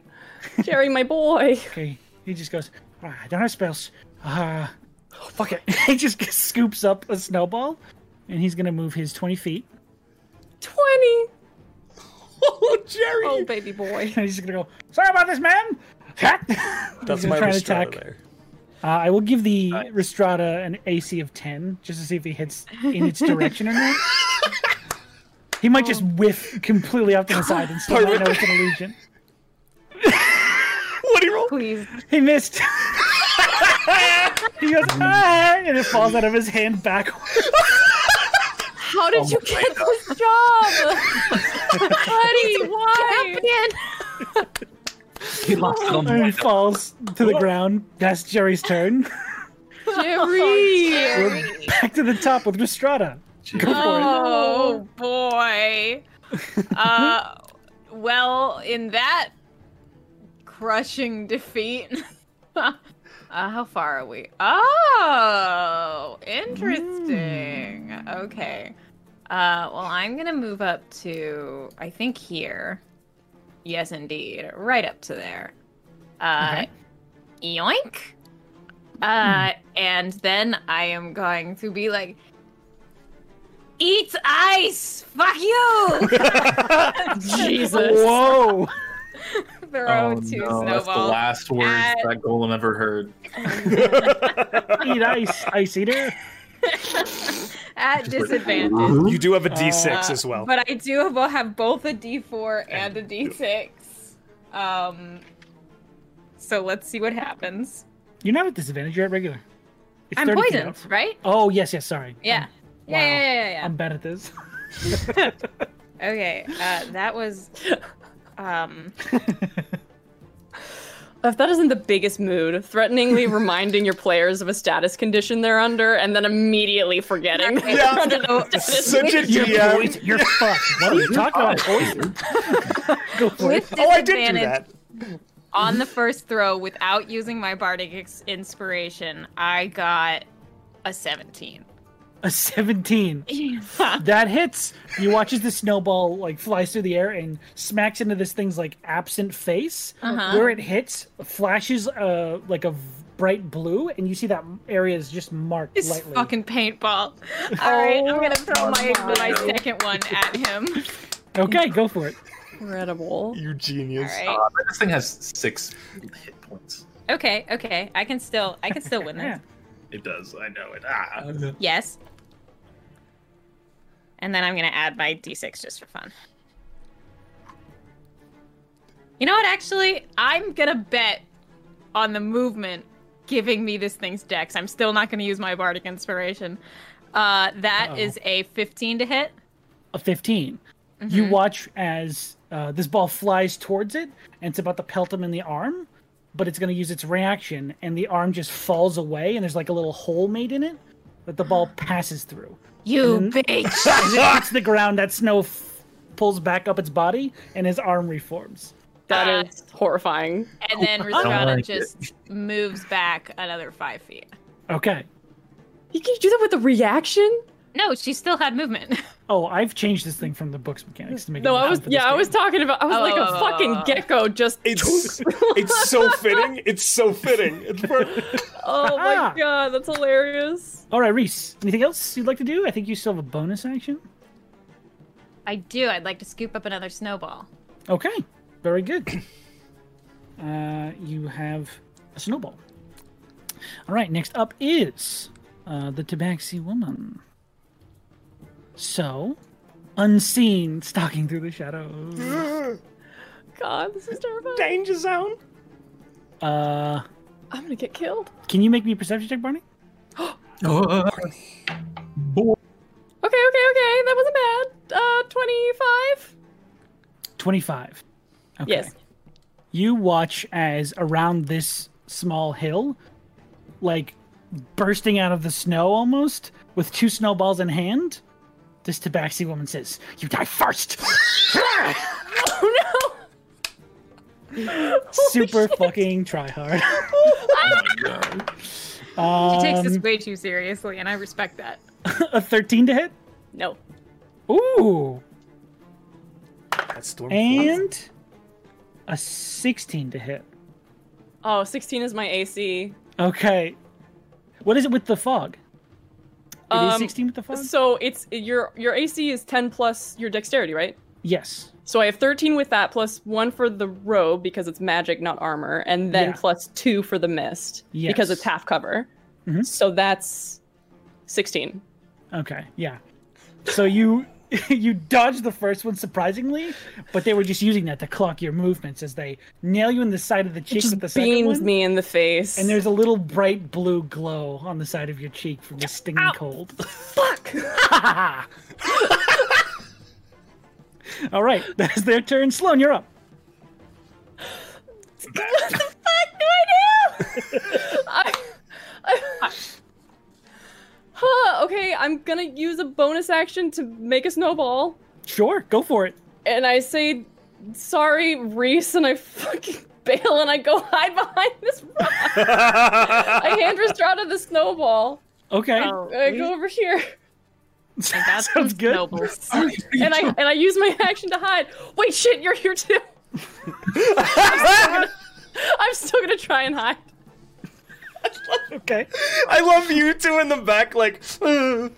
[SPEAKER 3] Jerry, my boy.
[SPEAKER 1] Okay, he just goes, "Ah, I don't have spells. Uh, fuck it. (laughs) he just scoops up a snowball, and he's going to move his 20 feet. (laughs)
[SPEAKER 3] 20. Oh,
[SPEAKER 6] Oh, Jerry.
[SPEAKER 5] Oh,
[SPEAKER 3] baby boy.
[SPEAKER 1] And he's just going to go, Sorry about this, man! (laughs) Ha!
[SPEAKER 6] That's
[SPEAKER 1] gonna
[SPEAKER 6] my
[SPEAKER 1] try to
[SPEAKER 6] Restrata
[SPEAKER 1] attack.
[SPEAKER 6] there.
[SPEAKER 1] uh, I will give the Ristrata an AC of 10 just to see if he hits in its direction or not. He might just whiff completely off to the side and still not know it's an illusion.
[SPEAKER 6] What do you roll?
[SPEAKER 5] Please.
[SPEAKER 1] He missed. (laughs) he goes, ah, and it falls out of his hand backwards.
[SPEAKER 7] How did you
[SPEAKER 2] my
[SPEAKER 7] get
[SPEAKER 2] God.
[SPEAKER 7] this job?
[SPEAKER 5] Buddy, why?
[SPEAKER 2] He lost it on the
[SPEAKER 1] And
[SPEAKER 2] way
[SPEAKER 1] it falls to the ground. That's Jerry's turn.
[SPEAKER 5] Jerry.
[SPEAKER 1] We're back to the top with Ristrata. Go for
[SPEAKER 5] Oh boy. Uh, well, in that crushing defeat. (laughs) uh, how far are we? Oh, interesting. Okay. Uh, well, I'm gonna move up to I think here. Yes, indeed, right up to there. Uh, Yoink. Uh, and then I am going to be like, Eat ice!
[SPEAKER 6] (laughs)
[SPEAKER 5] Fuck you! (laughs)
[SPEAKER 1] it.
[SPEAKER 5] Jesus.
[SPEAKER 1] Whoa!
[SPEAKER 2] (laughs)
[SPEAKER 5] Throw
[SPEAKER 2] Oh,
[SPEAKER 5] two
[SPEAKER 2] no, that's the
[SPEAKER 5] snowballs.
[SPEAKER 2] last words
[SPEAKER 5] Uh,
[SPEAKER 2] that golem ever heard.
[SPEAKER 1] Eat ice, ice eater.
[SPEAKER 2] (laughs)
[SPEAKER 5] At disadvantage.
[SPEAKER 6] (laughs) You do have a D6
[SPEAKER 5] Uh,
[SPEAKER 6] as well.
[SPEAKER 5] But I do have, have both a d4 and a d6. Um, so let's see what happens.
[SPEAKER 1] You're not at disadvantage. You're at regular. It's
[SPEAKER 5] I'm
[SPEAKER 1] 30 feet
[SPEAKER 5] poisoned,
[SPEAKER 1] up.
[SPEAKER 5] right?
[SPEAKER 1] Oh yes, yes. Sorry.
[SPEAKER 5] Yeah.
[SPEAKER 1] I'm-
[SPEAKER 5] Yeah, yeah, yeah, yeah, yeah.
[SPEAKER 1] I'm bad at this.
[SPEAKER 5] Okay, uh, that was. Um,
[SPEAKER 3] If that isn't the biggest mood, threateningly reminding your players of a status condition they're under and then immediately forgetting. they're
[SPEAKER 6] Yeah.
[SPEAKER 3] under the
[SPEAKER 5] (laughs)
[SPEAKER 3] status
[SPEAKER 6] Such a
[SPEAKER 1] You're
[SPEAKER 6] DM.
[SPEAKER 1] poisoned. You're fucked. What are you talking about? Poison. (laughs) Go for it.
[SPEAKER 5] with
[SPEAKER 6] Oh, I did do
[SPEAKER 5] disadvantage
[SPEAKER 6] that.
[SPEAKER 5] on the first throw without using my bardic ex- inspiration, I got a 17.
[SPEAKER 1] A 17.
[SPEAKER 5] (laughs)
[SPEAKER 1] That hits. You watch as the snowball like flies through the air and smacks into this thing's like absent face.
[SPEAKER 5] Uh-huh.
[SPEAKER 1] Where it hits, flashes uh like a v- bright blue, and you see that area is just marked
[SPEAKER 5] It's
[SPEAKER 1] lightly.
[SPEAKER 5] fucking paintball. All right, I'm gonna throw my,
[SPEAKER 6] Oh
[SPEAKER 5] my
[SPEAKER 2] God.
[SPEAKER 5] second one at him.
[SPEAKER 1] Okay, go for it.
[SPEAKER 3] Incredible.
[SPEAKER 6] You
[SPEAKER 5] All
[SPEAKER 6] genius.
[SPEAKER 5] right.
[SPEAKER 2] Uh, this thing has six hit points.
[SPEAKER 5] Okay. Okay. I can still I can still win
[SPEAKER 1] Yeah.
[SPEAKER 5] this.
[SPEAKER 2] It does. I know it. (laughs) Ah.
[SPEAKER 5] Yes. And then I'm gonna add my d6 just for fun. You know what? Actually, I'm gonna bet on the movement giving me this thing's dex. I'm still not gonna use my bardic inspiration. Uh,
[SPEAKER 2] Oh.
[SPEAKER 5] that is a 15 to hit.
[SPEAKER 1] A 15. You
[SPEAKER 3] Mm-hmm.
[SPEAKER 1] watch as uh, this ball flies towards it, and it's about to pelt him in the arm, but it's going to use its reaction, and the arm just falls away, and there's like a little hole made in it that the ball passes through.
[SPEAKER 5] You
[SPEAKER 2] Mm-hmm.
[SPEAKER 5] (laughs) bitch!
[SPEAKER 1] As it hits the ground, that snow f- pulls back up its body, and his arm reforms.
[SPEAKER 3] That is horrifying.
[SPEAKER 5] And
[SPEAKER 2] (laughs)
[SPEAKER 5] then
[SPEAKER 2] I
[SPEAKER 5] Ristrata
[SPEAKER 2] like it.
[SPEAKER 5] just moves back another five feet.
[SPEAKER 1] Okay.
[SPEAKER 3] You can do that with a reaction?
[SPEAKER 5] No, she still had movement. (laughs)
[SPEAKER 1] Oh, I've changed this thing from the book's mechanics to make
[SPEAKER 3] No,
[SPEAKER 1] it.
[SPEAKER 3] I was yeah, I was talking about I was
[SPEAKER 5] Oh,
[SPEAKER 3] like a
[SPEAKER 5] oh, oh,
[SPEAKER 3] fucking
[SPEAKER 5] oh, oh.
[SPEAKER 3] gecko just
[SPEAKER 6] It's (laughs) it's so fitting. It's so fitting. It's perfect.
[SPEAKER 3] Oh my god, that's hilarious.
[SPEAKER 1] All right, Reese. Anything else you'd like to do? I think you still have a bonus action.
[SPEAKER 5] I do. I'd like to scoop up another snowball.
[SPEAKER 1] Okay, very good. (clears throat) uh, you have a snowball. All right, next up is uh, the Tabaxi woman. So, unseen, stalking through the shadows.
[SPEAKER 3] God, this is terrifying.
[SPEAKER 6] Danger zone.
[SPEAKER 1] Uh,
[SPEAKER 3] I'm gonna get killed.
[SPEAKER 1] can you make me a perception check, Barney?
[SPEAKER 3] Okay, okay, okay. That wasn't bad. Uh, 25?
[SPEAKER 1] 25. Okay.
[SPEAKER 3] Yes.
[SPEAKER 1] you watch as around this small hill, like bursting out of the snow almost, with two snowballs in hand, this tabaxi woman says, You die first! (laughs)
[SPEAKER 3] Oh
[SPEAKER 1] Super fucking try hard.
[SPEAKER 2] Oh my God. Um,
[SPEAKER 5] She takes this way too seriously, and I respect that.
[SPEAKER 1] Um, (laughs) A 13 to hit?
[SPEAKER 3] no. No.
[SPEAKER 1] Ooh.
[SPEAKER 6] That's storm.
[SPEAKER 1] And a 16 to hit.
[SPEAKER 3] Oh, 16 is my AC.
[SPEAKER 1] Okay. What is it with the fog? It is
[SPEAKER 3] Um,
[SPEAKER 1] 16 with the fog?
[SPEAKER 3] So it's your your AC is 10 plus your dexterity, right?
[SPEAKER 1] yes.
[SPEAKER 3] So I have 13 with that, plus one for the robe because it's magic, not armor, and then
[SPEAKER 1] Yeah.
[SPEAKER 3] plus two for the mist because
[SPEAKER 1] Yes.
[SPEAKER 3] it's half cover.
[SPEAKER 1] Mhm.
[SPEAKER 3] So that's 16.
[SPEAKER 1] Okay, yeah. So you (laughs) you dodged the first one surprisingly, but they were just using that to clock your movements as they nail you in the side of the cheek with the second
[SPEAKER 3] Beams
[SPEAKER 1] one.
[SPEAKER 3] me in the face.
[SPEAKER 1] And there's a little bright blue glow on the side of your cheek from the stinging cold.
[SPEAKER 3] fuck.
[SPEAKER 1] (laughs) All right, (laughs) that's their turn. Sloan, you're up.
[SPEAKER 3] what the fuck do I do? I, (laughs) I, huh, (sighs) okay, I'm gonna use a bonus action to make a snowball,
[SPEAKER 1] Sure, go for it.
[SPEAKER 3] and I say, sorry, Reese, and I fucking (laughs) bail and I go hide behind this
[SPEAKER 6] (laughs)
[SPEAKER 3] rock. I hand Restrada the snowball.
[SPEAKER 1] Okay, (laughs)
[SPEAKER 3] I go over here,
[SPEAKER 5] I got
[SPEAKER 1] Sounds
[SPEAKER 5] some
[SPEAKER 1] good. (laughs)
[SPEAKER 5] snowballs.
[SPEAKER 3] and I and I use my (laughs) action to hide. Wait, shit, you're here too. I'm still gonna try and hide.
[SPEAKER 1] okay.
[SPEAKER 6] I love you two in the back, like. (laughs) "Ugh."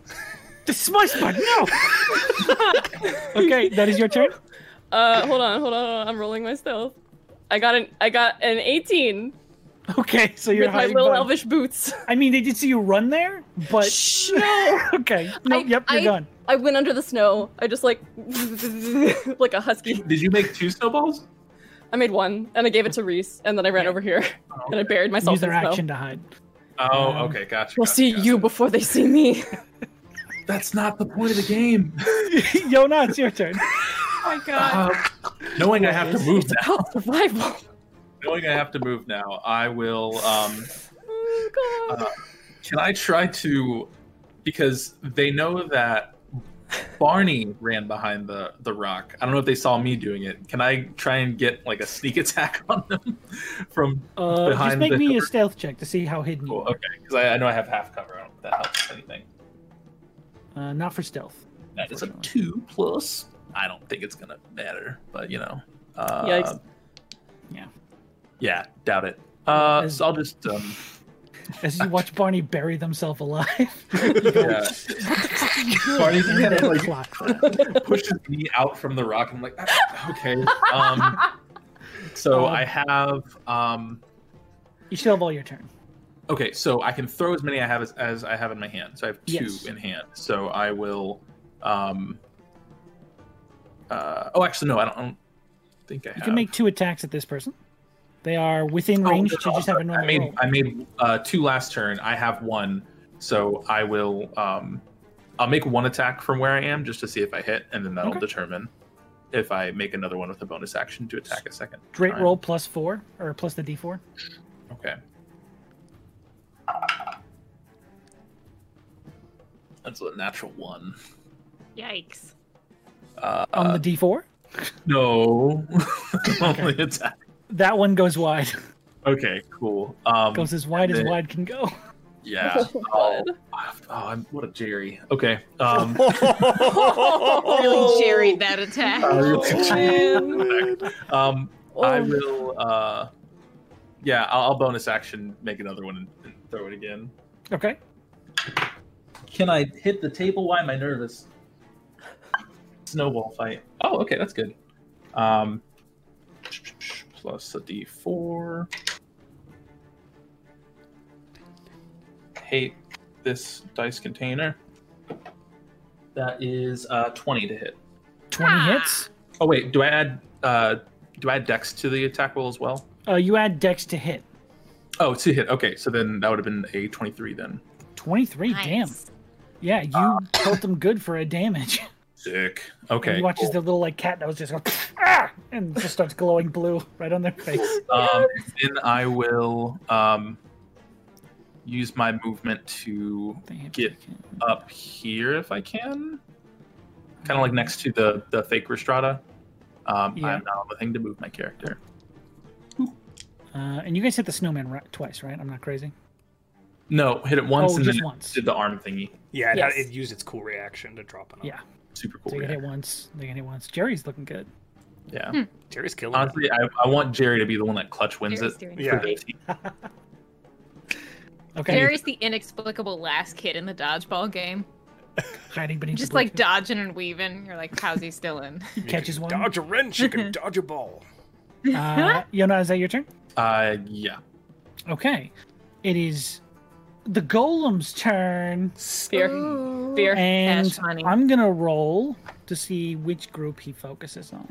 [SPEAKER 1] The smush button,
[SPEAKER 3] (laughs)
[SPEAKER 1] no! okay, that is your turn.
[SPEAKER 3] Uh, hold on, hold on, hold on. I'm rolling my stealth. I got an I got an 18
[SPEAKER 1] Okay, so you're
[SPEAKER 3] with my
[SPEAKER 1] hiding
[SPEAKER 3] little
[SPEAKER 1] behind-
[SPEAKER 3] elvish boots. (laughs)
[SPEAKER 1] I mean, they did see you run there, but
[SPEAKER 3] Shh, no.
[SPEAKER 1] (laughs) okay. Nope,
[SPEAKER 3] I-
[SPEAKER 1] yep, you're
[SPEAKER 3] I-
[SPEAKER 1] done.
[SPEAKER 3] I went under the snow. I just like (laughs) like a husky.
[SPEAKER 2] Did you make two snowballs?
[SPEAKER 3] I made one and I gave it to Reese, and then I ran over here and I buried myself
[SPEAKER 1] Use their
[SPEAKER 3] in snow.
[SPEAKER 1] action to hide. (laughs)
[SPEAKER 2] Oh, okay, gotcha.
[SPEAKER 3] They'll
[SPEAKER 2] gotcha,
[SPEAKER 3] see
[SPEAKER 2] gotcha.
[SPEAKER 3] you before they see me. (laughs)
[SPEAKER 2] That's not the point of the (laughs) game.
[SPEAKER 1] Yona, it's your
[SPEAKER 2] (laughs)
[SPEAKER 1] turn.
[SPEAKER 5] Oh my
[SPEAKER 3] (laughs)
[SPEAKER 5] god.
[SPEAKER 2] Um, knowing I have to move now,
[SPEAKER 3] Survival.
[SPEAKER 2] knowing I have to move now, I will. Um,
[SPEAKER 3] Oh, God.
[SPEAKER 2] can I try to? Because they know that Barney ran behind the the rock. I don't know if they saw me doing it. Can I try and get like a sneak (laughs) attack on them from?
[SPEAKER 1] Uh, just
[SPEAKER 2] Behind
[SPEAKER 1] make
[SPEAKER 2] the
[SPEAKER 1] me a
[SPEAKER 2] door.
[SPEAKER 1] stealth check to see how hidden you
[SPEAKER 2] Oh, okay, because I, I know I have half cover. I don't know if that helps anything.
[SPEAKER 1] are. Uh, not for stealth.
[SPEAKER 2] That is a two plus. I don't think it's gonna matter, but you know.
[SPEAKER 3] (laughs) (laughs)
[SPEAKER 2] Uh,
[SPEAKER 3] Yikes.
[SPEAKER 1] Yeah.
[SPEAKER 2] Yeah. Doubt it. Uh,
[SPEAKER 1] As-
[SPEAKER 2] so I'll just. Um,
[SPEAKER 1] As you watch Barney bury himself alive, (laughs)
[SPEAKER 2] yeah. Barney's
[SPEAKER 1] and
[SPEAKER 2] kind of
[SPEAKER 1] then
[SPEAKER 2] like
[SPEAKER 1] clock.
[SPEAKER 2] pushes me out from the rock. and I'm like, "Ah, okay. Um, so I have. Um,
[SPEAKER 1] You still have all your turn.
[SPEAKER 2] okay, so I can throw as many I have as, as I have in my hand. So I have two
[SPEAKER 1] Yes.
[SPEAKER 2] in hand. So I will. Um, uh, oh, actually, no, I don't, I don't think I have.
[SPEAKER 1] You can make two attacks at this person. They are within
[SPEAKER 2] Oh,
[SPEAKER 1] range
[SPEAKER 2] no,
[SPEAKER 1] to just have a normal
[SPEAKER 2] I made
[SPEAKER 1] roll.
[SPEAKER 2] I made uh, two last turn. I have one, so I will. Um, I'll make one attack from where I am just to see if I hit, and then that'll
[SPEAKER 1] Okay.
[SPEAKER 2] determine if I make another one with a bonus action to attack a second.
[SPEAKER 1] Great
[SPEAKER 2] time.
[SPEAKER 1] roll plus four or plus the d4.
[SPEAKER 2] Okay. That's a natural one.
[SPEAKER 5] Yikes.
[SPEAKER 2] Uh,
[SPEAKER 1] On Um, the d4,
[SPEAKER 2] (laughs) no, only attack.
[SPEAKER 1] that one goes wide. (laughs)
[SPEAKER 2] Okay, cool. Um,
[SPEAKER 1] Goes as wide as
[SPEAKER 2] then-
[SPEAKER 1] wide can go. (laughs)
[SPEAKER 2] Yeah. Oh, oh, I'm- what a Jerry. Okay.
[SPEAKER 6] (laughs)
[SPEAKER 2] Um,
[SPEAKER 5] Really
[SPEAKER 6] Oh.
[SPEAKER 1] Oh.
[SPEAKER 5] Jerry that attack.
[SPEAKER 3] Oh,
[SPEAKER 2] um, I will. Uh, yeah, I'll, I'll bonus action make another one and, and throw it again.
[SPEAKER 1] Okay.
[SPEAKER 2] Can I hit the table? Why am I nervous? Snowball fight. Oh, okay, that's good. Um, plus a d4. Hate this dice container. That is uh, 20 to hit.
[SPEAKER 1] 20
[SPEAKER 5] Ah.
[SPEAKER 1] hits.
[SPEAKER 2] Oh wait, do I add uh, do I add dex to the attack roll as well?
[SPEAKER 1] Uh, you add dex to hit.
[SPEAKER 2] Oh, to hit. Okay, so then that would have been a 23 then.
[SPEAKER 1] 23, damn.
[SPEAKER 5] Nice.
[SPEAKER 1] Yeah, you dealt them good for a damage. (laughs)
[SPEAKER 2] Sick.
[SPEAKER 1] And
[SPEAKER 2] Okay.
[SPEAKER 1] he watches the little like cat that was just going, (laughs) ah! and just starts glowing blue (laughs) right on their face.
[SPEAKER 2] (laughs) cool. Um, then I will um, use my movement to Get- up here if I can, kind of like next to the the fake Restrada. Um,
[SPEAKER 1] Yeah.
[SPEAKER 2] I'm not on the thing to move my character.
[SPEAKER 1] Uh, and you guys hit the snowman ri- twice, right? I'm not crazy.
[SPEAKER 2] No, hit it once
[SPEAKER 1] Oh,
[SPEAKER 2] and
[SPEAKER 1] just
[SPEAKER 2] then it
[SPEAKER 1] once.
[SPEAKER 2] did the arm thingy.
[SPEAKER 6] Yeah, it, had-
[SPEAKER 1] Yes.
[SPEAKER 6] it used its cool reaction to drop an
[SPEAKER 1] Yeah.
[SPEAKER 2] Super
[SPEAKER 1] So
[SPEAKER 2] cool.
[SPEAKER 1] you
[SPEAKER 2] Yeah.
[SPEAKER 1] can hit once. They can hit once. Jerry's looking good.
[SPEAKER 2] yeah.
[SPEAKER 6] Terry's killing it.
[SPEAKER 2] Honestly, I, I want Jerry to be the one that clutch wins
[SPEAKER 5] Jerry's
[SPEAKER 2] it.
[SPEAKER 5] doing
[SPEAKER 6] Yeah.
[SPEAKER 2] for the team.
[SPEAKER 1] Okay.
[SPEAKER 5] Jerry's the inexplicable last kid in the dodgeball game.
[SPEAKER 1] Hiding beneath the
[SPEAKER 5] Just like
[SPEAKER 1] blanket.
[SPEAKER 5] dodging and weaving. You're like, how's he still in?
[SPEAKER 1] He catches
[SPEAKER 6] you
[SPEAKER 1] one.
[SPEAKER 6] can Dodge a wrench, you can dodge a ball.
[SPEAKER 5] (laughs)
[SPEAKER 1] Uh, Yona, is that your turn?
[SPEAKER 2] Uh, yeah.
[SPEAKER 1] Okay. It is the golem's turn.
[SPEAKER 3] Fear. Fear.
[SPEAKER 1] And
[SPEAKER 5] Cash money.
[SPEAKER 1] I'm going to roll to see which group he focuses on.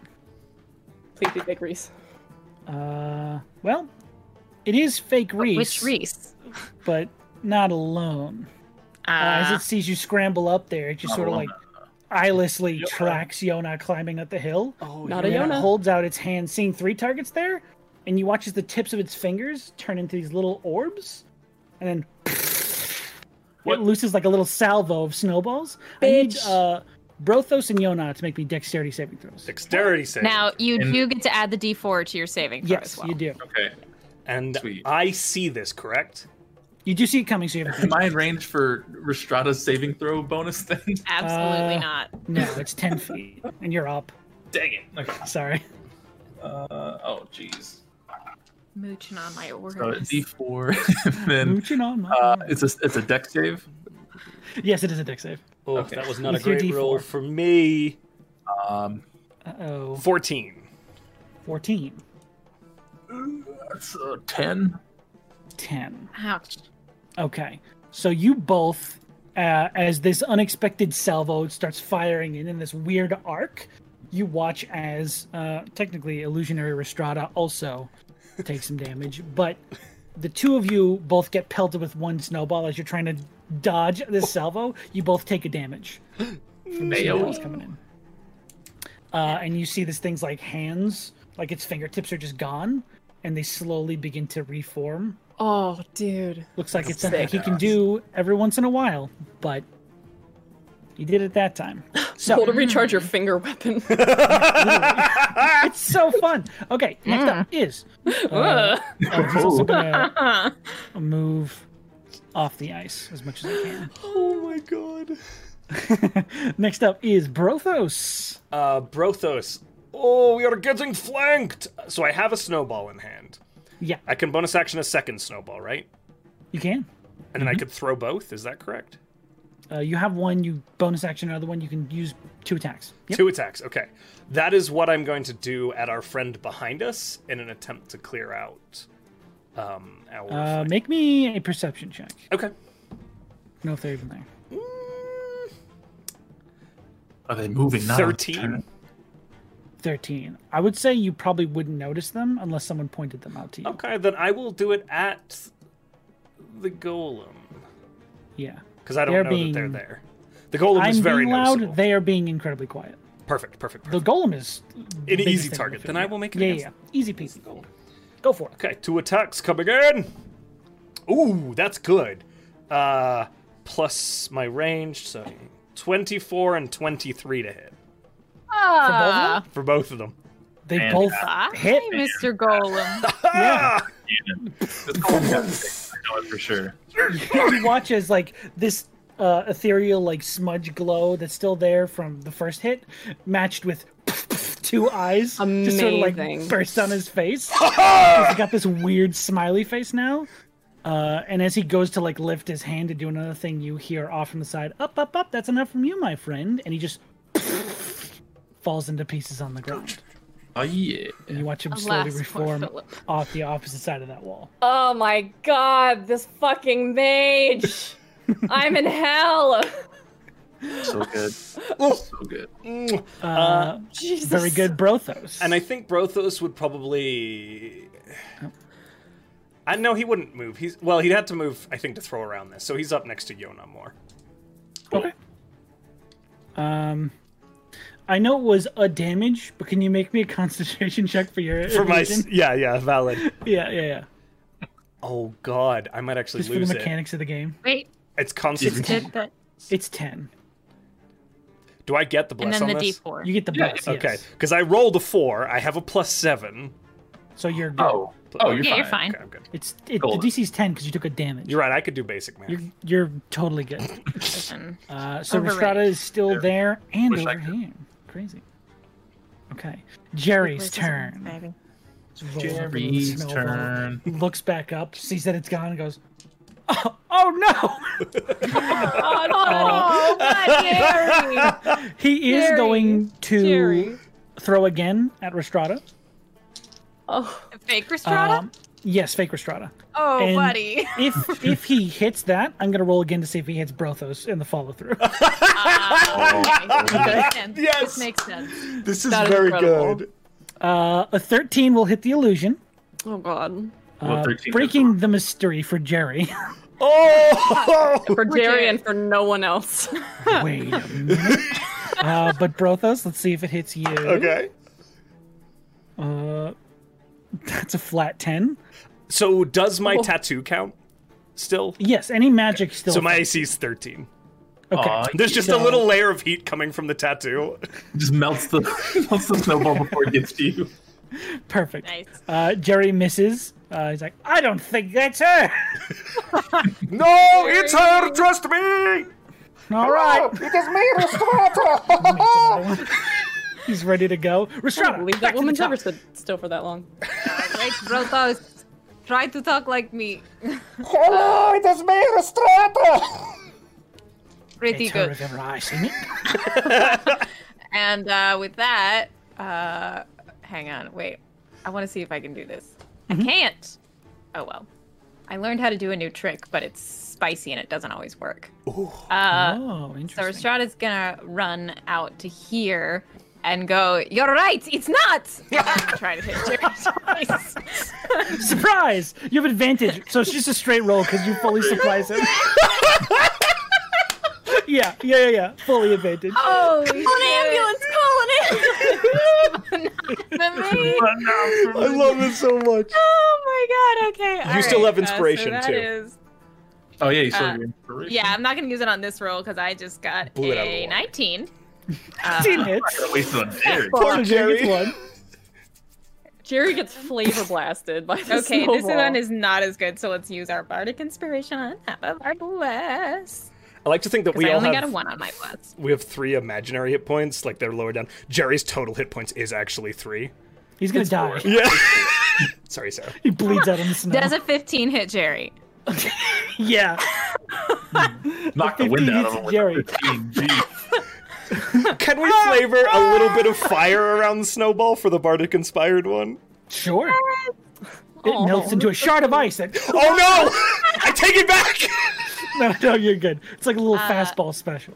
[SPEAKER 3] Please be big Reese.
[SPEAKER 1] Uh, well, it is fake Reese,
[SPEAKER 5] Which Reese?
[SPEAKER 1] but not alone. Uh,
[SPEAKER 3] Ah.
[SPEAKER 1] as it sees you scramble up there, it just
[SPEAKER 2] Not
[SPEAKER 1] sort of
[SPEAKER 2] alone,
[SPEAKER 1] like eyelessly tracks Yona climbing up the hill.
[SPEAKER 6] Oh,
[SPEAKER 3] Not
[SPEAKER 1] and
[SPEAKER 3] a
[SPEAKER 1] It
[SPEAKER 3] Yona.
[SPEAKER 1] holds out its hand, seeing three targets there, and you watches the tips of its fingers turn into these little orbs, and then (laughs)
[SPEAKER 2] What?
[SPEAKER 1] it looses like a little salvo of snowballs. I need
[SPEAKER 3] Bitch.
[SPEAKER 1] uh, Brothos and Yona to make me dexterity saving throws.
[SPEAKER 6] Dexterity save.
[SPEAKER 5] now you
[SPEAKER 2] And-
[SPEAKER 5] do get to add the D4 to your saving throw
[SPEAKER 1] Yes,
[SPEAKER 5] as well.
[SPEAKER 1] you do.
[SPEAKER 2] Okay.
[SPEAKER 6] and
[SPEAKER 2] Sweet.
[SPEAKER 6] I see this, correct?
[SPEAKER 1] You do see it coming, so you have
[SPEAKER 2] Am I in range for Restrada's saving throw bonus then? (laughs)
[SPEAKER 5] Absolutely
[SPEAKER 1] Uh,
[SPEAKER 5] not.
[SPEAKER 1] No, it's 10 feet, and you're up.
[SPEAKER 2] Dang it. Okay.
[SPEAKER 1] Sorry.
[SPEAKER 2] Uh, oh, jeez.
[SPEAKER 5] Mooching on my
[SPEAKER 2] So
[SPEAKER 5] organs.
[SPEAKER 2] D4, (laughs) and then
[SPEAKER 1] Mooching on my
[SPEAKER 2] uh,
[SPEAKER 1] arm.
[SPEAKER 2] it's a it's a deck save.
[SPEAKER 1] Yes, it is a dex save.
[SPEAKER 6] Oh,
[SPEAKER 2] Okay.
[SPEAKER 6] that was not a
[SPEAKER 1] With your
[SPEAKER 6] great
[SPEAKER 1] D4.
[SPEAKER 6] roll for me.
[SPEAKER 2] Um,
[SPEAKER 1] Uh oh.
[SPEAKER 6] (laughs) 14.
[SPEAKER 1] 14,
[SPEAKER 2] that's a uh, ten.
[SPEAKER 1] 10. (laughs)
[SPEAKER 5] Ouch.
[SPEAKER 1] Okay. So you both, uh, as this unexpected salvo starts firing in in this weird arc, you watch as uh, technically Illusionary Restrada also takes some damage, but the two of you both get pelted with one snowball as you're trying to dodge this salvo. You both take a damage from the snowballs coming in. Uh, and you see this thing's like hands, like its fingertips are just gone, and they slowly begin to reform.
[SPEAKER 3] Oh, dude.
[SPEAKER 1] Looks like it's
[SPEAKER 3] That's
[SPEAKER 1] something
[SPEAKER 3] sick.
[SPEAKER 1] he can do every once in a while, but he did it that time.
[SPEAKER 3] Pull to
[SPEAKER 1] So
[SPEAKER 3] recharge your finger (laughs) weapon.
[SPEAKER 1] it's so fun. Okay, next up is uh,
[SPEAKER 5] Ugh.
[SPEAKER 1] uh, he's also
[SPEAKER 5] (laughs)
[SPEAKER 1] gonna move off the ice as much as I can.
[SPEAKER 6] Oh my god.
[SPEAKER 1] (laughs) next up is Brothos.
[SPEAKER 6] Uh, Brothos. Oh, we are getting flanked! So I have a snowball in hand.
[SPEAKER 1] Yeah,
[SPEAKER 6] I can bonus action a second snowball, right?
[SPEAKER 1] you can.
[SPEAKER 6] And then
[SPEAKER 1] Mm-hmm.
[SPEAKER 6] I could throw both, is that correct?
[SPEAKER 1] Uh, you have one. You bonus action another one. You can use two attacks. Yep.
[SPEAKER 6] Two attacks, okay. That is what I'm going to do at our friend behind us in an attempt to clear out um, our.
[SPEAKER 1] Uh,
[SPEAKER 6] flank.
[SPEAKER 1] make me a perception check.
[SPEAKER 6] okay.
[SPEAKER 1] No, if they're even there.
[SPEAKER 2] Are they moving now?
[SPEAKER 6] 13.
[SPEAKER 1] Thirteen. I would say you probably wouldn't notice them unless someone pointed them out to you.
[SPEAKER 6] Okay, then I will do it at the golem.
[SPEAKER 1] Yeah.
[SPEAKER 6] Because I don't
[SPEAKER 1] They're
[SPEAKER 6] know that they're
[SPEAKER 1] being-
[SPEAKER 6] there. The golem
[SPEAKER 1] I'm
[SPEAKER 6] is very
[SPEAKER 1] being loud.
[SPEAKER 6] noticeable.
[SPEAKER 1] They are being incredibly quiet.
[SPEAKER 6] Perfect, perfect,
[SPEAKER 1] The
[SPEAKER 6] perfect.
[SPEAKER 1] golem is the
[SPEAKER 6] An
[SPEAKER 1] biggest
[SPEAKER 6] easy
[SPEAKER 1] thing on
[SPEAKER 6] target.
[SPEAKER 1] the
[SPEAKER 6] Then
[SPEAKER 1] field.
[SPEAKER 6] I will make it
[SPEAKER 1] Yeah, yeah,
[SPEAKER 6] against
[SPEAKER 1] yeah. Easy peasy. Go for it.
[SPEAKER 6] Okay, two attacks coming in. Ooh, that's good. Uh, plus my range, so 24 and 23 to hit
[SPEAKER 5] Ah, (laughs)
[SPEAKER 6] for both of them.
[SPEAKER 1] They
[SPEAKER 2] And-
[SPEAKER 1] both
[SPEAKER 5] bye,
[SPEAKER 1] hit.
[SPEAKER 5] Mr. Ah. Golem.
[SPEAKER 6] Ah,
[SPEAKER 1] Yeah.
[SPEAKER 2] Just call me that. I know it for sure.
[SPEAKER 1] you watch as like this uh, ethereal like smudge glow that's still there from the first hit, matched with (laughs) two eyes, just sort of
[SPEAKER 3] Amazing.
[SPEAKER 1] like burst on his
[SPEAKER 6] (laughs)
[SPEAKER 1] face. He's got this weird smiley face now. Uh, and as he goes to like lift his hand to do another thing, you hear off from the side, "Up, up, up! That's enough from you, my friend." And he just (laughs) falls into pieces on the ground.
[SPEAKER 2] Oh yeah.
[SPEAKER 1] And you watch him slowly
[SPEAKER 5] Alas, poor
[SPEAKER 1] reform
[SPEAKER 5] Philip. Uh,
[SPEAKER 1] off the opposite side of that wall.
[SPEAKER 3] Oh my god, this fucking
[SPEAKER 1] (laughs)
[SPEAKER 3] mage! I'm in hell!
[SPEAKER 2] So good. so good.
[SPEAKER 1] Uh,
[SPEAKER 3] Jesus.
[SPEAKER 1] very good, Brothos.
[SPEAKER 6] And I think Brothos would probably. I know he wouldn't move. He's well, he'd have to move, I think, to throw around this. So he's up next to Yona more.
[SPEAKER 1] Okay. Um, I know it was a damage, but can you make me a (laughs) concentration check for your
[SPEAKER 6] For my
[SPEAKER 1] evasion?
[SPEAKER 6] yeah, yeah, valid.
[SPEAKER 1] Yeah, yeah, yeah.
[SPEAKER 6] Oh God, I might actually
[SPEAKER 1] Just for the
[SPEAKER 6] lose it.
[SPEAKER 1] mechanics of the game,
[SPEAKER 5] Wait,
[SPEAKER 6] It's constant.
[SPEAKER 5] did the,
[SPEAKER 1] it's ten.
[SPEAKER 6] Do I get the
[SPEAKER 5] and
[SPEAKER 6] bless
[SPEAKER 5] then the
[SPEAKER 6] on this?
[SPEAKER 5] D4.
[SPEAKER 1] You get the
[SPEAKER 2] Yeah,
[SPEAKER 1] bless.
[SPEAKER 6] Okay,
[SPEAKER 1] yes.
[SPEAKER 6] because I rolled a four. I have a plus seven.
[SPEAKER 1] So you're good.
[SPEAKER 2] Oh. Oh, you're fine.
[SPEAKER 5] yeah, you're fine.
[SPEAKER 6] Okay, I'm good.
[SPEAKER 1] It's it, the
[SPEAKER 2] Golden.
[SPEAKER 1] DC is ten because you took a damage.
[SPEAKER 6] You're right. I could do basic math.
[SPEAKER 1] You're you're totally good.
[SPEAKER 5] Listen.
[SPEAKER 1] Uh, so
[SPEAKER 5] Overrated.
[SPEAKER 1] Restrada is still there and
[SPEAKER 2] Wish I
[SPEAKER 1] over
[SPEAKER 2] could.
[SPEAKER 1] here. Crazy. Okay, Jerry's
[SPEAKER 5] Places
[SPEAKER 1] turn.
[SPEAKER 5] are thriving.
[SPEAKER 1] Rolls up into the
[SPEAKER 2] Jerry's
[SPEAKER 1] snow ball,
[SPEAKER 2] turn.
[SPEAKER 1] Looks back up, sees that it's gone, and goes, "Oh, oh no!"
[SPEAKER 3] Oh, no.
[SPEAKER 5] (laughs) God, Jerry!
[SPEAKER 1] He is
[SPEAKER 3] Jerry.
[SPEAKER 1] going to
[SPEAKER 3] Jerry.
[SPEAKER 1] throw again at Restrada.
[SPEAKER 3] Oh,
[SPEAKER 5] Fake Restrada?
[SPEAKER 1] Um, yes, fake Restrada.
[SPEAKER 7] Oh,
[SPEAKER 1] And- (laughs)
[SPEAKER 7] buddy.
[SPEAKER 3] (laughs)
[SPEAKER 1] If if he hits that, I'm gonna roll again to see if he hits Brothos in the follow through.
[SPEAKER 5] Ah, okay.
[SPEAKER 1] Okay.
[SPEAKER 5] Makes sense.
[SPEAKER 6] Yes.
[SPEAKER 5] This makes sense.
[SPEAKER 6] This is
[SPEAKER 3] That is incredible.
[SPEAKER 1] Uh, a 13 will hit the illusion,
[SPEAKER 3] oh god.
[SPEAKER 2] Well,
[SPEAKER 1] uh,
[SPEAKER 2] 13 does
[SPEAKER 1] breaking
[SPEAKER 2] work.
[SPEAKER 1] the mystery for Jerry.
[SPEAKER 6] (laughs)
[SPEAKER 1] (laughs)
[SPEAKER 6] Oh!
[SPEAKER 3] For Jerry and for no one else. (laughs)
[SPEAKER 1] Wait a minute. Uh, but Brothos, let's see if it hits you.
[SPEAKER 6] okay.
[SPEAKER 1] Uh, that's a flat 10.
[SPEAKER 6] So does my
[SPEAKER 3] Oh.
[SPEAKER 6] tattoo count still?
[SPEAKER 1] Yes, any magic still.
[SPEAKER 6] So my AC is 13.
[SPEAKER 1] okay.
[SPEAKER 2] Aw,
[SPEAKER 6] There's just a
[SPEAKER 1] So-
[SPEAKER 6] little layer of heat coming from the tattoo.
[SPEAKER 2] just melts the (laughs) melts the snowball before it gets to you.
[SPEAKER 1] Perfect.
[SPEAKER 5] Nice.
[SPEAKER 1] Uh, Jerry misses. Uh, he's like, I don't think that's
[SPEAKER 3] (laughs)
[SPEAKER 1] her.
[SPEAKER 6] No, it's her. Trust me. Oh.
[SPEAKER 1] All right.
[SPEAKER 6] it is
[SPEAKER 5] (laughs)
[SPEAKER 6] me, Restrata. (laughs)
[SPEAKER 1] He's ready to go.
[SPEAKER 3] I
[SPEAKER 1] Restrada,
[SPEAKER 3] can't believe
[SPEAKER 1] back
[SPEAKER 3] that
[SPEAKER 1] to
[SPEAKER 3] woman
[SPEAKER 1] the top.
[SPEAKER 3] never stood still for that long.
[SPEAKER 7] Wait, Brothos. Try to talk like me.
[SPEAKER 6] Hello, it is me, Restrata.
[SPEAKER 7] Pretty
[SPEAKER 1] It's her
[SPEAKER 7] good.
[SPEAKER 1] if ever I seen (laughs) it.
[SPEAKER 7] And uh, with that, uh, hang on. Wait. I want to see if I can do this.
[SPEAKER 1] Mm-hmm.
[SPEAKER 5] I can't. Oh well. I learned how to do a new trick, but it's spicy and it doesn't always work. Uh,
[SPEAKER 1] oh,
[SPEAKER 5] so
[SPEAKER 1] interesting.
[SPEAKER 5] Estrada's gonna run out to here and go, You're right, it's not!
[SPEAKER 6] (laughs)
[SPEAKER 5] And then try to hit Jerry's face.
[SPEAKER 1] Surprise! You have advantage. So it's just a straight roll because you fully surprise (laughs) him. yeah, yeah, yeah, yeah. Fully advantage.
[SPEAKER 5] Oh,
[SPEAKER 7] Call an ambulance!
[SPEAKER 6] (laughs)
[SPEAKER 5] (laughs)
[SPEAKER 7] Amazing.
[SPEAKER 2] (laughs)
[SPEAKER 6] I love this so much.
[SPEAKER 7] Oh my god, okay. all
[SPEAKER 6] still have
[SPEAKER 7] uh, so
[SPEAKER 6] inspiration,
[SPEAKER 7] that
[SPEAKER 6] too.
[SPEAKER 7] is-
[SPEAKER 2] Oh yeah, you still
[SPEAKER 5] Uh,
[SPEAKER 2] have your inspiration.
[SPEAKER 5] Yeah, I'm not gonna use it on this roll because I just got
[SPEAKER 6] Blew it out of the
[SPEAKER 5] a Um,
[SPEAKER 6] water.
[SPEAKER 5] 19.
[SPEAKER 6] (laughs)
[SPEAKER 1] Fifteen
[SPEAKER 2] I'm
[SPEAKER 1] hits.
[SPEAKER 2] not gonna waste it on Jerry.
[SPEAKER 1] Poor Jerry
[SPEAKER 6] Jerry.
[SPEAKER 1] gets one.
[SPEAKER 3] Jerry gets flavor blasted by the
[SPEAKER 5] Okay, this
[SPEAKER 3] snowball.
[SPEAKER 5] one is not as good, so let's use our bardic inspiration on top of our bless.
[SPEAKER 6] I like to think that
[SPEAKER 5] Because
[SPEAKER 6] we
[SPEAKER 5] I
[SPEAKER 6] all
[SPEAKER 5] only
[SPEAKER 6] have
[SPEAKER 5] got a one on my bless.
[SPEAKER 6] we have three imaginary hit points, like they're lower down. Jerry's total hit points is actually
[SPEAKER 5] (laughs)
[SPEAKER 6] three.
[SPEAKER 1] He's gonna die.
[SPEAKER 6] Yeah. (laughs) Sorry, Sarah.
[SPEAKER 1] He bleeds out in the snow.
[SPEAKER 5] Does a 15 hit Jerry?
[SPEAKER 1] Yeah.
[SPEAKER 2] Knock the
[SPEAKER 1] 15
[SPEAKER 2] wind out
[SPEAKER 1] hits
[SPEAKER 2] of him.
[SPEAKER 1] Jerry.
[SPEAKER 2] With a 15. Gee.
[SPEAKER 5] (laughs)
[SPEAKER 6] Can
[SPEAKER 5] Ah!
[SPEAKER 6] we flavor a little bit of fire around the snowball for the bardic inspired one?
[SPEAKER 1] Sure. It melts into a shard of ice. That,
[SPEAKER 6] Oh no! (laughs) I take it back.
[SPEAKER 1] (laughs) no, no, you're good. It's like a little fastball special.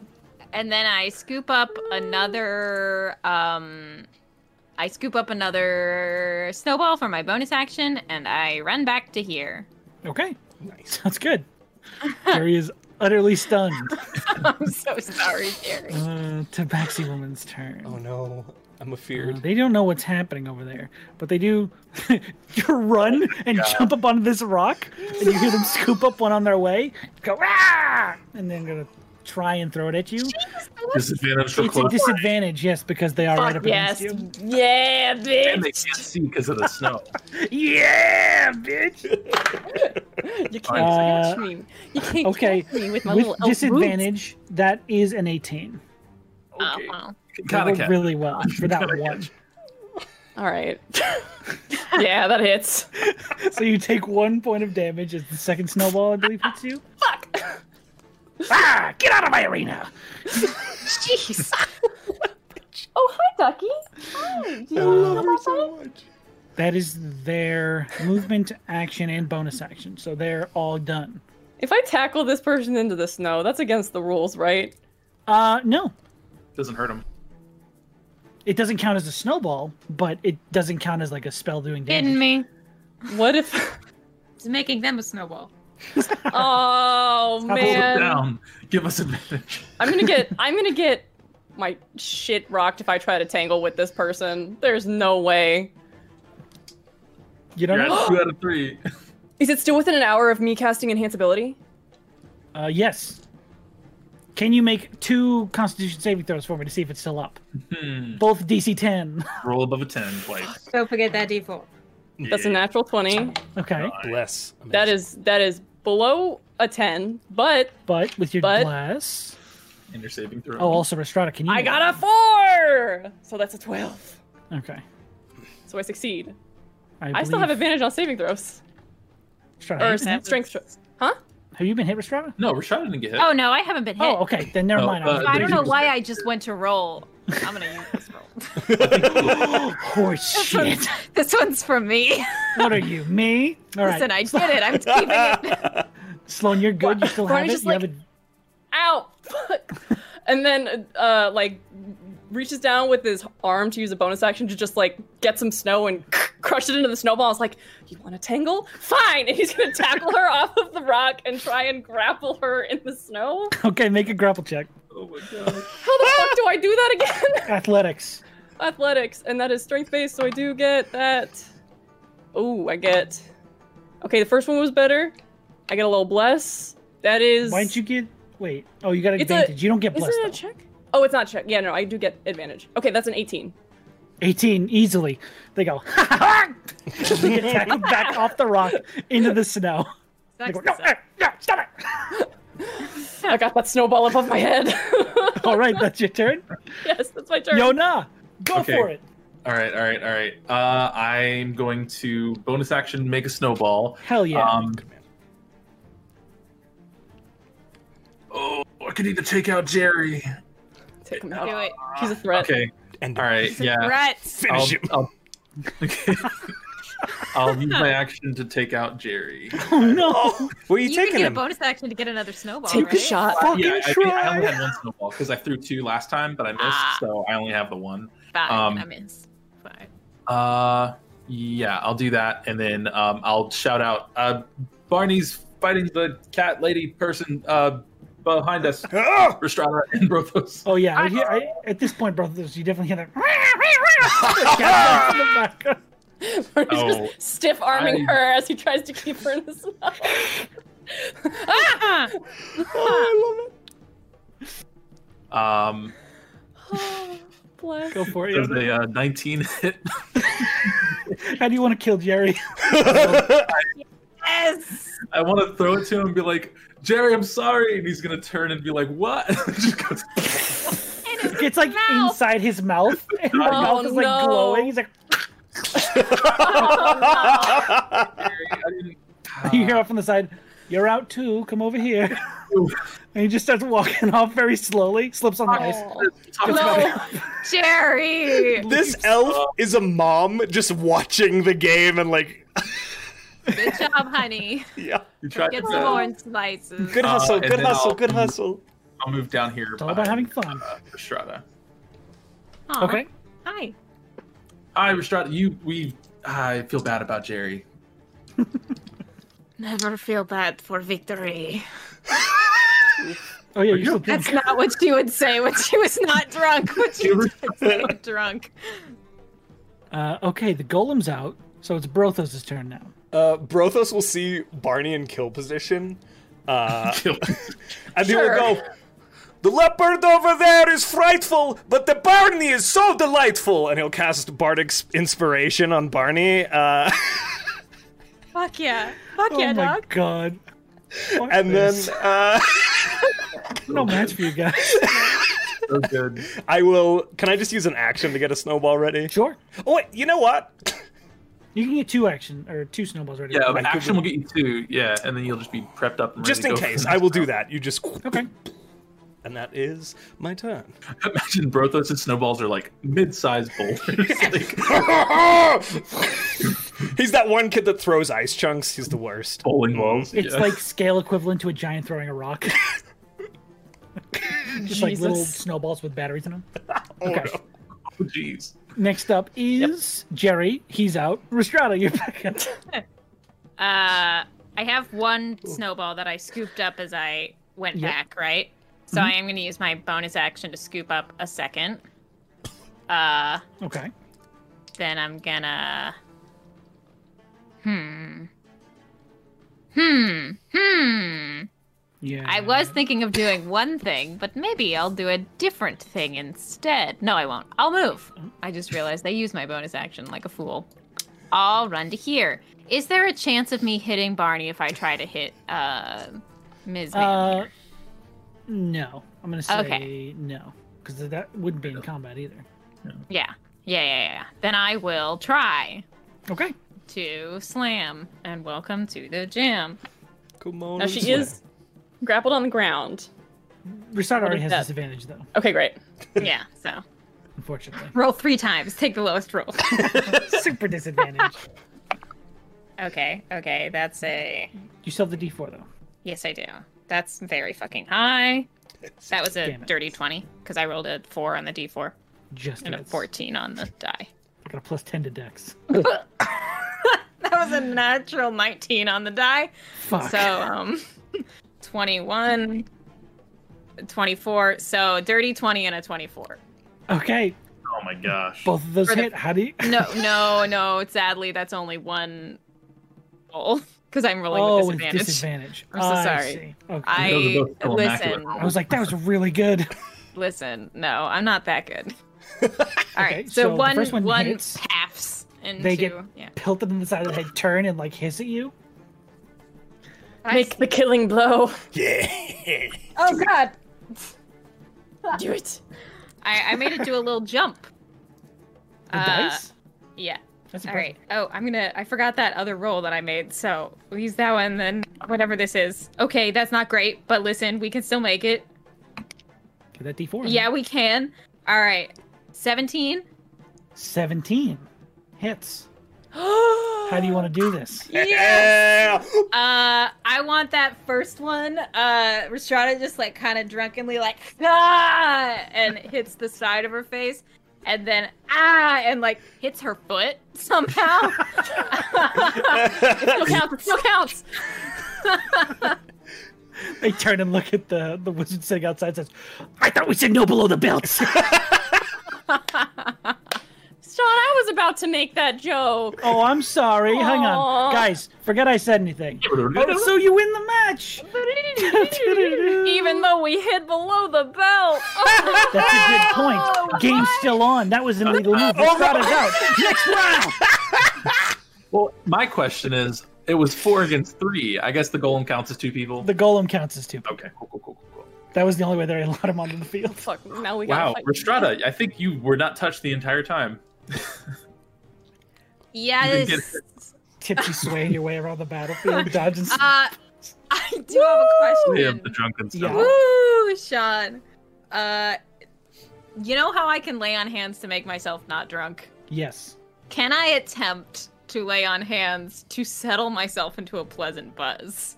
[SPEAKER 5] And then I scoop up another um I scoop up another snowball for my bonus action and I run back to here. (laughs)
[SPEAKER 1] Okay,
[SPEAKER 6] nice.
[SPEAKER 1] that's good. Jerry is utterly stunned.
[SPEAKER 5] I'm so sorry, Jerry.
[SPEAKER 1] Uh, Tabaxi woman's turn.
[SPEAKER 6] Oh no, I'm
[SPEAKER 1] Uh,
[SPEAKER 6] afeared.
[SPEAKER 1] They don't know what's happening over there, but they do (laughs) run and jump up onto this rock, and you hear them scoop up one on their way, go ah, and then go to try and throw it at you.
[SPEAKER 2] Disadvantage for
[SPEAKER 1] It's a
[SPEAKER 2] close.
[SPEAKER 1] disadvantage, yes, because they are right up
[SPEAKER 5] yes.
[SPEAKER 1] against you.
[SPEAKER 5] Yeah,
[SPEAKER 2] And
[SPEAKER 5] bitch.
[SPEAKER 2] they can't see because of the snow.
[SPEAKER 1] Yeah, bitch.
[SPEAKER 3] You can't
[SPEAKER 1] Uh,
[SPEAKER 3] catch me. You can't
[SPEAKER 1] okay,
[SPEAKER 3] catch me with my
[SPEAKER 1] With
[SPEAKER 3] little elf boots.
[SPEAKER 1] disadvantage, that is an 18.
[SPEAKER 5] Oh,
[SPEAKER 2] Okay.
[SPEAKER 5] well.
[SPEAKER 1] That
[SPEAKER 2] Gotta
[SPEAKER 1] rolled
[SPEAKER 2] catch.
[SPEAKER 1] really well for that one.
[SPEAKER 3] All right. (laughs) yeah, that hits.
[SPEAKER 1] So you take one point of damage as the second snowball, I believe, hits you.
[SPEAKER 3] Fuck.
[SPEAKER 1] Ah, get out of my arena!
[SPEAKER 5] Jeez.
[SPEAKER 1] (laughs)
[SPEAKER 3] Oh, hi, Ducky. Hi. Do you love her so
[SPEAKER 1] That is their movement, action, and bonus action. So they're all done.
[SPEAKER 3] If I tackle this person into the snow, that's against the rules, right?
[SPEAKER 1] Uh, no,
[SPEAKER 2] Doesn't hurt him.
[SPEAKER 1] it doesn't count as a snowball, but it doesn't count as like a spell doing damage.
[SPEAKER 5] Kidding me?
[SPEAKER 1] (laughs)
[SPEAKER 3] What if?
[SPEAKER 5] It's making them a snowball.
[SPEAKER 3] Oh
[SPEAKER 2] Hold it
[SPEAKER 3] man,
[SPEAKER 2] down. Give
[SPEAKER 1] (laughs)
[SPEAKER 2] us advantage.
[SPEAKER 3] I'm gonna get. I'm gonna get my shit rocked if I try to tangle with this person. There's no way.
[SPEAKER 1] You don't
[SPEAKER 2] You're
[SPEAKER 1] know?
[SPEAKER 2] at two out of three.
[SPEAKER 3] Is it still within an hour of me casting enhance ability?
[SPEAKER 1] Uh, yes. Can you make two Constitution saving throws for me to see if it's still up?
[SPEAKER 2] Hmm.
[SPEAKER 1] Both DC 10.
[SPEAKER 2] Roll above a ten twice.
[SPEAKER 8] Don't forget that d4.
[SPEAKER 3] That's a natural twenty.
[SPEAKER 1] (laughs) Okay,
[SPEAKER 6] Bless.
[SPEAKER 3] That
[SPEAKER 6] Amazing.
[SPEAKER 3] is that is below a ten, but
[SPEAKER 1] but with your
[SPEAKER 3] But-
[SPEAKER 1] glass.
[SPEAKER 2] And you're saving throw.
[SPEAKER 1] Oh, also Restrada, can you?
[SPEAKER 3] I got a four, so that's a twelve.
[SPEAKER 1] Okay.
[SPEAKER 3] So I succeed.
[SPEAKER 1] I,
[SPEAKER 3] I still have advantage on saving throws or
[SPEAKER 1] Restrada, have,
[SPEAKER 3] s- strength throws. Huh?
[SPEAKER 1] have you been hit, Restrada?
[SPEAKER 2] No, Rashad didn't get hit.
[SPEAKER 5] Oh no, I haven't been hit.
[SPEAKER 1] Oh, okay. Then never
[SPEAKER 2] No,
[SPEAKER 1] mind.
[SPEAKER 2] uh,
[SPEAKER 1] was-
[SPEAKER 5] I don't know
[SPEAKER 2] There's-
[SPEAKER 5] why I just went to roll. I'm gonna use this
[SPEAKER 1] (laughs)
[SPEAKER 5] roll. (laughs)
[SPEAKER 3] (laughs)
[SPEAKER 1] Horse shit.
[SPEAKER 7] This one's for me.
[SPEAKER 1] what are you, me? All right,
[SPEAKER 7] Listen, I did it. I'm keeping
[SPEAKER 1] (laughs)
[SPEAKER 7] it.
[SPEAKER 1] Sloan, you're good. You still have
[SPEAKER 3] Barney's
[SPEAKER 1] it.
[SPEAKER 3] just
[SPEAKER 1] You have
[SPEAKER 3] like-
[SPEAKER 1] it.
[SPEAKER 3] Ow! Fuck. and then uh, like reaches down with his arm to use a bonus action to just like get some snow and (laughs) crush it into the snowball. It's like, you want to tangle? Fine. And he's (laughs) gonna tackle her off of the rock and try and grapple her in the snow.
[SPEAKER 1] Okay, make a (laughs) grapple check.
[SPEAKER 2] Oh my god.
[SPEAKER 3] How the fuck do I do that again? (laughs)
[SPEAKER 1] Athletics.
[SPEAKER 3] athletics, and that is strength based, so I do get that. Oh, I get. Okay, the first one was better. I get a little bless. That is.
[SPEAKER 1] Why didn't you get? Wait. Oh, you got
[SPEAKER 3] It's a-
[SPEAKER 1] advantage. you don't get
[SPEAKER 3] Is
[SPEAKER 1] blessed.
[SPEAKER 3] it a
[SPEAKER 1] though.
[SPEAKER 3] check? Oh, it's not check. Yeah, no, I do get advantage. Okay, that's an 18.
[SPEAKER 1] 18 easily. They go. (laughs) Ha ha ha! They get tackled
[SPEAKER 3] (laughs)
[SPEAKER 1] back off the rock into the snow. They go, no, eh, no, stop it! (laughs)
[SPEAKER 3] I got that snowball above my head. (laughs)
[SPEAKER 1] All right, that's your turn.
[SPEAKER 3] yes, that's my (laughs) turn.
[SPEAKER 1] Yona, go
[SPEAKER 2] Okay.
[SPEAKER 1] for it.
[SPEAKER 2] All right, all right, all right. Uh, I'm going to bonus action make a snowball.
[SPEAKER 1] Hell yeah.
[SPEAKER 2] Um, oh, I could either take out Jerry.
[SPEAKER 3] Take him out.
[SPEAKER 7] Do it.
[SPEAKER 3] He's a
[SPEAKER 1] Uh,
[SPEAKER 3] threat.
[SPEAKER 2] Okay.
[SPEAKER 6] (laughs) And
[SPEAKER 1] (laughs)
[SPEAKER 2] All right. Yeah.
[SPEAKER 7] Threats.
[SPEAKER 2] I'll,
[SPEAKER 6] Finish him.
[SPEAKER 2] I'll, okay. (laughs) I'll use my action to take out Jerry.
[SPEAKER 1] (laughs) oh
[SPEAKER 2] (laughs)
[SPEAKER 1] no!
[SPEAKER 6] Where are you,
[SPEAKER 5] You can
[SPEAKER 6] taking
[SPEAKER 5] get a
[SPEAKER 6] him?
[SPEAKER 5] bonus action to get another snowball.
[SPEAKER 3] Take
[SPEAKER 5] right?
[SPEAKER 3] a shot.
[SPEAKER 1] Fucking
[SPEAKER 2] yeah, I, think
[SPEAKER 1] try.
[SPEAKER 2] I only had one snowball because I threw two last time, but I missed,
[SPEAKER 5] Ah.
[SPEAKER 2] so I only have the one.
[SPEAKER 5] Fine,
[SPEAKER 2] Um,
[SPEAKER 5] I miss. Fine.
[SPEAKER 2] Uh, yeah, I'll do that, and then um, I'll shout out. Uh, Barney's fighting the cat lady person uh, behind us.
[SPEAKER 6] (laughs)
[SPEAKER 2] (laughs)
[SPEAKER 6] (laughs) Ah!
[SPEAKER 2] Restrada and Brothos.
[SPEAKER 1] Oh yeah. I hear, I, at this point, brothers, you definitely
[SPEAKER 2] (laughs)
[SPEAKER 1] (laughs) hear that. Cat in the background.
[SPEAKER 3] (laughs) He's
[SPEAKER 2] Oh.
[SPEAKER 3] just stiff arming
[SPEAKER 2] I-
[SPEAKER 3] her as he tries to keep her in the snow.
[SPEAKER 5] Ah!
[SPEAKER 2] Um,
[SPEAKER 3] (sighs) Bless.
[SPEAKER 1] Go for it.
[SPEAKER 2] there's
[SPEAKER 1] Yona.
[SPEAKER 2] a uh, 19 hit. (laughs)
[SPEAKER 1] How do you want to kill Jerry?
[SPEAKER 5] Yes.
[SPEAKER 2] I want to throw it to him and be like, Jerry, I'm sorry. And he's going to turn and be like, what? (laughs) Just goes,
[SPEAKER 1] It's like
[SPEAKER 5] Mouth.
[SPEAKER 1] inside his mouth, (laughs) and the mouth is like
[SPEAKER 3] no.
[SPEAKER 1] glowing. He's like,
[SPEAKER 2] "Jerry, I didn't-
[SPEAKER 1] (laughs)
[SPEAKER 2] uh,
[SPEAKER 1] you
[SPEAKER 6] Ah.
[SPEAKER 1] hear off on the side, "You're out too. Come over
[SPEAKER 6] (laughs)
[SPEAKER 1] here." and he just starts walking (laughs) off very slowly, slips on the ice.
[SPEAKER 5] No, Jerry.
[SPEAKER 6] This elf is a mom just watching the game and like, (laughs)
[SPEAKER 5] Good job, honey.
[SPEAKER 6] yeah.
[SPEAKER 2] You tried
[SPEAKER 5] Get
[SPEAKER 2] to
[SPEAKER 5] some more slices.
[SPEAKER 6] Good
[SPEAKER 2] Uh,
[SPEAKER 6] hustle,
[SPEAKER 2] and
[SPEAKER 6] good
[SPEAKER 2] then
[SPEAKER 6] hustle,
[SPEAKER 2] I'll-
[SPEAKER 6] good hustle.
[SPEAKER 2] I'll move down here.
[SPEAKER 1] It's all about having
[SPEAKER 2] behind,
[SPEAKER 1] fun.
[SPEAKER 2] uh, Restrada.
[SPEAKER 5] Aw,
[SPEAKER 1] Okay.
[SPEAKER 5] Hi.
[SPEAKER 2] Hi, Restrada. You, we, I feel bad about (laughs) Jerry.
[SPEAKER 7] Never feel bad for victory.
[SPEAKER 1] Oh yeah, you're still drunk.
[SPEAKER 7] That's not what she would say when she was not drunk. What she
[SPEAKER 2] (laughs)
[SPEAKER 7] would say when drunk.
[SPEAKER 1] Uh, okay, the golem's out, so it's Brothos' turn now.
[SPEAKER 6] Uh, Brothos will see Barney in kill position. Uh,
[SPEAKER 2] Kill.
[SPEAKER 6] and he will go, "Oh, The leopard over there is frightful, but the Barney is so delightful. And he'll cast Bardic s- Inspiration on Barney. Uh, (laughs)
[SPEAKER 5] Fuck yeah.
[SPEAKER 1] oh my god. Fuck
[SPEAKER 6] and then
[SPEAKER 1] this.
[SPEAKER 6] uh,
[SPEAKER 1] no match for you
[SPEAKER 6] (laughs)
[SPEAKER 1] guys.
[SPEAKER 2] (laughs) So good.
[SPEAKER 6] I will. Can I just use an action to get a snowball ready?
[SPEAKER 1] Sure.
[SPEAKER 6] Oh, wait, you know what?
[SPEAKER 1] You can get two action or two snowballs ready.
[SPEAKER 2] Yeah, but action will get you two. Yeah, and then you'll just be prepped up. And
[SPEAKER 6] just
[SPEAKER 2] ready
[SPEAKER 6] in
[SPEAKER 2] to go for
[SPEAKER 6] case,
[SPEAKER 2] the
[SPEAKER 6] I
[SPEAKER 2] next
[SPEAKER 6] will do
[SPEAKER 2] round.
[SPEAKER 6] that. You just. (laughs)
[SPEAKER 1] Okay.
[SPEAKER 6] And that is my turn.
[SPEAKER 2] (laughs) (laughs) Imagine Brothos and Snowballs are like mid-sized (laughs) boulders. like,
[SPEAKER 6] He's that one kid that throws ice chunks. He's the worst.
[SPEAKER 2] bowling balls.
[SPEAKER 1] It's
[SPEAKER 2] yeah.
[SPEAKER 1] like scale equivalent to a giant throwing a rock. Just like little snowballs with batteries in them. okay.
[SPEAKER 2] oh, jeez.
[SPEAKER 1] Next up is Jerry. He's out. Restrada, you're back up.
[SPEAKER 5] Uh, I have one snowball that I scooped up as I went
[SPEAKER 1] Yep.
[SPEAKER 5] back, right? So I am going to use my bonus action to scoop up a second. Uh,
[SPEAKER 1] Okay.
[SPEAKER 5] then I'm gonna. Hmm. Hmm. Hmm.
[SPEAKER 1] Yeah. Uh,
[SPEAKER 5] I was thinking of doing one thing, but maybe I'll do a different thing instead. No, I won't. I'll move. I just realized I used my bonus action like a fool. I'll run to here. Is there a chance of me hitting Barney if I try to hit uh, Ms. Man?
[SPEAKER 1] Uh, no. I'm gonna say
[SPEAKER 5] Okay.
[SPEAKER 1] no because that wouldn't be in combat either.
[SPEAKER 5] yeah. yeah, yeah, yeah. Then I will try
[SPEAKER 1] Okay.
[SPEAKER 5] to slam. And welcome to the gym.
[SPEAKER 2] Oh.
[SPEAKER 6] Come on.
[SPEAKER 3] Now
[SPEAKER 6] and
[SPEAKER 3] she
[SPEAKER 6] slam.
[SPEAKER 3] is grappled on the ground.
[SPEAKER 1] Restrada already has
[SPEAKER 3] that?
[SPEAKER 1] disadvantage though,
[SPEAKER 3] Okay, great.
[SPEAKER 5] yeah. So
[SPEAKER 1] unfortunately.
[SPEAKER 5] roll three times. Take the lowest roll.
[SPEAKER 1] Super disadvantage.
[SPEAKER 5] okay. Okay. That's a
[SPEAKER 1] You still have the D4 though.
[SPEAKER 5] Yes, I do. That's very fucking high. That was a
[SPEAKER 1] Damn it.
[SPEAKER 5] dirty 20 because I rolled a 4 on the d4
[SPEAKER 1] Just
[SPEAKER 5] and a
[SPEAKER 1] hits.
[SPEAKER 5] 14 on the die.
[SPEAKER 1] I got a plus 10 to Dex.
[SPEAKER 5] (laughs) That was a natural 19 on the die.
[SPEAKER 1] Fuck.
[SPEAKER 5] So, um, (laughs) 21, 24. So, dirty 20 and a 24.
[SPEAKER 1] okay.
[SPEAKER 2] Oh my gosh.
[SPEAKER 1] Both of those
[SPEAKER 5] For the-
[SPEAKER 1] hit. How do you?
[SPEAKER 5] No, no, no. Sadly, that's only one roll because I'm rolling
[SPEAKER 1] oh,
[SPEAKER 5] with disadvantage.
[SPEAKER 1] with disadvantage.
[SPEAKER 5] I'm so
[SPEAKER 1] I
[SPEAKER 5] sorry.
[SPEAKER 1] see. Okay. I...
[SPEAKER 5] I
[SPEAKER 2] Those are both still immaculate
[SPEAKER 5] listen.
[SPEAKER 2] rolls.
[SPEAKER 1] was like, that was really good. (laughs)
[SPEAKER 5] Listen, no, I'm not that good. All right,
[SPEAKER 1] Okay, so
[SPEAKER 5] so,
[SPEAKER 1] the
[SPEAKER 5] one
[SPEAKER 1] first one
[SPEAKER 5] one, one
[SPEAKER 1] hits.
[SPEAKER 5] halves and
[SPEAKER 1] They
[SPEAKER 5] two.
[SPEAKER 1] get-
[SPEAKER 5] Yeah.
[SPEAKER 1] Pelted in the side of the head, turn and like hiss at you.
[SPEAKER 3] Make the killing (laughs) blow.
[SPEAKER 6] (laughs) Yeah.
[SPEAKER 3] Oh god. Do it.
[SPEAKER 5] I, I made it do a little jump.
[SPEAKER 1] The
[SPEAKER 5] Uh,
[SPEAKER 1] dice.
[SPEAKER 5] Yeah.
[SPEAKER 1] That's
[SPEAKER 5] All
[SPEAKER 1] impressive.
[SPEAKER 5] right. Oh, I'm gonna. I forgot that other roll that I made, so we'll use that one. Then whatever this is. Okay, that's not great, but listen, we can still make it.
[SPEAKER 1] Get that D4. in
[SPEAKER 5] Yeah, we can. All right. Seventeen. (gasps)
[SPEAKER 1] there. 17 hits. How do you want to do this? (laughs)
[SPEAKER 6] Yeah.
[SPEAKER 5] Uh, I want that first one. Uh, Restrada just like kind of drunkenly like ah, and hits the side of her face, and then ah, and like hits her foot somehow. (laughs) it still counts. It still counts.
[SPEAKER 1] They turn and look at the the wizard sitting outside. Says, "I thought we said no below the belt." (laughs)
[SPEAKER 3] Sean, I was about to make that joke.
[SPEAKER 5] (laughs)
[SPEAKER 1] oh, I'm sorry. Hang
[SPEAKER 3] Aw.
[SPEAKER 1] on, guys. Forget I said anything. Oh, so you win the match.
[SPEAKER 5] (laughs)
[SPEAKER 3] Even though we hid below the belt.
[SPEAKER 1] That's a good point. Game's still on. That was an illegal move.
[SPEAKER 5] Oh,
[SPEAKER 1] Estrada's out. Next round.
[SPEAKER 2] well, my question is, it was four against three. I guess the golem counts as two people.
[SPEAKER 1] The golem counts as two.
[SPEAKER 2] Okay, cool, cool, cool, cool, cool.
[SPEAKER 1] That was the only way they allowed him onto the field. (laughs)
[SPEAKER 3] Fuck, now we gotta
[SPEAKER 2] Wow,
[SPEAKER 3] fight.
[SPEAKER 2] Restrada, I think you were not touched the entire time. You didn't
[SPEAKER 5] Yes.
[SPEAKER 2] get
[SPEAKER 1] Tipsy swaying your way around the
[SPEAKER 3] (laughs)
[SPEAKER 1] battlefield, dodging.
[SPEAKER 5] Uh, I do have a
[SPEAKER 2] Play of
[SPEAKER 5] question.
[SPEAKER 2] the drunken
[SPEAKER 1] Yeah.
[SPEAKER 2] snowball.
[SPEAKER 5] Woo, Sean. Uh, you know how I can lay on hands to make myself not drunk?
[SPEAKER 1] yes.
[SPEAKER 5] Can I attempt to lay on hands to settle myself into a pleasant buzz?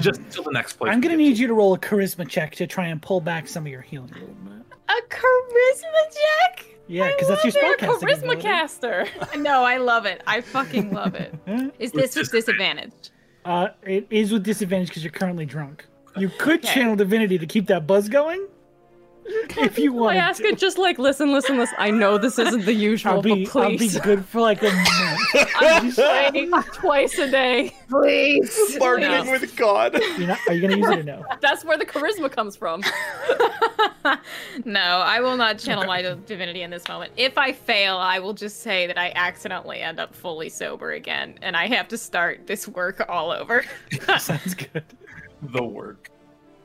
[SPEAKER 2] Just until the next place.
[SPEAKER 1] Hmm. I'm
[SPEAKER 2] we
[SPEAKER 1] gonna
[SPEAKER 2] get
[SPEAKER 1] need you to roll a charisma check to try and pull back some of your healing a little bit.
[SPEAKER 5] A charisma check?
[SPEAKER 1] Yeah, because that's your
[SPEAKER 3] You're a
[SPEAKER 1] spellcasting.
[SPEAKER 3] charisma
[SPEAKER 1] ability.
[SPEAKER 3] caster.
[SPEAKER 5] No, I love it. I fucking love it. Is this with disadvantage?
[SPEAKER 1] Uh, it is with disadvantage because you're currently drunk. You could channel divinity to keep that buzz going, if you
[SPEAKER 3] I
[SPEAKER 1] want.
[SPEAKER 3] ask it just like, listen, listen, listen. I know this isn't the usual,
[SPEAKER 1] I'll be,
[SPEAKER 3] but
[SPEAKER 1] I'll be (laughs)
[SPEAKER 3] please.
[SPEAKER 1] good for
[SPEAKER 3] (laughs)
[SPEAKER 1] like a month.
[SPEAKER 3] I'm praying twice a day.
[SPEAKER 5] Please.
[SPEAKER 6] (laughs) Bargaining with God.
[SPEAKER 1] You're not, are you gonna use it or
[SPEAKER 3] (laughs)
[SPEAKER 1] no?
[SPEAKER 3] That's where the charisma comes from.
[SPEAKER 5] (laughs) No, I will not channel my divinity in this moment. If I fail, I will just say that I accidentally end up fully sober again, and I have to start this work all over. (laughs)
[SPEAKER 1] Sounds good.
[SPEAKER 2] The work.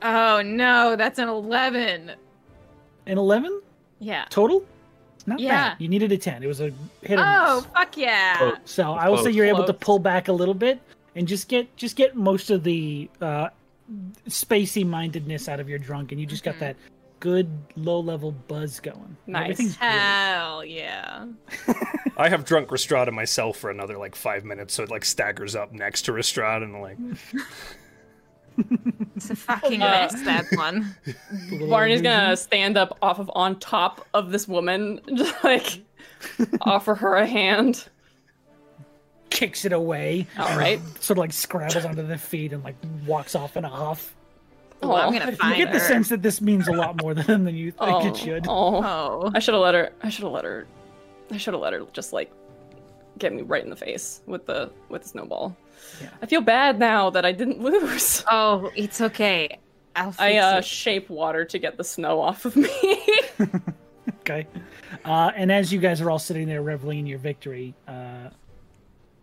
[SPEAKER 5] oh no, that's an eleven.
[SPEAKER 1] An eleven
[SPEAKER 5] Yeah.
[SPEAKER 1] total? Not
[SPEAKER 5] Yeah.
[SPEAKER 1] bad. You needed a ten. It was a hit or
[SPEAKER 5] Oh
[SPEAKER 1] miss.
[SPEAKER 5] fuck yeah.
[SPEAKER 2] Oh.
[SPEAKER 1] So I will say
[SPEAKER 2] Close.
[SPEAKER 1] you're able to
[SPEAKER 3] Close.
[SPEAKER 1] pull back a little bit and just get just get most of the uh, spacey mindedness out of your drunk, and you just got that good low level buzz going.
[SPEAKER 3] Mm-hmm. Nice.
[SPEAKER 1] Everything's great.
[SPEAKER 5] Hell yeah.
[SPEAKER 6] I have drunk Restrada myself for another like five minutes, so it like staggers up next to Restrada and like
[SPEAKER 5] (laughs) It's a fucking
[SPEAKER 3] Uh,
[SPEAKER 5] mess that one.
[SPEAKER 3] Barney's gonna stand up off of on top of this woman, (laughs) just like offer her a hand.
[SPEAKER 1] kicks it away.
[SPEAKER 3] All right.
[SPEAKER 1] Sort of like scrabbles onto their feet and like walks off in a huff.
[SPEAKER 5] Oh, I'm
[SPEAKER 3] Aw.
[SPEAKER 5] gonna
[SPEAKER 1] You
[SPEAKER 5] find
[SPEAKER 1] get the
[SPEAKER 5] her.
[SPEAKER 1] sense that this means a lot more (laughs) than, than you think
[SPEAKER 3] Oh,
[SPEAKER 1] it should.
[SPEAKER 3] oh.
[SPEAKER 5] (laughs) Oh.
[SPEAKER 3] I should have let her. I should have let her. I should have let her just like get me right in the face with the with the snowball.
[SPEAKER 1] Yeah.
[SPEAKER 3] I feel bad now that I didn't lose.
[SPEAKER 5] Oh, it's okay. I'll fix
[SPEAKER 3] I uh,
[SPEAKER 5] it.
[SPEAKER 3] shape water to get the snow off of me. (laughs)
[SPEAKER 1] Okay. Uh, and as you guys are all sitting there reveling in your victory, uh,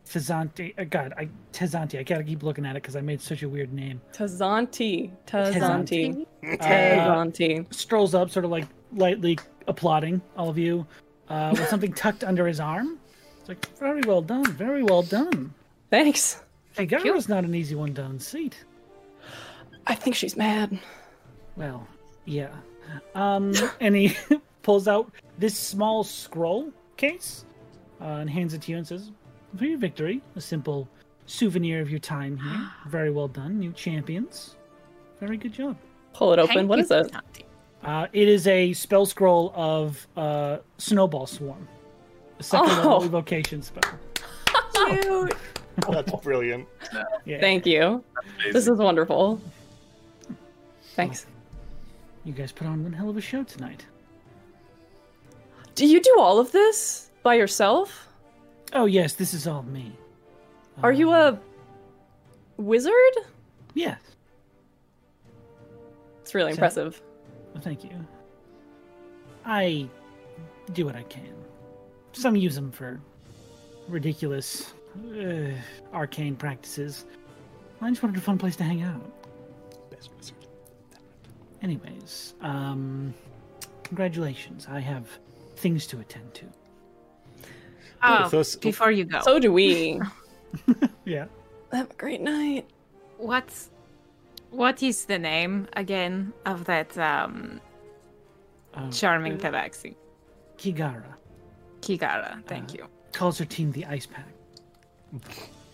[SPEAKER 1] Tezante, uh, God, I, Tezante, I gotta keep looking at it because I made such a weird name.
[SPEAKER 3] Tazanti. Tazanti.
[SPEAKER 1] Uh,
[SPEAKER 3] Tazanti.
[SPEAKER 1] strolls up, sort of like lightly applauding all of you, uh, with something tucked under his arm. It's like, very well done, very well done.
[SPEAKER 3] Thanks.
[SPEAKER 1] Figueroa's not an easy one to unseat.
[SPEAKER 3] I think she's mad.
[SPEAKER 1] Well, yeah. Um, and he (laughs) pulls out this small scroll case uh, and hands it to you and says, "For your victory, a simple souvenir of your time here. Very well done, new champions. Very good job."
[SPEAKER 3] Pull it open.
[SPEAKER 5] Thank
[SPEAKER 3] What
[SPEAKER 5] you,
[SPEAKER 3] is it?
[SPEAKER 5] Tati.
[SPEAKER 1] Uh, it is a spell scroll of uh, Snowball Swarm, a second
[SPEAKER 3] Oh.
[SPEAKER 1] level evocation spell.
[SPEAKER 6] (laughs) that's brilliant.
[SPEAKER 1] Yeah,
[SPEAKER 3] Thank you. This is wonderful. Thanks.
[SPEAKER 1] you guys put on one hell of a show tonight.
[SPEAKER 3] Do you do all of this by yourself?
[SPEAKER 1] Oh yes, this is all me. Uh,
[SPEAKER 3] Are you uh, a wizard?
[SPEAKER 1] Yes,
[SPEAKER 3] It's really
[SPEAKER 1] So-
[SPEAKER 3] impressive.
[SPEAKER 1] Well, thank you. I do what I can. Some use them for ridiculous, uh, arcane practices. I just wanted a fun place to hang out. Anyways, um, congratulations. I have things to attend to.
[SPEAKER 5] Oh,
[SPEAKER 4] With us-
[SPEAKER 5] before you go,
[SPEAKER 3] Oh. So do we.
[SPEAKER 1] Yeah.
[SPEAKER 3] (laughs) Have a great night.
[SPEAKER 5] what's what is the name again of that um,
[SPEAKER 1] Uh,
[SPEAKER 5] charming tabaxi?
[SPEAKER 1] Kigara
[SPEAKER 5] Kigara, thank you.
[SPEAKER 1] calls her team the Ice Pack.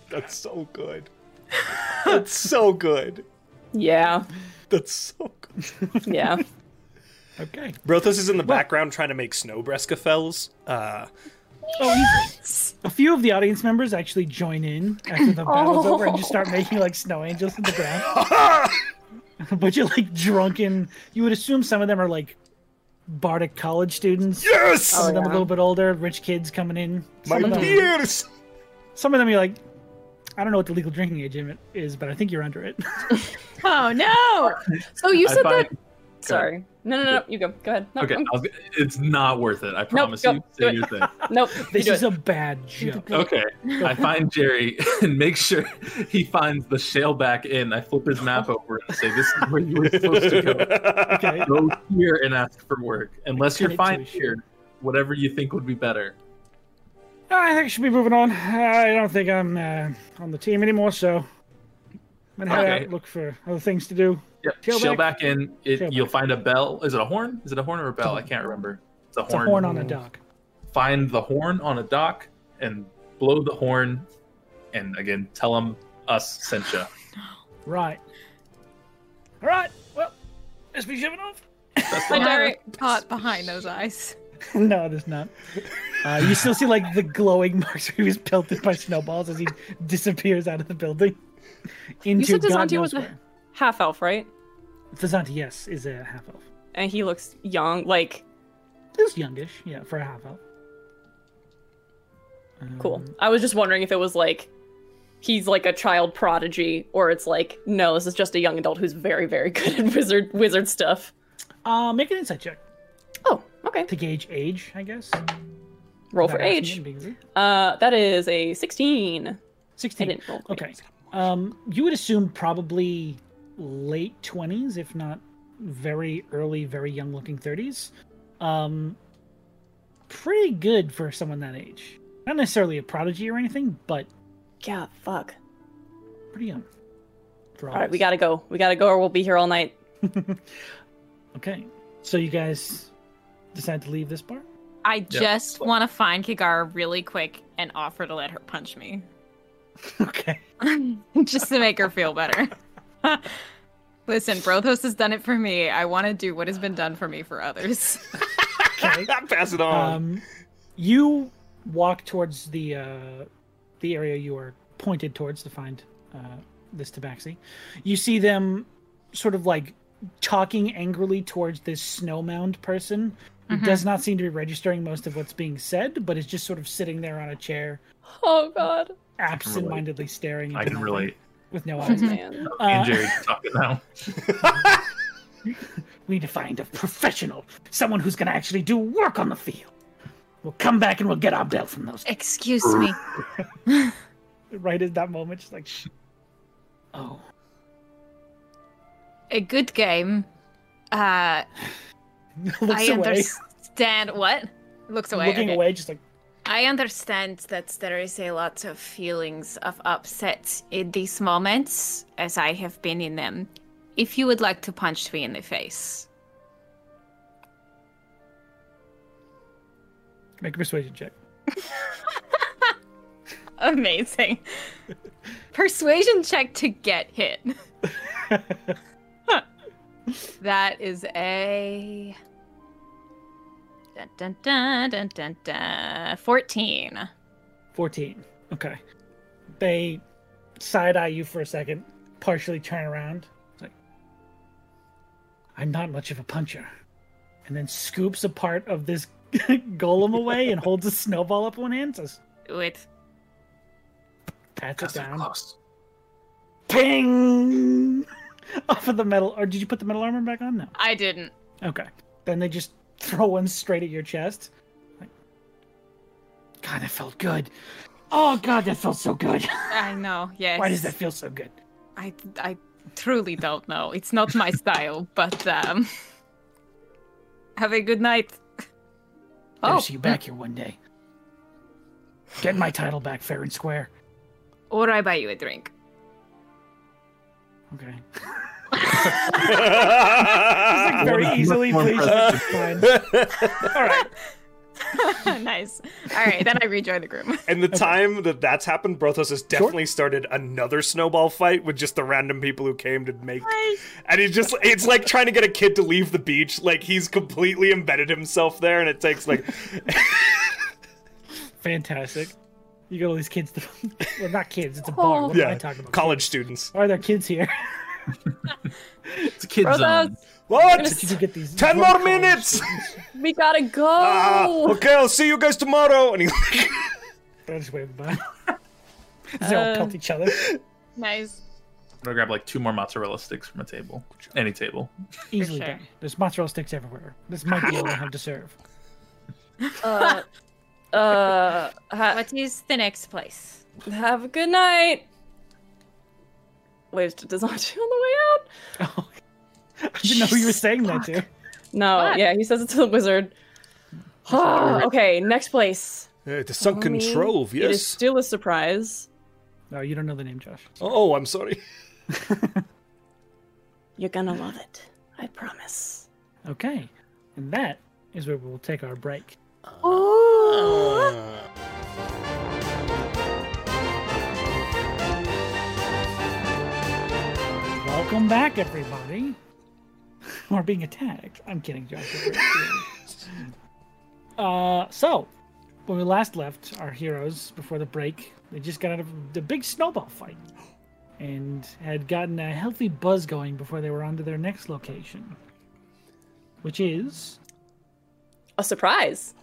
[SPEAKER 6] That's so good. That's so good.
[SPEAKER 3] Yeah.
[SPEAKER 6] That's so good.
[SPEAKER 3] (laughs) Yeah.
[SPEAKER 1] Okay.
[SPEAKER 6] Brothos is in the background trying to make snow breskafels. Uh
[SPEAKER 1] Oh, he's- a few of the audience members actually join in after (laughs) the battle's over and just start making like snow angels in the ground. (laughs) but you're like drunken. You would assume some of them are like bardic college students.
[SPEAKER 6] (laughs) Yes!
[SPEAKER 1] Some of them a little bit older, rich kids coming in. Oh, Some,
[SPEAKER 6] My
[SPEAKER 1] of, them,
[SPEAKER 6] ears!
[SPEAKER 1] some of them you're like, I don't know what the legal drinking age limit is, but I think you're under it. (laughs)
[SPEAKER 5] Oh no!
[SPEAKER 3] So you
[SPEAKER 2] I
[SPEAKER 3] said
[SPEAKER 2] find-
[SPEAKER 3] that. Sorry. No, no, no, no. You go. Go ahead. No,
[SPEAKER 2] Okay,
[SPEAKER 3] I'm-
[SPEAKER 2] I was, gonna- it's not worth it. I promise
[SPEAKER 3] go,
[SPEAKER 2] you.
[SPEAKER 3] do
[SPEAKER 2] Say
[SPEAKER 3] (laughs)
[SPEAKER 2] your thing.
[SPEAKER 3] Nope.
[SPEAKER 1] this
[SPEAKER 3] you
[SPEAKER 1] is
[SPEAKER 3] do it.
[SPEAKER 1] a bad joke.
[SPEAKER 2] Okay, I find Jerry (laughs) and make sure he finds the shale back in. I flip his map over and say, "This is where you were supposed
[SPEAKER 6] (laughs)
[SPEAKER 3] (laughs)
[SPEAKER 2] to go."
[SPEAKER 1] (laughs) Okay.
[SPEAKER 2] go here and ask for work. Unless you're
[SPEAKER 1] Cut it to
[SPEAKER 2] fine
[SPEAKER 1] a shoot.
[SPEAKER 2] here, whatever you think would be better.
[SPEAKER 1] I think I should be moving on. I don't think I'm uh, on the team anymore, so I'm gonna head
[SPEAKER 2] Okay.
[SPEAKER 1] out look for other things to do.
[SPEAKER 2] Yep.
[SPEAKER 1] Shale
[SPEAKER 2] Shale,
[SPEAKER 1] back.
[SPEAKER 2] back, in. It,
[SPEAKER 1] Shale
[SPEAKER 2] you'll
[SPEAKER 1] back.
[SPEAKER 2] find a bell. Is it a horn? Is it a horn or a bell? I can't remember. It's a
[SPEAKER 1] It's a
[SPEAKER 2] horn.
[SPEAKER 1] horn on a dock.
[SPEAKER 2] Find the horn on a dock and blow the horn, and again tell them us sent you.
[SPEAKER 1] Right. All right. Well, let's be shipping off. (laughs)
[SPEAKER 5] I
[SPEAKER 3] Well,
[SPEAKER 5] have
[SPEAKER 3] Derek-
[SPEAKER 5] a pot behind those eyes.
[SPEAKER 1] no, there's not. Uh, you still see like the glowing (laughs) marks where he was pelted by snowballs as he disappears out of the building into
[SPEAKER 3] said
[SPEAKER 1] God
[SPEAKER 3] Dazanti
[SPEAKER 1] knows
[SPEAKER 3] was a-
[SPEAKER 1] where.
[SPEAKER 3] Half elf, right?
[SPEAKER 1] Dazanti, yes, is a half elf.
[SPEAKER 3] and he looks young. Like
[SPEAKER 1] It's youngish, yeah, for a half elf.
[SPEAKER 3] cool. I was just wondering if it was like he's like a child prodigy, or it's like no, this is just a young adult who's very very (laughs) good at wizard wizard stuff.
[SPEAKER 1] Uh, make an insight check
[SPEAKER 3] Oh, okay.
[SPEAKER 1] to gauge age, I guess.
[SPEAKER 3] Roll for
[SPEAKER 1] Without asking
[SPEAKER 3] age.
[SPEAKER 1] it being easy.
[SPEAKER 3] Uh, that is a sixteen. I
[SPEAKER 1] 16.
[SPEAKER 3] didn't roll. great.
[SPEAKER 1] Okay. Um, you would assume probably late 20s, if not very early, very young looking 30s. Um, pretty good for someone that age. Not necessarily a prodigy or anything, but
[SPEAKER 3] Yeah. Fuck.
[SPEAKER 1] pretty young. for
[SPEAKER 3] All right,
[SPEAKER 1] us.
[SPEAKER 3] we gotta go. We gotta go, or we'll be here all night.
[SPEAKER 1] (laughs) Okay. So you guys decide to leave this bar? (laughs)
[SPEAKER 5] I just want to find Kigara really quick and offer to let her punch me, (laughs)
[SPEAKER 3] (laughs)
[SPEAKER 1] okay.
[SPEAKER 5] just to make her feel better. (laughs) Listen, Brothos has done it for me. I want to do what has been done for me for others. (laughs)
[SPEAKER 1] Okay.
[SPEAKER 6] Pass it on.
[SPEAKER 1] Um, (laughs) you walk towards the uh, the area you are pointed towards to find uh, this tabaxi. You see them sort of like talking angrily towards this snow mound person who does not seem to be registering most of what's being said, but is just sort of sitting there on a chair,
[SPEAKER 3] Oh (laughs) God,
[SPEAKER 1] absent-mindedly staring.
[SPEAKER 2] I
[SPEAKER 1] into
[SPEAKER 2] can
[SPEAKER 1] nothing
[SPEAKER 2] relate.
[SPEAKER 1] with
[SPEAKER 2] (laughs)
[SPEAKER 1] no eyes.
[SPEAKER 3] man.
[SPEAKER 2] Me
[SPEAKER 1] Uh,
[SPEAKER 2] and Jerry talking
[SPEAKER 1] (laughs)
[SPEAKER 2] now.
[SPEAKER 1] We need to find a professional, someone who's going to actually do work on the field. We'll come back and we'll get Abdel from those.
[SPEAKER 5] Excuse me.
[SPEAKER 1] Right at that moment, she's like, "Shh." "Oh,
[SPEAKER 5] A good game. Uh,
[SPEAKER 1] (laughs) looks
[SPEAKER 5] I understand what looks away.
[SPEAKER 1] looking
[SPEAKER 5] okay.
[SPEAKER 1] away, just like
[SPEAKER 5] I understand that there is a lot of feelings of upset in these moments, as I have been in them. If you would like to punch me in the face,
[SPEAKER 1] make a persuasion check.
[SPEAKER 5] amazing. (laughs) Persuasion check to get hit. (laughs) that is a. Dun, dun, dun, dun, dun, dun. 14.
[SPEAKER 1] Fourteen. Okay. They side eye you for a second, partially turn around. It's like, I'm not much of a puncher, and then scoops a part of this (laughs) golem away and holds a snowball up in one hand. and Says,
[SPEAKER 5] With
[SPEAKER 1] pats it
[SPEAKER 2] That's so
[SPEAKER 1] down.
[SPEAKER 2] close.
[SPEAKER 1] Ping! (laughs) Off of the metal. Or did you put the metal armor back on? No.
[SPEAKER 5] I didn't.
[SPEAKER 1] Okay. Then they just (laughs) throw one straight at your chest. Like, God, that felt good. Oh, God, that felt so good. (laughs)
[SPEAKER 5] I know. Yes.
[SPEAKER 1] Why does that feel so good?
[SPEAKER 5] I, I truly don't know. It's not my style, (laughs) but um, have a good night.
[SPEAKER 1] I'll
[SPEAKER 5] Oh,
[SPEAKER 1] see you back here one day. Get my title back fair and square.
[SPEAKER 5] or I buy you a drink. (laughs)
[SPEAKER 1] Okay.
[SPEAKER 6] I
[SPEAKER 1] (laughs) Very
[SPEAKER 2] Much
[SPEAKER 1] easily,
[SPEAKER 2] more
[SPEAKER 1] please.
[SPEAKER 2] impressive.
[SPEAKER 1] Fine.
[SPEAKER 6] All right.
[SPEAKER 5] nice. All right, then I rejoin the group. (laughs)
[SPEAKER 6] And the time that that's happened, Brothos has definitely started another snowball fight with just the random people who came to make. And he's just, it's like trying to get a kid to leave the beach. Like he's completely embedded himself there, and it
[SPEAKER 4] (laughs)
[SPEAKER 6] takes like,
[SPEAKER 1] Fantastic. You got all these kids. (laughs) To... well, not kids. It's a bar. What am I
[SPEAKER 6] yeah,
[SPEAKER 1] talking about?
[SPEAKER 6] (laughs) college students.
[SPEAKER 1] Are there kids here? (laughs)
[SPEAKER 2] It's a kid
[SPEAKER 3] Brothos,
[SPEAKER 2] zone.
[SPEAKER 6] What?
[SPEAKER 1] Did you get these?
[SPEAKER 6] Ten
[SPEAKER 1] drunk
[SPEAKER 6] more
[SPEAKER 1] college
[SPEAKER 6] minutes.
[SPEAKER 4] (laughs)
[SPEAKER 3] we gotta go.
[SPEAKER 6] Ah, okay, I'll see you guys tomorrow. And he (laughs)
[SPEAKER 1] I just wave goodbye. (laughs) they all pelt each other.
[SPEAKER 5] Nice.
[SPEAKER 2] I'm gonna grab like two more mozzarella sticks from a table, any table.
[SPEAKER 1] Easily
[SPEAKER 5] sure.
[SPEAKER 1] done. There's mozzarella sticks everywhere. This might be all I have to serve.
[SPEAKER 3] uh, uh, ha-
[SPEAKER 5] What is the next place?
[SPEAKER 3] have a good night. Waves to Desante on the way out.
[SPEAKER 1] Oh, I didn't know who you were saying that to.
[SPEAKER 3] No,
[SPEAKER 5] Fuck.
[SPEAKER 3] yeah, he says it to the wizard. (gasps) okay, next place.
[SPEAKER 4] the sunken
[SPEAKER 3] Homie,
[SPEAKER 4] trove,
[SPEAKER 3] It is
[SPEAKER 4] yes.
[SPEAKER 3] still a surprise.
[SPEAKER 1] No, you don't know the name, Josh.
[SPEAKER 4] Oh, I'm sorry.
[SPEAKER 3] You're gonna love it. I promise.
[SPEAKER 1] Okay, and that is where we will take our break.
[SPEAKER 4] Uh,
[SPEAKER 1] Welcome back, everybody. We're being attacked. I'm kidding, Josh. uh, so, when we last left our heroes before the break, they just got out of the big snowball fight and had gotten a healthy buzz going before they were on to their next location. which is
[SPEAKER 3] A surprise.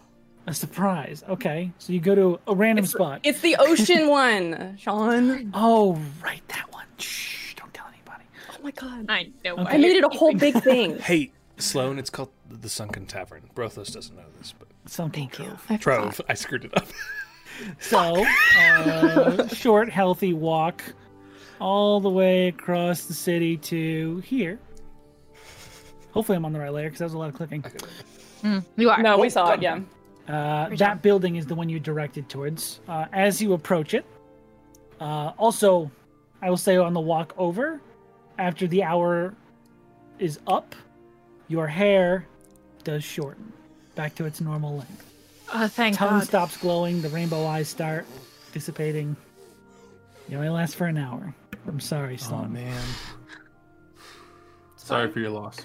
[SPEAKER 1] a surprise. Okay, so you go to a random spot.
[SPEAKER 3] It's the ocean one, Sean.
[SPEAKER 1] oh, right, that one. Shh, don't tell anybody.
[SPEAKER 3] Oh my god.
[SPEAKER 5] I know.
[SPEAKER 1] Okay.
[SPEAKER 5] why
[SPEAKER 3] I made it a whole big thing.
[SPEAKER 4] Hey, Sloan, it's called the Sunken Tavern. Brothos doesn't know this, but
[SPEAKER 1] Something cool.
[SPEAKER 4] Trove. I screwed it up.
[SPEAKER 1] So, uh, short, healthy walk all the way across the city to here. Hopefully, I'm on the right layer because that was a lot of clicking.
[SPEAKER 5] You are.
[SPEAKER 3] No, we saw it, yeah.
[SPEAKER 1] Uh, that building is the one you directed towards. Uh, as you approach it, uh, also, I will say on the walk over, after the hour is up, your hair does shorten back to its normal length.
[SPEAKER 5] Oh, thank
[SPEAKER 1] Tongue
[SPEAKER 5] God.
[SPEAKER 1] stops glowing. The rainbow eyes start dissipating. It only lasts for an hour. I'm sorry,
[SPEAKER 4] Oh,
[SPEAKER 1] Sloan.
[SPEAKER 4] man.
[SPEAKER 2] Sorry for your loss.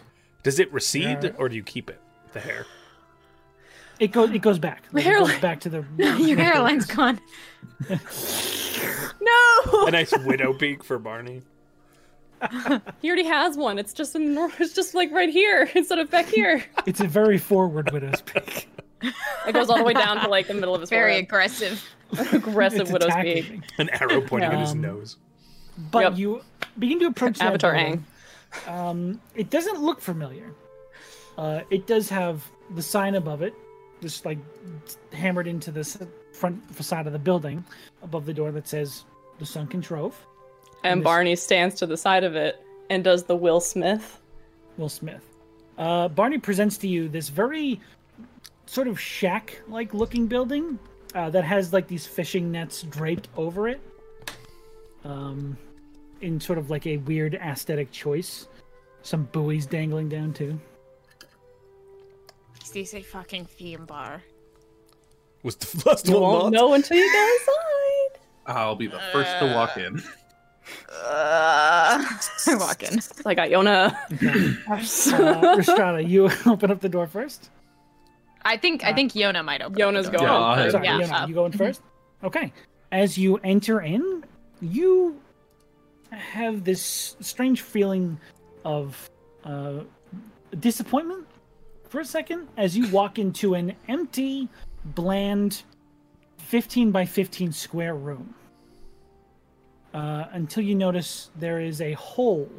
[SPEAKER 4] Does it recede
[SPEAKER 1] Yeah.
[SPEAKER 4] or do you keep it? The hair.
[SPEAKER 1] it goes. It goes back. Like, it goes
[SPEAKER 3] hairline-
[SPEAKER 1] back to the.
[SPEAKER 5] (laughs) Your hairline's gone.
[SPEAKER 6] (laughs)
[SPEAKER 3] No!
[SPEAKER 6] A nice widow peak for Barney.
[SPEAKER 3] He already has one. It's just in nor- it's just like right here (laughs) instead of back here.
[SPEAKER 1] It's a very forward
[SPEAKER 3] (laughs)
[SPEAKER 1] widow's (laughs) peak.
[SPEAKER 3] It goes all the way down to like the middle of his
[SPEAKER 5] Very
[SPEAKER 3] forehead.
[SPEAKER 5] aggressive.
[SPEAKER 3] aggressive
[SPEAKER 1] it's
[SPEAKER 3] widow's
[SPEAKER 1] attacking.
[SPEAKER 3] peak.
[SPEAKER 6] An arrow pointing at his
[SPEAKER 1] Um,
[SPEAKER 6] nose.
[SPEAKER 1] But
[SPEAKER 3] Yep.
[SPEAKER 1] you begin to approach that
[SPEAKER 3] Avatar
[SPEAKER 1] building. Um, it doesn't look familiar. Uh, it does have the sign above it, just like hammered into this front facade of the building, above the door that says "The Sunken Trove."
[SPEAKER 3] And Barney stands to the side of it and does the Will Smith.
[SPEAKER 1] Will Smith. Uh, Barney presents to you this very sort of shack like looking building uh, that has like these fishing nets draped over it um, in sort of like a weird aesthetic choice. Some buoys dangling down too.
[SPEAKER 5] Is this a fucking theme bar?
[SPEAKER 4] Was the first
[SPEAKER 3] You
[SPEAKER 4] one
[SPEAKER 3] won't
[SPEAKER 4] not?
[SPEAKER 3] know until you go (laughs) inside.
[SPEAKER 2] I'll be the first to walk in.
[SPEAKER 5] Uh, I (laughs) walk in.
[SPEAKER 3] So I got Yona.
[SPEAKER 1] Uh, Restrada, you (laughs) open up the door first.
[SPEAKER 5] I think I think Yona might open.
[SPEAKER 3] Yona's
[SPEAKER 5] up the
[SPEAKER 3] going.
[SPEAKER 5] door.
[SPEAKER 2] Yeah, I'll head
[SPEAKER 1] Oh, Sorry,
[SPEAKER 5] Yeah,
[SPEAKER 1] Leona,
[SPEAKER 5] uh,
[SPEAKER 1] you going first? Okay. As you enter in, you have this strange feeling of uh, disappointment for a second as you walk into an empty, bland 15 by 15 square room. Uh, until you notice there is a hole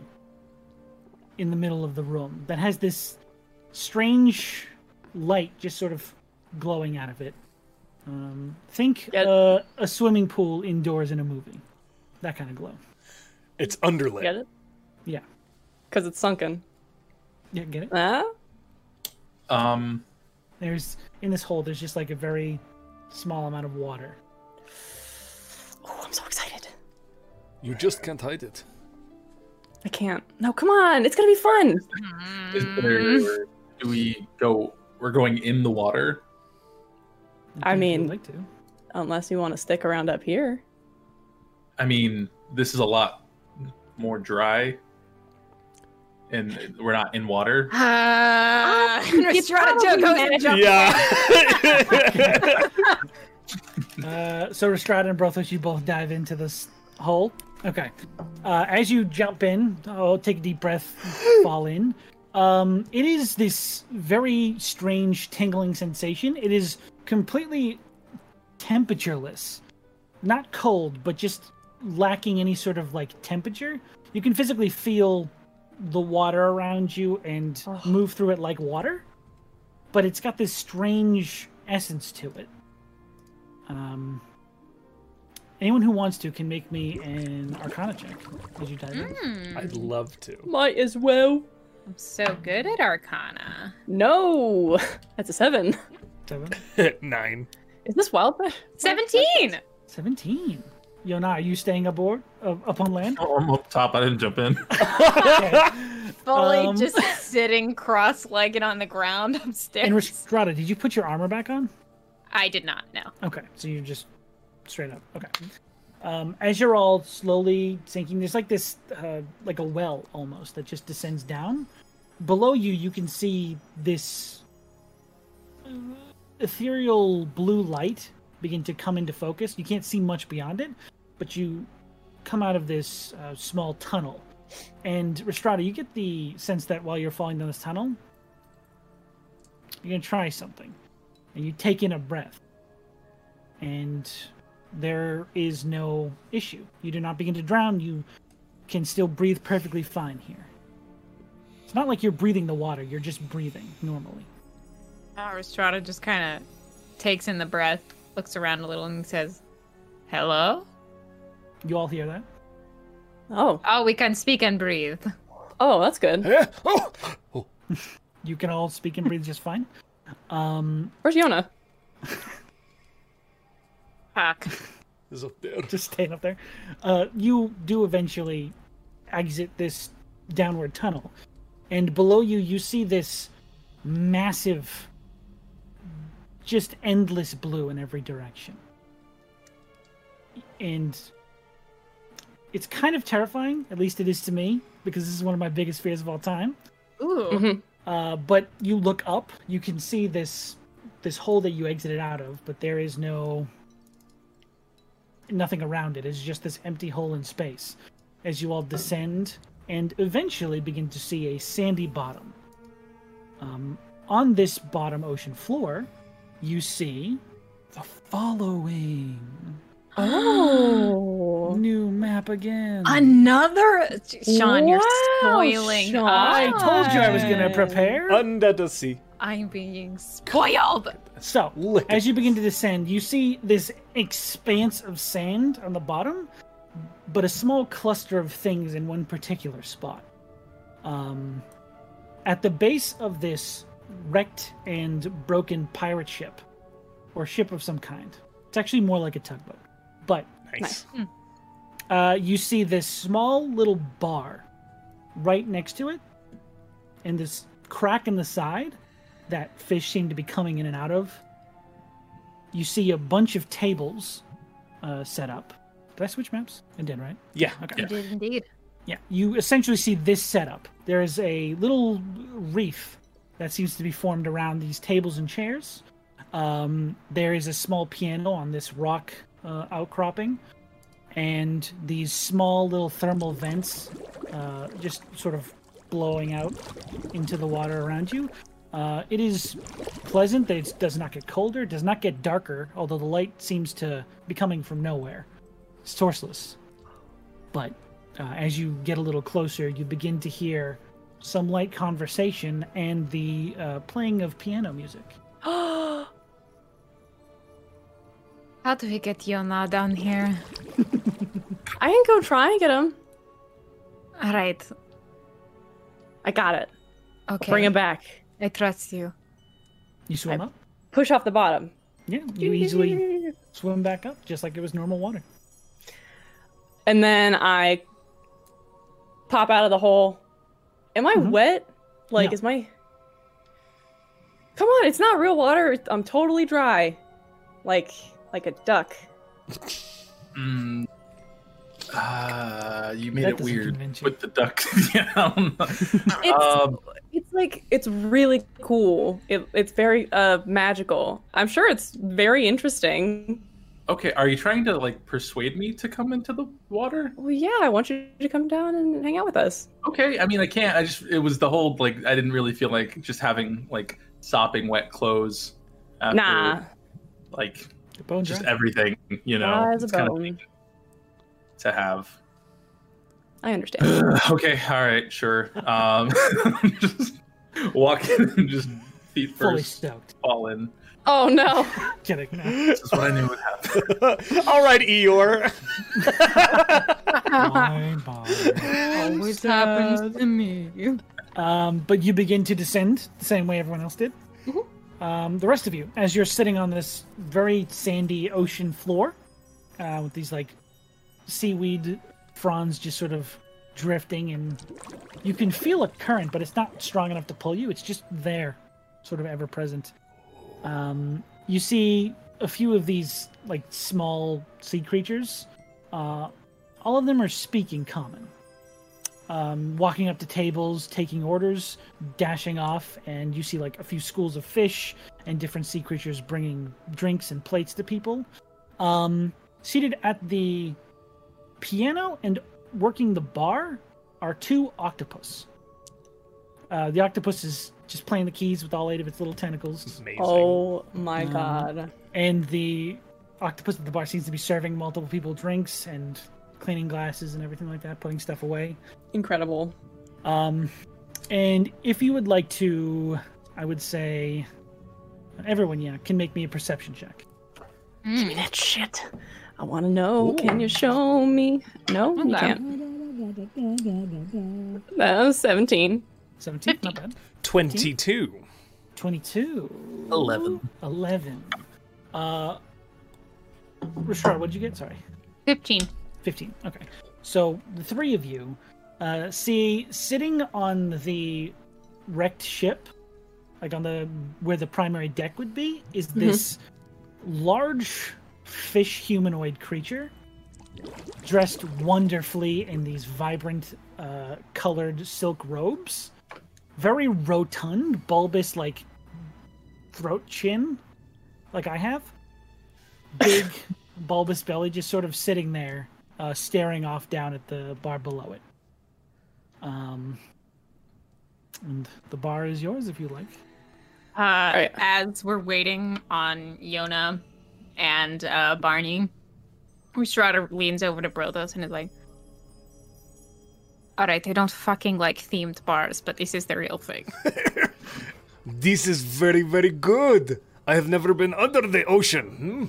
[SPEAKER 1] in the middle of the room that has this strange light just sort of glowing out of it. Um, think
[SPEAKER 3] Yeah.
[SPEAKER 1] uh, a swimming pool indoors in a movie. That kind of glow.
[SPEAKER 4] It's underlit.
[SPEAKER 3] Get it?
[SPEAKER 1] Yeah.
[SPEAKER 3] Because it's sunken.
[SPEAKER 1] Yeah, get it?
[SPEAKER 3] Huh?
[SPEAKER 2] Um,
[SPEAKER 1] There's in this hole there's just like a very small amount of water.
[SPEAKER 3] Oh, I'm so excited.
[SPEAKER 4] You just can't hide it.
[SPEAKER 3] I can't. No, come on. It's gonna be fun.
[SPEAKER 2] is
[SPEAKER 1] Mm.
[SPEAKER 2] there, do we go? We're going in the water.
[SPEAKER 3] I
[SPEAKER 1] If you'd
[SPEAKER 3] mean-
[SPEAKER 1] like to.
[SPEAKER 3] Unless you want to stick around up here.
[SPEAKER 2] I mean, this is a lot more dry, and we're not in water.
[SPEAKER 5] Uh, (laughs) Restrada Joe goes and jumps.
[SPEAKER 4] (laughs)
[SPEAKER 6] Yeah.
[SPEAKER 1] Uh, so Restrada and Brothos, you both dive into this hole. Okay. Uh, as you jump in, oh, take a deep breath, fall in. Um, it is this very strange tingling sensation. It is completely temperatureless, not cold, but just lacking any sort of like temperature. You can physically feel the water around you and move through it like water, but it's got this strange essence to it. Um, anyone who wants to can make me an Arcana check as you dive in.
[SPEAKER 4] I'd love to. (laughs)
[SPEAKER 3] Might as well.
[SPEAKER 5] I'm so good at Arcana.
[SPEAKER 3] No. (laughs) That's a seven.
[SPEAKER 1] Seven.
[SPEAKER 6] Nine.
[SPEAKER 3] Is this wild? Breath?
[SPEAKER 5] Seventeen.
[SPEAKER 1] Seventeen. Yona, are you staying aboard uh, up on
[SPEAKER 2] (laughs)
[SPEAKER 1] land?
[SPEAKER 2] Oh, I'm up top. I didn't jump in.
[SPEAKER 5] Fully
[SPEAKER 1] Um,
[SPEAKER 5] just (laughs) sitting cross-legged on the ground (laughs) upstairs.
[SPEAKER 1] And Restrada, did you put your armor back on?
[SPEAKER 5] I did not know.
[SPEAKER 1] Okay, so you're just straight up. Okay. Um, as you're all slowly sinking, there's like this, uh, like a well almost that just descends down. Below you, you can see this uh, ethereal blue light begin to come into focus. You can't see much beyond it, but you come out of this uh, small tunnel. And Restrada, you get the sense that while you're falling down this tunnel, You're gonna try something, and you take in a breath, and there is no issue. You do not begin to drown. You can still breathe perfectly fine here. It's not like you're breathing the water. You're just breathing normally.
[SPEAKER 5] Uh, Restrada just kind of takes in the breath, looks around a little, and says, "Hello."
[SPEAKER 1] You all hear that?
[SPEAKER 3] Oh,
[SPEAKER 5] Oh, we can speak and breathe.
[SPEAKER 3] oh, that's good.
[SPEAKER 4] Eh? Oh! Oh,
[SPEAKER 1] You can all speak and breathe just fine. Um,
[SPEAKER 3] Where's Yona?
[SPEAKER 5] Fuck.
[SPEAKER 4] it's up there.
[SPEAKER 1] (laughs) just staying up there. Uh, you do eventually exit this downward tunnel, and below you, you see this massive, just endless blue in every direction. And it's kind of terrifying, at least it is to me, because this is one of my biggest fears of all time.
[SPEAKER 5] (laughs) Ooh.
[SPEAKER 1] Uh, but you look up, you can see this this hole that you exited out of, but there is no nothing around it. It's just this empty hole in space. As you all descend and eventually begin to see a sandy bottom. Um, on this bottom ocean floor, you see the following
[SPEAKER 3] Oh.
[SPEAKER 1] new map again.
[SPEAKER 5] Another Sean, you're spoiling.
[SPEAKER 3] Sean.
[SPEAKER 1] I told you I was going to
[SPEAKER 5] us.
[SPEAKER 1] prepare.
[SPEAKER 6] Under the sea.
[SPEAKER 5] I'm being spoiled.
[SPEAKER 1] So,
[SPEAKER 6] Lick
[SPEAKER 1] as you begin to descend, you see this expanse of sand on the bottom, but a small cluster of things in one particular spot. Um, at the base of this wrecked and broken pirate ship, or ship of some kind, it's actually more like a tugboat, but
[SPEAKER 6] Nice.
[SPEAKER 3] Hmm.
[SPEAKER 1] uh, you see this small little bar right next to it, and this crack in the side that fish seem to be coming in and out of. You see a bunch of tables uh, set up. Did I switch maps? I did, right?
[SPEAKER 6] Yeah.
[SPEAKER 1] Okay.
[SPEAKER 2] Yeah.
[SPEAKER 5] did indeed.
[SPEAKER 1] Yeah, you essentially see this setup. There is a little reef that seems to be formed around these tables and chairs. Um, there is a small piano on this rock uh, outcropping, and these small little thermal vents uh, just sort of blowing out into the water around you. Uh, it is pleasant. It does not get colder. It does not get darker, although the light seems to be coming from nowhere. It's sourceless. But uh, as you get a little closer, you begin to hear some light conversation and the uh, playing of piano music.
[SPEAKER 5] How do we get Yona down here?
[SPEAKER 3] (gasps) I can go try and get him.
[SPEAKER 5] All right.
[SPEAKER 3] I got it.
[SPEAKER 5] Okay.
[SPEAKER 3] Bring him back.
[SPEAKER 5] I trust you.
[SPEAKER 1] You swim up?
[SPEAKER 3] Push off the bottom.
[SPEAKER 1] Yeah, you easily swim back up, just like it was normal water.
[SPEAKER 3] And then I pop out of the hole. Am I wet? Like,
[SPEAKER 1] No.
[SPEAKER 3] is my. Come on, it's not real water. I'm totally dry. Like, like a duck.
[SPEAKER 2] Mm, uh, you made
[SPEAKER 1] That
[SPEAKER 2] it
[SPEAKER 1] doesn't
[SPEAKER 2] weird
[SPEAKER 1] convince you.
[SPEAKER 2] with the duck. (laughs) yeah, I don't know.
[SPEAKER 3] It's,
[SPEAKER 2] um,
[SPEAKER 3] it's like, it's really cool. It, it's very uh, magical. I'm sure it's very interesting.
[SPEAKER 2] okay, are you trying to like persuade me to come into the water?
[SPEAKER 3] Well, yeah, I want you to come down and hang out with us.
[SPEAKER 2] Okay, I mean I can't. I just it was the whole like I didn't really feel like just having like sopping wet clothes. After,
[SPEAKER 3] Nah.
[SPEAKER 2] like
[SPEAKER 1] The bone
[SPEAKER 2] just
[SPEAKER 1] dry.
[SPEAKER 2] everything you know.
[SPEAKER 3] Dry as a
[SPEAKER 2] it's kinda
[SPEAKER 3] bone.
[SPEAKER 2] thing to have. (sighs)
[SPEAKER 3] I understand.
[SPEAKER 2] Okay, all right, sure. Um, (laughs) just walk in and just feet
[SPEAKER 1] fully
[SPEAKER 2] first
[SPEAKER 1] stoked. (laughs)
[SPEAKER 2] fall in.
[SPEAKER 3] oh
[SPEAKER 2] (laughs)
[SPEAKER 3] no.
[SPEAKER 1] Kidding. no.
[SPEAKER 2] This is what I
[SPEAKER 3] (laughs)
[SPEAKER 2] knew would happen.
[SPEAKER 4] (laughs)
[SPEAKER 6] All right, Eeyore.
[SPEAKER 1] Bye, bye.
[SPEAKER 5] Always happens to me.
[SPEAKER 1] Um, but you begin to descend the same way everyone else did. Um, the rest of you, as you're sitting on this very sandy ocean floor, uh, with these like seaweed fronds just sort of drifting, and you can feel a current, but it's not strong enough to pull you. It's just there, sort of ever present. Um, you see a few of these like small sea creatures. Uh, all of them are speaking common um, walking up to tables, taking orders, dashing off, and you see like a few schools of fish and different sea creatures bringing drinks and plates to people. Um, seated at the piano and working the bar are two octopus. Uh, the octopus is just playing the keys with all eight of its little tentacles.
[SPEAKER 6] Amazing.
[SPEAKER 3] Oh my god.
[SPEAKER 1] And the octopus at the bar seems to be serving multiple people drinks and cleaning glasses and everything like that, putting stuff away.
[SPEAKER 3] Incredible.
[SPEAKER 1] Um, and if you would like to, I would say everyone, yeah, can make me a perception check.
[SPEAKER 3] Give me that shit. I want to know. Can you show me? No, you
[SPEAKER 5] Okay.
[SPEAKER 3] can't. That was 17.
[SPEAKER 1] 17, not bad.
[SPEAKER 4] 22.
[SPEAKER 1] 22.
[SPEAKER 2] 11.
[SPEAKER 1] 11. Uh, Rashard, what did you get? Sorry.
[SPEAKER 5] 15.
[SPEAKER 1] 15. Okay. So the three of you uh, see sitting on the wrecked ship, like on the where the primary deck would be, is this large fish humanoid creature dressed wonderfully in these vibrant uh, colored silk robes, very rotund, bulbous, like throat chin, like I have, big bulbous belly just sort of sitting there uh, staring off down at the bar below it. Um, and the bar is yours if you like.
[SPEAKER 5] Uh,
[SPEAKER 3] right.
[SPEAKER 5] As we're waiting on Yona and uh, Barney, Strata leans over to Brothos and is like, "All right, they don't fucking like themed bars, but this is the real thing."
[SPEAKER 4] This is very, very good. I have never been under the ocean. Hmm?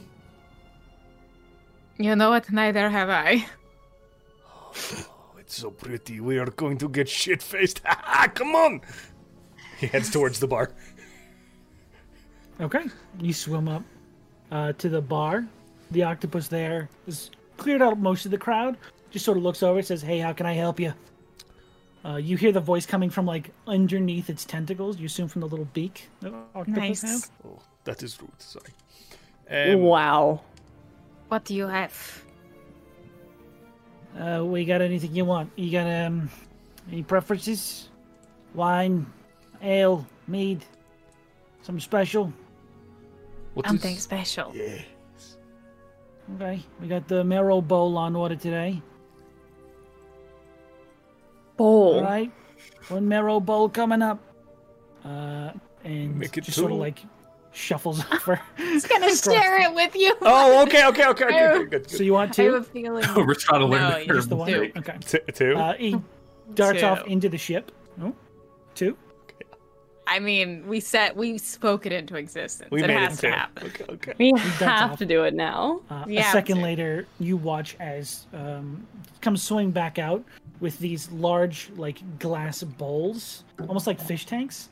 [SPEAKER 5] (laughs) you know what? Neither have I.
[SPEAKER 4] Oh, It's so pretty. We are going to get shit (laughs) faced. Come on.
[SPEAKER 6] He heads towards the bar.
[SPEAKER 1] Okay. You swim up uh, to the bar. The octopus there has cleared out most of the crowd. Just sort of looks over, says, "Hey, how can I help you?" Uh, you hear the voice coming from like underneath its tentacles. You assume from the little beak that octopus have.
[SPEAKER 6] Oh, that is rude. Sorry. Um,
[SPEAKER 3] wow.
[SPEAKER 5] What do you have?
[SPEAKER 1] Uh, we got anything you want? You got um, any preferences? Wine, ale, mead, something special?
[SPEAKER 6] what
[SPEAKER 5] Something
[SPEAKER 6] is-
[SPEAKER 5] special.
[SPEAKER 1] Okay, we got the marrow bowl on order today.
[SPEAKER 6] Oh.
[SPEAKER 1] All
[SPEAKER 3] Bowl.
[SPEAKER 1] right, one marrow bowl coming up. Uh, and
[SPEAKER 6] Make it
[SPEAKER 1] just sort of
[SPEAKER 6] two.
[SPEAKER 1] like
[SPEAKER 6] (laughs)
[SPEAKER 1] shuffles over.
[SPEAKER 5] He's gonna share it with you.
[SPEAKER 6] Oh, okay, okay, okay, okay. good, Good,
[SPEAKER 1] so
[SPEAKER 6] good.
[SPEAKER 1] you want
[SPEAKER 7] I have a
[SPEAKER 1] two?
[SPEAKER 7] feeling.
[SPEAKER 2] We're trying to learn
[SPEAKER 7] No,
[SPEAKER 2] the
[SPEAKER 7] you
[SPEAKER 2] term.
[SPEAKER 1] Just the one.
[SPEAKER 7] Two.
[SPEAKER 1] Okay.
[SPEAKER 6] T- two.
[SPEAKER 1] Uh, he darts off
[SPEAKER 7] Two.
[SPEAKER 1] into the ship. Oh, two.
[SPEAKER 7] I mean, we set, we spoke it into existence.
[SPEAKER 6] we
[SPEAKER 7] it
[SPEAKER 6] made
[SPEAKER 7] has
[SPEAKER 6] it two.
[SPEAKER 7] to happen.
[SPEAKER 6] Okay, okay.
[SPEAKER 3] We
[SPEAKER 1] off.
[SPEAKER 3] have to do it now.
[SPEAKER 1] Uh, a
[SPEAKER 7] Yeah,
[SPEAKER 1] second
[SPEAKER 7] that's it.
[SPEAKER 1] later, you watch as um, comes swimming back out with these large, like glass bowls, almost like fish tanks,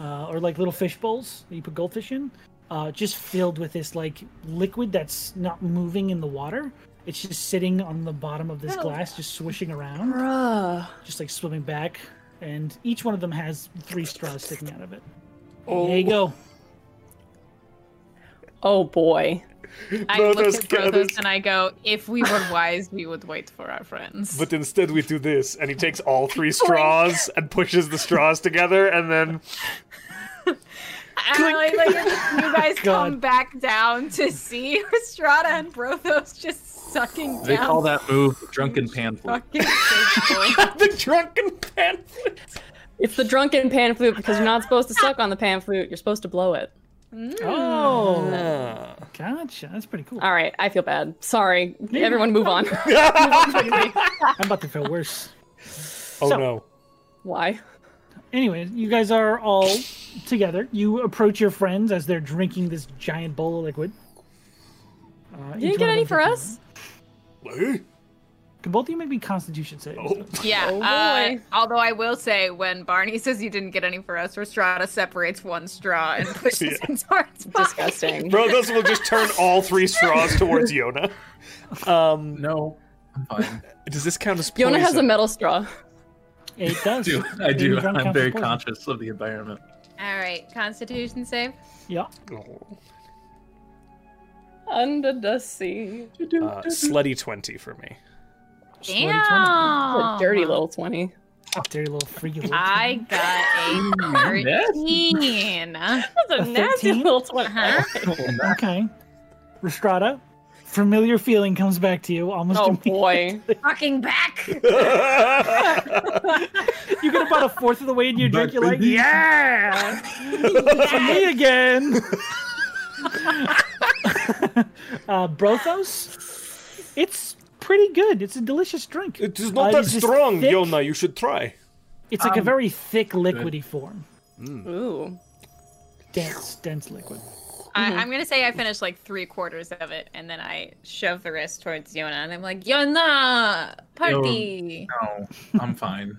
[SPEAKER 1] uh, or like little fish bowls that you put goldfish in, uh, just filled with this like liquid that's not moving in the water. It's just sitting on the bottom of
[SPEAKER 3] Oh.
[SPEAKER 1] this glass, just swishing around,
[SPEAKER 3] Bruh.
[SPEAKER 1] just like swimming back. And each one of them has three straws sticking out of it. Oh. There you go.
[SPEAKER 3] Oh boy.
[SPEAKER 6] Brothos
[SPEAKER 5] I look at
[SPEAKER 6] gathers-
[SPEAKER 5] Brothos and I go, "If we were wise, we would wait for our friends."
[SPEAKER 3] (laughs)
[SPEAKER 6] But instead, we do this, and he takes all three straws and pushes the straws together, and then
[SPEAKER 7] And like, like, you guys come
[SPEAKER 1] God.
[SPEAKER 7] back down to
[SPEAKER 3] (laughs)
[SPEAKER 7] see Estrada and Brothos just sucking
[SPEAKER 2] They
[SPEAKER 7] down
[SPEAKER 2] call that move drunken pamphlet.
[SPEAKER 7] fucking faithful.
[SPEAKER 6] the drunken (laughs) pamphlet.
[SPEAKER 3] It's the drunken pan flute because you're not supposed to suck on the pan flute. You're supposed to blow it.
[SPEAKER 1] Oh, gotcha. That's pretty cool.
[SPEAKER 3] Hmm. All right, I feel bad. Sorry. Everyone move on. (laughs)
[SPEAKER 1] I'm about to feel worse.
[SPEAKER 6] Oh
[SPEAKER 1] So-
[SPEAKER 6] no.
[SPEAKER 3] Why?
[SPEAKER 1] Anyway, you guys are all together. You approach your friends as they're drinking this giant bowl of liquid. Uh, each
[SPEAKER 3] You didn't
[SPEAKER 1] one
[SPEAKER 3] get
[SPEAKER 1] of
[SPEAKER 3] any
[SPEAKER 1] them
[SPEAKER 3] for
[SPEAKER 1] takes-
[SPEAKER 3] us?
[SPEAKER 6] Eh?
[SPEAKER 1] Can both of you make me Constitution saves?
[SPEAKER 6] Oh.
[SPEAKER 7] Yeah.
[SPEAKER 3] Oh,
[SPEAKER 7] uh,
[SPEAKER 3] boy.
[SPEAKER 7] although I will say, when Barney says you didn't get any for us, Estrada separates one straw
[SPEAKER 3] (laughs)
[SPEAKER 7] and pushes it towards Barney.
[SPEAKER 3] (laughs) Disgusting.
[SPEAKER 6] Bro, those will just turn all three straws towards Yona. Um,
[SPEAKER 2] No,
[SPEAKER 1] (laughs)
[SPEAKER 2] I'm fine.
[SPEAKER 6] does this count as poison?
[SPEAKER 3] Yona has a metal straw.
[SPEAKER 2] (laughs)
[SPEAKER 1] It
[SPEAKER 2] I
[SPEAKER 1] does.
[SPEAKER 2] do. I do.
[SPEAKER 1] Being drunk
[SPEAKER 2] I'm
[SPEAKER 1] counts as
[SPEAKER 2] very
[SPEAKER 1] poison.
[SPEAKER 2] conscious of the environment.
[SPEAKER 5] All right, Constitution save.
[SPEAKER 1] Yeah.
[SPEAKER 6] Oh.
[SPEAKER 3] Under the sea.
[SPEAKER 6] Uh, slutty twenty for me. (laughs)
[SPEAKER 1] Sweaty
[SPEAKER 3] A
[SPEAKER 5] Damn,
[SPEAKER 3] dirty little (laughs) 20.
[SPEAKER 1] Oh, dirty little freaky little.
[SPEAKER 5] I
[SPEAKER 1] (laughs)
[SPEAKER 5] (laughs) got a thirteen. (laughs) Uh-huh.
[SPEAKER 3] That's a nasty
[SPEAKER 1] 13?
[SPEAKER 3] little 20.
[SPEAKER 5] Huh?
[SPEAKER 1] Okay. Restrada, familiar feeling comes back to you almost
[SPEAKER 3] Oh
[SPEAKER 1] immediately.
[SPEAKER 6] (laughs)
[SPEAKER 3] boy.
[SPEAKER 5] Fucking (laughs) back.
[SPEAKER 1] (laughs) You get about a fourth of the way in your drink,
[SPEAKER 2] Back,
[SPEAKER 1] you're like,
[SPEAKER 2] baby.
[SPEAKER 1] yeah!
[SPEAKER 5] Yes.
[SPEAKER 1] Me
[SPEAKER 4] (laughs)
[SPEAKER 1] again! uh, Brothos? It's pretty good. It's a delicious drink.
[SPEAKER 4] It is
[SPEAKER 1] Uh,
[SPEAKER 4] not that
[SPEAKER 1] it's just
[SPEAKER 4] strong, um,
[SPEAKER 1] thick.
[SPEAKER 4] Yona. You should try.
[SPEAKER 1] It's like a very thick, liquidy form.
[SPEAKER 3] Ooh.
[SPEAKER 1] Dense, dense liquid.
[SPEAKER 5] I, I'm gonna say I finished like three quarters of it, and then I shove the rest towards Yona, and I'm like, Yona, party.
[SPEAKER 2] No, I'm fine.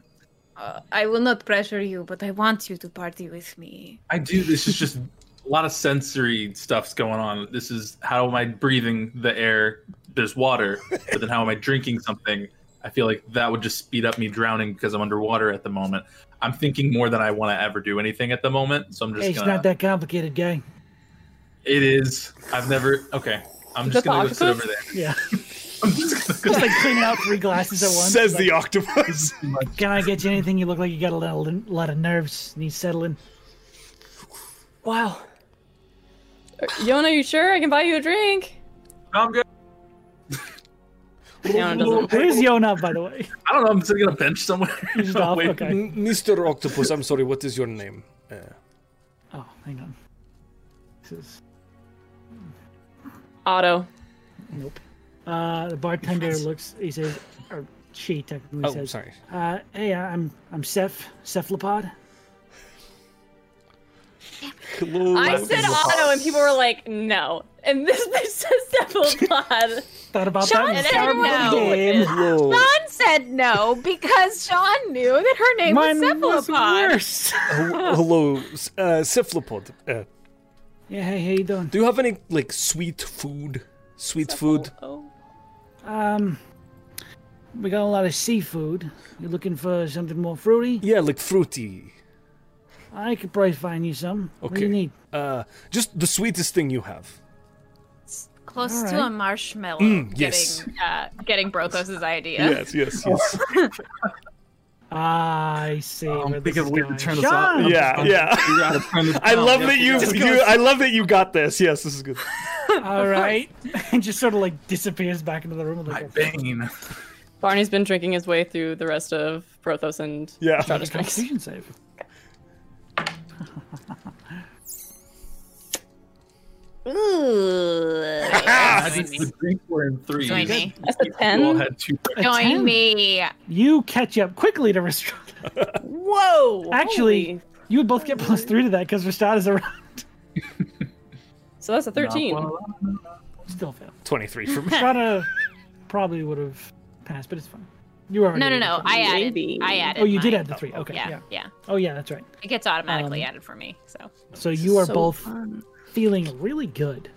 [SPEAKER 5] Uh, I will not pressure you, but I want you to party with me.
[SPEAKER 2] I do. This is just a lot of sensory stuff's going on. This is how am I breathing the air? There's water, but then how am I drinking something? I feel like that would just speed up me drowning because I'm underwater at the moment. I'm thinking more than I want to ever do anything at the moment, so I'm just
[SPEAKER 1] Hey, it's
[SPEAKER 2] gonna.
[SPEAKER 1] not that complicated, gang.
[SPEAKER 2] It is. I've never. Okay, I'm
[SPEAKER 3] that
[SPEAKER 2] just gonna
[SPEAKER 3] the
[SPEAKER 2] go sit over
[SPEAKER 3] octopus?
[SPEAKER 2] there.
[SPEAKER 1] Yeah.
[SPEAKER 2] I'm (laughs) just gonna
[SPEAKER 1] (laughs)
[SPEAKER 2] go
[SPEAKER 1] Just like cleaning out three glasses at once.
[SPEAKER 6] Says
[SPEAKER 1] like, (laughs)
[SPEAKER 6] the octopus.
[SPEAKER 1] Can I get you anything? You look like you got a lot of, lot of nerves. Need settling. Wow.
[SPEAKER 3] Yona, you sure I can buy you a drink?
[SPEAKER 2] No, I'm good.
[SPEAKER 3] Yona doesn't.
[SPEAKER 1] Where's Yona, by
[SPEAKER 4] (laughs)
[SPEAKER 1] the way?
[SPEAKER 2] I don't know. I'm sitting on a bench somewhere.
[SPEAKER 1] (laughs) You're just off?
[SPEAKER 2] (laughs) Wait.
[SPEAKER 1] Okay.
[SPEAKER 4] M- Mr. Octopus, I'm sorry, what is your name? Uh,
[SPEAKER 1] Oh, hang on. This is
[SPEAKER 3] Otto.
[SPEAKER 1] nope. Uh, the bartender looks. He says, or she technically
[SPEAKER 4] oh,
[SPEAKER 1] says,
[SPEAKER 4] sorry.
[SPEAKER 1] Uh, "Hey, I'm I'm Ceph Cephalopod."
[SPEAKER 4] Hello.
[SPEAKER 3] I said Otto, and people were like, "No." And this (laughs) bitch says
[SPEAKER 6] (laughs)
[SPEAKER 3] Cephalopod.
[SPEAKER 1] Thought about
[SPEAKER 7] Sean
[SPEAKER 1] that.
[SPEAKER 7] said
[SPEAKER 1] Start
[SPEAKER 7] no.
[SPEAKER 1] my game.
[SPEAKER 4] Hello.
[SPEAKER 7] Sean said no because Sean knew that her name
[SPEAKER 1] Mine
[SPEAKER 7] was
[SPEAKER 1] was
[SPEAKER 7] Cephalopod.
[SPEAKER 1] worse. (laughs)
[SPEAKER 4] Hel- Hello, s- uh, cephalopod. Uh,
[SPEAKER 1] yeah. Hey, how you doing?
[SPEAKER 4] do you have any like sweet food? Sweet food?
[SPEAKER 3] Oh.
[SPEAKER 1] Um, we got a lot of seafood. You looking for something more fruity?
[SPEAKER 4] Yeah, like fruity.
[SPEAKER 1] I could probably find you some. What do
[SPEAKER 4] Okay.
[SPEAKER 1] you need?
[SPEAKER 4] Uh, just the sweetest thing you have.
[SPEAKER 5] Close
[SPEAKER 1] All
[SPEAKER 5] to a
[SPEAKER 1] right.
[SPEAKER 5] marshmallow.
[SPEAKER 4] Mm, yes.
[SPEAKER 5] Getting, uh, getting Brothos's idea.
[SPEAKER 4] Yes, (laughs) yes, yes.
[SPEAKER 1] I see.
[SPEAKER 2] I'm
[SPEAKER 1] where this
[SPEAKER 2] thinking
[SPEAKER 1] is
[SPEAKER 2] of a way to
[SPEAKER 1] going.
[SPEAKER 2] turn this
[SPEAKER 1] Sean!
[SPEAKER 2] off.
[SPEAKER 4] (laughs)
[SPEAKER 6] yeah, yeah.
[SPEAKER 2] Figure out how to turn this
[SPEAKER 6] I
[SPEAKER 2] down.
[SPEAKER 6] love
[SPEAKER 2] Yeah,
[SPEAKER 6] that
[SPEAKER 2] figure
[SPEAKER 6] you,
[SPEAKER 2] out-
[SPEAKER 6] you I love that you got this. Yes, this is good.
[SPEAKER 1] (laughs) All right, (laughs) and just sort of like disappears back into the room.
[SPEAKER 2] My
[SPEAKER 1] Like,
[SPEAKER 2] bane.
[SPEAKER 3] Barney's been drinking his way through the rest of Brothos and
[SPEAKER 6] Yeah.
[SPEAKER 3] Stratus drinks.
[SPEAKER 1] Constitution save.
[SPEAKER 2] Ah.
[SPEAKER 4] Ah,
[SPEAKER 2] The drink were in three.
[SPEAKER 5] Join me.
[SPEAKER 3] That's a
[SPEAKER 2] You all
[SPEAKER 3] ten.
[SPEAKER 2] had two.
[SPEAKER 5] Join me.
[SPEAKER 1] You catch up quickly to Restrada.
[SPEAKER 3] Whoa!
[SPEAKER 1] Actually,
[SPEAKER 3] holy.
[SPEAKER 1] (laughs) you would both get plus three to that because Restrada's around. (laughs)
[SPEAKER 3] so that's a thirteen.
[SPEAKER 1] Still fail.
[SPEAKER 4] 23 for me.
[SPEAKER 1] Restrada probably would have passed, but it's fine. You are
[SPEAKER 5] No, no, no. I added.
[SPEAKER 3] Maybe.
[SPEAKER 5] I added.
[SPEAKER 1] Oh, you did
[SPEAKER 5] mine.
[SPEAKER 1] add the three. Okay.
[SPEAKER 5] Yeah,
[SPEAKER 1] Yeah.
[SPEAKER 5] yeah,
[SPEAKER 1] Oh, yeah. That's right.
[SPEAKER 5] It gets automatically
[SPEAKER 1] Um,
[SPEAKER 5] added for me. So
[SPEAKER 1] So you are
[SPEAKER 3] So
[SPEAKER 1] both
[SPEAKER 3] fun.
[SPEAKER 1] feeling really good.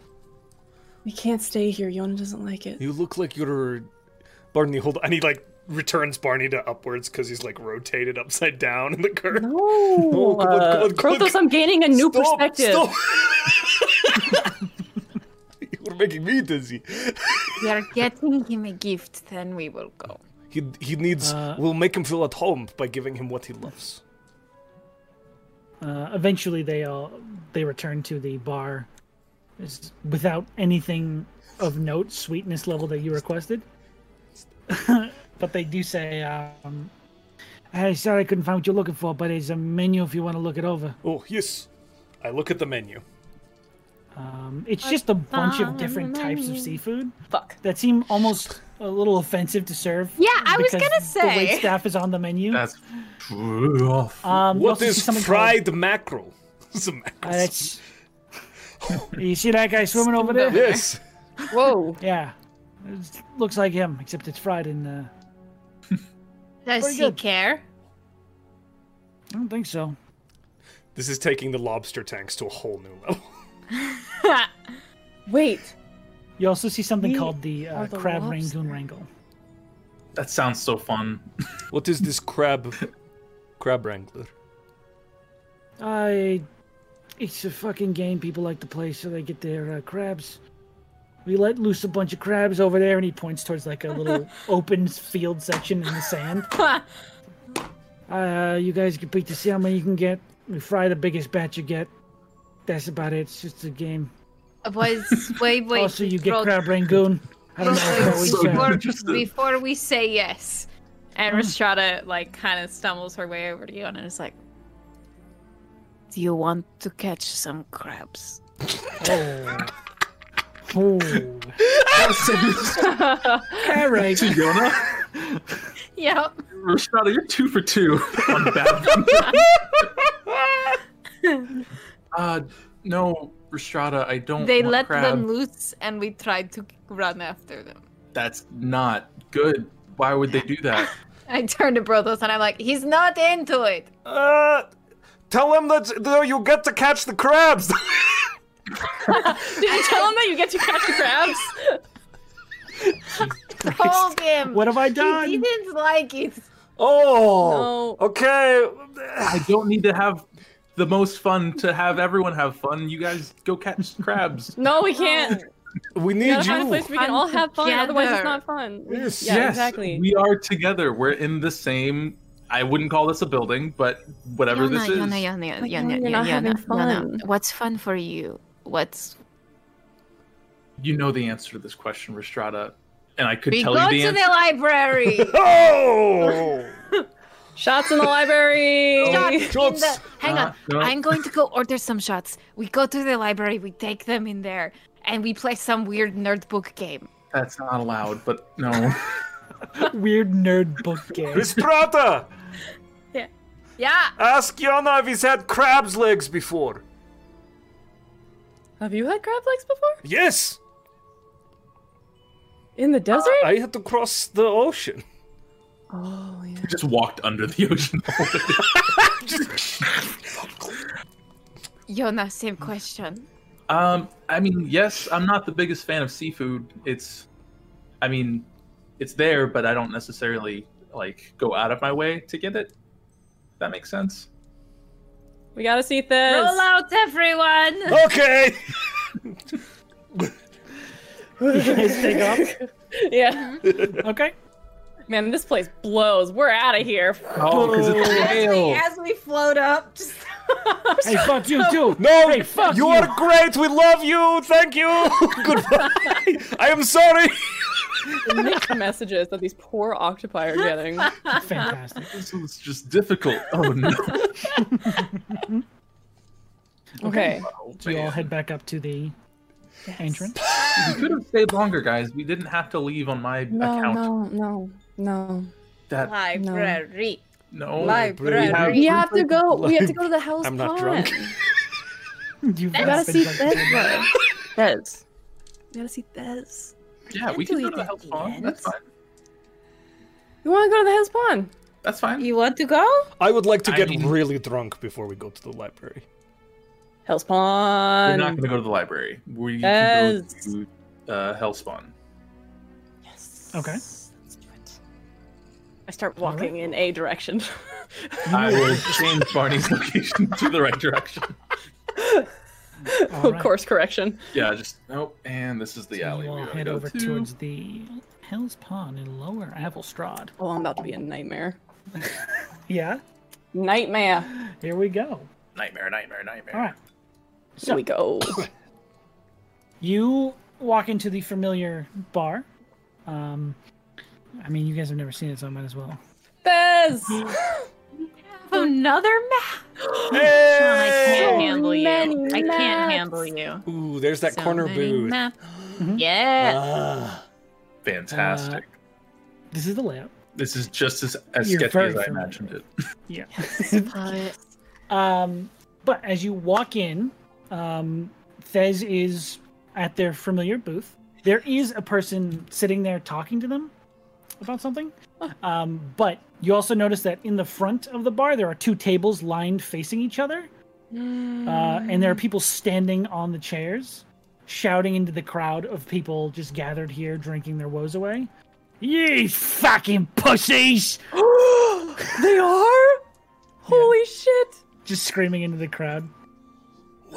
[SPEAKER 3] We can't stay here. Yona doesn't like it.
[SPEAKER 4] You look like you're.
[SPEAKER 6] Barney, hold on. And he like returns Barney to upwards because he's like rotated upside down in the curve. (laughs)
[SPEAKER 3] No,
[SPEAKER 6] God, God,
[SPEAKER 3] uh,
[SPEAKER 6] God,
[SPEAKER 3] Brothos, I'm gaining a new
[SPEAKER 6] Stop,
[SPEAKER 3] perspective.
[SPEAKER 6] stop. (laughs) You're making me dizzy.
[SPEAKER 5] we are getting him a gift. Then we will go.
[SPEAKER 4] He, he needs.
[SPEAKER 1] Uh,
[SPEAKER 4] we'll make him feel at home by giving him what he loves.
[SPEAKER 1] Uh, eventually, they all they return to the bar It's without anything of note, sweetness level that you requested. (laughs) but they do say, um, "Hey, sorry I couldn't find what you're looking for, but there's a menu if you want to look it over.
[SPEAKER 6] Oh yes. I look at the menu.
[SPEAKER 1] Um, it's just a bunch of different types of seafood
[SPEAKER 3] Fuck.
[SPEAKER 1] that seem almost a little offensive to serve.
[SPEAKER 5] Yeah, I was
[SPEAKER 1] because
[SPEAKER 5] gonna
[SPEAKER 1] the wait
[SPEAKER 5] say.
[SPEAKER 1] staff is on the menu.
[SPEAKER 2] That's true.
[SPEAKER 1] Um, you
[SPEAKER 4] What
[SPEAKER 1] also see
[SPEAKER 4] is
[SPEAKER 1] something called-
[SPEAKER 4] fried mackerel?
[SPEAKER 6] (laughs) Some
[SPEAKER 1] Uh,
[SPEAKER 6] (laughs)
[SPEAKER 1] that's- you see that guy swimming over there?
[SPEAKER 4] Yes.
[SPEAKER 3] Whoa.
[SPEAKER 1] Yeah. It looks like him, except it's fried in uh
[SPEAKER 5] Does
[SPEAKER 1] Very
[SPEAKER 5] he
[SPEAKER 1] good.
[SPEAKER 5] care?
[SPEAKER 1] I don't think so.
[SPEAKER 6] This is taking the lobster tanks to a whole new level. (laughs)
[SPEAKER 3] (laughs) Wait.
[SPEAKER 1] You also see something
[SPEAKER 3] We
[SPEAKER 1] called the, uh,
[SPEAKER 3] are the
[SPEAKER 1] crab
[SPEAKER 3] lobster.
[SPEAKER 1] rangoon wrangle.
[SPEAKER 2] That sounds so fun. (laughs)
[SPEAKER 4] What is this crab? crab wrangler.
[SPEAKER 1] I. It's a fucking game people like to play, so they get their uh, crabs. We let loose a bunch of crabs over there, and he points towards like a
[SPEAKER 5] (laughs)
[SPEAKER 1] little open field section in the sand. uh, you guys compete to see how many you can get. We fry the biggest batch you get. That's about it. It's just a game.
[SPEAKER 10] Was wait wait.
[SPEAKER 1] also, you get
[SPEAKER 10] Rod-
[SPEAKER 1] crab rangoon. I don't know if that was,
[SPEAKER 2] So
[SPEAKER 1] uh,
[SPEAKER 10] before,
[SPEAKER 2] interested.
[SPEAKER 10] before we say yes, and Restrada like kind of stumbles her way over to you and is
[SPEAKER 3] (laughs)
[SPEAKER 10] like, "Do you want to catch some crabs?"
[SPEAKER 1] Oh. Oh. All right.
[SPEAKER 2] to Yona.
[SPEAKER 10] Yep.
[SPEAKER 2] Rashada, you're two for two (laughs) on (laughs) bad. uh, no, Rashada, I don't.
[SPEAKER 5] They
[SPEAKER 2] want
[SPEAKER 5] let
[SPEAKER 2] crab.
[SPEAKER 5] them loose and we tried to run after them.
[SPEAKER 2] That's not good. Why would they do that?
[SPEAKER 5] I turned to Brothos and I'm like, he's not into it.
[SPEAKER 6] Uh, tell him that no, you get to catch the crabs. (laughs)
[SPEAKER 3] Did you tell him that you get to catch the crabs?
[SPEAKER 5] Told him.
[SPEAKER 1] What have I
[SPEAKER 5] He
[SPEAKER 1] done?
[SPEAKER 5] didn't like it.
[SPEAKER 6] oh, okay.
[SPEAKER 2] I don't need to have the most fun to have everyone have fun. You guys go catch crabs.
[SPEAKER 3] No, we can't.
[SPEAKER 6] We
[SPEAKER 3] We
[SPEAKER 6] need
[SPEAKER 3] gotta find a
[SPEAKER 6] you.
[SPEAKER 3] place we can all have fun. Otherwise, it's
[SPEAKER 5] Together.
[SPEAKER 3] not fun. We-
[SPEAKER 6] Yes.
[SPEAKER 3] Yeah,
[SPEAKER 2] yes,
[SPEAKER 3] exactly.
[SPEAKER 2] we are together. We're in the same. I wouldn't call this a building, but whatever this is.
[SPEAKER 5] Yana,
[SPEAKER 3] But Yana, you're not having fun.
[SPEAKER 5] What's fun for you? What's
[SPEAKER 2] You know the answer to this question, Restrada, and I could
[SPEAKER 5] we
[SPEAKER 2] tell
[SPEAKER 5] go
[SPEAKER 2] you the
[SPEAKER 5] to
[SPEAKER 2] answer. (laughs)
[SPEAKER 5] the library.
[SPEAKER 6] Oh,
[SPEAKER 3] Shots in the library.
[SPEAKER 5] Shots in
[SPEAKER 6] Shots.
[SPEAKER 5] the- hang on.
[SPEAKER 2] Uh, no.
[SPEAKER 5] I'm going to go order some shots. We go to the library, we take them in there, and we play some weird nerd book game.
[SPEAKER 2] That's not allowed. But no. (laughs)
[SPEAKER 1] Weird nerd book game.
[SPEAKER 6] Ristrata,
[SPEAKER 10] Yeah.
[SPEAKER 6] ask Yana if he's had crab's legs before.
[SPEAKER 3] Have you had crab legs before?
[SPEAKER 6] Yes,
[SPEAKER 3] In the desert?
[SPEAKER 6] I had to cross the ocean.
[SPEAKER 3] oh, yeah.
[SPEAKER 2] just walked under the ocean. (laughs)
[SPEAKER 5] Yona, same question.
[SPEAKER 2] um, I mean, yes, I'm not the biggest fan of seafood. It's, I mean, it's there, but I don't necessarily like go out of my way to get it. That makes sense.
[SPEAKER 3] We gotta see this.
[SPEAKER 10] Roll out, everyone.
[SPEAKER 6] Okay.
[SPEAKER 1] You guys take off.
[SPEAKER 3] (laughs) Yeah.
[SPEAKER 1] Okay.
[SPEAKER 3] Man, this place blows. We're out of here.
[SPEAKER 2] Oh, because it's
[SPEAKER 5] Actually,
[SPEAKER 2] whale.
[SPEAKER 5] as we float up, (laughs) just
[SPEAKER 1] Hey, fuck you too.
[SPEAKER 6] No,
[SPEAKER 1] Hey, fuck
[SPEAKER 6] you
[SPEAKER 1] you.
[SPEAKER 6] are great. We love you. Thank you. Goodbye. I am sorry.
[SPEAKER 3] The mixed (laughs) messages that these poor octopi are getting. (laughs)
[SPEAKER 1] Fantastic.
[SPEAKER 2] This was just difficult. Oh
[SPEAKER 5] (laughs)
[SPEAKER 2] no.
[SPEAKER 3] Okay.
[SPEAKER 2] Oh,
[SPEAKER 1] So you all
[SPEAKER 2] man.
[SPEAKER 1] head back up to the entrance.
[SPEAKER 2] We could have stayed longer, guys. We didn't have to leave on my account.
[SPEAKER 3] no, no.
[SPEAKER 2] That
[SPEAKER 5] library.
[SPEAKER 2] no.
[SPEAKER 5] Library.
[SPEAKER 2] We have-
[SPEAKER 3] We have to (laughs) go. We have to go to the house.
[SPEAKER 6] I'm not
[SPEAKER 3] pond.
[SPEAKER 6] drunk.
[SPEAKER 1] You've
[SPEAKER 3] We
[SPEAKER 1] not
[SPEAKER 3] gotta
[SPEAKER 1] been
[SPEAKER 3] see
[SPEAKER 1] back
[SPEAKER 3] Thez.
[SPEAKER 1] to-
[SPEAKER 3] first. Thez. We gotta see Thez.
[SPEAKER 2] Yeah, we can go to the house pond. That's fine.
[SPEAKER 3] You want to go to the house pond?
[SPEAKER 2] That's fine.
[SPEAKER 5] You want to go?
[SPEAKER 6] I would like to
[SPEAKER 2] I
[SPEAKER 6] get
[SPEAKER 2] mean-
[SPEAKER 6] really drunk before we go to the library.
[SPEAKER 3] House
[SPEAKER 2] We're not
[SPEAKER 3] pond.
[SPEAKER 2] going to go to the library. We
[SPEAKER 3] Yes.
[SPEAKER 2] can go to uh, Hellspawn.
[SPEAKER 3] Yes.
[SPEAKER 1] Okay.
[SPEAKER 3] Let's do it. I start walking in a direction. (laughs)
[SPEAKER 2] I will (laughs) change Barney's location to the right direction.
[SPEAKER 1] All right.
[SPEAKER 3] Course correction.
[SPEAKER 2] Yeah, just nope. And this is the alley.
[SPEAKER 1] We'll
[SPEAKER 2] we gotta
[SPEAKER 1] head
[SPEAKER 2] go
[SPEAKER 1] over
[SPEAKER 2] to.
[SPEAKER 1] towards the Hell's Pond in Lower Avelstrad.
[SPEAKER 3] Oh, I'm about to be a nightmare.
[SPEAKER 1] Yeah,
[SPEAKER 3] Nightmare.
[SPEAKER 1] here we go.
[SPEAKER 2] nightmare, nightmare, nightmare.
[SPEAKER 1] All right.
[SPEAKER 3] Here
[SPEAKER 1] (coughs)
[SPEAKER 3] we go.
[SPEAKER 1] You walk into the familiar bar. Um, I mean, you guys have never seen it, so I might as well.
[SPEAKER 3] Thez.
[SPEAKER 10] Another map. I
[SPEAKER 6] Hey!
[SPEAKER 10] can't handle you.
[SPEAKER 3] many
[SPEAKER 10] I can't
[SPEAKER 3] maps.
[SPEAKER 10] handle you.
[SPEAKER 6] Ooh, there's that
[SPEAKER 10] So
[SPEAKER 6] corner
[SPEAKER 10] many
[SPEAKER 6] booth.
[SPEAKER 10] map-
[SPEAKER 5] Mm-hmm.
[SPEAKER 10] Yeah.
[SPEAKER 6] Ah.
[SPEAKER 2] Fantastic.
[SPEAKER 1] This is the layout.
[SPEAKER 2] this is just as, as
[SPEAKER 1] Uh, You're
[SPEAKER 2] sketchy
[SPEAKER 1] very
[SPEAKER 2] as I
[SPEAKER 1] familiar.
[SPEAKER 2] imagined it.
[SPEAKER 1] Yeah.
[SPEAKER 5] Uh,
[SPEAKER 1] um, but as you walk in, um, Thez is at their familiar booth. There is a person sitting there talking to them about something. Um, but you also notice that in the front of the bar, there are two tables lined facing each other. Uh, and there are people standing on the chairs, shouting into the crowd of people just gathered here drinking their woes away. Ye fucking pussies!
[SPEAKER 3] they are? Holy shit.
[SPEAKER 1] Just screaming into the crowd.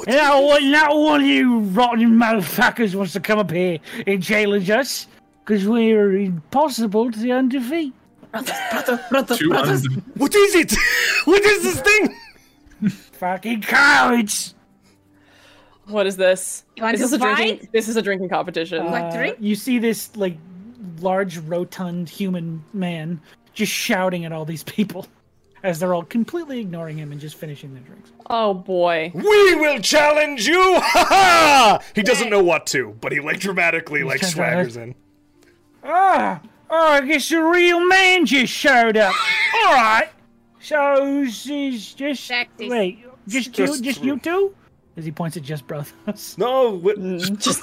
[SPEAKER 1] Now, one- now one of you rotten motherfuckers wants to come up here and challenge us, because we're impossible to undefeat.
[SPEAKER 2] Two un-
[SPEAKER 6] (laughs) What is it? what is this thing?
[SPEAKER 1] Fucking cowards!
[SPEAKER 3] What is this?
[SPEAKER 5] You want
[SPEAKER 3] Is this
[SPEAKER 5] to
[SPEAKER 3] a drinking?
[SPEAKER 5] fight?
[SPEAKER 3] This is a drinking competition.
[SPEAKER 7] Like
[SPEAKER 1] Uh,
[SPEAKER 7] drink?
[SPEAKER 1] You see this like large, rotund human man just shouting at all these people (laughs) as they're all completely ignoring him and just finishing their drinks.
[SPEAKER 3] oh boy.
[SPEAKER 6] We will challenge you! (laughs) Ha ha! He doesn't know what to, but he like dramatically like
[SPEAKER 1] just
[SPEAKER 6] swaggers in.
[SPEAKER 1] Ah, oh, I guess the real man just showed up. all right. So this is just
[SPEAKER 5] Practice.
[SPEAKER 1] wait, just, you,
[SPEAKER 6] Just-
[SPEAKER 1] just you two? As he points at just
[SPEAKER 3] (laughs)
[SPEAKER 1] Brothos.
[SPEAKER 6] No, w-
[SPEAKER 1] Mm,
[SPEAKER 3] Just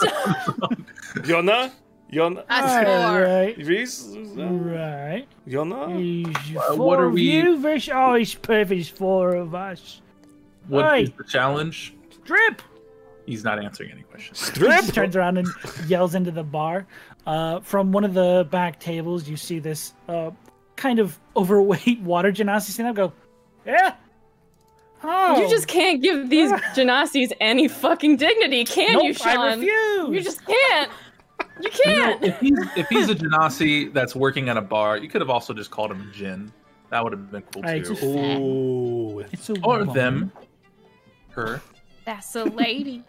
[SPEAKER 6] (laughs) Yona? Yona?
[SPEAKER 5] Us four.
[SPEAKER 1] right,
[SPEAKER 6] Reese?
[SPEAKER 1] right.
[SPEAKER 6] Yona?
[SPEAKER 1] Is
[SPEAKER 2] Wha- what
[SPEAKER 1] four
[SPEAKER 2] are
[SPEAKER 1] of
[SPEAKER 2] we-
[SPEAKER 1] You versus oh, it's perfect. It's four of us.
[SPEAKER 2] What is
[SPEAKER 1] Hey.
[SPEAKER 2] the challenge?
[SPEAKER 1] Drip.
[SPEAKER 2] He's not answering any questions.
[SPEAKER 1] He just turns around and (laughs) yells into the bar. Uh, from one of the back tables, you see this uh, kind of overweight (laughs) water genasi stand up. Go, yeah. Oh,
[SPEAKER 3] you just can't
[SPEAKER 1] (laughs)
[SPEAKER 3] give these Genasi's any fucking dignity, can
[SPEAKER 1] nope,
[SPEAKER 3] you, Sean?
[SPEAKER 1] I refuse.
[SPEAKER 3] You just can't. You can't.
[SPEAKER 2] if, he's, if he's a genasi that's working at a bar, you could have also just called him Jin. That would have been cool
[SPEAKER 1] I
[SPEAKER 2] too.
[SPEAKER 1] just-
[SPEAKER 6] Ooh.
[SPEAKER 1] It's a
[SPEAKER 2] or
[SPEAKER 1] woman.
[SPEAKER 2] them, her.
[SPEAKER 5] That's a lady.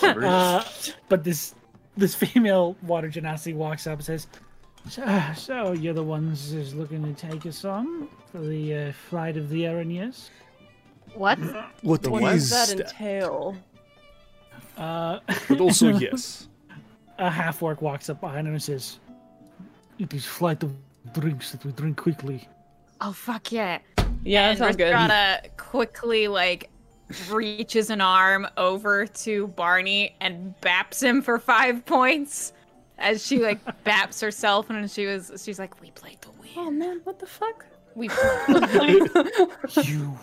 [SPEAKER 2] whatever.
[SPEAKER 1] Uh, but this this female water genasi walks up and says, so, so you're the ones who's looking to take us on for the uh, flight of the Erenius?
[SPEAKER 5] What?
[SPEAKER 3] What
[SPEAKER 4] what is
[SPEAKER 3] does
[SPEAKER 6] (laughs)
[SPEAKER 3] that
[SPEAKER 4] that?
[SPEAKER 3] entail?
[SPEAKER 1] Uh, (laughs)
[SPEAKER 4] But also yes.
[SPEAKER 1] a half orc walks up behind him and says, "It is flight of drinks that we drink quickly."
[SPEAKER 5] Oh fuck yeah!
[SPEAKER 3] Yeah, that
[SPEAKER 5] and
[SPEAKER 3] sounds good.
[SPEAKER 5] Restrada quickly like reaches an arm over to Barney and baps him for five points. As she like baps herself, and she was she's like, "We played to win.
[SPEAKER 3] Oh man, what
[SPEAKER 1] (laughs)
[SPEAKER 3] the fuck?
[SPEAKER 5] We played.
[SPEAKER 1] You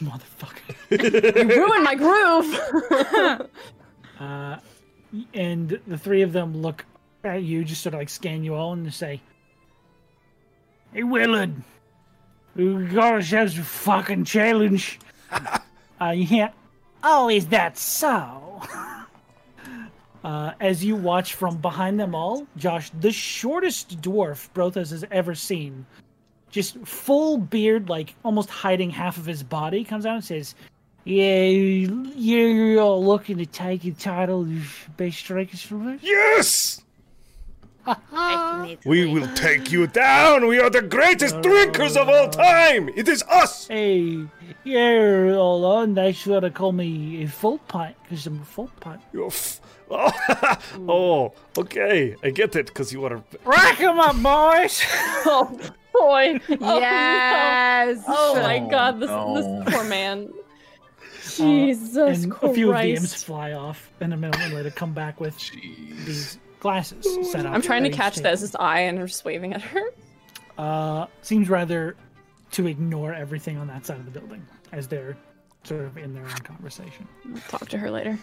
[SPEAKER 1] motherfucker!
[SPEAKER 3] Ruin my groove. (laughs)
[SPEAKER 1] Uh, and the three of them look at you, just sort of like scan you all, and they say, "Hey, Willard, we got ourselves a fucking challenge." uh, you can't. Oh, is that so? (laughs) Uh, as you watch from behind them all, Josh, the shortest dwarf Brothos has ever seen, just full beard, like almost hiding half of his body, comes out and says, yeah, you- you're all looking to take the title of best strikers from us?
[SPEAKER 6] Yes!
[SPEAKER 5] I need to
[SPEAKER 6] We
[SPEAKER 5] leave.
[SPEAKER 6] will take you down! We are the greatest drinkers of all time! It is us!
[SPEAKER 1] Hey, you're all on. They sort of call me a full pint because I'm a full pint.
[SPEAKER 6] You're f- (laughs) Oh, oh, okay. I get it, because you are.
[SPEAKER 1] Rack 'em up, (laughs) boys!
[SPEAKER 3] oh boy. Oh, no.
[SPEAKER 5] Yes.
[SPEAKER 3] Oh my
[SPEAKER 2] Oh,
[SPEAKER 3] god, this,
[SPEAKER 2] no.
[SPEAKER 3] this
[SPEAKER 1] (laughs)
[SPEAKER 3] poor man. Jesus
[SPEAKER 1] Uh, and
[SPEAKER 3] Christ.
[SPEAKER 1] a few of the imps fly off, and a minute later come back with
[SPEAKER 2] Jeez.
[SPEAKER 1] these glasses set up.
[SPEAKER 3] I'm trying to
[SPEAKER 1] at each
[SPEAKER 3] catch
[SPEAKER 1] table.
[SPEAKER 3] Thez's eye and I'm just waving at her.
[SPEAKER 1] Uh, seems rather to ignore everything on that side of the building as they're sort of in their own conversation.
[SPEAKER 3] Talk to her later.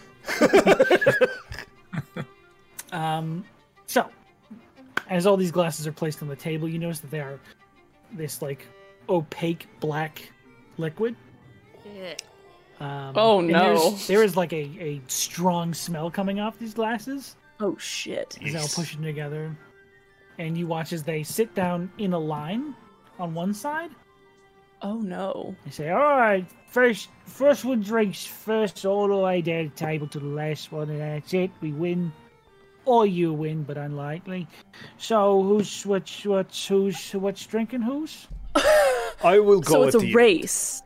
[SPEAKER 1] Um, so, as all these glasses are placed on the table, you notice that they are this like opaque black liquid.
[SPEAKER 6] Oh.
[SPEAKER 1] Um,
[SPEAKER 3] Oh,
[SPEAKER 1] and
[SPEAKER 3] no.
[SPEAKER 1] there's- There is like a, a strong smell coming off these glasses
[SPEAKER 3] Oh shit.
[SPEAKER 1] as they all push them together. And you watch as they sit down in a line on one side.
[SPEAKER 3] Oh no.
[SPEAKER 1] They say, "All right, first first one drinks first all the way down the table to the last one, and that's it. We win, or you win, but unlikely. So who's what's what's who's what's drinking who's?
[SPEAKER 6] I will go
[SPEAKER 3] so it's
[SPEAKER 6] at
[SPEAKER 3] a
[SPEAKER 6] the
[SPEAKER 3] race.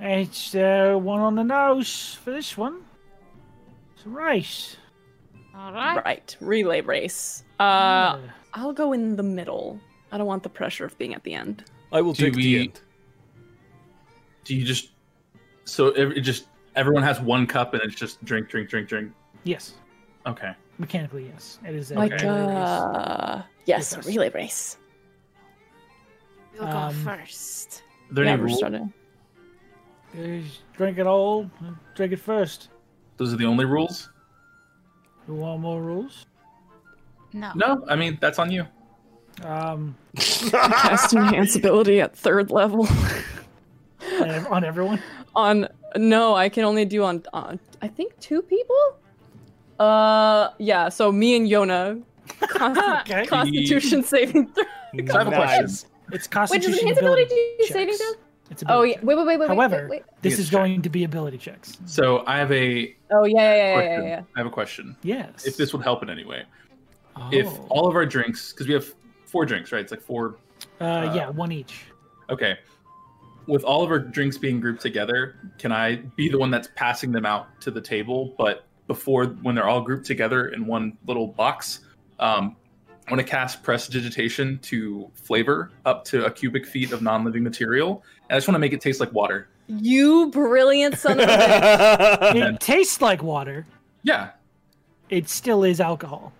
[SPEAKER 1] It's uh, one on the nose for this one. It's a race.
[SPEAKER 5] All right.
[SPEAKER 3] Right. Relay race. Uh I'll go in the middle. I don't want the pressure of being at the end.
[SPEAKER 4] I will
[SPEAKER 2] Do
[SPEAKER 4] take the
[SPEAKER 2] we-
[SPEAKER 4] end.
[SPEAKER 2] Do you just so ev- it just everyone has one cup and it's just drink, drink, drink, drink?
[SPEAKER 1] yes,
[SPEAKER 2] Okay.
[SPEAKER 1] mechanically yes. It is a
[SPEAKER 3] Like
[SPEAKER 1] relay race.
[SPEAKER 3] uh yes, a
[SPEAKER 1] Yes.
[SPEAKER 3] relay race.
[SPEAKER 5] You'll
[SPEAKER 1] Um,
[SPEAKER 5] go first.
[SPEAKER 2] Are there
[SPEAKER 3] yeah,
[SPEAKER 2] any
[SPEAKER 3] we're
[SPEAKER 2] rules?
[SPEAKER 3] starting.
[SPEAKER 1] There's drink it all. Drink it first.
[SPEAKER 2] Those are the only rules?
[SPEAKER 1] You want more rules?
[SPEAKER 5] No.
[SPEAKER 2] No, I mean that's on you.
[SPEAKER 1] Um,
[SPEAKER 3] Cast (laughs) enhance ability at third level. (laughs)
[SPEAKER 1] and on everyone.
[SPEAKER 3] on no i can only do on, on i think two people uh yeah so me and
[SPEAKER 7] (laughs)
[SPEAKER 3] yona Consti-
[SPEAKER 1] Okay.
[SPEAKER 3] constitution saving throw
[SPEAKER 2] I have a
[SPEAKER 6] (laughs)
[SPEAKER 2] question.
[SPEAKER 6] Nice. (laughs)
[SPEAKER 1] It's constitution
[SPEAKER 5] enhance ability do
[SPEAKER 1] checks.
[SPEAKER 5] saving throw?
[SPEAKER 1] It's
[SPEAKER 7] Oh
[SPEAKER 1] ability
[SPEAKER 7] yeah.
[SPEAKER 1] check.
[SPEAKER 7] Wait, wait, wait, wait.
[SPEAKER 1] However,
[SPEAKER 7] wait, wait.
[SPEAKER 1] this
[SPEAKER 2] Yes,
[SPEAKER 1] is
[SPEAKER 2] check.
[SPEAKER 1] going to be ability checks.
[SPEAKER 2] So I have a
[SPEAKER 7] Oh yeah, yeah, yeah, yeah,
[SPEAKER 2] question.
[SPEAKER 7] yeah, yeah.
[SPEAKER 2] I have a question.
[SPEAKER 1] Yes.
[SPEAKER 2] If this would help in any way,
[SPEAKER 1] oh.
[SPEAKER 2] if all of our drinks, because we have four drinks, right? It's like four
[SPEAKER 1] uh, yeah, one each.
[SPEAKER 2] Okay. With all of our drinks being grouped together, can I be the one that's passing them out to the table? But before, when they're all grouped together in one little box, um, I want to cast Prestidigitation to flavor up to a cubic feet of non living material. And I just want to make it taste like water.
[SPEAKER 3] You brilliant son of a
[SPEAKER 6] (laughs)
[SPEAKER 3] bitch.
[SPEAKER 1] It tastes like water.
[SPEAKER 2] Yeah.
[SPEAKER 1] It still is alcohol.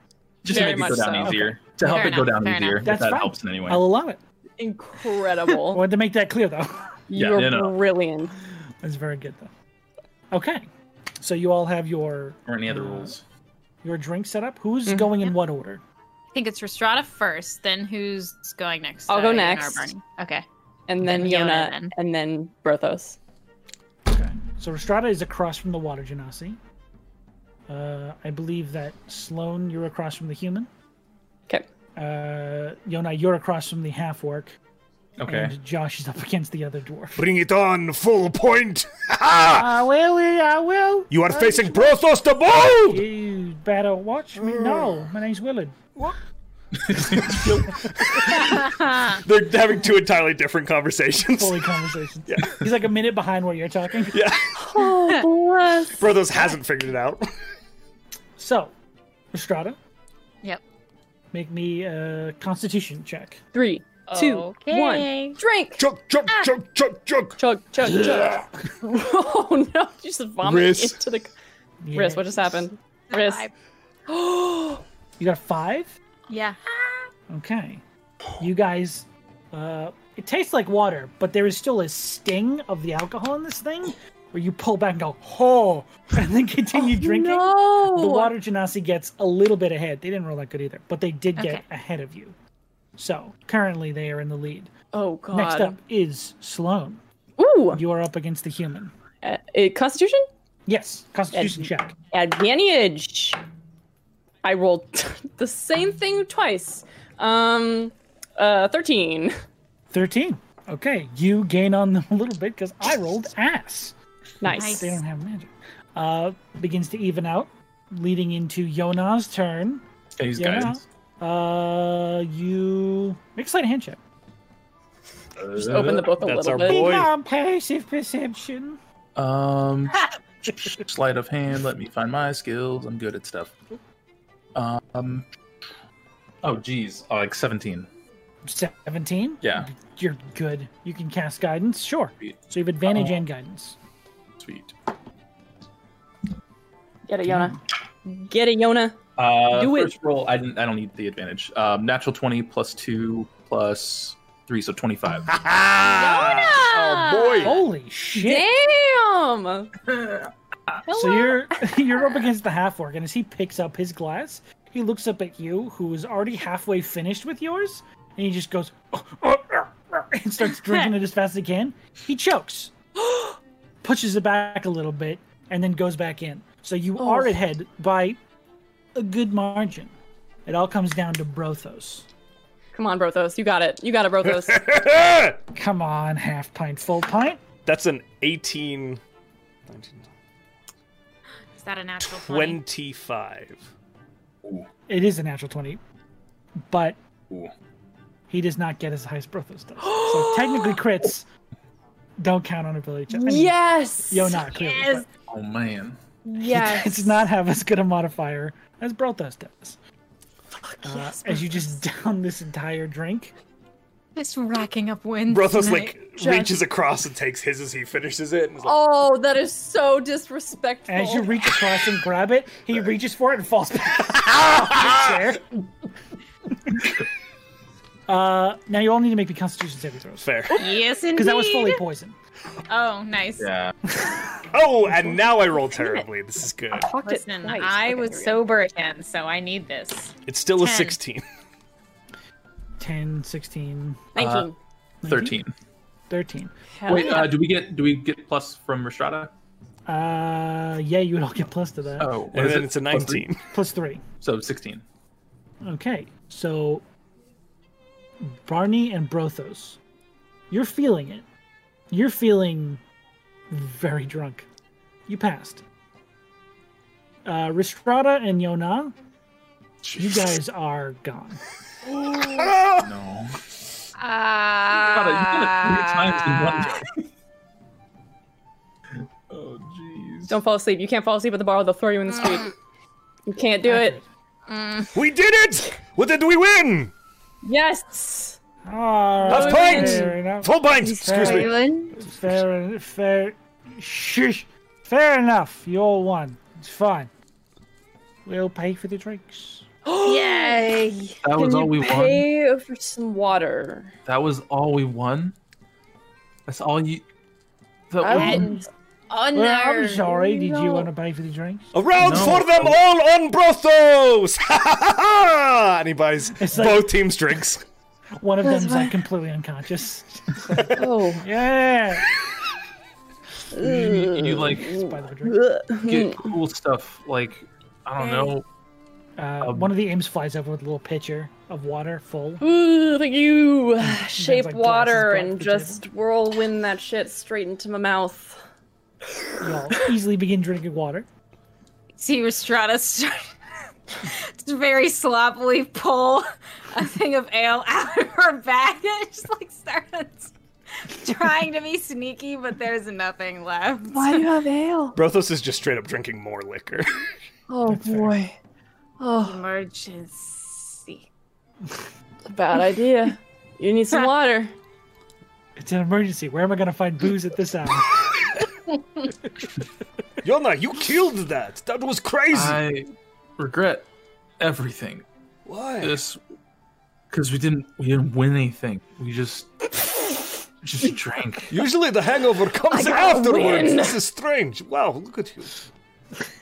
[SPEAKER 2] Just
[SPEAKER 3] Very
[SPEAKER 2] to make it
[SPEAKER 3] much
[SPEAKER 2] go down
[SPEAKER 3] so.
[SPEAKER 2] easier. To help
[SPEAKER 5] Fair
[SPEAKER 2] it go
[SPEAKER 5] enough,
[SPEAKER 2] down
[SPEAKER 5] fair
[SPEAKER 2] easier.
[SPEAKER 5] enough.
[SPEAKER 2] If
[SPEAKER 1] That's
[SPEAKER 2] that
[SPEAKER 1] fine.
[SPEAKER 2] helps in any way.
[SPEAKER 1] I'll allow it. (laughs) I
[SPEAKER 3] Incredible.
[SPEAKER 1] wanted to make that clear, though.
[SPEAKER 2] Yeah,
[SPEAKER 3] You're
[SPEAKER 2] no, no.
[SPEAKER 3] brilliant.
[SPEAKER 1] That's very good, though. Okay. So you all have your
[SPEAKER 2] Or any other rules.
[SPEAKER 1] your drink set up. Who's going in what order?
[SPEAKER 5] I think it's Restrada first, then who's going next?
[SPEAKER 3] I'll go
[SPEAKER 5] Yonar
[SPEAKER 3] next.
[SPEAKER 5] Barney. Okay.
[SPEAKER 3] And then
[SPEAKER 5] Yona,
[SPEAKER 3] Yona,
[SPEAKER 5] then.
[SPEAKER 3] and then Brothos.
[SPEAKER 1] Okay. So Restrada is across from the water genasi. Uh, I believe that Sloan, you're across from the human.
[SPEAKER 5] (laughs)
[SPEAKER 3] Okay.
[SPEAKER 1] Uh, Yona, you're across from the half orc.
[SPEAKER 2] Okay.
[SPEAKER 1] And Josh is up (laughs) against the other dwarf.
[SPEAKER 4] Bring it on, full
[SPEAKER 6] (laughs)
[SPEAKER 4] point! Ha!
[SPEAKER 1] I will, I will.
[SPEAKER 4] You are facing Prothos the Bold!
[SPEAKER 1] You better watch me. No, my name's Willard.
[SPEAKER 6] They're having two entirely different conversations.
[SPEAKER 1] Fully conversation. yeah. He's like a minute behind where you're talking.
[SPEAKER 6] (laughs) yeah.
[SPEAKER 3] Oh, bless.
[SPEAKER 6] Brothos hasn't figured it out. (laughs)
[SPEAKER 1] So, Estrada,
[SPEAKER 5] Yep.
[SPEAKER 1] make me a constitution check.
[SPEAKER 3] Three, two, one.
[SPEAKER 5] Okay.
[SPEAKER 3] Drink.
[SPEAKER 4] Chug, chug, chug, chug, chug!
[SPEAKER 3] Chug, chug, chug. (laughs) oh no! You just vomited
[SPEAKER 6] Wrist.
[SPEAKER 3] into the
[SPEAKER 1] Yeah.
[SPEAKER 3] wrist. What just happened? Wrist. (gasps) Oh,
[SPEAKER 5] Five.
[SPEAKER 1] You got a five?
[SPEAKER 5] Yeah.
[SPEAKER 1] Okay. You guys, uh, it tastes like water, but there is still a sting of the alcohol in this thing where you pull back and go, ho, (laughs) and then continue drinking.
[SPEAKER 3] No.
[SPEAKER 1] The water genasi gets a little bit ahead. They didn't roll that good either, but they did get
[SPEAKER 5] Okay.
[SPEAKER 1] ahead of you. So currently they are in the lead.
[SPEAKER 3] Oh god.
[SPEAKER 1] Next up is Sloan.
[SPEAKER 3] Ooh.
[SPEAKER 1] You are up against the human.
[SPEAKER 3] Uh, uh, Constitution
[SPEAKER 1] Yes, Constitution check.
[SPEAKER 3] advantage. I rolled (laughs) the same thing twice. Um, uh, thirteen.
[SPEAKER 1] 13. Okay, you gain on them a little bit because I rolled ass.
[SPEAKER 3] Nice.
[SPEAKER 1] They don't have magic. Uh, begins to even out, leading into Yona's turn.
[SPEAKER 2] These
[SPEAKER 1] Yeah.
[SPEAKER 2] guys.
[SPEAKER 1] Uh, you make a sleight of hand check.
[SPEAKER 3] Just open the book a
[SPEAKER 6] That's
[SPEAKER 3] little
[SPEAKER 6] our
[SPEAKER 3] bit.
[SPEAKER 6] boy. Oi.
[SPEAKER 1] Become passive perception.
[SPEAKER 3] (laughs)
[SPEAKER 2] Um, sleight of hand. Let me find my skills. I'm good at stuff. Um, oh geez, uh, like 17.
[SPEAKER 1] 17.
[SPEAKER 2] Yeah,
[SPEAKER 1] You're good. You can cast guidance. Sure.
[SPEAKER 2] Sweet.
[SPEAKER 1] So you have advantage and guidance.
[SPEAKER 2] sweet.
[SPEAKER 3] Get it, Yona. Get it, Yona.
[SPEAKER 2] Uh,
[SPEAKER 3] Do it.
[SPEAKER 2] first roll. I didn't. I don't need the advantage. Um, natural 20 plus two plus three,
[SPEAKER 3] (laughs)
[SPEAKER 2] so 25.
[SPEAKER 6] Ah, oh boy.
[SPEAKER 1] Holy shit.
[SPEAKER 3] Damn.
[SPEAKER 1] So you're (laughs) you're up against the half orc, and as he picks up his glass, he looks up at you, who is already halfway finished with yours, and he just goes (laughs) and starts drinking it as fast as he can. He chokes, pushes it back a little bit, and then goes back in. So you are ahead by a good margin. It all comes down to Brothos.
[SPEAKER 3] Come on, Brothos. You got it. You got it, Brothos. Oh.
[SPEAKER 1] Come on, half pint, full pint.
[SPEAKER 6] (laughs) That's an 18, 19,
[SPEAKER 5] Is that a natural 20?
[SPEAKER 6] 25.
[SPEAKER 1] It is a natural twenty, but
[SPEAKER 2] Ooh.
[SPEAKER 1] he does not get as high as Brothos does. so technically crits don't count on ability checks. I mean,
[SPEAKER 3] yes.
[SPEAKER 1] Yo, (laughs) not clearly.
[SPEAKER 5] Yes.
[SPEAKER 2] Oh man.
[SPEAKER 1] Yes. It does not have as good a modifier as Brothos does. Uh, as you just (laughs) down this entire drink.
[SPEAKER 5] Just racking up wins.
[SPEAKER 6] Brothos
[SPEAKER 5] tonight.
[SPEAKER 6] like reaches across and takes his as he finishes it. And is like,
[SPEAKER 3] Oh, that is so disrespectful.
[SPEAKER 1] As you reach across and grab it, he reaches for it and falls back. Fair. uh, now you all need to make me Constitution saving throws
[SPEAKER 6] Fair.
[SPEAKER 5] Yes, indeed.
[SPEAKER 1] because that was fully poison.
[SPEAKER 5] Oh, nice.
[SPEAKER 2] Yeah.
[SPEAKER 6] Oh, and now I roll terribly. This is good.
[SPEAKER 3] Fucked it
[SPEAKER 5] Listen,
[SPEAKER 3] twice.
[SPEAKER 5] I
[SPEAKER 3] Okay,
[SPEAKER 5] was
[SPEAKER 3] here we go.
[SPEAKER 5] sober again, so I need this.
[SPEAKER 6] It's still a
[SPEAKER 5] Ten.
[SPEAKER 6] 16.
[SPEAKER 1] 10, 16,
[SPEAKER 3] 19.
[SPEAKER 2] 13.
[SPEAKER 1] 13.
[SPEAKER 3] Hell
[SPEAKER 2] Wait.
[SPEAKER 3] Mhm. Oh, yeah.
[SPEAKER 2] Uh, do we get? Do we get plus from Restrada?
[SPEAKER 1] Uh, yeah, you would all get plus to that.
[SPEAKER 2] Oh, what
[SPEAKER 6] And
[SPEAKER 2] is
[SPEAKER 6] then
[SPEAKER 2] it?
[SPEAKER 6] it's a
[SPEAKER 2] Plus three?
[SPEAKER 6] 19.
[SPEAKER 1] Plus three.
[SPEAKER 2] So 16.
[SPEAKER 1] Okay, so Barney and Brothos, you're feeling it, You're feeling very drunk. You passed. Uh, Ristrada and Yona, you guys are gone.
[SPEAKER 2] No.
[SPEAKER 7] Ah.
[SPEAKER 2] Got it. You got it three
[SPEAKER 3] Uh,
[SPEAKER 2] times in one day. (laughs) oh, jeez.
[SPEAKER 3] Don't fall asleep. You can't fall asleep at the bar. They'll throw you in the street.
[SPEAKER 5] Mm.
[SPEAKER 3] You can't do it.
[SPEAKER 6] We did it! What did we win?
[SPEAKER 3] Yes.
[SPEAKER 1] All
[SPEAKER 6] That's
[SPEAKER 1] right,
[SPEAKER 6] points!
[SPEAKER 1] Ah, fair enough.
[SPEAKER 6] Full pints. Excuse me.
[SPEAKER 7] Island?
[SPEAKER 1] Fair, en- fair, shush. Fair enough. You all won. It's fine. We'll pay for the drinks.
[SPEAKER 7] Yay!
[SPEAKER 2] That was all we won.
[SPEAKER 3] Pay for some water.
[SPEAKER 2] That was all we won. That's all you. That
[SPEAKER 3] I
[SPEAKER 2] was-
[SPEAKER 3] wouldn't-
[SPEAKER 5] Oh no!
[SPEAKER 1] Well, I'm sorry. Did you
[SPEAKER 3] No.
[SPEAKER 1] want to pay for the drinks?
[SPEAKER 6] A round
[SPEAKER 2] No.
[SPEAKER 6] for them all on Brothos! (laughs) Ha ha ha ha! And he buys
[SPEAKER 1] It's like-
[SPEAKER 6] both teams drinks.
[SPEAKER 1] One of them's like completely unconscious. (laughs)
[SPEAKER 3] Oh.
[SPEAKER 1] yeah.
[SPEAKER 2] you, you like
[SPEAKER 1] By the way, drink.
[SPEAKER 2] get cool stuff like I don't know.
[SPEAKER 1] Uh, one of the imps flies over with a little pitcher of water full.
[SPEAKER 3] Ooh, look at you. Shape
[SPEAKER 1] like,
[SPEAKER 3] water
[SPEAKER 1] glasses brought to
[SPEAKER 3] and
[SPEAKER 1] the
[SPEAKER 3] just whirlwind that shit straight into my mouth.
[SPEAKER 1] You'll easily begin drinking water.
[SPEAKER 5] See
[SPEAKER 7] (laughs)
[SPEAKER 5] Restrada start to very sloppily pull a thing of ale out of her bag and just like starts trying to be sneaky, but there's nothing left.
[SPEAKER 7] Why do you have ale?
[SPEAKER 6] Brothos is just straight up drinking more liquor. (laughs)
[SPEAKER 7] Oh boy. Oh,
[SPEAKER 1] (gasps)
[SPEAKER 5] Emergency.
[SPEAKER 3] (laughs) Bad idea. You need some water.
[SPEAKER 1] It's an emergency. Where am I going to find booze at this hour?
[SPEAKER 6] Yona, you killed that! That was crazy!
[SPEAKER 2] I regret everything.
[SPEAKER 6] Why?
[SPEAKER 2] This because we didn't we didn't win anything. We just
[SPEAKER 6] (laughs)
[SPEAKER 2] just drank.
[SPEAKER 6] Usually the hangover comes
[SPEAKER 3] gotta
[SPEAKER 6] afterwards.
[SPEAKER 3] win.
[SPEAKER 6] This is strange. Wow, look at you.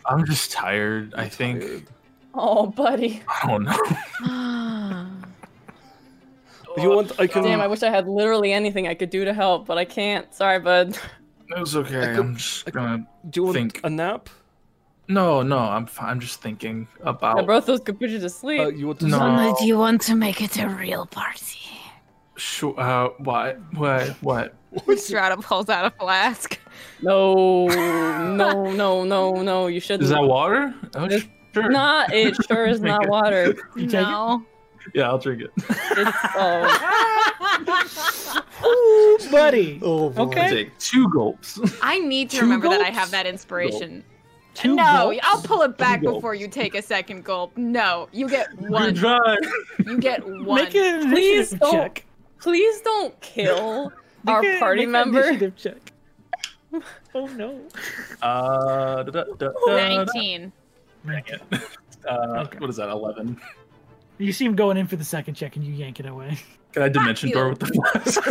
[SPEAKER 2] I'm just tired. I think
[SPEAKER 3] (laughs) Oh, buddy.
[SPEAKER 2] I don't know.
[SPEAKER 6] You want I can
[SPEAKER 3] Damn, I wish I had literally anything I could do to help, but I can't. Sorry, bud.
[SPEAKER 2] It was okay.
[SPEAKER 6] could-
[SPEAKER 2] I'm just gonna
[SPEAKER 6] do you want
[SPEAKER 2] think.
[SPEAKER 6] a nap?
[SPEAKER 2] No, no, I'm fine. I'm just thinking
[SPEAKER 3] (laughs) I
[SPEAKER 2] about.
[SPEAKER 3] both those could put you to
[SPEAKER 6] Uh,
[SPEAKER 3] sleep.
[SPEAKER 6] you want to
[SPEAKER 2] No.
[SPEAKER 6] (laughs)
[SPEAKER 2] Mama,
[SPEAKER 5] do you want to make it a real party?
[SPEAKER 2] Sure. Uh, what? What? What?
[SPEAKER 7] Strata pulls out a flask.
[SPEAKER 3] No, no, no, no, no. You shouldn't.
[SPEAKER 2] Is that water? Oh,
[SPEAKER 3] It's
[SPEAKER 2] sure.
[SPEAKER 3] Not. It sure is not water.
[SPEAKER 1] You take it?
[SPEAKER 5] No.
[SPEAKER 2] Yeah, I'll drink it.
[SPEAKER 3] It's, oh,
[SPEAKER 1] Ooh, (laughs) buddy.
[SPEAKER 6] Oh, boy.
[SPEAKER 2] I'll
[SPEAKER 1] okay.
[SPEAKER 2] take two gulps.
[SPEAKER 7] (laughs) I need to
[SPEAKER 1] Two
[SPEAKER 7] remember that I
[SPEAKER 1] gulps?
[SPEAKER 7] have that inspiration.
[SPEAKER 1] (laughs) Two
[SPEAKER 7] no,
[SPEAKER 1] gulps?
[SPEAKER 7] I'll pull it back
[SPEAKER 2] gulps.
[SPEAKER 7] before you take a second gulp. No, you get
[SPEAKER 2] You
[SPEAKER 7] one.
[SPEAKER 2] drive.
[SPEAKER 7] You get
[SPEAKER 5] (laughs)
[SPEAKER 7] one.
[SPEAKER 1] Make it an
[SPEAKER 3] Please
[SPEAKER 1] initiative
[SPEAKER 3] don't
[SPEAKER 1] check.
[SPEAKER 3] please don't kill
[SPEAKER 1] Make
[SPEAKER 3] our
[SPEAKER 1] a-
[SPEAKER 3] party
[SPEAKER 1] make an
[SPEAKER 3] member.
[SPEAKER 1] initiative check. Oh no.
[SPEAKER 2] Uh, da, da, da, da, da.
[SPEAKER 5] Nineteen.
[SPEAKER 2] Uh,
[SPEAKER 1] Okay.
[SPEAKER 2] What is that? Eleven.
[SPEAKER 1] (laughs) You see him going in for the second check and you yank it away.
[SPEAKER 2] Can I dimension door with the flask?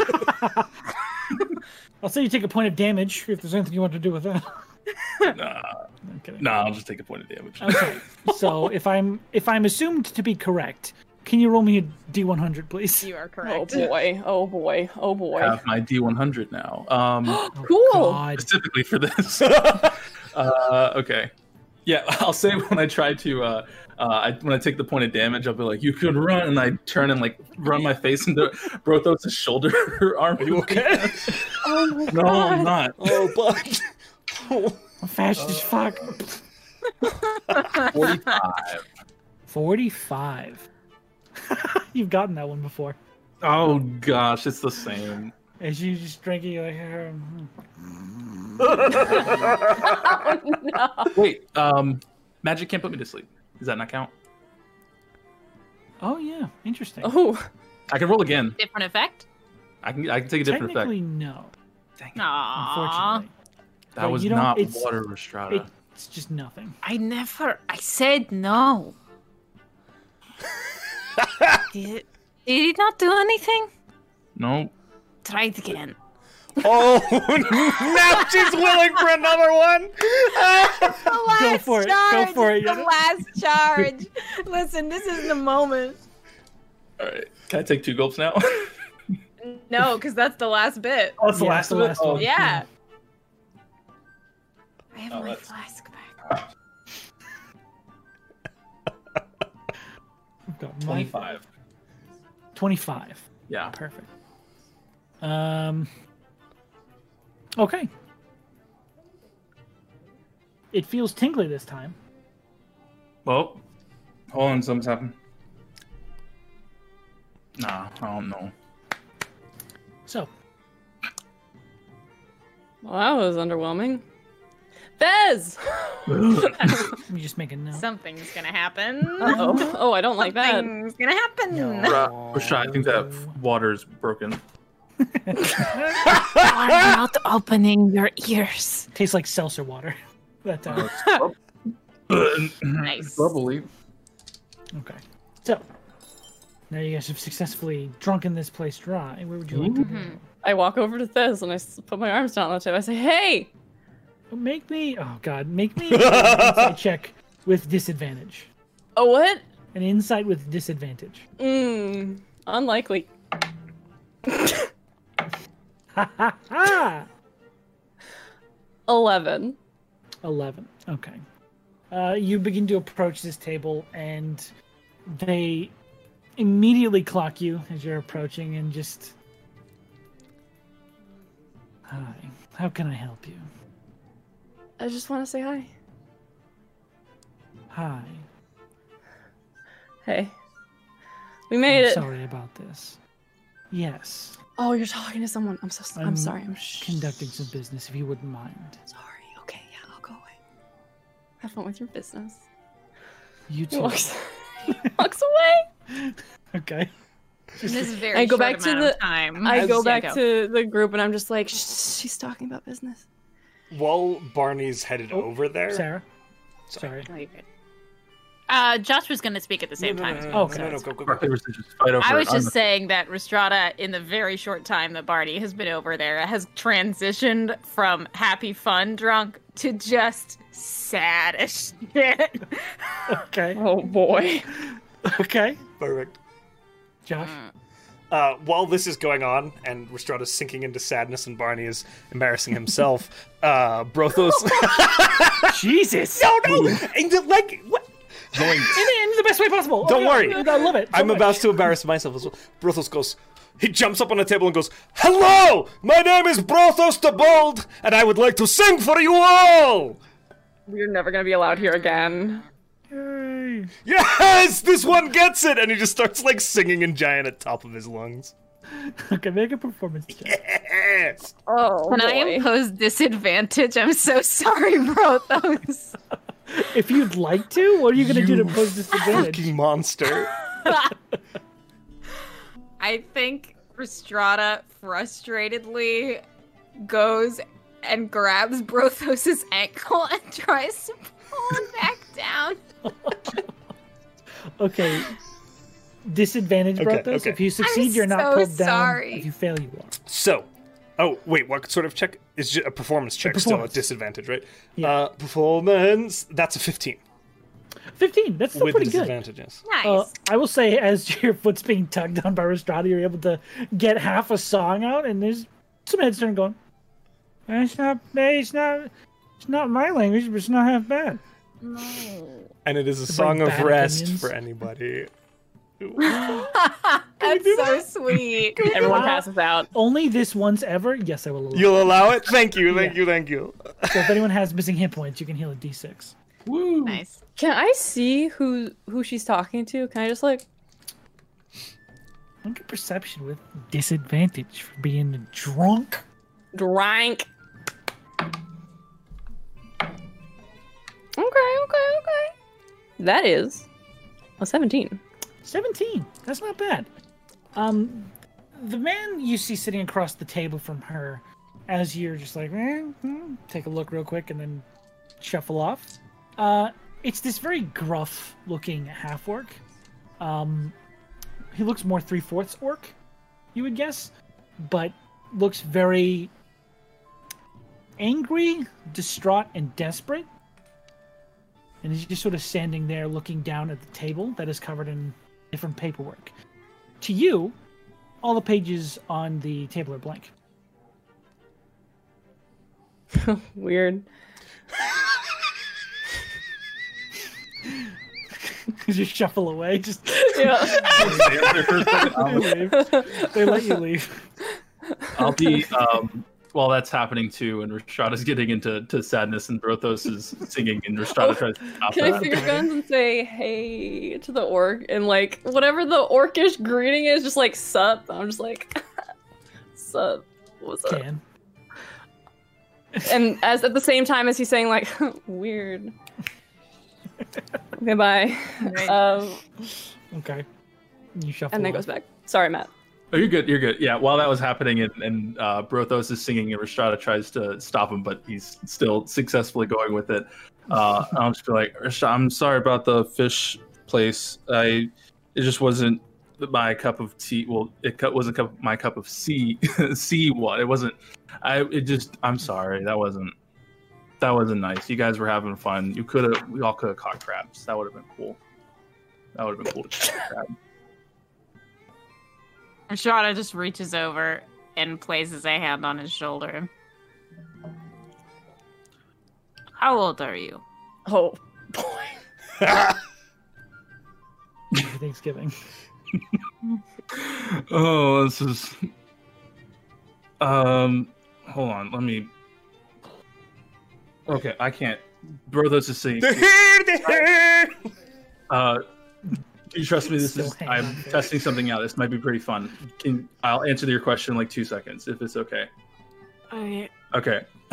[SPEAKER 2] (laughs)
[SPEAKER 1] I'll say you take a point of damage if there's anything you want to do with (laughs) that.
[SPEAKER 2] nah,
[SPEAKER 1] I'm kidding.
[SPEAKER 2] nah. I'll just take a point of damage.
[SPEAKER 1] Okay. (laughs) so if I'm if I'm assumed to be correct, can you roll me a D100, please?
[SPEAKER 7] You are
[SPEAKER 3] Oh
[SPEAKER 7] correct.
[SPEAKER 3] boy. Oh boy. Oh boy.
[SPEAKER 2] I have my D100 now. Um,
[SPEAKER 3] cool.
[SPEAKER 1] Oh, God.
[SPEAKER 2] specifically for
[SPEAKER 6] (laughs)
[SPEAKER 2] this. uh, okay. Yeah, (laughs) I'll say when I try to, uh, uh, I, when I take the point of damage, I'll be like, "You can run," and I turn and like run my face into Brothos' shoulder (laughs) or arm.
[SPEAKER 6] Are you
[SPEAKER 2] (laughs)
[SPEAKER 6] okay?
[SPEAKER 1] Oh
[SPEAKER 2] No, I'm not.
[SPEAKER 6] oh, (laughs) but.
[SPEAKER 1] I'm fast as fuck.
[SPEAKER 2] Forty-five.
[SPEAKER 1] 45. (laughs) You've gotten that one before.
[SPEAKER 2] Oh gosh, it's the same.
[SPEAKER 1] As you just drinking, you're like, "Hmm,
[SPEAKER 2] Wait, um, magic can't put me to sleep. Does that not count?
[SPEAKER 1] oh yeah, interesting.
[SPEAKER 3] Oh,
[SPEAKER 2] I can roll again.
[SPEAKER 5] Different effect.
[SPEAKER 2] I can. I can take a different effect.
[SPEAKER 1] Technically, no.
[SPEAKER 5] Aww.
[SPEAKER 1] Unfortunately,
[SPEAKER 2] That was
[SPEAKER 1] you don't-
[SPEAKER 2] not
[SPEAKER 1] it's-
[SPEAKER 2] water, Restrada.
[SPEAKER 1] it's just nothing.
[SPEAKER 5] I never. I
[SPEAKER 7] (laughs)
[SPEAKER 5] said no. did, it, did it not do anything?
[SPEAKER 2] No,
[SPEAKER 5] Try it again.
[SPEAKER 6] Oh, now she's willing for another one?
[SPEAKER 7] The last
[SPEAKER 1] Go for it. Go
[SPEAKER 7] charge.
[SPEAKER 1] for it,
[SPEAKER 7] The
[SPEAKER 1] Yana.
[SPEAKER 7] last
[SPEAKER 5] (laughs)
[SPEAKER 7] charge. Listen, this is the moment.
[SPEAKER 2] All right. Can I take two gulps now? (laughs)
[SPEAKER 7] No, because that's the last bit.
[SPEAKER 2] That's
[SPEAKER 1] Yeah, Oh, it's the last one.
[SPEAKER 7] Yeah.
[SPEAKER 5] I have
[SPEAKER 2] Oh,
[SPEAKER 5] my
[SPEAKER 2] that's-
[SPEAKER 5] flask back.
[SPEAKER 1] I've got my-
[SPEAKER 2] Twenty-five.
[SPEAKER 1] 25.
[SPEAKER 2] Yeah.
[SPEAKER 1] Perfect. Um, Okay. It feels tingly this time.
[SPEAKER 2] Well, hold on, something's happened. Nah, I don't know.
[SPEAKER 1] So,
[SPEAKER 3] Well, that was underwhelming.
[SPEAKER 1] (laughs)
[SPEAKER 3] Fez!
[SPEAKER 1] let me just make a note.
[SPEAKER 5] Something's gonna happen.
[SPEAKER 3] oh, (laughs) oh, I don't like that.
[SPEAKER 5] Something's gonna happen.
[SPEAKER 2] Rashad, I think that f- water's broken.
[SPEAKER 3] Ah!
[SPEAKER 5] You're not opening your ears.
[SPEAKER 1] Tastes like seltzer water. (laughs) But uh,
[SPEAKER 5] Nice.
[SPEAKER 2] Bubbly.
[SPEAKER 1] okay. So now you guys have successfully drunken this place dry. Where would you like to go?
[SPEAKER 3] I walk over to Fez and I s- put my arms down on the table. I say, hey!
[SPEAKER 1] Make me. Oh God, make me an insight check with disadvantage.
[SPEAKER 3] Oh, what?
[SPEAKER 1] An insight with disadvantage.
[SPEAKER 3] Mmm, unlikely.
[SPEAKER 1] Ha ha ha.
[SPEAKER 3] 11.
[SPEAKER 1] 11. Okay. Uh, you begin to approach this table, and they immediately clock you as you're approaching and just. Hi, how can I help you?
[SPEAKER 3] I just want to say hi.
[SPEAKER 1] Hi,
[SPEAKER 3] Hey. We
[SPEAKER 1] I'm
[SPEAKER 3] made it.
[SPEAKER 1] sorry about this. Yes,
[SPEAKER 3] Oh, you're talking to someone. I'm so s- I'm,
[SPEAKER 1] I'm
[SPEAKER 3] sorry. I'm sh-
[SPEAKER 1] conducting some business if you wouldn't mind.
[SPEAKER 3] sorry. Okay, yeah, I'll go away. Have fun with your business.
[SPEAKER 1] You
[SPEAKER 3] He
[SPEAKER 1] too.
[SPEAKER 3] walks, (laughs) he walks away.
[SPEAKER 1] Okay.
[SPEAKER 5] In this very
[SPEAKER 3] I go
[SPEAKER 5] short
[SPEAKER 3] back to
[SPEAKER 5] amount
[SPEAKER 3] the-
[SPEAKER 5] of time.
[SPEAKER 3] I go back to the group and I'm just like, "Shh, she's talking about business.
[SPEAKER 6] While Barney's headed
[SPEAKER 1] Oh,
[SPEAKER 6] over there.
[SPEAKER 1] Sarah? Sorry.
[SPEAKER 5] Uh, Josh was gonna speak at the same
[SPEAKER 6] No, no,
[SPEAKER 5] time.
[SPEAKER 6] no,
[SPEAKER 5] as
[SPEAKER 6] no,
[SPEAKER 5] well,
[SPEAKER 1] Oh,
[SPEAKER 5] so
[SPEAKER 6] no, no,
[SPEAKER 5] it's-
[SPEAKER 6] go, go,
[SPEAKER 2] Barkley
[SPEAKER 6] go.
[SPEAKER 2] was just fight over
[SPEAKER 5] I was
[SPEAKER 2] it. I'm
[SPEAKER 5] just saying that Restrada, in the very short time that Barney has been over there, has transitioned from happy, fun, drunk to just sad as shit.
[SPEAKER 1] Okay.
[SPEAKER 3] Oh boy.
[SPEAKER 1] Okay.
[SPEAKER 6] Perfect.
[SPEAKER 1] Josh?
[SPEAKER 6] Uh, while this is going on and Restrada's sinking into sadness and Barney is embarrassing himself, (laughs) uh, Brothos.
[SPEAKER 1] Jesus!
[SPEAKER 6] (laughs) no, no! (laughs) And, uh, like, what?
[SPEAKER 2] going-
[SPEAKER 1] (laughs) In the best way possible! Oh
[SPEAKER 6] Don't
[SPEAKER 1] my
[SPEAKER 6] worry.
[SPEAKER 1] God, I love it. so
[SPEAKER 6] I'm
[SPEAKER 1] much.
[SPEAKER 6] about to embarrass myself as well. Brothos goes. He jumps up on the table and goes, "Hello, my name is Brothos the Bold, and I would like to sing for you all."
[SPEAKER 3] We're never gonna be allowed here again.
[SPEAKER 1] Yay.
[SPEAKER 6] Yes, this one gets it, and he just starts like singing in giant at top of his lungs.
[SPEAKER 1] Okay, make a performance check.
[SPEAKER 6] Yes.
[SPEAKER 3] Oh
[SPEAKER 5] Can I impose disadvantage? I'm so sorry, bro. (laughs) Those.
[SPEAKER 1] If you'd like to, what are you going to do to
[SPEAKER 6] You
[SPEAKER 1] pose disadvantage?
[SPEAKER 6] Fucking monster.
[SPEAKER 7] I think Restrada frustratedly goes and grabs Brothos's ankle and (laughs) tries to pull him back down.
[SPEAKER 1] Okay. Disadvantage
[SPEAKER 6] Okay,
[SPEAKER 1] brought those.
[SPEAKER 6] okay.
[SPEAKER 1] If you succeed,
[SPEAKER 7] I'm
[SPEAKER 1] you're not
[SPEAKER 7] so
[SPEAKER 1] pulled down.
[SPEAKER 7] sorry.
[SPEAKER 1] If you fail, you are.
[SPEAKER 6] So, oh wait, what sort of check is ju- a performance check? Still at
[SPEAKER 1] performance.
[SPEAKER 6] disadvantage, right? Uh, performance. That's a fifteen
[SPEAKER 1] 15. That's still
[SPEAKER 6] with
[SPEAKER 1] pretty good.
[SPEAKER 6] disadvantage. Yes.
[SPEAKER 2] Oh,
[SPEAKER 7] Nice.
[SPEAKER 1] Uh, I will say, as (laughs) your foot's being tugged on by Restrada, you're able to get half a song out, and there's some heads turn going, it's not, it's not, it's not my language, but it's not half bad.
[SPEAKER 6] And it is a song of
[SPEAKER 1] bad
[SPEAKER 6] rest
[SPEAKER 1] opinions.
[SPEAKER 6] for anybody.
[SPEAKER 7] That's so sweet.
[SPEAKER 3] Everyone
[SPEAKER 1] Uh,
[SPEAKER 3] passes out.
[SPEAKER 1] Only this once ever? Yes, I will allow
[SPEAKER 6] You'll allow it? Thank you, thank you, thank you.
[SPEAKER 1] So if anyone has missing hit points, you can heal a d6.
[SPEAKER 7] nice.
[SPEAKER 3] Can I see who who she's talking to? Can I just like
[SPEAKER 1] Look at perception with disadvantage for being drunk.
[SPEAKER 3] drank? Okay, okay, okay. That is a seventeen.
[SPEAKER 1] 17. That's not bad. Um, the man you see sitting across the table from her, as you're just like, eh, hmm, take a look real quick and then shuffle off. Uh, it's this very gruff looking half orc. Um, he looks more three fourths orc, you would guess, but looks very angry, distraught, and desperate. And he's just sort of standing there looking down at the table that is covered in different paperwork. To you, all the pages on the table are blank. (laughs)
[SPEAKER 3] Weird.
[SPEAKER 1] just shuffle away. Just
[SPEAKER 3] (laughs) (laughs) Yeah.
[SPEAKER 2] Stay up there for a
[SPEAKER 1] (laughs)
[SPEAKER 2] second.
[SPEAKER 1] they
[SPEAKER 2] I'll-
[SPEAKER 1] leave. They let you leave.
[SPEAKER 2] I'll be um, while that's happening too, and Restrada's getting into to sadness, and Brothos is singing, and Restrada tries to stop
[SPEAKER 3] Can I
[SPEAKER 2] that.
[SPEAKER 3] finger guns and say hey to the orc and like whatever the orcish greeting is, just like sup. I'm just like (laughs) sup. What's up?
[SPEAKER 1] Dan.
[SPEAKER 3] And as at the same time as he's saying like (laughs) weird. okay, bye. Um,
[SPEAKER 1] Okay. You shuffle.
[SPEAKER 3] and then
[SPEAKER 1] off.
[SPEAKER 3] goes back. Sorry, Matt.
[SPEAKER 2] Oh, you're good. You're good. Yeah. While that was happening, and, and uh, Brothos is singing, and Restrada tries to stop him, but he's still successfully going with it. Uh, I'm just like, "Restrada, I'm sorry about the fish place. I it just wasn't my cup of tea. Well, it cu- wasn't cup, my cup of sea. (laughs) sea what? It wasn't. I. It just. I'm sorry. That wasn't. That wasn't nice. You guys were having fun. You could have. We all could have caught crabs. That would have been cool. That would have been cool to catch a crab.
[SPEAKER 8] Rashada just reaches over and places a hand on his shoulder. How old are you?
[SPEAKER 3] Oh boy.
[SPEAKER 1] Happy Thanksgiving.
[SPEAKER 2] Oh, this is. Um, hold on. Let me. Okay, I can't. Brothos is saying. Uh, do you trust me? This
[SPEAKER 1] Still
[SPEAKER 2] is.
[SPEAKER 1] hanging
[SPEAKER 2] I'm
[SPEAKER 1] on to it.
[SPEAKER 2] testing something out. This might be pretty fun. Can I'll answer your question in like two seconds if it's okay. Okay. (laughs)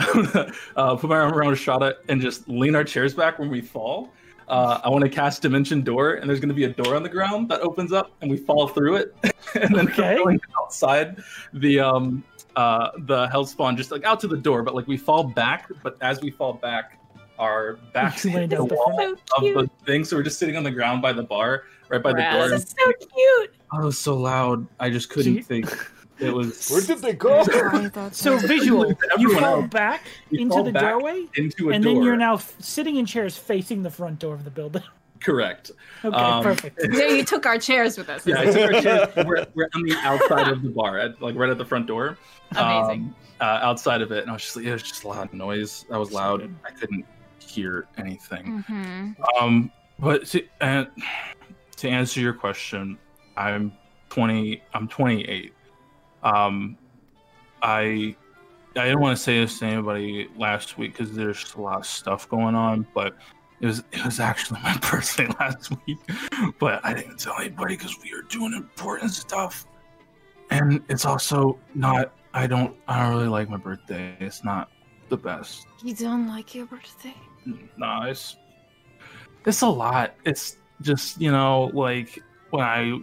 [SPEAKER 2] uh, put my arm around Shada and just lean our chairs back when we fall. Uh, I want to cast Dimension Door, and there's going to be a door on the ground that opens up, and we fall through it, (laughs) and then
[SPEAKER 1] Okay.
[SPEAKER 2] going outside the um uh the hellspawn, just like out to the door, but like we fall back, but as we fall back, our backs
[SPEAKER 1] You
[SPEAKER 2] hit
[SPEAKER 1] land
[SPEAKER 2] the
[SPEAKER 1] off the
[SPEAKER 2] wall
[SPEAKER 1] front.
[SPEAKER 2] of the thing, so we're just sitting on the ground by the bar, right by
[SPEAKER 3] Rad.
[SPEAKER 2] the door.
[SPEAKER 3] This
[SPEAKER 2] so cute. Oh, it was so loud! I just couldn't
[SPEAKER 1] Gee.
[SPEAKER 2] think. It was
[SPEAKER 4] Where did they go?
[SPEAKER 2] (laughs)
[SPEAKER 1] So visual. You
[SPEAKER 2] Everyone
[SPEAKER 1] fall
[SPEAKER 2] else.
[SPEAKER 1] back (laughs)
[SPEAKER 2] We
[SPEAKER 1] into
[SPEAKER 2] fall
[SPEAKER 1] the
[SPEAKER 2] back
[SPEAKER 1] doorway,
[SPEAKER 2] into a
[SPEAKER 1] and
[SPEAKER 2] door.
[SPEAKER 1] then you're now f- sitting in chairs facing the front door of the building. (laughs)
[SPEAKER 2] correct.
[SPEAKER 1] Okay,
[SPEAKER 2] Um,
[SPEAKER 1] perfect.
[SPEAKER 7] So you took our chairs with us.
[SPEAKER 2] Yeah, I took our chance. We're, we're on the outside of the bar, at, like right at the front door.
[SPEAKER 8] Amazing.
[SPEAKER 2] Um, uh, outside of it, and I was just like, it was just loud noise. That was loud. I couldn't hear anything.
[SPEAKER 8] Mm-hmm.
[SPEAKER 2] Um, but to, uh, to answer your question, I'm 20. I'm 28. Um, I I didn't want to say this to anybody last week because there's just a lot of stuff going on, but it was it was actually my (laughs) birthday last week, but I didn't tell anybody because we are doing important stuff, and it's also not. I don't. I don't really like my birthday. It's not the best.
[SPEAKER 8] You don't like your birthday?
[SPEAKER 2] No, it's it's a lot. It's just you know like when I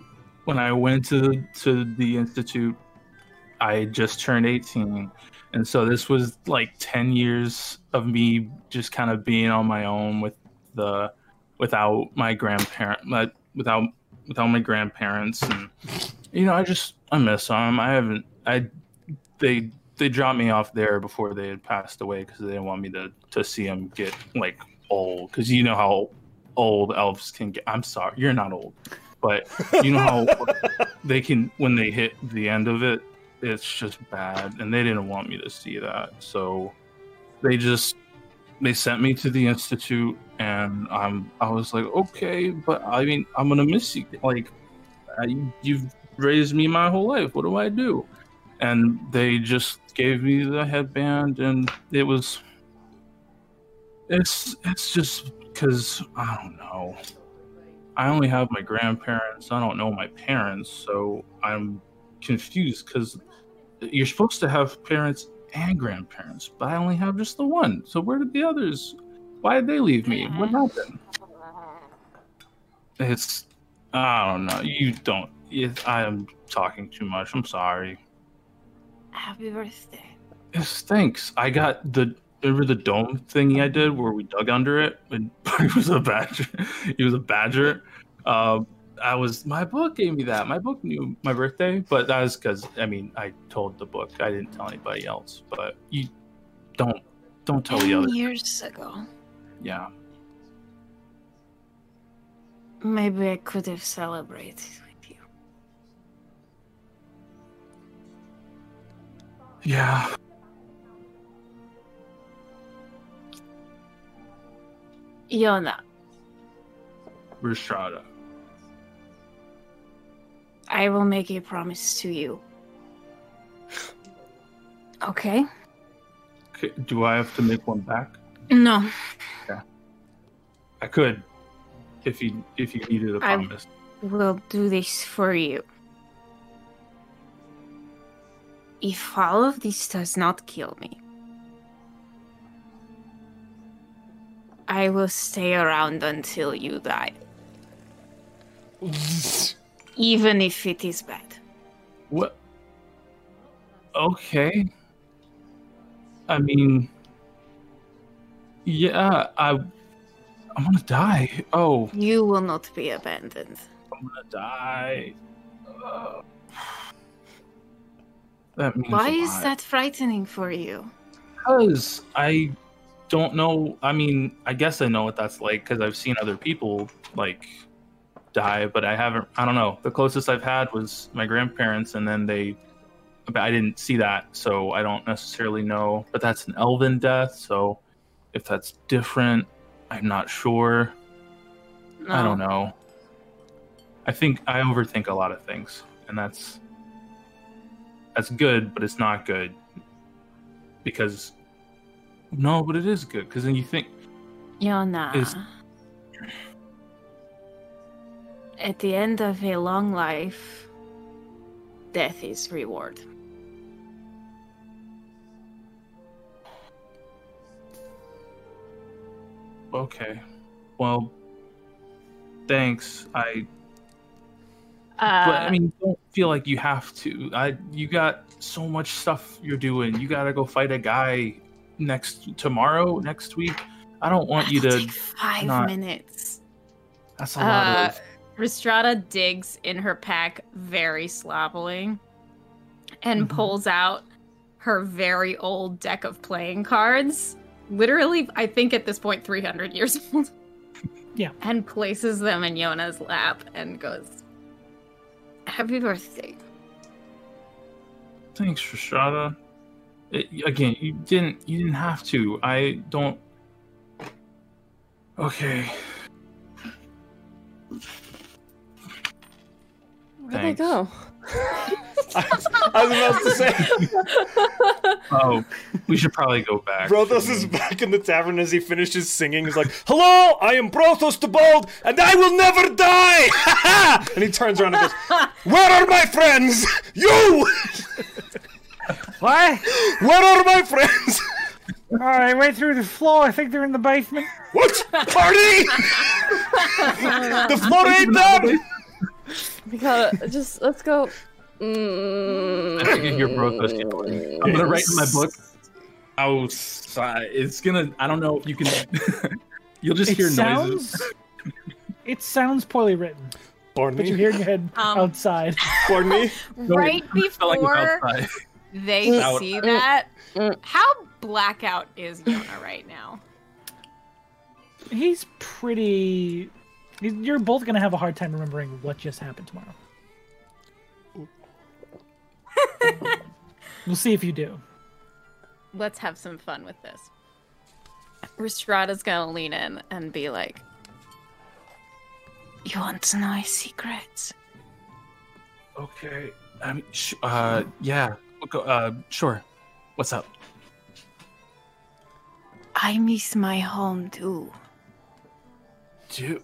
[SPEAKER 2] when I went to to the institute, I just turned eighteen, and so this was like ten years of me just kind of being on my own with the without my grandparent my- without without my grandparents and you know I just I miss them. I haven't I they they dropped me off there before they had passed away because they didn't want me to to see them get like old because you know how old elves can get. I'm sorry, you're not old, but you know how they can when they hit the end of it. It's just bad, and they didn't want me to see that, so they just they sent me to the institute, and I'm I was like, okay, but I mean, I'm gonna miss you. Like, I, you've raised me my whole life. What do I do? and they just gave me the headband and it was it's it's just because i don't know i only have my grandparents i don't know my parents so i'm confused because you're supposed to have parents and grandparents but i only have just the one so where did the others why did they leave me what happened it's i don't know you don't it, i'm talking too much i'm sorry
[SPEAKER 8] Happy birthday.
[SPEAKER 2] Yes, thanks. I got the remember the dome thingy I did where we dug under it and (laughs) it was a badger. He was a badger. Um, I was my book gave me that. My book knew my birthday, but that was because I mean I told the book. I didn't tell anybody else. But you don't don't tell the others.
[SPEAKER 8] years ago,
[SPEAKER 2] Yeah.
[SPEAKER 8] maybe I could have celebrated with you.
[SPEAKER 2] Yeah.
[SPEAKER 8] Yona,
[SPEAKER 2] Restrada.
[SPEAKER 8] I will make a promise to you. Okay?
[SPEAKER 2] Okay, do I have to make one back?
[SPEAKER 8] No.
[SPEAKER 2] I could, if you if you needed a
[SPEAKER 8] I-
[SPEAKER 2] promise.
[SPEAKER 8] will do this for you. If all of this does not kill me, I will stay around until you die. Even if it is bad.
[SPEAKER 2] What? Okay. I mean, yeah, I I'm gonna die. Oh,
[SPEAKER 8] You will not be abandoned.
[SPEAKER 2] I'm gonna die. Uh, that means
[SPEAKER 8] Why
[SPEAKER 2] a
[SPEAKER 8] is
[SPEAKER 2] lot.
[SPEAKER 8] that frightening for you?
[SPEAKER 2] Because I don't know. I mean, I guess I know what that's like because I've seen other people like die, but I haven't. I don't know. The closest I've had was my grandparents, and then they. But I didn't see that, so I don't necessarily know. But that's an elven death, so if that's different, I'm not sure. I don't know. I think I overthink a lot of things, and that's that's good, but it's not good because no, but it is good because then you think
[SPEAKER 8] Yona.
[SPEAKER 2] Is-
[SPEAKER 8] At the end of a long life, death is reward.
[SPEAKER 2] okay, well, thanks. I
[SPEAKER 5] Uh,
[SPEAKER 2] but I mean, don't feel like you have to. I you got so much stuff you're doing. You gotta go fight a guy next tomorrow, next week. I don't want you
[SPEAKER 8] That'll
[SPEAKER 2] to.
[SPEAKER 8] take five
[SPEAKER 2] not-
[SPEAKER 8] minutes.
[SPEAKER 2] That's a lot
[SPEAKER 8] Uh,
[SPEAKER 2] of.
[SPEAKER 5] Restrada digs in her pack very sloppily and
[SPEAKER 2] Mhm.
[SPEAKER 5] pulls out her very old deck of playing cards. Literally, I think at this point, 300 years (laughs) old.
[SPEAKER 1] Yeah.
[SPEAKER 5] And places them in Yona's lap and goes,
[SPEAKER 8] Happy birthday.
[SPEAKER 2] Thanks, Rashada. It, again, you didn't you didn't have to. I don't. Okay.
[SPEAKER 3] Where'd they
[SPEAKER 2] Thanks.
[SPEAKER 3] go?
[SPEAKER 6] I, I was about to say,
[SPEAKER 2] Oh, we should probably go back.
[SPEAKER 6] Brothos is back in the tavern as he finishes singing. He's like, "Hello, I am Brothos the Bold, and I will never die!" (laughs) and he turns around and goes, "Where are my friends? You?
[SPEAKER 1] What?
[SPEAKER 6] Where are my friends?
[SPEAKER 1] All right, went through the floor. I think they're in the basement.
[SPEAKER 6] What party? the floor ain't down."
[SPEAKER 3] We gotta just let's go. Mm,
[SPEAKER 2] (laughs) I think I hear Brothos yelling. I'm gonna write in my book. Outside, it's gonna. I don't know if you can. (laughs) You'll just
[SPEAKER 1] It
[SPEAKER 2] hear
[SPEAKER 1] sounds.
[SPEAKER 2] noises.
[SPEAKER 1] (laughs) It sounds poorly written, but you
[SPEAKER 6] Pardon me.
[SPEAKER 1] hear in your head
[SPEAKER 7] Um,
[SPEAKER 1] outside.
[SPEAKER 6] Pardon me.
[SPEAKER 2] (laughs)
[SPEAKER 7] Right
[SPEAKER 2] Spelling is
[SPEAKER 7] before
[SPEAKER 2] outside.
[SPEAKER 7] they
[SPEAKER 2] Mm,
[SPEAKER 7] see
[SPEAKER 2] mm,
[SPEAKER 7] that,
[SPEAKER 3] mm.
[SPEAKER 7] how blackout is Yona right now?
[SPEAKER 1] He's pretty. he's- You're both gonna have a hard time remembering what just happened tomorrow. we'll see if you do.
[SPEAKER 5] let's have some fun with this. Restrada's gonna lean in and be like,
[SPEAKER 8] You want to know a secret?
[SPEAKER 2] Okay. Um. Sh- uh. Yeah. Go, uh. Sure. What's up?
[SPEAKER 8] I miss my home too.
[SPEAKER 2] Dude,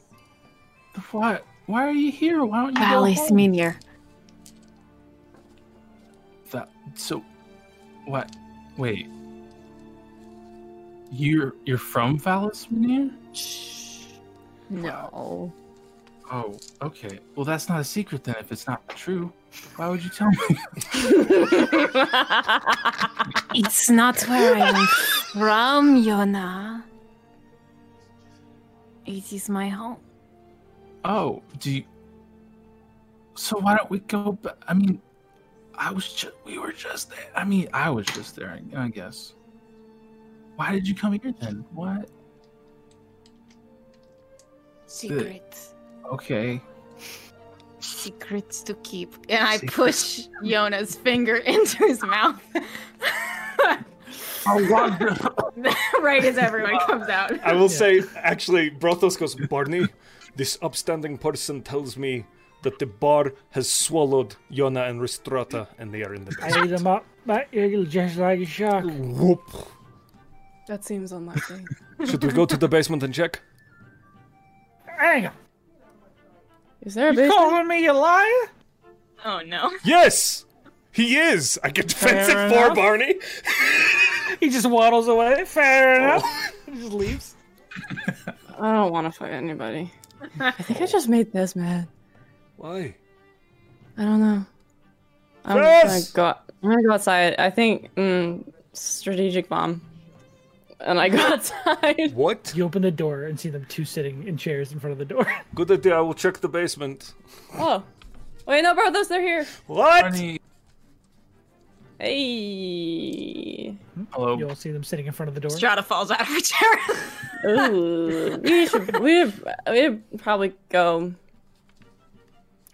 [SPEAKER 2] what? Why are you here? Why don't you
[SPEAKER 8] Palace
[SPEAKER 2] go home?
[SPEAKER 8] Minier.
[SPEAKER 2] That, so, what? Wait. You're you're from Valismir?
[SPEAKER 5] no.
[SPEAKER 2] Oh, okay. Well, that's not a secret then. If it's not true, why would you tell me?
[SPEAKER 8] It's not where
[SPEAKER 7] (laughs)
[SPEAKER 8] I'm from, Yona. It is my home.
[SPEAKER 2] Oh, do. You... So why don't we go? Ba- I mean, I was just we were just there. I mean, I was just there. I- I guess. Why did you come here then? What?
[SPEAKER 8] Secret.
[SPEAKER 2] Okay.
[SPEAKER 8] Secrets to keep. And I
[SPEAKER 2] Secret.
[SPEAKER 8] push
[SPEAKER 7] (laughs)
[SPEAKER 8] Yona's finger into his mouth.
[SPEAKER 2] Oh,
[SPEAKER 7] (laughs)
[SPEAKER 2] what?
[SPEAKER 8] right as everyone comes out.
[SPEAKER 6] I will say, actually, Brothos goes, Barney, this upstanding person tells me that the bar has swallowed Yona and Ristrata, and they are in the
[SPEAKER 1] I
[SPEAKER 6] basement.
[SPEAKER 1] ate him up, but it'll just like a shark.
[SPEAKER 6] Whoop.
[SPEAKER 3] That seems unlikely.
[SPEAKER 4] Should we go to the basement and check?
[SPEAKER 1] Hang on.
[SPEAKER 3] Is there a
[SPEAKER 1] You
[SPEAKER 3] basement?
[SPEAKER 1] calling me a liar?
[SPEAKER 7] Oh no.
[SPEAKER 6] Yes, he is. I get defensive
[SPEAKER 1] Fair
[SPEAKER 6] for
[SPEAKER 1] enough.
[SPEAKER 6] Barney.
[SPEAKER 1] He just waddles away.
[SPEAKER 2] Oh.
[SPEAKER 1] Fair
[SPEAKER 2] (laughs)
[SPEAKER 1] enough. just leaves.
[SPEAKER 3] I don't want to fight (laughs) anybody. I think I just made this mad.
[SPEAKER 4] Why?
[SPEAKER 3] I don't know. I'm
[SPEAKER 6] Yes!
[SPEAKER 3] just gonna go. I'm gonna go outside. I think mm, strategic bomb. And I go (laughs) outside.
[SPEAKER 4] What?
[SPEAKER 1] You open the door and see them two sitting in chairs in front of the door.
[SPEAKER 4] Good idea. I will check the basement.
[SPEAKER 3] Oh, wait, no, bro, those they're here.
[SPEAKER 6] What?
[SPEAKER 2] Barney,
[SPEAKER 3] Hey.
[SPEAKER 1] You
[SPEAKER 2] hello.
[SPEAKER 1] all see them sitting in front of the door.
[SPEAKER 7] Strata falls out of her chair.
[SPEAKER 3] Ooh, we should we should, we should probably go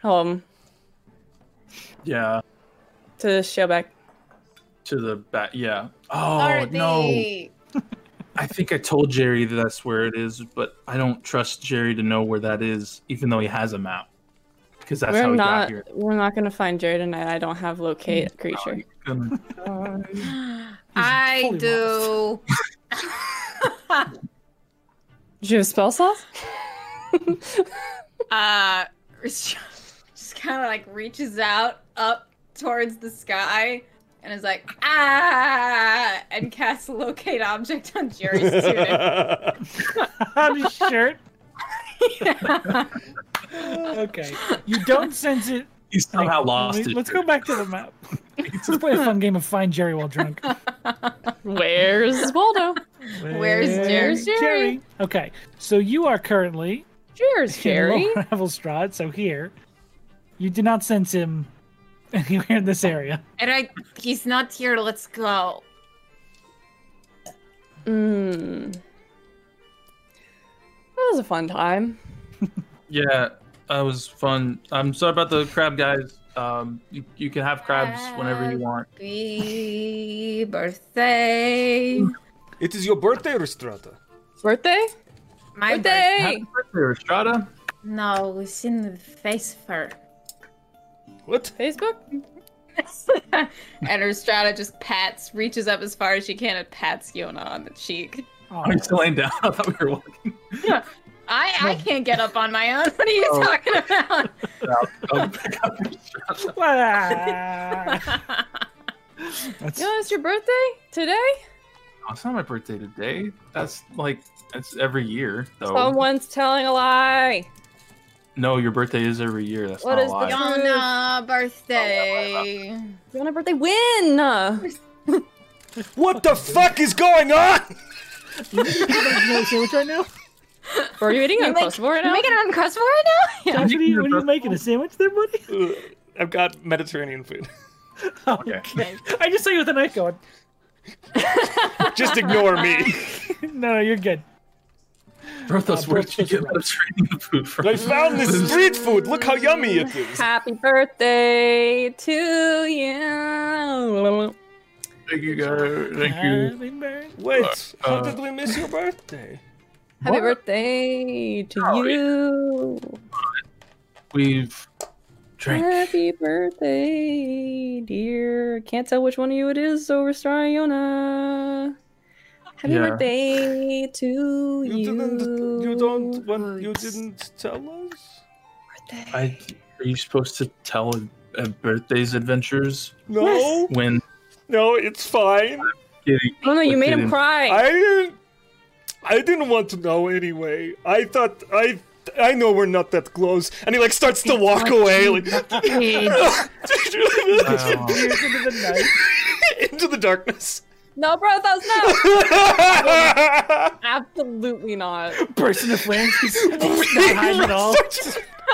[SPEAKER 3] home
[SPEAKER 2] Yeah,
[SPEAKER 3] to Shellback.
[SPEAKER 2] to the back. Yeah. Oh
[SPEAKER 5] Are
[SPEAKER 2] no!
[SPEAKER 5] they-
[SPEAKER 2] (laughs) I think I told Jerry that that's where it is, but I don't trust Jerry to know where that is, even though he has a map. Because that's how
[SPEAKER 3] We're
[SPEAKER 2] he
[SPEAKER 3] not
[SPEAKER 2] got here. Mm.
[SPEAKER 3] we're not gonna find Jared tonight. I don't have locate creature. (laughs)
[SPEAKER 2] Gonna-
[SPEAKER 1] fully
[SPEAKER 7] I do.
[SPEAKER 3] Did you have spell
[SPEAKER 2] (laughs)
[SPEAKER 3] sauce?
[SPEAKER 7] (laughs) Uh, just kind of like reaches out up towards the sky and is like ah, and casts locate object on Jerry's (laughs) student.
[SPEAKER 1] (laughs) on his shirt. okay. You don't sense it.
[SPEAKER 2] He's somehow lost
[SPEAKER 1] Let-
[SPEAKER 2] it.
[SPEAKER 1] Let's go back to the
[SPEAKER 2] (laughs)
[SPEAKER 1] map. Let's play a fun game of Find Jerry while drunk.
[SPEAKER 3] Where's Waldo?
[SPEAKER 7] Where's Jerry?
[SPEAKER 1] Jerry? Okay, so you are currently
[SPEAKER 3] Cheers, Jerry.
[SPEAKER 1] in Lower (laughs) Ravelstrad, so here. You do not sense him (laughs) anywhere in this
[SPEAKER 2] (laughs)
[SPEAKER 1] area.
[SPEAKER 5] All right, he's not here. Let's go.
[SPEAKER 3] Mm. That was a fun time.
[SPEAKER 2] Yeah, that was fun. I'm sorry about the crab guys. Um, you, you can have crabs whenever you want.
[SPEAKER 7] Happy birthday.
[SPEAKER 4] (laughs) It is your birthday, Restrata.
[SPEAKER 3] Birthday?
[SPEAKER 5] My birthday.
[SPEAKER 3] Birthday!
[SPEAKER 2] Happy birthday, Estrada. (laughs)
[SPEAKER 5] No, it's in the face of her.
[SPEAKER 4] What?
[SPEAKER 3] Facebook?
[SPEAKER 7] (laughs) and her strata just pats, reaches up as far as she can and pats Yona on the cheek.
[SPEAKER 1] Oh,
[SPEAKER 2] Are you
[SPEAKER 1] (laughs)
[SPEAKER 2] still laying down? (laughs) I thought we were walking.
[SPEAKER 7] I I can't get up on my own. (laughs) What are you
[SPEAKER 2] Oh.
[SPEAKER 7] talking
[SPEAKER 3] (laughs)
[SPEAKER 7] about?
[SPEAKER 2] out. Oh, pick up Estrada.
[SPEAKER 1] That's,
[SPEAKER 3] You know, it's your birthday? Today?
[SPEAKER 2] Oh, it's not my birthday today. That's like that's every year though.
[SPEAKER 3] Someone's telling a lie.
[SPEAKER 2] No, your birthday is every year. That's
[SPEAKER 3] What
[SPEAKER 2] not
[SPEAKER 3] is
[SPEAKER 2] a
[SPEAKER 3] the-
[SPEAKER 2] lie.
[SPEAKER 7] Yona birthday.
[SPEAKER 3] You're on a birthday
[SPEAKER 7] (laughs)
[SPEAKER 3] win!
[SPEAKER 4] What the fuck is going on?
[SPEAKER 1] sandwich right now?
[SPEAKER 3] Are you eating
[SPEAKER 7] You
[SPEAKER 3] on
[SPEAKER 7] make-
[SPEAKER 3] close right now?
[SPEAKER 7] Make it on Crustmore right now? Yeah.
[SPEAKER 1] Josh, what are you, what are you
[SPEAKER 2] Making
[SPEAKER 1] making? A
[SPEAKER 2] (laughs)
[SPEAKER 1] sandwich there, buddy?
[SPEAKER 6] Ugh, (laughs) I've got Mediterranean food. (laughs)
[SPEAKER 1] Okay. (laughs) I just saw you with a knife going. (laughs)
[SPEAKER 6] Just ignore me.
[SPEAKER 1] No, no, you're good.
[SPEAKER 2] Brothos, where did you
[SPEAKER 1] Brothos
[SPEAKER 2] get
[SPEAKER 1] right.
[SPEAKER 2] Mediterranean food from?
[SPEAKER 6] I found this street food. Look how yummy it is.
[SPEAKER 3] Happy birthday to you.
[SPEAKER 2] Thank you, guys. Thank you.
[SPEAKER 1] Happy birthday.
[SPEAKER 3] (laughs)
[SPEAKER 6] Wait, how
[SPEAKER 2] Uh,
[SPEAKER 6] did we miss your birthday?
[SPEAKER 3] Happy birthday to
[SPEAKER 2] Oh, yeah.
[SPEAKER 3] you.
[SPEAKER 2] We've drank.
[SPEAKER 3] Happy birthday, dear. Can't tell which one of you it is, so we're starting Yona. Happy
[SPEAKER 2] Yeah.
[SPEAKER 3] birthday to you.
[SPEAKER 4] You didn't. You don't want. You didn't tell us.
[SPEAKER 2] I, are you supposed to tell a, a birthday's adventures
[SPEAKER 6] No,
[SPEAKER 2] when
[SPEAKER 6] no, it's fine.
[SPEAKER 2] getting?
[SPEAKER 3] Oh no, you made him
[SPEAKER 2] getting-
[SPEAKER 3] cry.
[SPEAKER 6] I didn't. I didn't want to know anyway. I thought I. I know we're not that close, and he like starts to walk away, like
[SPEAKER 2] (laughs)
[SPEAKER 6] (laughs)
[SPEAKER 2] Wow.
[SPEAKER 1] Here's into the knife.
[SPEAKER 6] into the darkness.
[SPEAKER 3] (laughs) No, bro, those no.
[SPEAKER 6] Behind
[SPEAKER 3] Absolutely not.
[SPEAKER 1] Burst into flames. (laughs) He's
[SPEAKER 6] (laughs)
[SPEAKER 1] behind it all.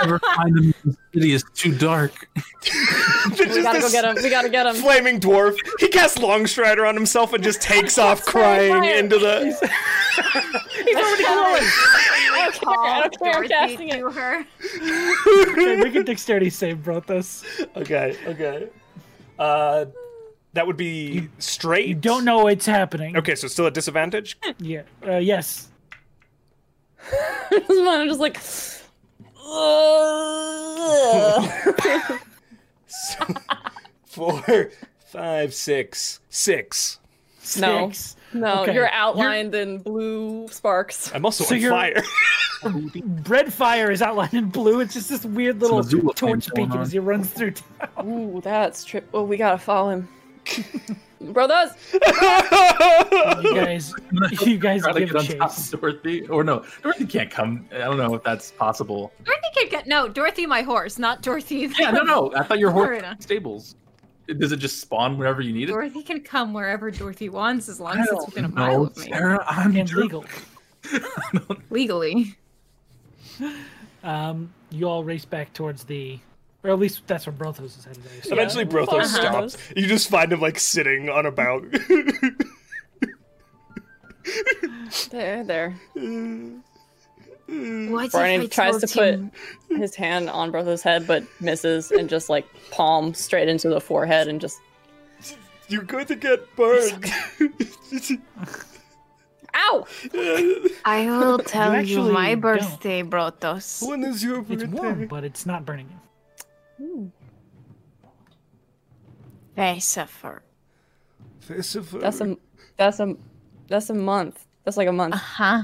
[SPEAKER 2] Never find them in the city is too
[SPEAKER 1] (laughs)
[SPEAKER 2] dark.
[SPEAKER 3] We gotta go get him. We gotta
[SPEAKER 6] (laughs)
[SPEAKER 3] get him. (laughs)
[SPEAKER 6] Flaming dwarf. He casts Longstrider on himself and just takes off crying
[SPEAKER 3] fire.
[SPEAKER 6] into the.
[SPEAKER 3] I don't care. I don't care. I'm casting it.
[SPEAKER 7] to her.
[SPEAKER 6] (laughs)
[SPEAKER 1] Okay, make a dexterity save, Brothos.
[SPEAKER 6] Okay, okay. Uh, that would be straight.
[SPEAKER 1] You don't know what's happening.
[SPEAKER 6] Okay, so still a (laughs) disadvantage.
[SPEAKER 1] Yeah. Uh, yes.
[SPEAKER 3] I'm (laughs) just like. Ugh.
[SPEAKER 6] So, four, five, six, six.
[SPEAKER 3] No.
[SPEAKER 1] Six.
[SPEAKER 3] No,
[SPEAKER 1] Okay,
[SPEAKER 3] you're
[SPEAKER 1] you're-
[SPEAKER 3] outlined in blue sparks.
[SPEAKER 6] I'm also
[SPEAKER 1] So
[SPEAKER 6] on
[SPEAKER 1] you're- (laughs)
[SPEAKER 6] fire. (laughs)
[SPEAKER 1] Bread fire is outlined in blue. It's just this weird little
[SPEAKER 2] Some Azula flame
[SPEAKER 1] torch
[SPEAKER 2] going
[SPEAKER 1] beacon
[SPEAKER 2] on.
[SPEAKER 1] as he runs through. town.
[SPEAKER 3] Ooh, that's trip. Oh, we gotta follow him. (laughs) Brothers,
[SPEAKER 2] (laughs)
[SPEAKER 1] You guys, you guys
[SPEAKER 2] Try to
[SPEAKER 1] give
[SPEAKER 2] get on top of
[SPEAKER 1] chase.
[SPEAKER 2] Dorothy, or no, Dorothy can't come. I don't know if that's possible.
[SPEAKER 7] Dorothy could get no Dorothy, my horse, not Dorothy. The...
[SPEAKER 2] Yeah, no, no. I thought your horse
[SPEAKER 7] Florida.
[SPEAKER 2] stables. Does it just spawn whenever you need it?
[SPEAKER 7] (laughs) Dorothy can come wherever Dorothy wants as long
[SPEAKER 2] I
[SPEAKER 7] as it's
[SPEAKER 2] don't
[SPEAKER 7] within a mile
[SPEAKER 2] know,
[SPEAKER 7] of me
[SPEAKER 2] Sarah. I'm
[SPEAKER 1] And
[SPEAKER 2] Drew.
[SPEAKER 1] legal.
[SPEAKER 7] legally.
[SPEAKER 1] Um, you all race back towards the, or at least that's where Brothos is headed. I assume.
[SPEAKER 6] Eventually, Brothos
[SPEAKER 5] Uh-huh.
[SPEAKER 6] stops. You just find him like sitting on a bout. (laughs)
[SPEAKER 3] there, there.
[SPEAKER 8] (laughs) What if I
[SPEAKER 3] Barney tries to
[SPEAKER 8] told
[SPEAKER 3] put
[SPEAKER 8] him-
[SPEAKER 3] his hand on Brothos' head, but misses, and just like palm straight into the forehead, and just
[SPEAKER 6] You're going to get (laughs) burned.
[SPEAKER 3] ow.
[SPEAKER 8] I
[SPEAKER 2] (laughs)
[SPEAKER 8] will tell you,
[SPEAKER 1] actually
[SPEAKER 8] my
[SPEAKER 1] don't.
[SPEAKER 8] birthday brought us.
[SPEAKER 6] when is your
[SPEAKER 1] It's
[SPEAKER 6] birthday?
[SPEAKER 1] warm, but it's not burning you.
[SPEAKER 8] I suffer.
[SPEAKER 6] Festival.
[SPEAKER 3] That's a, that's a, that's a month. That's like a month.
[SPEAKER 5] Huh?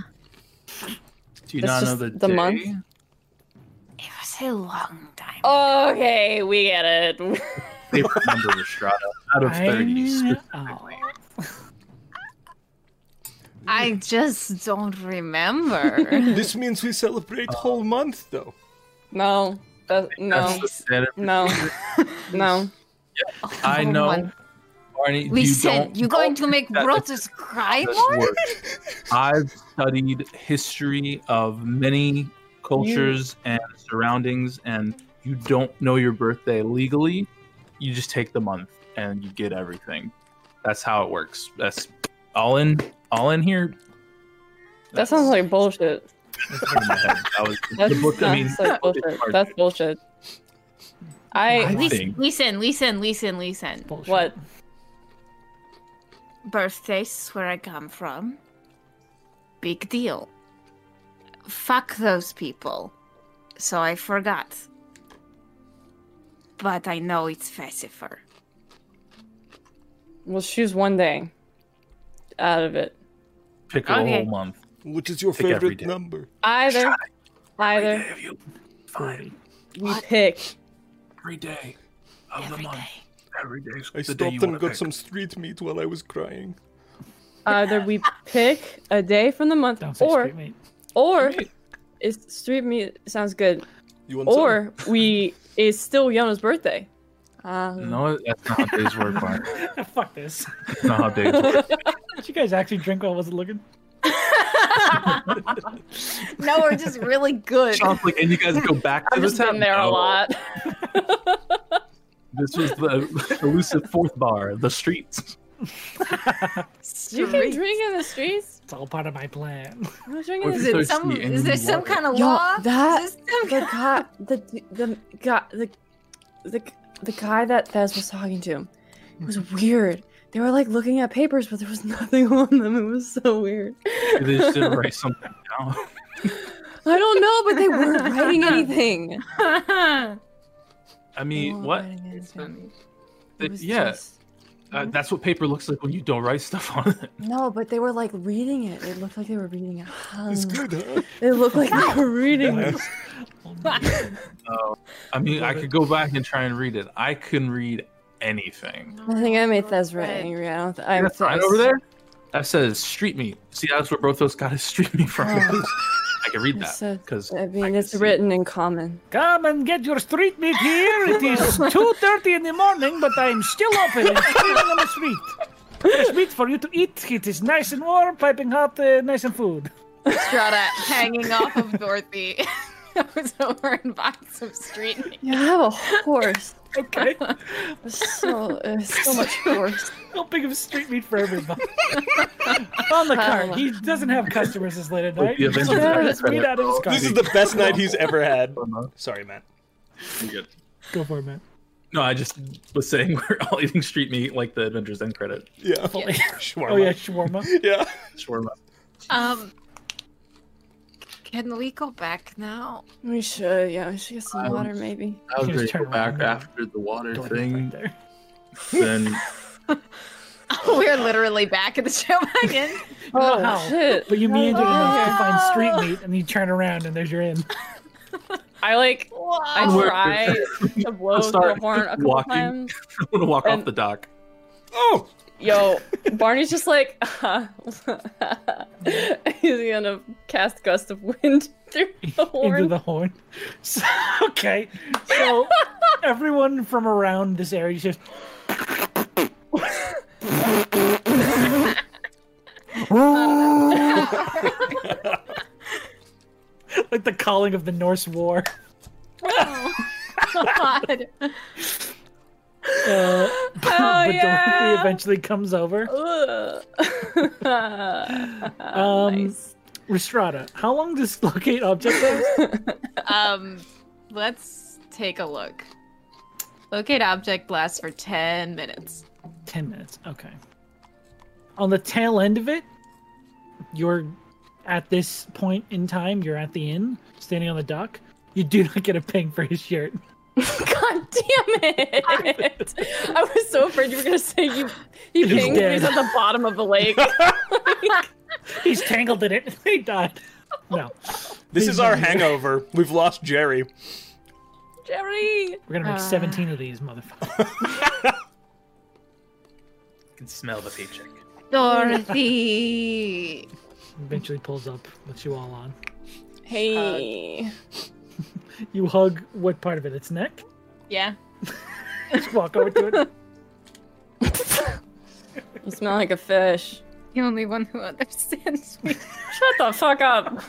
[SPEAKER 2] Do you
[SPEAKER 3] That's
[SPEAKER 2] not know
[SPEAKER 3] just the
[SPEAKER 2] the, day?
[SPEAKER 3] month.
[SPEAKER 8] It was a long time.
[SPEAKER 3] Okay, we get it.
[SPEAKER 2] They remember Estrada out of thirty. (laughs)
[SPEAKER 1] I- oh.
[SPEAKER 8] I just don't remember.
[SPEAKER 6] This means we celebrate
[SPEAKER 2] Uh,
[SPEAKER 6] whole month though.
[SPEAKER 3] no, that, no,
[SPEAKER 2] That's the standard-
[SPEAKER 3] (laughs) no, no.
[SPEAKER 2] (laughs) I
[SPEAKER 8] (laughs) Oh
[SPEAKER 2] know,
[SPEAKER 8] my-
[SPEAKER 2] Barney. you
[SPEAKER 8] Listen,
[SPEAKER 2] don't,
[SPEAKER 8] you're going to make
[SPEAKER 2] that-
[SPEAKER 8] Brotus cry
[SPEAKER 2] this
[SPEAKER 8] more?
[SPEAKER 2] work. I've studied history of many cultures and surroundings, and you don't know your birthday legally. You just take the month and you get everything. That's how it works. That's all in, all in here.
[SPEAKER 3] That sounds like bullshit.
[SPEAKER 2] That's in my head. That was
[SPEAKER 3] That
[SPEAKER 2] the book. I mean,
[SPEAKER 3] sounds
[SPEAKER 2] (laughs)
[SPEAKER 3] like bullshit.
[SPEAKER 2] hard.
[SPEAKER 3] That's bullshit. I
[SPEAKER 2] I
[SPEAKER 5] Listen,
[SPEAKER 2] think
[SPEAKER 5] listen, listen, listen, listen.
[SPEAKER 1] Bullshit.
[SPEAKER 3] what?
[SPEAKER 8] Birthdays, where I come from, big deal. Fuck those people. So I forgot. But I know it's Festifer.
[SPEAKER 3] We'll choose one day out of it.
[SPEAKER 2] pick a
[SPEAKER 8] Okay.
[SPEAKER 2] whole month.
[SPEAKER 6] Which is your
[SPEAKER 2] Pick every
[SPEAKER 6] favorite
[SPEAKER 2] day.
[SPEAKER 6] number?
[SPEAKER 3] Either, either
[SPEAKER 2] Have you
[SPEAKER 1] Forty.
[SPEAKER 3] we pick.
[SPEAKER 2] every day of the month? Every day. is
[SPEAKER 6] I
[SPEAKER 2] the day
[SPEAKER 6] stopped
[SPEAKER 2] you
[SPEAKER 6] and
[SPEAKER 2] wanna
[SPEAKER 6] got
[SPEAKER 2] pick.
[SPEAKER 6] some street meat while I was crying.
[SPEAKER 3] Either we pick a day from the month,
[SPEAKER 1] Don't say
[SPEAKER 3] or
[SPEAKER 1] street meat.
[SPEAKER 3] or is street meat sounds good,
[SPEAKER 6] You want
[SPEAKER 3] or we is still Yona's birthday. Um,
[SPEAKER 2] No, that's not how days work, Barney.
[SPEAKER 1] (laughs) Fuck this.
[SPEAKER 2] That's not how days work.
[SPEAKER 1] Did you guys actually drink while I wasn't looking?
[SPEAKER 7] No, we're just really good.
[SPEAKER 2] Sounds like- and you guys go back to
[SPEAKER 3] I've
[SPEAKER 2] the Oh,
[SPEAKER 3] just been there
[SPEAKER 7] (laughs)
[SPEAKER 3] a lot.
[SPEAKER 2] This was the elusive fourth bar, the (laughs) streets.
[SPEAKER 3] you can drink in the streets.
[SPEAKER 1] It's all part of my plan.
[SPEAKER 3] I'm not drinking
[SPEAKER 2] Or
[SPEAKER 3] in
[SPEAKER 7] Is
[SPEAKER 3] the
[SPEAKER 2] if
[SPEAKER 7] it
[SPEAKER 2] Thirsty
[SPEAKER 7] some?
[SPEAKER 2] and
[SPEAKER 7] Is there some
[SPEAKER 2] water.
[SPEAKER 7] kind of
[SPEAKER 3] Yo,
[SPEAKER 7] law?
[SPEAKER 3] that-
[SPEAKER 7] Is there some
[SPEAKER 3] (laughs) the
[SPEAKER 7] kind-
[SPEAKER 3] guy, the the guy, the the the guy that Thez was talking to,
[SPEAKER 2] Hmm.
[SPEAKER 3] it was weird. They were like looking at papers, but there was (laughs) nothing on them. It was so weird.
[SPEAKER 2] They just didn't write something down.
[SPEAKER 3] (laughs) I don't know, but they (laughs) weren't writing anything.
[SPEAKER 2] (laughs) I mean, what?
[SPEAKER 3] Oh, It
[SPEAKER 2] Th-
[SPEAKER 3] was
[SPEAKER 2] yeah,
[SPEAKER 3] just-
[SPEAKER 2] uh, that's what paper looks like when you don't write stuff on it.
[SPEAKER 3] No, but they were like reading it. It looked like they were reading it.
[SPEAKER 2] (laughs)
[SPEAKER 6] It's
[SPEAKER 2] Mm.
[SPEAKER 6] good, huh?
[SPEAKER 3] It looked like they were reading it.
[SPEAKER 6] Yes.
[SPEAKER 2] I mean, I
[SPEAKER 1] Love
[SPEAKER 2] could
[SPEAKER 1] it.
[SPEAKER 2] go back and try and read it. I couldn't read anything.
[SPEAKER 3] I think I made Thez really angry. I don't. Th- I'm
[SPEAKER 2] That sign
[SPEAKER 3] Thez.
[SPEAKER 2] over there that says street meat. See, that's where Brothos got his (laughs) street meat from. I can read
[SPEAKER 3] It
[SPEAKER 2] that
[SPEAKER 3] Oh. says-
[SPEAKER 2] because
[SPEAKER 3] I mean,
[SPEAKER 2] can
[SPEAKER 3] it's
[SPEAKER 2] see.
[SPEAKER 3] written in common.
[SPEAKER 1] Come and get your street meat here. It is two thirty in the morning, but I'm still open and still on the street. There's meat for you to eat. It is nice and warm, piping hot, uh, nice and food.
[SPEAKER 7] Strata hanging off of
[SPEAKER 3] (laughs)
[SPEAKER 7] Dorothy. goes over and buys some street meat.
[SPEAKER 3] Yeah, I have a horse.
[SPEAKER 1] Okay.
[SPEAKER 3] There's so (laughs) there's so much horse.
[SPEAKER 1] I'll pick up street meat for everybody. on the cart. He doesn't have customers this late at night.
[SPEAKER 2] the
[SPEAKER 1] He's
[SPEAKER 2] Avengers
[SPEAKER 1] grabbing
[SPEAKER 2] (laughs) are
[SPEAKER 1] his meat
[SPEAKER 2] better.
[SPEAKER 1] out of his cart.
[SPEAKER 6] This is the best night he's ever had. Sorry, Matt.
[SPEAKER 2] Pretty good.
[SPEAKER 1] Go for it, man.
[SPEAKER 2] No, I just was saying (laughs) we're all eating street meat like the Avengers end credit.
[SPEAKER 6] Yeah.
[SPEAKER 2] (laughs)
[SPEAKER 6] Shawarma.
[SPEAKER 1] Oh yeah, shawarma.
[SPEAKER 6] Yeah.
[SPEAKER 2] Shawarma.
[SPEAKER 7] Um,
[SPEAKER 8] Can we go back now?
[SPEAKER 3] We should, yeah, we should get some
[SPEAKER 2] Um,
[SPEAKER 3] water maybe.
[SPEAKER 2] I was
[SPEAKER 1] Just
[SPEAKER 2] ready to
[SPEAKER 1] turn
[SPEAKER 2] go back
[SPEAKER 1] around.
[SPEAKER 2] after the water
[SPEAKER 3] (laughs)
[SPEAKER 1] Dorothy's
[SPEAKER 2] thing.
[SPEAKER 1] right there.
[SPEAKER 2] then
[SPEAKER 7] We're literally back at the show wagon.
[SPEAKER 1] Oh,
[SPEAKER 3] shit.
[SPEAKER 1] But you meandered enough to find street meat, and you turn around, and there's your inn.
[SPEAKER 3] I like (laughs) I
[SPEAKER 2] Onward. (laughs)
[SPEAKER 3] try to blow the
[SPEAKER 2] Start
[SPEAKER 3] horn a couple
[SPEAKER 2] walking.
[SPEAKER 3] times.
[SPEAKER 2] (laughs) I'm gonna walk
[SPEAKER 3] And-
[SPEAKER 2] off the dock.
[SPEAKER 6] Oh,
[SPEAKER 3] Yo, Barney's just like (laughs) he's gonna cast gust of wind through
[SPEAKER 1] (laughs)
[SPEAKER 3] the
[SPEAKER 1] into (laughs)
[SPEAKER 3] horn.
[SPEAKER 1] the horn. So, okay, so everyone from around this area is just. (laughs) like the calling of the Norse war.
[SPEAKER 7] (laughs)
[SPEAKER 2] (laughs)
[SPEAKER 7] God.
[SPEAKER 1] Uh,
[SPEAKER 3] oh
[SPEAKER 1] (laughs) but Dorothy
[SPEAKER 3] yeah.
[SPEAKER 1] eventually comes over.
[SPEAKER 7] (laughs)
[SPEAKER 3] um, nice.
[SPEAKER 1] Restrada, how long does (laughs) locate object last?
[SPEAKER 7] Um, let's take a look. Locate object lasts for 10 minutes. (laughs)
[SPEAKER 1] 10 minutes. Okay. On the tail end of it, you're at this point in time, you're at the inn, standing on the dock. You do not get a ping for his shirt. (laughs)
[SPEAKER 3] God damn it! I was so afraid you were gonna say you.
[SPEAKER 1] He's
[SPEAKER 3] He pinged.
[SPEAKER 1] dead.
[SPEAKER 3] He's at the bottom of
[SPEAKER 1] (laughs)
[SPEAKER 3] the lake.
[SPEAKER 1] He's tangled in it. (laughs) he died. No.
[SPEAKER 6] this is our hangover. We've lost Jerry.
[SPEAKER 3] Jerry.
[SPEAKER 1] We're going to make 17 of these, motherfucker.
[SPEAKER 2] I can smell the paycheck.
[SPEAKER 8] Dorothy.
[SPEAKER 1] Eventually pulls up with you all on.
[SPEAKER 3] Hey.
[SPEAKER 1] You hug what part of it? Its neck?
[SPEAKER 7] Yeah.
[SPEAKER 1] (laughs) Just walk over to
[SPEAKER 3] (laughs)
[SPEAKER 1] it.
[SPEAKER 3] you smell like a fish.
[SPEAKER 7] The only one who (laughs) understands me.
[SPEAKER 3] Shut the fuck up.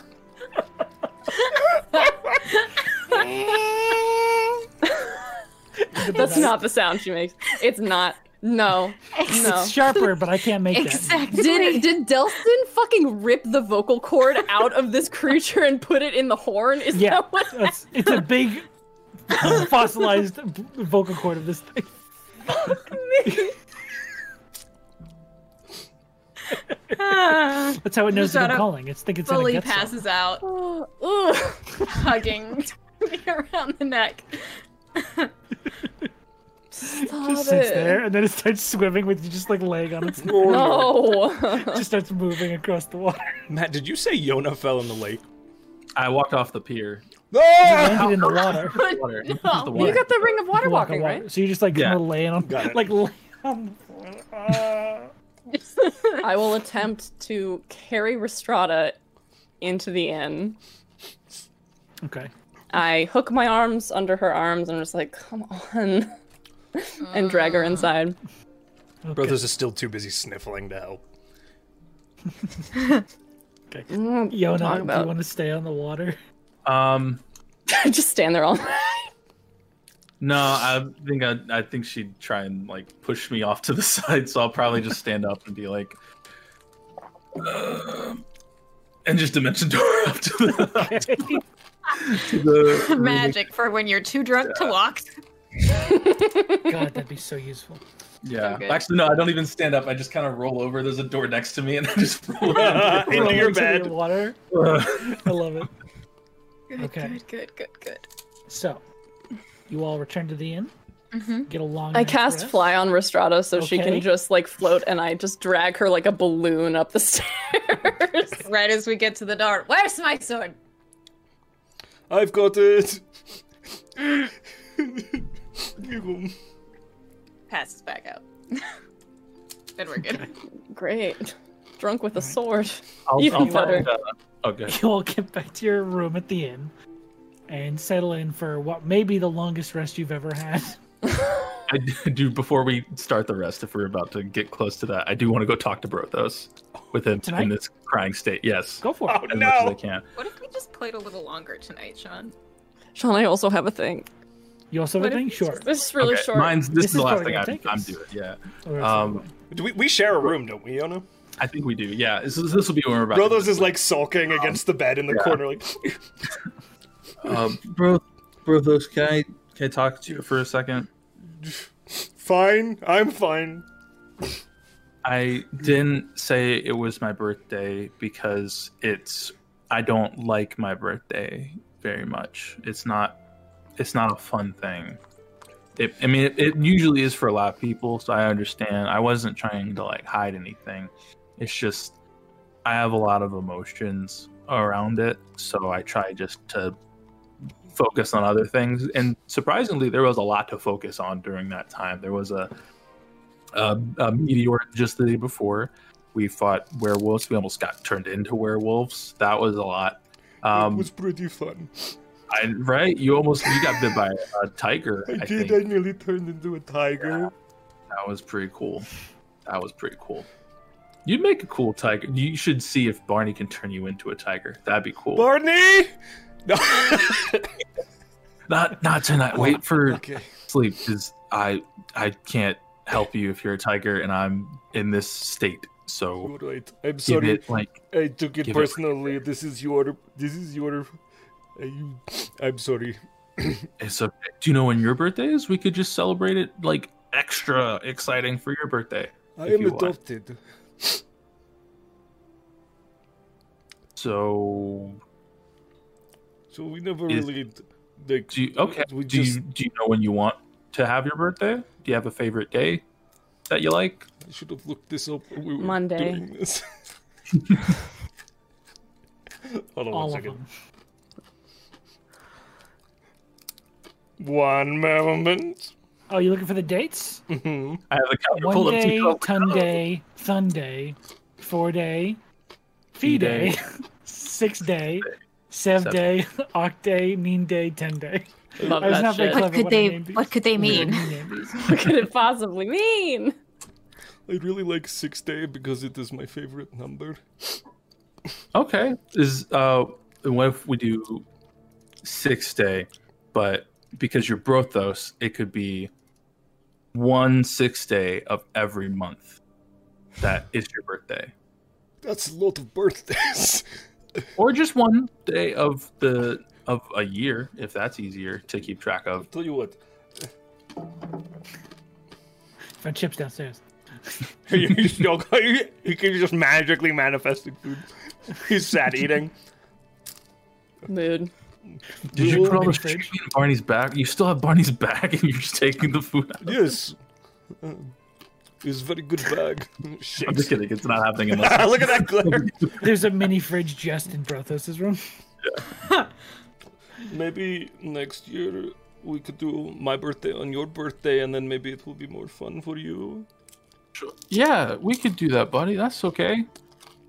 [SPEAKER 3] That's not the sound she makes. It's not. No. No.
[SPEAKER 1] It's sharper, but I can't make that.
[SPEAKER 3] (laughs)
[SPEAKER 8] exactly.
[SPEAKER 3] Did did Delston fucking rip the vocal cord out of this creature and put it in the horn?
[SPEAKER 7] (laughs)
[SPEAKER 3] Is (laughs)
[SPEAKER 1] Yeah.
[SPEAKER 3] that what?
[SPEAKER 1] It's, it's a big (laughs) fossilized v- vocal cord of this thing. That's how it knows that
[SPEAKER 7] Rosetta
[SPEAKER 1] I'm calling. It's think it's in a
[SPEAKER 7] Fully
[SPEAKER 1] gut cell.
[SPEAKER 7] passes out,
[SPEAKER 3] Ooh. ooh.
[SPEAKER 7] hugging (laughs) me around the neck.
[SPEAKER 3] Stop
[SPEAKER 1] just
[SPEAKER 3] it.
[SPEAKER 1] sits there and then it starts swimming with you just like laying on its
[SPEAKER 3] (laughs) No.
[SPEAKER 1] just starts moving across the water.
[SPEAKER 6] Matt, did you say Yona fell in the lake?
[SPEAKER 2] I walked off
[SPEAKER 3] (laughs)
[SPEAKER 2] the pier.
[SPEAKER 6] Ah!
[SPEAKER 1] Landed in the water.
[SPEAKER 2] Water. This is the water.
[SPEAKER 3] You got the ring of water
[SPEAKER 1] Walk on
[SPEAKER 3] walking,
[SPEAKER 1] water.
[SPEAKER 3] right?
[SPEAKER 1] So you just like
[SPEAKER 2] Yeah.
[SPEAKER 1] kinda laying on
[SPEAKER 6] Got it.
[SPEAKER 1] like (laughs) lay on the floor. Uh,
[SPEAKER 3] I will attempt to carry Restrada into the inn.
[SPEAKER 1] Okay.
[SPEAKER 3] I hook my arms under her arms and I'm just like, come on. and drag her inside.
[SPEAKER 6] (laughs)
[SPEAKER 3] (laughs)
[SPEAKER 6] Brothers is still too busy sniffling to help.
[SPEAKER 1] Yona, do
[SPEAKER 3] about-
[SPEAKER 1] you want to stay on the
[SPEAKER 3] (laughs)
[SPEAKER 1] water?
[SPEAKER 2] Um,
[SPEAKER 3] just stand there all
[SPEAKER 2] no, I think I, I think she'd try and like push me off to the (laughs) side, so I'll probably just stand up and be like, um, and just dimension (laughs) door up to the, to the
[SPEAKER 7] Magic for when you're too drunk to walk.
[SPEAKER 1] God, that'd be (laughs) so useful.
[SPEAKER 2] Yeah.
[SPEAKER 7] Okay.
[SPEAKER 2] Actually, no, I don't even stand up. I just kind of roll over. There's a door next to me, and I
[SPEAKER 6] (laughs)
[SPEAKER 2] just roll
[SPEAKER 6] Ah,
[SPEAKER 2] in.
[SPEAKER 6] into your
[SPEAKER 1] Into the
[SPEAKER 6] bed.
[SPEAKER 1] water. I love it.
[SPEAKER 7] Good,
[SPEAKER 1] Okay.
[SPEAKER 7] good, good, good, good.
[SPEAKER 1] So you all return to the inn. Get a long
[SPEAKER 3] Mm-hmm. I
[SPEAKER 1] night's
[SPEAKER 3] cast
[SPEAKER 1] rest.
[SPEAKER 3] fly on Restrada so she
[SPEAKER 1] Okay.
[SPEAKER 3] can just like float and I just drag her like a balloon up the (laughs) stairs.
[SPEAKER 7] Right as we get to the door, where's my sword?
[SPEAKER 6] I've got (laughs) it.
[SPEAKER 7] Passes back out. (laughs) then we're good.
[SPEAKER 3] Great. Drunk with a sword.
[SPEAKER 2] I'll,
[SPEAKER 3] Even
[SPEAKER 2] I'll find,
[SPEAKER 3] better.
[SPEAKER 2] uh, okay.
[SPEAKER 1] (laughs) you all get back to your room at the inn and settle in for what may be the longest rest you've ever had.
[SPEAKER 2] I do- do before we start the rest, if we're about to get close to that, I do want to go talk to Brothos with him
[SPEAKER 1] Tonight?
[SPEAKER 2] in this crying state. Yes,
[SPEAKER 1] Go for it.
[SPEAKER 2] as much as I
[SPEAKER 6] no.
[SPEAKER 2] can.
[SPEAKER 7] What if we just played a little longer tonight, Sean?
[SPEAKER 3] Sean, I also have a thing.
[SPEAKER 1] You also have
[SPEAKER 7] What
[SPEAKER 1] a
[SPEAKER 7] if
[SPEAKER 1] thing?
[SPEAKER 7] it's
[SPEAKER 1] Sure.
[SPEAKER 3] This is really
[SPEAKER 2] Okay,
[SPEAKER 3] short.
[SPEAKER 2] Mine's this,
[SPEAKER 1] This
[SPEAKER 2] is the
[SPEAKER 1] is
[SPEAKER 2] last
[SPEAKER 1] probably
[SPEAKER 2] thing
[SPEAKER 1] gonna
[SPEAKER 2] I'm,
[SPEAKER 1] take
[SPEAKER 2] I'm
[SPEAKER 1] us.
[SPEAKER 2] doing. Yeah,
[SPEAKER 1] Or it's
[SPEAKER 2] Um,
[SPEAKER 1] okay.
[SPEAKER 6] Do we, we share a room, don't we, Yona?
[SPEAKER 2] I think we do. Yeah, this is this will be when we're about. to-
[SPEAKER 6] Brothos is like sulking against the bed in the
[SPEAKER 2] Yeah.
[SPEAKER 6] corner, like
[SPEAKER 2] um, bro, Brothos, can I can I talk to you for a second?
[SPEAKER 6] fine, I'm fine.
[SPEAKER 2] I didn't say it was my birthday because it's I don't like my birthday very much. It's not it's not a fun thing. It, I mean, it, it usually is for a lot of people, so I understand. I wasn't trying to like hide anything. It's just I have a lot of emotions around it, so I try just to focus on other things. And surprisingly, there was a lot to focus on during that time. There was a a, a meteor just the day before. We fought werewolves. We almost got turned into werewolves. That was a lot.
[SPEAKER 6] it
[SPEAKER 2] Um,
[SPEAKER 6] was pretty fun.
[SPEAKER 2] I, right? You almost you got bit by a, tiger.
[SPEAKER 6] (laughs) I,
[SPEAKER 2] I
[SPEAKER 6] did.
[SPEAKER 2] think
[SPEAKER 6] I nearly turned into a tiger.
[SPEAKER 2] that was pretty cool. That was pretty cool. You'd make a cool tiger. You should see if Barney can turn you into a tiger. That'd be cool.
[SPEAKER 6] Barney.
[SPEAKER 2] (laughs)
[SPEAKER 6] No.
[SPEAKER 2] not not tonight. Wait for
[SPEAKER 6] (laughs) okay.
[SPEAKER 2] sleep because I I can't help you if you're a tiger and I'm in this state. So
[SPEAKER 6] All right. I'm
[SPEAKER 2] give
[SPEAKER 6] sorry.
[SPEAKER 2] it like
[SPEAKER 6] I took it
[SPEAKER 2] Give it right
[SPEAKER 6] personally. this is your. This is your. Uh, you, I'm sorry.
[SPEAKER 2] it's a. Do you know when your birthday is? We could just celebrate it like extra exciting for your birthday.
[SPEAKER 6] I
[SPEAKER 2] If
[SPEAKER 6] am
[SPEAKER 2] you want.
[SPEAKER 6] adopted.
[SPEAKER 2] So
[SPEAKER 6] So we never
[SPEAKER 2] Is-
[SPEAKER 6] really like.
[SPEAKER 2] do you, okay.
[SPEAKER 6] We
[SPEAKER 2] do
[SPEAKER 6] just
[SPEAKER 2] you do you know when you want to have your birthday? Do you have a favorite day that you like?
[SPEAKER 6] I should have looked this up. when We were
[SPEAKER 3] Monday.
[SPEAKER 6] Doing
[SPEAKER 2] (laughs)
[SPEAKER 6] this. Hold on one
[SPEAKER 1] All of
[SPEAKER 6] second.
[SPEAKER 1] them.
[SPEAKER 6] One moment. Mm-hmm.
[SPEAKER 1] Oh, you looking for the dates?
[SPEAKER 2] I have a calendar
[SPEAKER 1] One
[SPEAKER 2] pulled up
[SPEAKER 1] day,
[SPEAKER 2] too. Oh,
[SPEAKER 1] ten day, Sunday, four day, fee
[SPEAKER 2] day.
[SPEAKER 1] day, (laughs) six day, sev
[SPEAKER 2] Sev-
[SPEAKER 1] day, (laughs) oct day, mean day, ten day.
[SPEAKER 3] Love
[SPEAKER 1] I was
[SPEAKER 3] that
[SPEAKER 1] not very
[SPEAKER 3] shit. (laughs)
[SPEAKER 1] clever.
[SPEAKER 3] What
[SPEAKER 8] What could
[SPEAKER 1] when I
[SPEAKER 8] they?
[SPEAKER 1] named these.
[SPEAKER 8] What could they
[SPEAKER 1] (laughs)
[SPEAKER 8] mean?
[SPEAKER 3] could it possibly mean?
[SPEAKER 6] I really like six day because it is my favorite number.
[SPEAKER 2] Okay. Is uh what if we do six day, but because you're Brothos, it could be one six day of every month that is your birthday.
[SPEAKER 6] That's a lot of birthdays. (laughs)
[SPEAKER 2] Or just one day of the of a year, if that's easier to keep track of.
[SPEAKER 6] Tell you what,
[SPEAKER 1] Found chips downstairs.
[SPEAKER 6] (laughs) he still he keeps just magically manifesting food. (laughs) He's sad eating.
[SPEAKER 3] Mood.
[SPEAKER 2] Did you
[SPEAKER 1] will
[SPEAKER 2] put all the
[SPEAKER 1] make
[SPEAKER 2] shit
[SPEAKER 1] fridge.
[SPEAKER 2] in Barney's bag? You still have Barney's bag and you're just taking the food out.
[SPEAKER 6] Yes, Um, it's very good (laughs) bag.
[SPEAKER 2] I'm just
[SPEAKER 6] Shakes.
[SPEAKER 2] kidding, it's not happening unless
[SPEAKER 6] Look at that glare.
[SPEAKER 2] (laughs)
[SPEAKER 1] There's a mini fridge just in Brothos's room.
[SPEAKER 6] Maybe next year we could do my birthday on your birthday, and then maybe it will be more fun for you.
[SPEAKER 2] Yeah, we could do that, buddy. That's okay.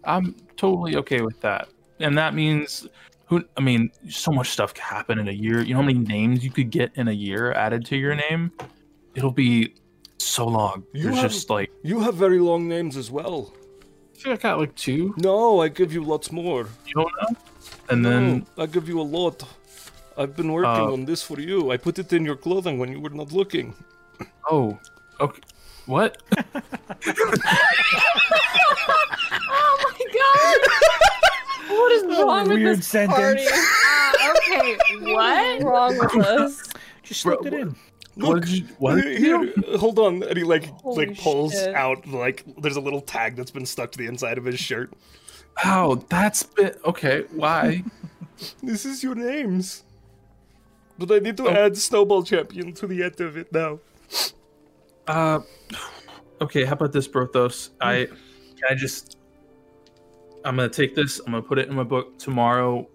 [SPEAKER 2] I'm totally okay with that. And that means who I mean, so much stuff can happen in a year. You know how many names you could get in a year added to your name? It'll be so long.
[SPEAKER 6] You
[SPEAKER 2] There's
[SPEAKER 6] have-
[SPEAKER 2] just like
[SPEAKER 6] You have very long names as well.
[SPEAKER 2] I think I got like two,
[SPEAKER 6] No, I give you lots more.
[SPEAKER 2] you don't know? And then
[SPEAKER 6] No, I give you a lot. I've been working
[SPEAKER 2] Uh,
[SPEAKER 6] on this for you. I put it in your clothing when you were not looking.
[SPEAKER 2] oh okay what?
[SPEAKER 3] (laughs) What is wrong with
[SPEAKER 1] Weird
[SPEAKER 3] this
[SPEAKER 1] sentence.
[SPEAKER 3] party?
[SPEAKER 7] okay,
[SPEAKER 3] What is wrong with us?
[SPEAKER 1] Just
[SPEAKER 2] Bro,
[SPEAKER 1] slipped it in.
[SPEAKER 2] What
[SPEAKER 6] Look,
[SPEAKER 2] did you- what did
[SPEAKER 6] here,
[SPEAKER 2] you
[SPEAKER 6] here, hold on. And he like
[SPEAKER 3] Holy
[SPEAKER 6] like pulls
[SPEAKER 3] shit.
[SPEAKER 6] out like there's a little tag that's been stuck to the inside of his shirt.
[SPEAKER 2] Wow, that's been okay, why?
[SPEAKER 6] This is your names. But I need to
[SPEAKER 2] Oh.
[SPEAKER 6] add Snowball Champion to the end of it now.
[SPEAKER 2] Uh, okay. How about this, Brothos? I can I just. I'm gonna take this. I'm gonna put it in my book tomorrow,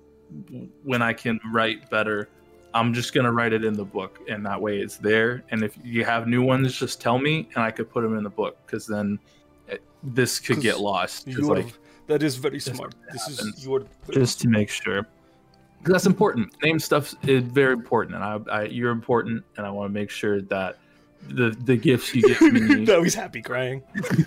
[SPEAKER 2] w- when I can write better. I'm just gonna write it in the book, and that way it's there. And if you have new ones, just tell me, and I could put them in the book. Because then, it, this could
[SPEAKER 6] 'Cause
[SPEAKER 2] get lost. 'Cause,
[SPEAKER 6] You're,
[SPEAKER 2] like,
[SPEAKER 6] that is very
[SPEAKER 2] what
[SPEAKER 6] smart. This
[SPEAKER 2] happens.
[SPEAKER 6] is your
[SPEAKER 2] just to make sure. 'Cause that's important. Name stuff is very important, and I, I you're important, and I want to make sure that the the gifts you (laughs) give
[SPEAKER 6] (laughs)
[SPEAKER 2] me
[SPEAKER 6] No, he's happy crying.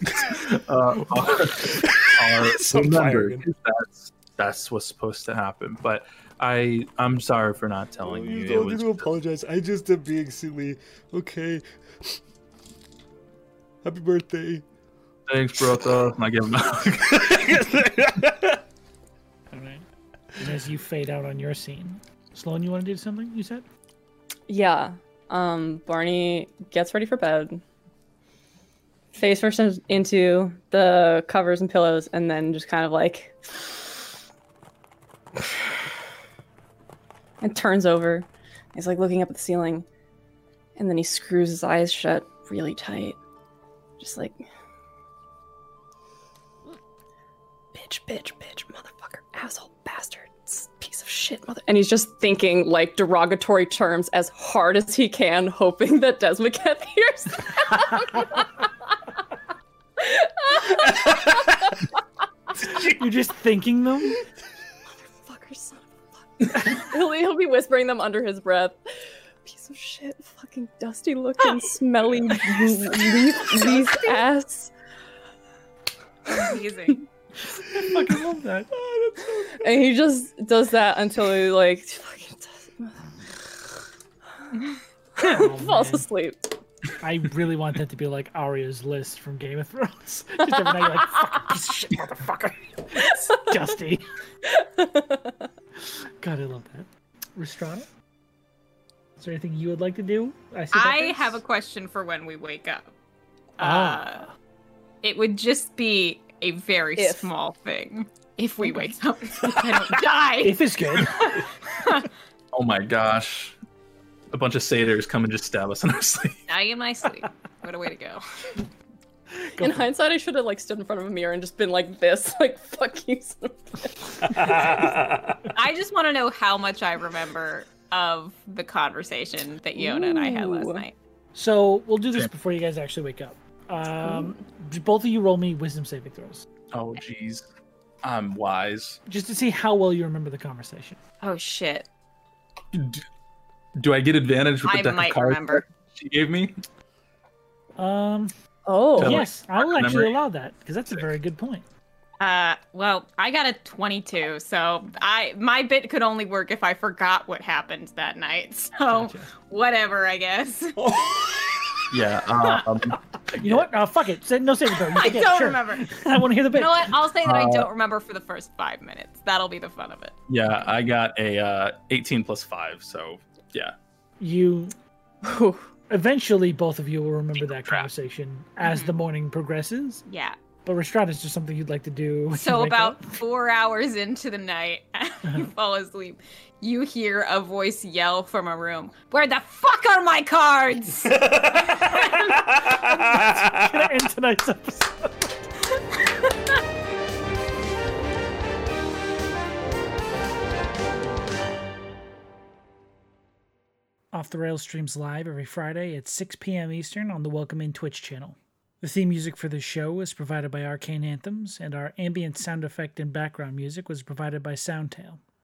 [SPEAKER 2] (laughs) uh, are, are
[SPEAKER 6] So
[SPEAKER 2] remembered.
[SPEAKER 6] tiring.
[SPEAKER 2] That's that's what's supposed to happen. But I I'm sorry for not telling
[SPEAKER 6] you
[SPEAKER 2] you. It
[SPEAKER 6] don't need
[SPEAKER 2] was,
[SPEAKER 6] to apologize. I just am being silly. Okay. Happy birthday.
[SPEAKER 2] thanks, Brotha. And I give him a hug.
[SPEAKER 1] All right. And as you fade out on your scene, Sloan, you want to do something? You said.
[SPEAKER 3] Yeah. Um, Barney gets ready for bed. Face first in- into the covers and pillows, and then just kind of like. (sighs) and turns over. He's like looking up at the ceiling. And then he screws his eyes shut really tight. Just like. Bitch, bitch, bitch, motherfucker, asshole, bastard, s- piece of shit, mother. And he's just thinking like derogatory terms as hard as he can, hoping that Desmiceth (laughs) hears
[SPEAKER 1] You're just thinking them?
[SPEAKER 3] fucker, son of a fuck. (laughs) he'll, he'll be whispering them under his breath. Piece of shit, fucking dusty (laughs) looking, smelly, leaf, leaf ass.
[SPEAKER 5] Amazing.
[SPEAKER 1] I fucking love that.
[SPEAKER 3] And he just does that until he, like, fucking
[SPEAKER 1] (laughs) Oh,
[SPEAKER 3] (laughs) falls
[SPEAKER 1] man.
[SPEAKER 3] asleep.
[SPEAKER 1] I really want that to be like Arya's list from Game of Thrones. (laughs) Just every night, you're like, fucking piece of shit, motherfucker. It's dusty. God, I love that. Restrada? Is there anything you would like to do? I, see that
[SPEAKER 5] I
[SPEAKER 1] face.
[SPEAKER 5] have a question for when we wake up.
[SPEAKER 1] Ah.
[SPEAKER 5] Uh, it would just be a very
[SPEAKER 3] If.
[SPEAKER 5] small thing if we wake up. if I don't die.
[SPEAKER 1] If is
[SPEAKER 5] (laughs)
[SPEAKER 1] good.
[SPEAKER 2] Oh my gosh. A bunch of satyrs come and just stab us in our (laughs) sleep.
[SPEAKER 5] I am my sleep. What a way to go.
[SPEAKER 1] Go for
[SPEAKER 3] In
[SPEAKER 1] it.
[SPEAKER 3] hindsight, I should have, like, stood in front of a mirror and just been like this, (laughs) like, fuck you, son of a bitch.
[SPEAKER 5] I just want to know how much I remember of the conversation that Yona and I had last
[SPEAKER 3] Ooh.
[SPEAKER 5] night.
[SPEAKER 1] So we'll do this before you guys actually wake up. Um, both of you roll me wisdom saving throws
[SPEAKER 2] Oh jeez. I'm wise.
[SPEAKER 1] just to see how well you remember the conversation.
[SPEAKER 5] Oh shit!
[SPEAKER 2] Do, do I get advantage with the
[SPEAKER 5] I
[SPEAKER 2] deck
[SPEAKER 5] might
[SPEAKER 2] of cards
[SPEAKER 5] remember.
[SPEAKER 2] she gave me?
[SPEAKER 1] Um,
[SPEAKER 3] Oh.
[SPEAKER 2] Tell me.
[SPEAKER 1] yes, I will actually
[SPEAKER 2] Memory.
[SPEAKER 1] allow that because that's a very good point.
[SPEAKER 5] Uh, well, I got a 22, so I my bit could only work if I forgot what happened that night. So
[SPEAKER 1] Gotcha.
[SPEAKER 5] whatever, I guess.
[SPEAKER 1] Oh,
[SPEAKER 2] Yeah. Um,
[SPEAKER 1] You know what? Uh, fuck it. Say- No saving throw. You
[SPEAKER 5] (laughs) (laughs) I
[SPEAKER 1] forget,
[SPEAKER 5] don't
[SPEAKER 1] sure.
[SPEAKER 5] remember. You
[SPEAKER 1] I want to hear the bit.
[SPEAKER 5] know what? I'll say that I
[SPEAKER 2] Uh,
[SPEAKER 5] don't remember for the first five minutes. That'll be the fun of it.
[SPEAKER 2] yeah, I got a uh, 18 plus 5, so yeah.
[SPEAKER 1] You
[SPEAKER 3] Whew.
[SPEAKER 1] eventually, both of you will remember that
[SPEAKER 2] Crap.
[SPEAKER 1] conversation as
[SPEAKER 5] Mm-hmm.
[SPEAKER 1] the morning progresses. (laughs)
[SPEAKER 5] Yeah.
[SPEAKER 1] But Restrada is just something you'd like to do. when you
[SPEAKER 5] So
[SPEAKER 1] wake
[SPEAKER 5] about
[SPEAKER 1] up. Uh-huh.
[SPEAKER 5] four hours into the night, (laughs) you fall asleep. You hear a voice yell from a room, "Where the fuck are
[SPEAKER 1] (laughs)
[SPEAKER 5] my cards?"
[SPEAKER 1] Gonna end tonight's episode. (laughs) Off the Rails streams live every Friday at 6 p.m. Eastern on the Welcome In Twitch channel. The theme music for this show is provided by Arcane Anthems, and our ambient sound effect and background music was provided by Soundtail.